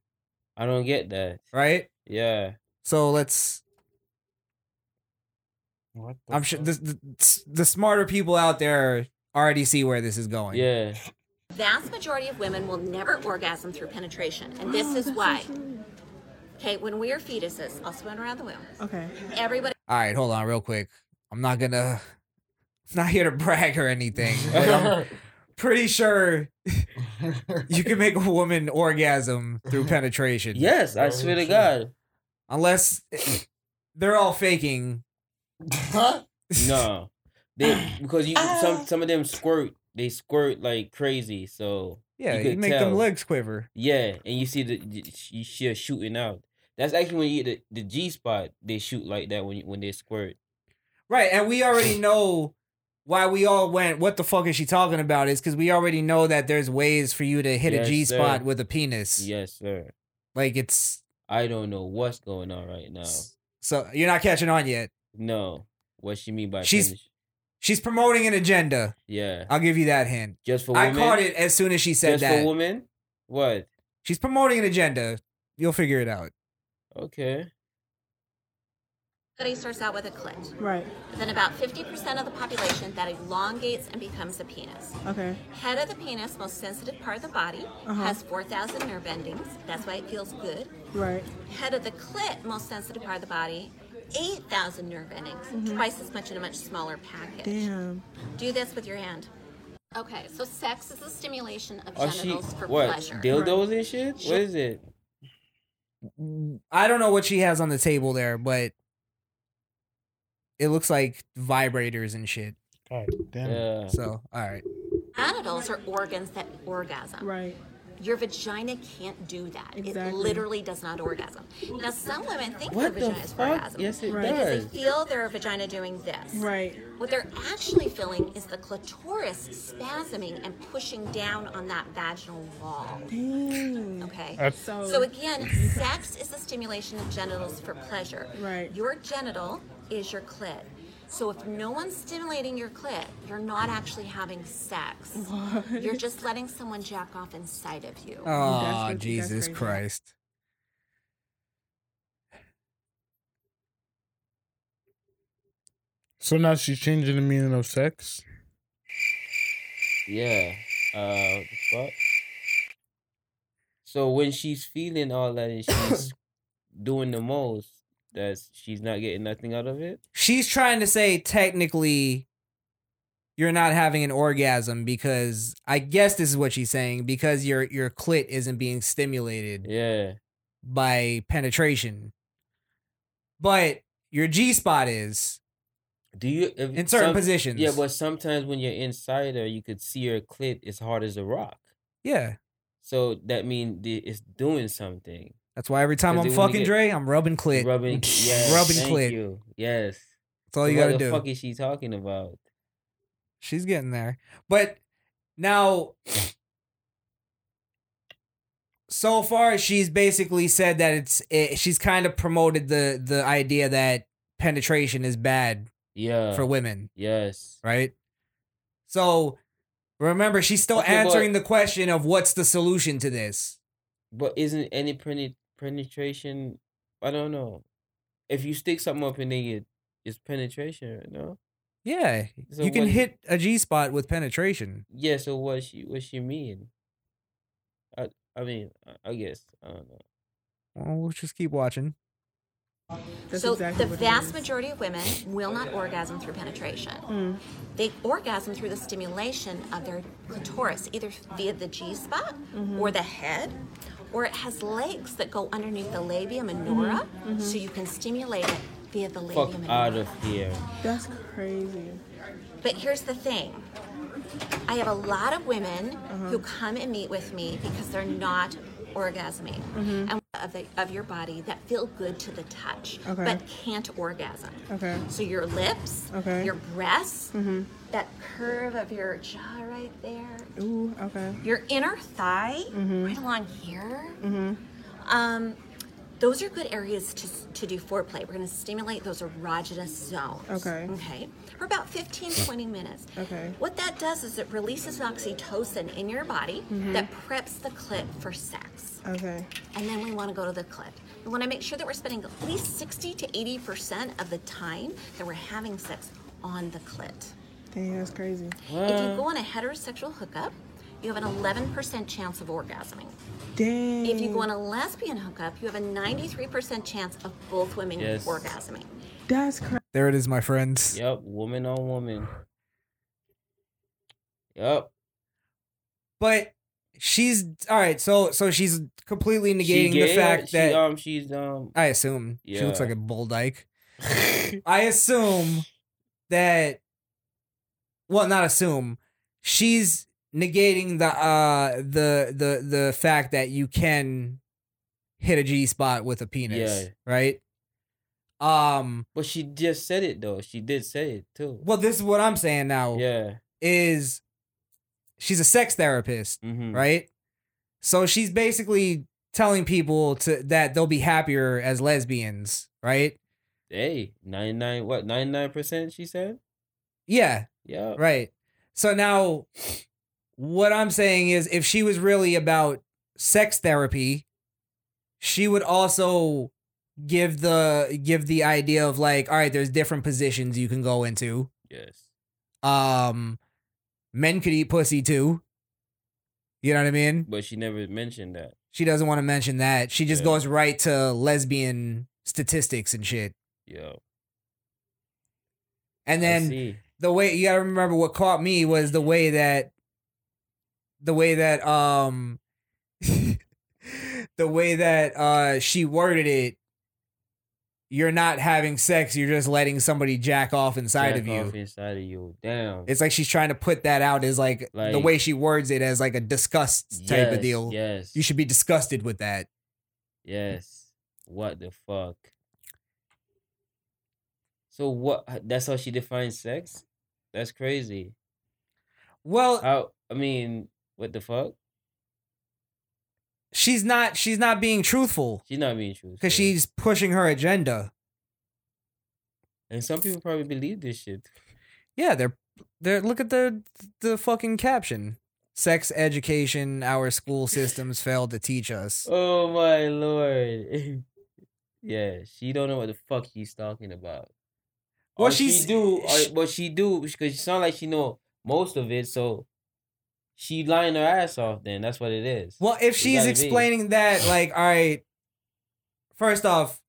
S4: I don't get that.
S10: right?
S4: Yeah.
S10: So let's. I'm sure the, the the smarter people out there already see where this is going. (laughs)
S4: Yeah.
S5: Vast majority of women will never orgasm through penetration, and this is why. Okay, when we are fetuses, I'll swim around the womb.
S18: Okay.
S5: Everybody
S10: All right, hold on, real quick. I'm not gonna. (laughs) I'm not here to brag or anything. But I'm pretty sure (laughs) you can make a woman orgasm through penetration.
S4: Yes, I swear to God.
S10: Unless eh, they're all faking. (laughs)
S4: no, they because you some some of them squirt. They squirt like crazy. So
S10: Yeah, you,
S4: could
S10: make them
S4: tell.
S10: legs quiver.
S4: Yeah, and you see the the- you see her shooting out. That's actually when you get the, the G spot. They shoot like that when you, when they squirt.
S10: Right, and we
S4: (coughs)
S10: already know why we all went. What the fuck is she talking about? Is because we already know that there's ways for you to hit
S4: Yes,
S10: a G spot
S4: sir.
S10: with a penis.
S4: Yes, sir.
S10: Like it's
S4: I don't know what's going on right now.
S10: so you're not catching on yet.
S4: No, what she mean by
S10: She's-
S4: finish?
S10: She's promoting an agenda.
S4: Yeah,
S10: I'll give you that hint.
S4: just for
S10: I
S4: women?
S10: caught it as soon as she said
S4: Just
S10: that.
S4: for women. What?
S10: She's promoting an agenda. You'll figure it out.
S4: Okay.
S5: starts out with a clit.
S18: Right.
S5: And then about 50% of the population that elongates and becomes a penis.
S18: Okay.
S5: Head of the penis, most sensitive part of the body,
S18: Uh-huh.
S5: has 4,000 nerve endings. That's why it feels good.
S18: Right.
S5: Head of the clit, most sensitive part of the body, 8,000 nerve endings,
S18: Mhm.
S5: twice as much in a much smaller package.
S18: Damn.
S5: Do this with your hand. Okay, so sex is the stimulation of
S4: Oh, she
S5: genitals for
S4: what
S5: pleasure.
S4: dildos and shit?
S5: She-
S4: What is it?
S10: I don't know what she has on the table there, but it looks like vibrators and shit.
S14: God damn.
S4: Yeah.
S10: So, all right.
S5: Genitals are organs that orgasm.
S18: Right.
S5: Your vagina can't do that. It
S18: Exactly.
S5: literally does not orgasm. Now, some women think
S4: What
S5: their
S4: the
S5: vagina is for
S4: fuck?
S5: orgasm.
S4: Yes, it
S18: Right.
S5: Because
S4: does.
S5: they feel their vagina doing this.
S18: Right.
S5: What they're actually feeling is the clitoris spasming and pushing down on that vaginal wall. Okay.
S18: That's-
S5: Mm. So,
S18: So-
S5: again, sex is the stimulation of genitals for pleasure.
S18: Right.
S5: Your genital is your clit. So if no one's stimulating your clit, you're not actually having sex.
S18: What?
S5: You're just letting someone jack off inside of you.
S10: Oh, Jesus Christ.
S14: So now she's changing the meaning of sex.
S4: Yeah. Uh, what the fuck. So when she's feeling all that and she's doing the most, that's she's not getting nothing out of it.
S10: She's trying to say technically you're not having an orgasm because I guess this is what she's saying because your your clit isn't being stimulated
S4: Yeah.
S10: by penetration. But your G spot is.
S4: Do you if
S10: In certain
S4: some-
S10: positions.
S4: Yeah, but sometimes when you're inside her, you could see her clit is hard as a rock.
S10: Yeah.
S4: So that means it's doing something.
S10: That's why every time
S4: 'Cause
S10: I'm
S4: they wanna
S10: fucking
S4: get-
S10: Dre, I'm rubbing clit. (laughs)
S4: Rubbing, yes,
S10: rubbing
S4: thank
S10: clit.
S4: You. Yes.
S10: That's all you
S4: what
S10: gotta
S4: the
S10: do.
S4: fuck is she talking about?
S10: She's getting there. But now so far she's basically said that it's it, she's kind of promoted the the idea that penetration is bad
S4: Yeah.
S10: for women,
S4: Yes.
S10: right? So remember she's still
S4: Okay, but-
S10: answering the question of what's the solution to this.
S4: But isn't any penet- penetration? I don't know. If you stick something up in there, it's penetration, right? No.
S10: Yeah,
S4: So
S10: you can
S4: what-
S10: hit a G spot with penetration.
S4: Yeah. So what she what she mean? I I mean I- I guess I don't know.
S10: Well, we'll just keep watching.
S5: so the vast majority of women will not orgasm through penetration. They orgasm through the stimulation of their clitoris, either via the G spot or the head, or it has legs that go underneath the labia minora,
S18: Mhm.
S5: so you can stimulate it via the labia
S4: Fuck
S5: minora.
S4: out of here.
S18: That's crazy.
S5: But here's the thing. I have a lot of women
S18: Uh-huh.
S5: who come and meet with me because they're not orgasming
S18: Mhm.
S5: and of, the, of your body that feel good to the touch
S18: Okay.
S5: but can't orgasm.
S18: Okay.
S5: So your lips,
S18: Okay.
S5: your breasts,
S18: Mhm.
S5: that curve of your jaw right there,
S18: Ooh. Okay. Mm-hmm.
S5: your inner thigh right along here. Um, Those are good areas to, to do foreplay. We're going to stimulate those erogenous zones.
S9: Okay.
S5: Okay. For about 15, 20 minutes.
S9: Okay.
S5: What that does is it releases oxytocin in your body
S9: Mhm.
S5: that preps the clit for sex.
S9: Okay.
S5: And then we want to go to the clit. We want to make sure that we're spending at least 60 to 80% of the time that we're having sex on the clit.
S9: Dang, that's crazy.
S5: If you go on a heterosexual hookup, you have an 11% chance of orgasming.
S9: Dang.
S5: If you go on a lesbian hookup, you have a 93% chance of both women
S4: Yes.
S5: orgasming.
S9: That's crazy.
S10: There it is, my friends.
S4: Yep, woman on woman. Yep.
S10: But she's all right. So so she's completely
S4: She
S10: negating
S4: gay?
S10: the fact
S4: She,
S10: that
S4: um she's um
S10: I assume she looks
S4: Yeah.
S10: like a bull
S4: (laughs)
S10: dyke. I assume that. Well, not assume. She's negating the uh the the the fact that you can hit a G spot with a penis,
S4: Yeah.
S10: right? Um,
S4: but she just said it though. She did say it too.
S10: Well, this is what I'm saying now.
S4: Yeah,
S10: is she's a sex therapist,
S4: Mm.
S10: right? So she's basically telling people to that they'll be happier as lesbians, right?
S4: Hey, 99 what? 99% she said?
S10: Yeah.
S4: Yeah.
S10: Right. So now what I'm saying is if she was really about sex therapy, she would also give the give the idea of like, all right, there's different positions you can go into.
S4: Yes.
S10: Um men could eat pussy too. You know what I mean?
S4: But she never mentioned that.
S10: She doesn't want to mention that. She just
S4: Yeah.
S10: goes right to lesbian statistics and shit.
S4: Yo.
S10: And then
S4: see.
S10: the way you gotta remember what caught me was the way that the way that um (laughs) the way that uh she worded it you're not having sex, you're just letting somebody jack off inside
S4: Jack
S10: of you.
S4: off Inside of you. Damn.
S10: It's like she's trying to put that out as like, the
S4: Like-
S10: way she words it as like a disgust type
S4: Yes,
S10: of deal.
S4: yes.
S10: You should be disgusted with that.
S4: Yes. What the fuck? So what uh, that's how she defines sex? That's crazy.
S10: Well,
S4: how I mean, what the fuck?
S10: She's not she's not being truthful
S4: She's not being true.
S10: because she's pushing her agenda.
S4: And some people probably believe this shit.
S10: Yeah, they're they're look at the the fucking caption. Sex education our school systems failed to teach us.
S4: Oh my lord. (laughs) yeah, she don't know what the fuck she's talking about.
S10: Well,
S4: Or she
S10: she's-
S4: do, or what she do, because she sound like she know most of it, so she lying her ass off. Then that's what it is.
S10: Well, if
S4: It
S10: she's
S4: gotta be.
S10: explaining that, like, all right, first off,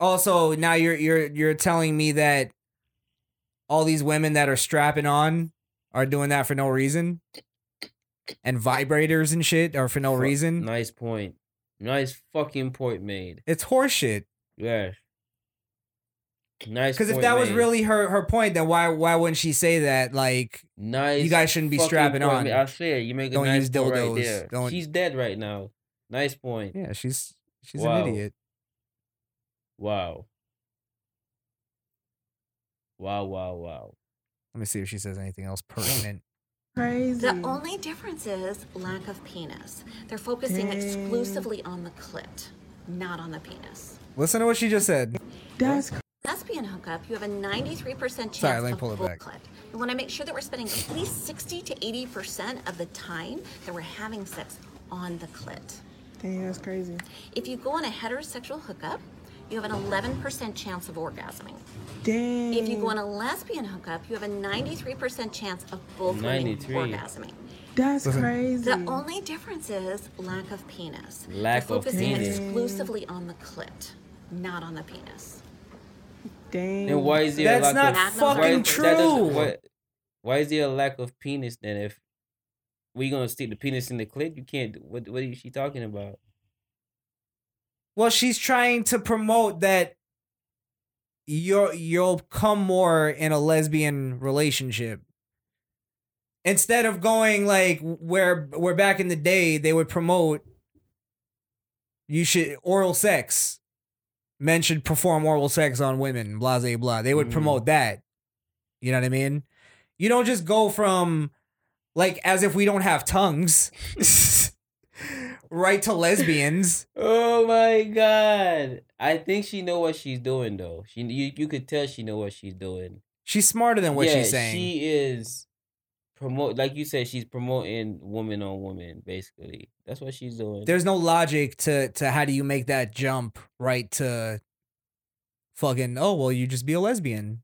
S10: also now you're you're you're telling me that all these women that are strapping on are doing that for no reason, and vibrators and shit are for no
S4: Fu-
S10: reason.
S4: Nice point. Nice fucking point made.
S10: It's horseshit.
S4: Yeah. Nice.
S10: Because if
S4: point
S10: that was
S4: made.
S10: really her her point, then why why wouldn't she say that? Like,
S4: nice,
S10: you guys shouldn't be
S4: fucking
S10: strapping
S4: point
S10: on.
S4: made. I say it. You make a
S10: Don't
S4: nice
S10: use
S4: point
S10: dildos.
S4: Right there.
S10: Don't-
S4: She's dead right now. Nice point.
S10: Yeah, she's she's
S4: Wow.
S10: an idiot.
S4: Wow. Wow, wow, wow.
S10: Let me see if she says anything else pertinent.
S9: Crazy.
S5: The only difference is lack of penis. They're focusing
S9: Dang.
S5: exclusively on the clit, not on the penis.
S10: Listen to what she just said.
S9: That's
S5: Lesbian hookup, you have a 93% chance
S10: Sorry, let me
S5: of
S10: pull it
S5: bull
S10: back.
S5: clit. We want to make sure that we're spending at least 60 to 80% of the time that we're having sex on the clit.
S9: Dang, that's crazy.
S5: If you go on a heterosexual hookup, you have an 11% chance of orgasming.
S9: Dang.
S5: If you go on a lesbian hookup, you have a 93% chance of both women
S4: 93.
S5: orgasming.
S9: That's
S4: Listen.
S9: crazy.
S5: The only difference is lack of penis.
S4: Lack of
S5: They're focusing
S4: penis.
S5: exclusively on the clit, not on the penis.
S9: Dang.
S4: Then why is there
S10: Mm, That's
S4: a lack
S10: not
S4: of, why-
S10: fucking
S4: that doesn't-
S10: true.
S4: Why, why is there a lack of penis then if we gonna stick the penis in the clip? You can't. do- What What is she talking about?
S10: Well, she's trying to promote that you're you'll come more in a lesbian relationship instead of going like where where back in the day they would promote you should oral sex men should perform oral sex on women blah blah blah they would
S4: Mm.
S10: promote that you know what i mean you don't just go from like as if we don't have tongues (laughs) right to lesbians.
S4: Oh my god! I think she know what she's doing though. She you you could tell she know what she's doing.
S10: She's smarter than what
S4: Yeah,
S10: she's saying.
S4: She is promote like you said. She's promoting woman on woman basically. That's what she's doing.
S10: There's no logic to to how do you make that jump right to fucking oh well you just be a lesbian.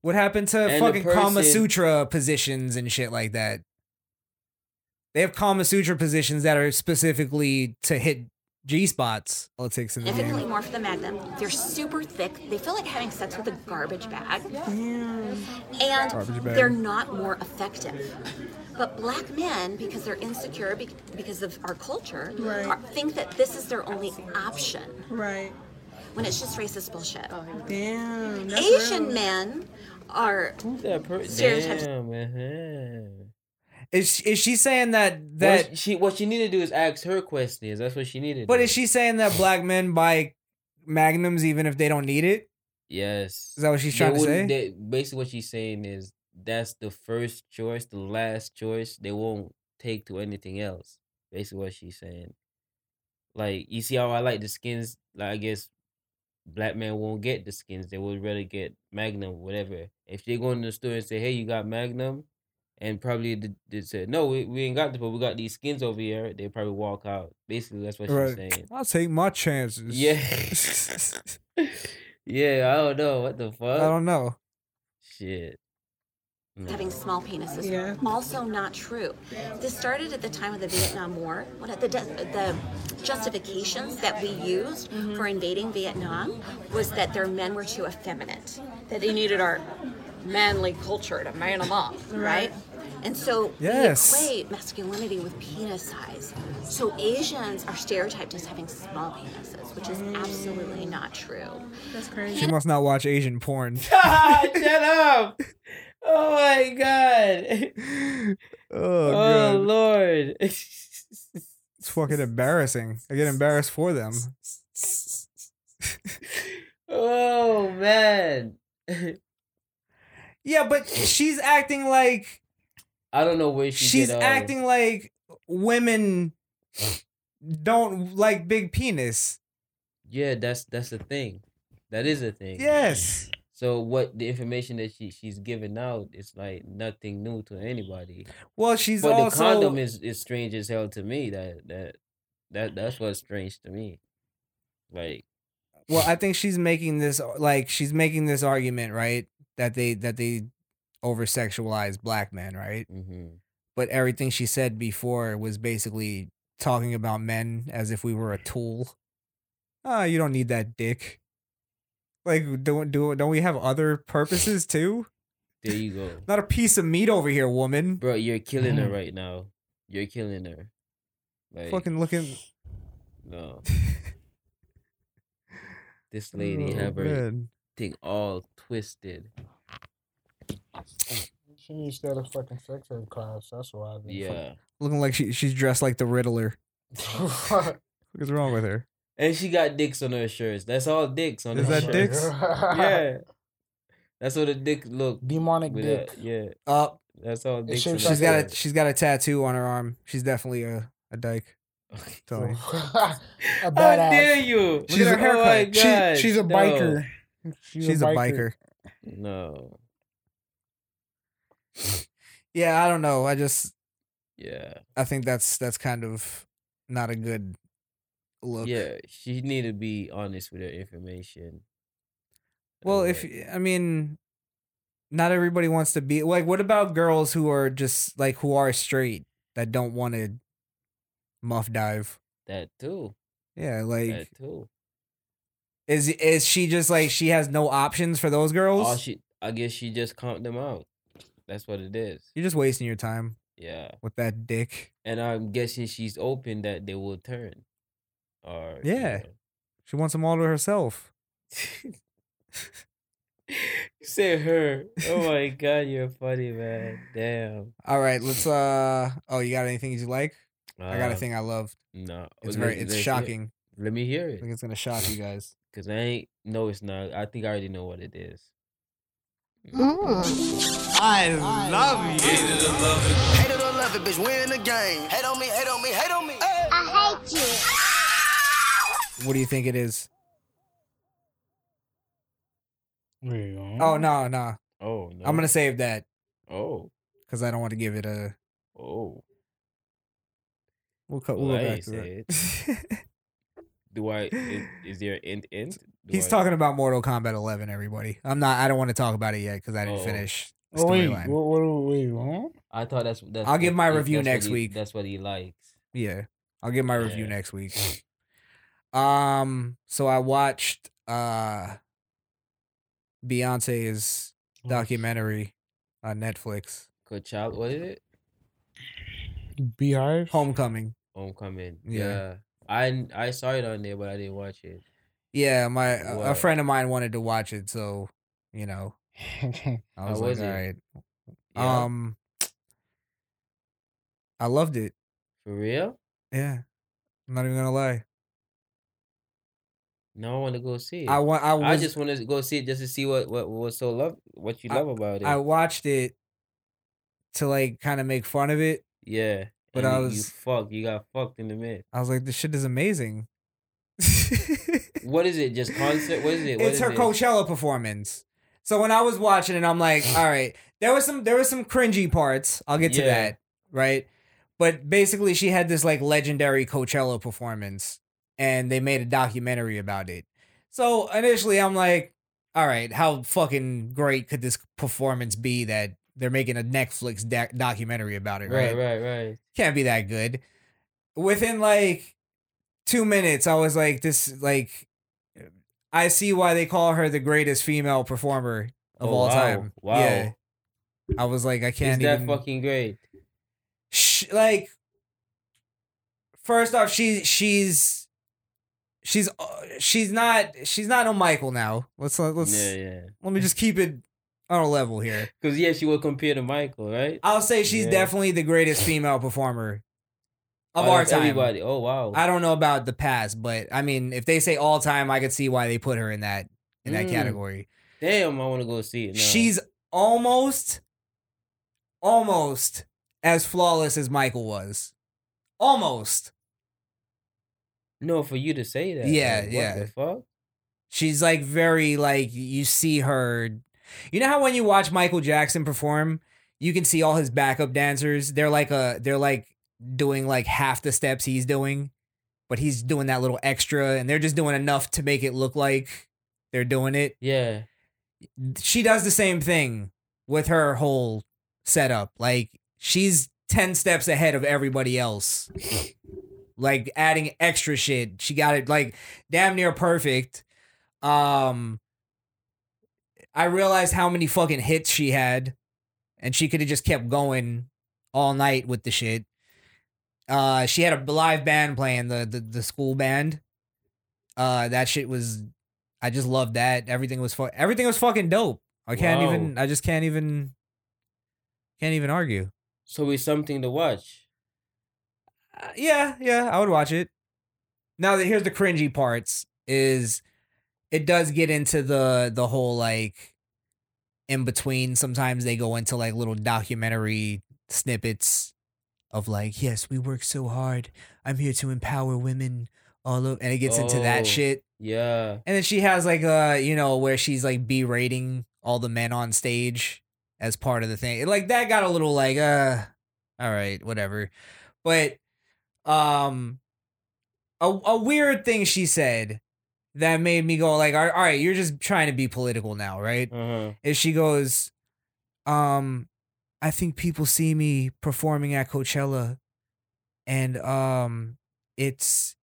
S10: What happened to
S4: And the
S10: fucking Kama
S4: person-
S10: Sutra positions and shit like that? They have Kama Sutra positions that are specifically to hit G spots. Politics in the
S5: Significantly
S10: game.
S5: more for the Magnum. They're super thick. They feel like having sex with a garbage bag. And
S10: Garbage bag.
S5: they're not more effective. But black men, because they're insecure bec- because of our culture,
S19: Right.
S5: are, think that this is their only option.
S19: Right.
S5: When it's just racist bullshit.
S19: Damn. that's
S5: Asian
S19: real.
S5: men are
S4: that per-
S5: stereotypes.
S4: Damn, uh-huh.
S10: Is is she saying that that
S4: what she what she need to do is ask her questions. That's what she needed.
S10: But is she saying that black men buy magnums even if they don't need it?
S4: Yes.
S10: Is that what she's
S4: They
S10: trying to
S4: wouldn't-
S10: say?
S4: they- basically, what she's saying is that's the first choice, the last choice. They won't take to anything else. Basically, what she's saying. Like you see how I like the skins. Like I guess black men won't get the skins. They would rather get Magnum, whatever. If they go in the store and say, "Hey, you got Magnum," and probably th- they say, "No, we, we ain't got this, but we got these skins over here," they probably walk out. Basically, that's what she's saying.
S10: I'll take my chances.
S4: Yeah.
S10: (laughs)
S4: (laughs) yeah, I don't know what the fuck.
S10: I don't know.
S4: Shit.
S5: having small penises.
S19: Yeah.
S5: Also not true. This started at the time of the Vietnam War. One of the, the justifications that we used for invading Vietnam was that their men were too effeminate, that they needed our manly culture to man them up, right? And so
S10: Yes.
S5: we equate masculinity with penis size. So Asians are stereotyped as having small penises, which is absolutely not true.
S19: That's crazy.
S10: She must not watch Asian porn.
S4: (laughs) Shut up! Oh my god!
S10: (laughs) (laughs) Oh,
S4: Oh,
S10: God.
S4: lord! (laughs)
S10: It's fucking embarrassing. I get embarrassed for them.
S4: Oh man!
S10: Yeah, but she's acting like
S4: I don't know where she
S10: she's
S4: get, uh,
S10: acting like women don't like big penis.
S4: Yeah, that's that's a thing. That is a thing.
S10: Yes.
S4: So what the information that she she's giving out is like nothing new to anybody.
S10: Well, she's
S4: but
S10: also-
S4: the condom is, is strange as hell to me. That that that that's what's strange to me. Like
S10: Well, I think she's making this like she's making this argument, right? That they that they over sexualize black men, right?
S4: Mm-hmm.
S10: But everything she said before was basically talking about men as if we were a tool. Ah, you don't need that dick. Like, don't do don't we have other purposes too?
S4: there you go,
S10: Not a piece of meat over here, woman.
S4: bro. You're killing
S10: Mm.
S4: her right now. You're killing her. Like
S10: Fucking looking. (laughs)
S4: no. this lady
S10: Oh,
S4: have her
S10: man.
S4: thing all twisted.
S14: She needs to go to fucking sex ed class. That's why.
S4: Yeah.
S10: Looking like she she's dressed like the Riddler.
S14: Fuck.
S10: What's wrong with her?
S4: And she got dicks on her shirts. That's all dicks on
S10: Is
S4: her
S10: that
S4: shirts.
S10: dicks?
S4: (laughs)
S10: (laughs)
S4: yeah. That's what a dick look.
S14: Demonic
S4: with
S14: dick.
S4: that, Yeah.
S10: Up.
S4: That's all dicks. on
S10: Oh, She's
S4: her
S10: got a
S4: shirt.
S10: she's got a tattoo on her arm. She's definitely a a dyke.
S4: (laughs)
S10: Tell me.
S14: a
S4: How
S14: badass.
S4: dare you? Look at her haircut.
S14: She-
S4: Oh God,
S14: she's a
S4: no.
S14: biker.
S10: She's, a biker.
S4: No.
S10: Yeah, I don't know. I just
S4: Yeah.
S10: I think that's that's kind of not a good look.
S4: Yeah. She need to be honest with her information.
S10: Well, if I mean, not everybody wants to be like. What about girls who are just like who are straight that don't want to muff dive?
S4: That too.
S10: Yeah, like
S4: that too.
S10: is is she just like she has no options for those girls?
S4: All she, I guess she just counted them out. That's what it is.
S10: You're just wasting your time
S4: Yeah.
S10: with that dick.
S4: And I'm guessing she's open that they will turn. Or you
S10: Yeah,
S4: know.
S10: she wants them all to herself.
S4: You said her. Oh my god, you're funny, man. Damn.
S10: All right,
S4: (laughs)
S10: let's. uh Oh, you got anything you like? I got a
S4: Um,
S10: thing I loved.
S4: No,
S10: it's
S4: let-
S10: very
S4: let-
S10: it's
S4: let-
S10: shocking.
S4: Let me hear
S10: I
S4: it,
S10: think it's gonna shock you guys.
S4: cause I ain't. No, it's not. I think I already know what it is.
S8: I love you. Hate it or love it, bitch. We in the game.
S20: Hate on me, hate on me, hate on me. I hate
S10: What do you think it is?
S5: Oh
S10: Oh no, no.
S4: Oh no.
S10: I'm gonna save that.
S4: Oh.
S10: Because I don't want to give it a.
S4: Oh.
S10: We'll cut. We'll
S4: Well,
S10: go
S4: I
S10: back
S4: ain't
S10: to that.
S4: say it. Do I? Is, is there an end? End? Do
S10: (laughs) (laughs) He's
S4: I-
S10: talking about Mortal Kombat 11. Everybody, I'm not. I don't want to talk about it yet because I didn't
S4: Oh.
S10: finish. the
S5: Oh, wait,
S10: storyline.
S5: what, what, wait, huh?
S4: I thought that's. that's
S10: I'll give my
S4: that's-
S10: review
S4: that's what
S10: next
S4: he-
S10: week.
S4: That's what he likes.
S10: Yeah. I'll give my review next
S4: (laughs)
S10: week. Um so I watched uh Beyonce's documentary on Netflix.
S4: Good child. What is it?
S5: Beehive.
S10: Homecoming.
S4: Homecoming.
S10: Yeah.
S4: Yeah. I I saw it on there, but I didn't watch it.
S10: Yeah, my a- a
S4: What?
S10: friend of mine wanted to watch it, so you
S4: (laughs)
S10: know. I
S4: How
S10: was,
S4: was it?
S10: like, all right.
S4: Yeah?
S10: Um I loved it.
S4: For real?
S10: Yeah. I'm not even gonna lie.
S4: No, I want to go see it.
S10: I wa- I was-
S4: just want to go see it just to see what what what's so love what you
S10: I-
S4: love about it.
S10: I watched it to like kind of make fun of it.
S4: yeah.
S10: But
S4: and
S10: I
S4: you- you
S10: was
S4: fucked. You got fucked in the mid.
S10: I was like, this shit is amazing. (laughs)
S4: What is it? Just concept? What is it? What
S10: it's
S4: is
S10: her
S4: it?
S10: Coachella performance. So when I was watching it, I'm
S4: (sighs)
S10: like, all right, there was some there was some cringy parts. I'll get to
S4: Yeah.
S10: that, right? But basically, she had this like legendary Coachella performance, and they made a documentary about it. So initially, I'm like, all right, how fucking great could this performance be that they're making a Netflix doc- documentary about it,
S4: Right, right, right.
S10: can't be that good. Within like two minutes, I was like, this, like, I see why they call her the greatest female performer of
S4: Oh,
S10: all
S4: wow.
S10: time.
S4: Wow.
S10: Yeah. I was like, I
S4: Is
S10: can't
S4: that
S10: even.
S4: fucking great?
S10: Sh- like, first off, she she's she's uh, she's not she's not on Michael now. Let's uh, let's
S4: Yeah, yeah.
S10: let me just keep it on a level here.
S4: Because yeah, she would compare to Michael, right?
S10: I'll say she's
S4: Yeah.
S10: definitely the greatest female performer of
S4: Out
S10: our time.
S4: Everybody. Oh wow.
S10: I don't know about the past, but I mean, if they say all time, I could see why they put her in that in that
S4: Mm.
S10: category.
S4: Damn, I want to go see it. Now.
S10: She's almost, almost as flawless as Michael was. Almost.
S4: no for you to say that.
S10: Yeah,
S4: like,
S10: yeah.
S4: What the fuck?
S10: She's like very like you see her. You know how when you watch Michael Jackson perform, you can see all his backup dancers. They're like a they're like doing like half the steps he's doing, but he's doing that little extra, and they're just doing enough to make it look like they're doing it.
S4: Yeah.
S10: She does the same thing with her whole setup. Like she's ten steps ahead of everybody else. like adding extra shit. She got it like damn near perfect. Um I realized how many fucking hits she had and she could have just kept going all night with the shit. Uh she had a live band playing the the, the school band. Uh that shit was I just loved that. Everything was fu- everything was fucking dope. I can't
S4: Wow.
S10: even I just can't even can't even argue.
S4: So it's something to watch.
S10: Uh, yeah, yeah, I would watch it. Now that here's the cringy parts is it does get into the the whole like in between. Sometimes they go into like little documentary snippets of like, yes, we work so hard. I'm here to empower women all over, and it gets into
S4: Oh,
S10: that shit.
S4: Yeah.
S10: And then she has like uh, you know, where she's like berating all the men on stage as part of the thing. Like that got a little like uh all right, whatever. But um a a weird thing she said that made me go like all all right, you're just trying to be political now, right?
S4: Mm.
S10: Is she goes um I think people see me performing at Coachella and um it's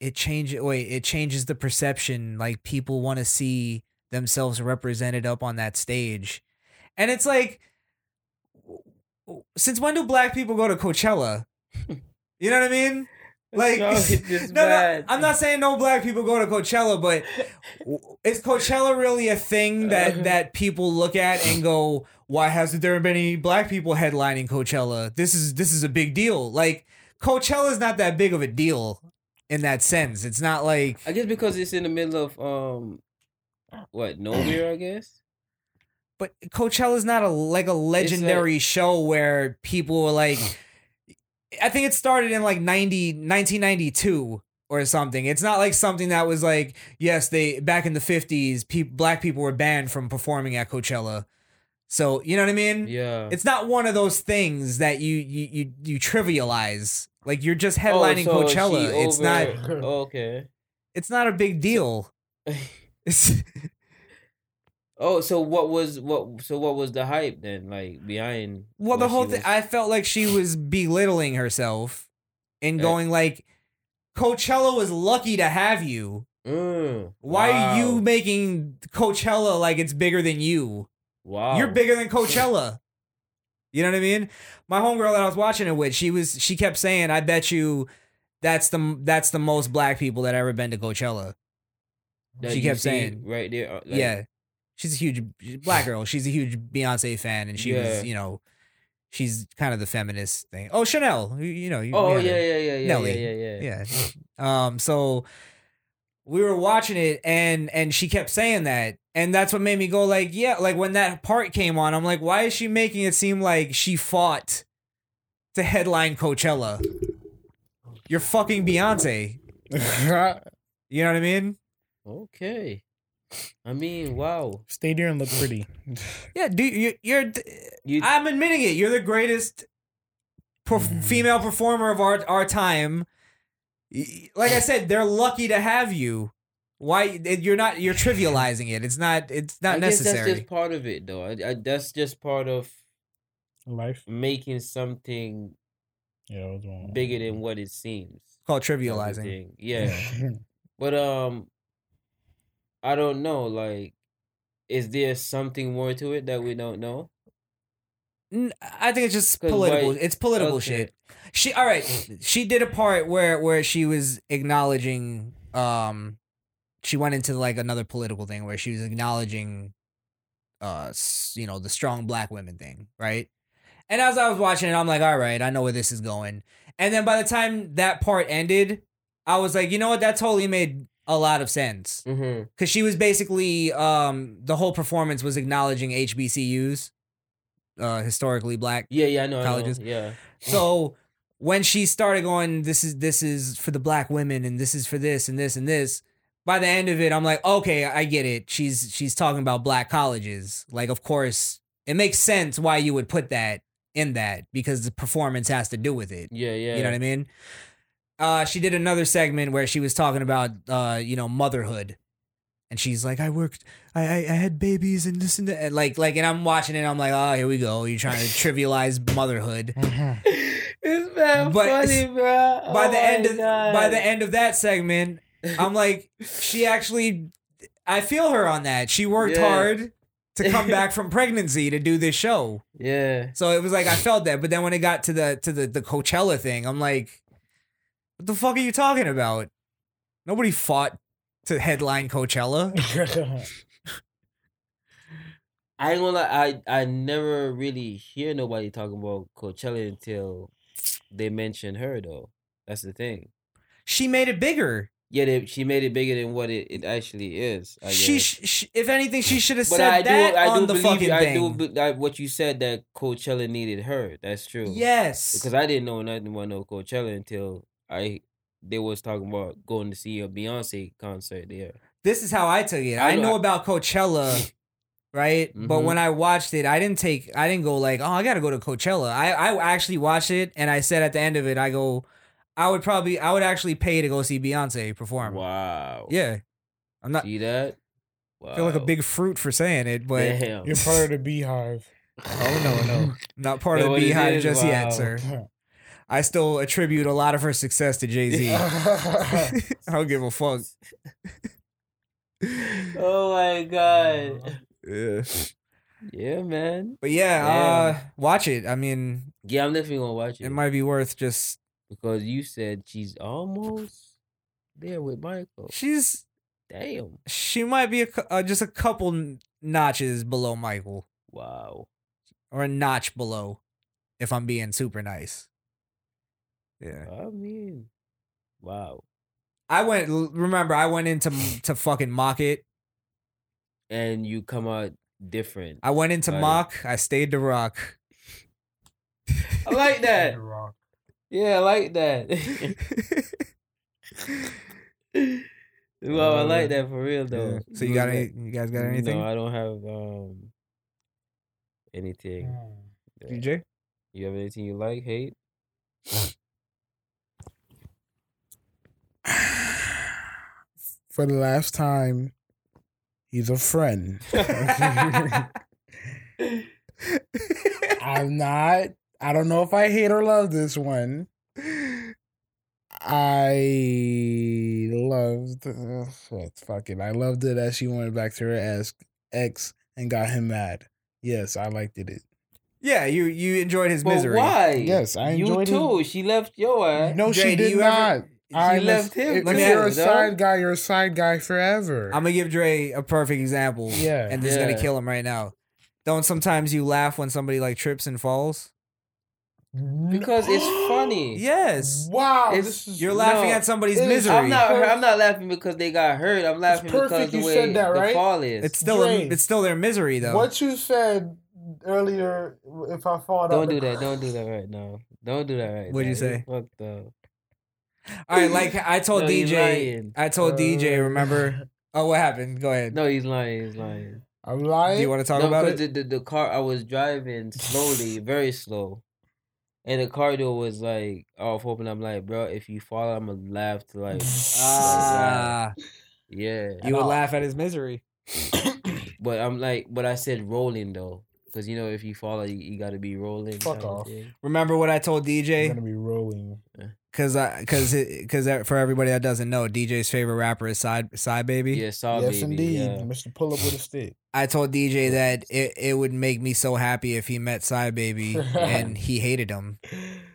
S10: it changes wait it changes the perception like people want to see themselves represented up on that stage and it's like w- w- since when do black people go to coachella you know what i mean like
S4: Y'all
S10: (laughs)
S4: get
S10: no,
S4: this
S10: no,
S4: bad.
S10: i'm not saying no black people go to coachella but w- is coachella really a thing that that people look at and go why hasn't there been any black people headlining coachella this is this is a big deal like coachella's not that big of a deal in that sense. It's not like
S4: I guess because it's in the middle of um, what nowhere? I guess.
S10: but Coachella's not a like a legendary show where people are like I think it started in like 90, 1992 or something. It's not like something that was like, yes, they back in the 50s, pe- black people were banned from performing at Coachella. So, you know what I mean?
S4: Yeah.
S10: It's not one of those things that you you you, you trivialize. Like you're just headlining
S4: Oh, so she
S10: Coachella. It's not
S4: (laughs) over- Oh, okay.
S10: it's not a big deal. (laughs)
S4: Oh, so what was what? So what was the hype then? Like behind?
S10: Well, the
S4: what she
S10: whole thing,
S4: was-
S10: I felt like she was belittling herself and going like, Coachella was lucky to have you.
S4: Mm,
S10: Why are you making Coachella like it's bigger than you?
S4: Wow.
S10: You're bigger than Coachella. you know what I mean? My homegirl that I was watching it with, she was she kept saying, "I bet you that's the that's the most black people that ever been to Coachella."
S4: that
S10: she
S4: you
S10: kept
S4: see
S10: saying,
S4: right there. uh, like-
S10: yeah, she's a huge she's a
S4: (sighs)
S10: black girl. She's a huge Beyonce fan, and she
S4: Yeah.
S10: was, you know, she's kind of the feminist thing. Oh, Chanel, you, you know, you,
S4: Oh,
S10: you had
S4: yeah,
S10: her.
S4: yeah, yeah, yeah,
S10: Nelly,
S4: yeah, yeah, yeah.
S10: yeah. (laughs) Um, so we were watching it, and and she kept saying that, and that's what made me go like, yeah, like when that part came on, I'm like, why is she making it seem like she fought to headline Coachella? You're fucking
S4: (laughs)
S10: Beyonce. you know what I mean?
S4: Okay. I mean, wow.
S5: Stay there and look pretty.
S10: Yeah, dude, you, you're. I'm admitting it. You're the greatest per-
S4: Mm.
S10: female performer of our our time. Y- Like I said, they're lucky to have you. Why you're not? You're trivializing it. It's not. It's not
S4: I guess
S10: necessary.
S4: that's just part of it, though. I, I, that's just part of
S5: life
S4: making something
S5: yeah,
S4: bigger than what it seems.
S10: Called
S4: type of
S10: trivializing. (laughs)
S4: thing. Yeah. but um I don't know, like is there something more to it that we don't know?
S10: N- I think it's just
S4: 'Cause
S10: political.
S4: why-
S10: it's political
S4: okay.
S10: shit. She all right. She did a part where where she was acknowledging. Um, she went into like another political thing where she was acknowledging, uh, s- you know, the strong black women thing, right? And as I was watching it, I'm like, all right, I know where this is going. And then by the time that part ended, I was like, you know what? That totally made a lot of sense because she was basically um the whole performance was acknowledging HBCUs, uh, historically black.
S4: Yeah, yeah, I know. I know,
S10: colleges.
S4: yeah.
S10: So when she started going, this is this is for the black women, and this is for this, and this, and this. By the end of it, I'm like, okay, I get it. She's she's talking about black colleges. Like, of course, it makes sense why you would put that in that because the performance has to do with it.
S4: Yeah, yeah.
S10: You know what I mean? Uh, she did another segment where she was talking about uh, you know, motherhood. And she's like, I worked, I, I, I had babies and this and that. And Like, like, and I'm watching it. And I'm like, oh, here we go. You're trying to trivialize
S4: (laughs)
S10: motherhood.
S4: It's bad
S10: But
S4: funny, Oh
S10: it's-
S4: bro.
S10: by the end of by the end of that segment, I'm like, she actually, I feel her on that. She worked
S4: Yeah.
S10: hard to
S4: (laughs)
S10: come back from pregnancy to do this show.
S4: Yeah.
S10: So it was like I felt that, but then when it got to the to the the Coachella thing, I'm like, what the fuck are you talking about? Nobody fought to headline
S4: (laughs)
S10: Coachella.
S4: I ain't gonna lie, I, I never really hear nobody talking about Coachella until they mention her though. That's the thing.
S10: She made it bigger.
S4: Yeah, they, she made it bigger than what it, it actually is. I
S10: she,
S4: guess.
S10: sh- sh- if anything, she should have said that on the
S4: believe
S10: fucking
S4: you, I
S10: thing.
S4: do be- I, what you said that Coachella needed her. That's true.
S10: Yes.
S4: because I didn't know nothing about no Coachella until I they was talking about going to see a Beyonce concert there.
S10: this is how I took it.
S4: I
S10: I
S4: know-
S10: know about
S4: (laughs)
S10: Coachella, right? But
S4: Mhm.
S10: when I watched it, I didn't take I didn't go like, "Oh, I got to go to Coachella." I I actually watched it and I said at the end of it, I go, "I would probably I would actually pay to go see Beyonce perform."
S4: Wow.
S10: Yeah. I'm not
S4: See that? Wow.
S10: I feel like a big fruit for saying it, but
S4: Damn.
S5: You're part of the beehive.
S10: Oh no,
S4: (laughs)
S10: no. Not part
S4: Know
S10: of
S4: what
S10: the
S4: it
S10: beehive
S4: is?
S10: just
S4: Wow.
S10: yet,
S4: (laughs)
S10: sir. I still attribute a lot of her success to Jay (laughs)
S4: (laughs)
S10: Z. I don't give a fuck.
S4: Oh my god.
S10: Yeah.
S4: Yeah, man.
S10: But yeah, uh, watch it. I mean,
S4: yeah, I'm definitely gonna watch it. It
S10: might be worth just
S4: because you said she's almost there with Michael.
S10: She's
S4: damn.
S10: She might be a, cou- uh, just a couple n- notches below Michael.
S4: Wow.
S10: Or a notch below, if I'm being super nice. Yeah.
S4: I mean, wow.
S10: I went. l- Remember, I went into
S4: (laughs)
S10: m- to fucking mock it.
S4: And you come out different.
S10: I went into
S4: Like-
S10: (laughs) mock. I stayed to rock.
S4: I like that. Yeah, I like that.
S10: (laughs)
S4: (laughs) well, I like that for real though.
S10: Uh, Yeah. So you got any- you guys got anything?
S4: No, I don't have um anything.
S10: DJ?
S4: You have anything you like, hate?
S10: (laughs)
S8: for the last time, he's a friend. I'm not. I don't know if I hate or love this one. I loved. ugh, fuck it. I loved it as she went back to her ex, ex and got him mad. Yes, I liked it.
S10: Yeah, you you enjoyed his
S4: But
S10: misery.
S4: why?
S8: Yes, I
S4: you
S8: enjoyed it.
S4: too. She left your ass.
S8: No, she did not. I
S4: she left him.
S8: If you're a side guy, you're a side guy forever.
S10: I'm gonna give Dre a perfect example.
S8: Yeah.
S10: and this is
S8: Yeah.
S10: gonna kill him right now. Don't sometimes you laugh when somebody like trips and falls?
S4: because it's funny.
S10: Yes.
S8: Wow.
S10: this is- You're laughing at somebody's misery.
S4: I'm not. I'm not laughing because they got hurt. I'm laughing because
S8: perfect
S4: the
S8: you
S4: way
S8: said that,
S4: the
S8: right?
S4: fall is.
S10: It's still a-
S8: Dre.
S10: it's still their misery though.
S8: What you said earlier, if I fall,
S4: Don't do that. Don't do that right now. Don't do that right
S10: What'd
S4: now.
S10: you say?
S4: Fucked up.
S10: All right, like I told
S4: No, he's
S10: DJ,
S4: lying. Uh.
S10: I told DJ. Remember? Oh, what happened? Go ahead.
S4: No, he's lying. He's lying.
S8: I'm lying.
S10: Do you want to talk
S4: No,
S10: about
S4: 'cause
S10: it?
S4: The, the, the car I was driving slowly, very slow, and the car door was like off open. I'm like, bro, if you fall, I'm gonna laugh to like, (laughs)
S10: Ah. (coughs)
S4: yeah,
S10: You would laugh at his misery.
S4: But I'm like, but I said rolling though, because you know if you fall, you, you got to be rolling.
S8: Fuck
S4: kind of
S8: off.
S4: thing.
S10: Remember what I told DJ?
S8: be rolling.
S10: Cause I, cause, it, cause that- for everybody that doesn't know, DJ's favorite rapper is Side Side Baby.
S4: Oh, Yeah, Side
S8: Yes, indeed, Mr. Pull Up with a Stick.
S10: I told DJ that it, it would make me so happy if he met Side Baby and he hated him.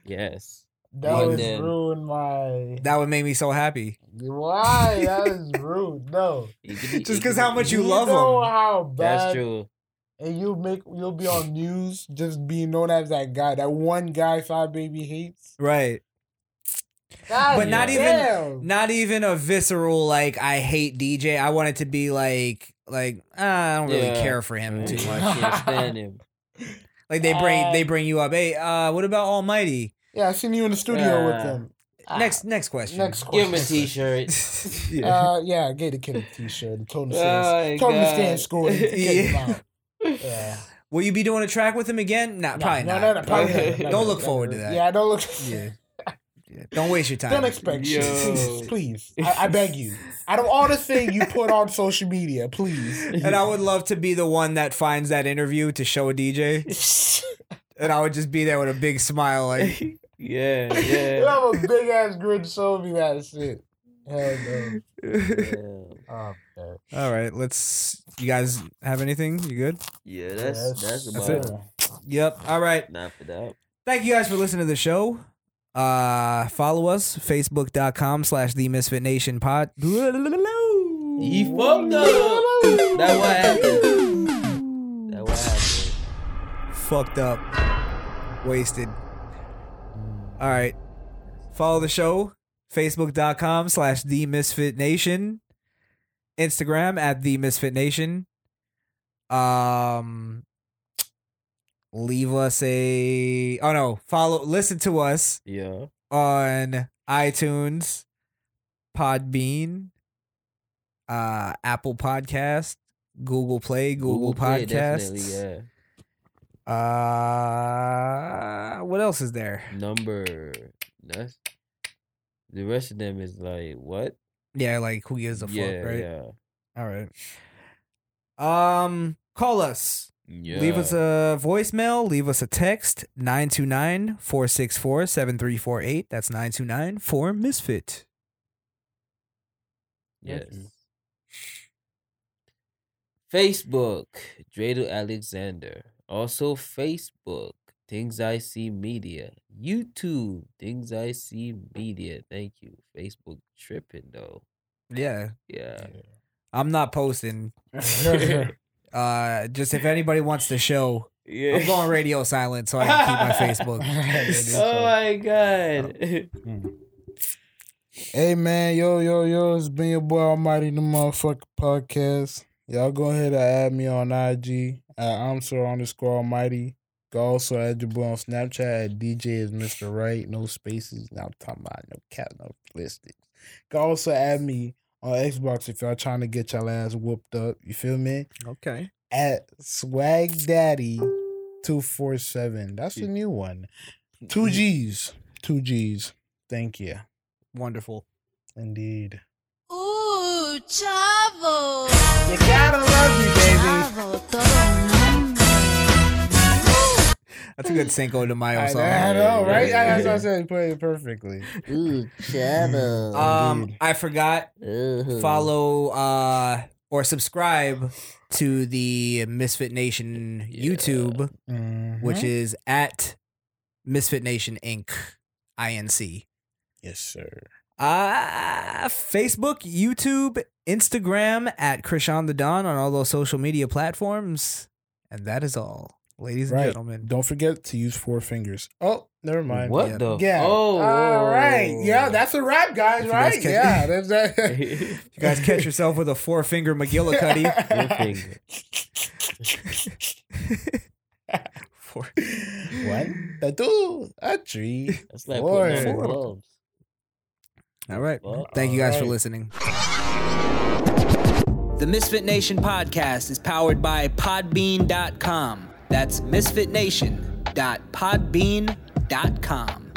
S4: Yes.
S8: That was ruined my.
S10: That would make me so happy.
S8: (laughs) Why?
S10: (laughs)
S8: That is rude. No.
S10: Just cause how much you love
S8: know
S10: him.
S8: how bad.
S10: That's (laughs) true.
S8: And you make you'll be on news just being known as that guy, that one guy Five Baby hates.
S10: Right.
S8: God
S10: But not even
S8: damn.
S10: not even a visceral like I hate DJ. I want it to be like like ah, I don't really
S4: Yeah.
S10: care for him
S4: (laughs)
S10: too
S4: I
S10: much.
S4: can't stand him.
S10: (laughs) Like they bring they bring you up. Hey, uh, what about Almighty?
S8: Yeah, I seen you in the studio with
S10: Uh,
S8: them.
S10: Next next question.
S8: Next Give him a question.
S4: t-shirt.
S8: Yeah. Uh, yeah, I gave the kid a T-shirt. and Told him to
S10: Oh,
S8: stay, told him to stay in
S10: God.
S8: school.
S10: (laughs)
S8: And kick him
S10: Yeah.
S8: out. Yeah.
S10: Will you be doing a track with him again? Nah, probably
S8: no,
S10: not.
S8: no, no, probably not. No,
S10: Don't
S8: no,
S10: look
S8: no,
S10: forward
S8: no.
S10: to that.
S8: Yeah, don't look.
S10: (laughs) Yeah. Yeah, Don't waste your time.
S8: (laughs) Don't expect shit.
S10: Yo.
S8: Please, please. I, I beg
S10: (laughs)
S8: you. Out of all the things you put on social media, please.
S10: And I would love to be the one that finds that interview to show a
S8: (laughs)
S10: DJ. and I would just be there with a big smile,
S8: (laughs)
S10: like
S4: (laughs) yeah,
S8: You have a big ass grin showing me that shit. Hell no. Oh, man.
S10: All right, let's. You guys have anything? You good?
S4: Yeah, that's- that's
S10: it.
S4: about
S10: Yep. All right.
S4: Not for that.
S10: Thank you guys for listening to the show. Uh, follow us facebook.com slash the misfit nation pod.
S4: He fucked up. That what happened. That what happened.
S10: Fucked up, wasted. All right, follow the show facebook.com slash the misfit nation, Instagram at the misfit nation. Um, leave us a oh no follow listen to us
S4: yeah
S10: on itunes podbean uh apple podcast google play google,
S4: Play,
S10: Podcasts.
S4: definitely, yeah.
S10: uh what else is there
S4: Number. That's the rest of them is like what?
S10: yeah like who gives a fuck
S4: Yeah,
S10: right
S4: yeah.
S10: all right um call us Leave us a voicemail, leave us a text, 929 464 7348. That's 929 4 Misfit.
S4: Yes. Facebook, Dredo Alexander. Also Facebook, Things I See Media. YouTube, Things I See Media. Thank you. Facebook tripping though.
S10: Yeah.
S4: Yeah.
S10: I'm not posting.
S8: (laughs)
S4: (laughs)
S10: uh, just if anybody wants the show,
S4: Yeah.
S10: I'm
S8: (laughs)
S4: (laughs)
S10: going radio silent so I can keep my Facebook.
S4: oh my god.
S8: Hey man, yo, yo, yo, it's been your boy Almighty the motherfucker podcast. Y'all go ahead and add me on IG at I'm underscore Almighty. Go also add your boy on Snapchat at DJ is Mr. Right. No spaces. Now I'm talking about no cap, no ballistics. Go also add me on Xbox if y'all trying to get y'all ass whooped up. You feel me?
S10: Okay.
S8: At Swag Daddy two four seven. That's the new one. Two G's. Two G's. Thank you.
S10: Wonderful.
S8: Indeed.
S9: Ooh, chavo.
S8: You gotta love me, baby.
S10: That's a
S8: (laughs)
S10: good Cinco de Mayo
S8: I,
S10: song.
S8: I know, right? That's what I said. You played it perfectly. Mm-hmm. Ooh,
S10: Shadow. Um, I forgot.
S8: Uh-huh. Hmm.
S10: Follow uh or subscribe to the Misfit Nation YouTube,
S8: Mm-hmm.
S10: which is at Misfit Nation Inc. Inc.
S8: Yes, sir.
S10: Uh Facebook, YouTube, Instagram at Krishan the Don on all those social media platforms, and that is all, ladies and
S8: Right.
S10: gentlemen.
S8: Don't forget to use four fingers. Oh, never mind.
S10: What
S8: yeah.
S10: the-
S8: Yeah.
S10: Oh.
S8: All right. Yeah, that's a wrap, guys.
S10: If you guys
S8: Right?
S10: catch-
S8: yeah. That's that. (laughs)
S10: if you guys catch yourself with a four finger
S8: (laughs)
S10: McGillicuddy.
S4: (laughs)
S10: four.
S8: One, a two, a three.
S10: That's
S4: like
S8: four.
S4: putting on gloves.
S10: All right. Thank you guys for
S4: Alright.
S10: listening.
S21: The Misfit Nation podcast is powered by Podbean.com. That's misfitnation.podbean.com.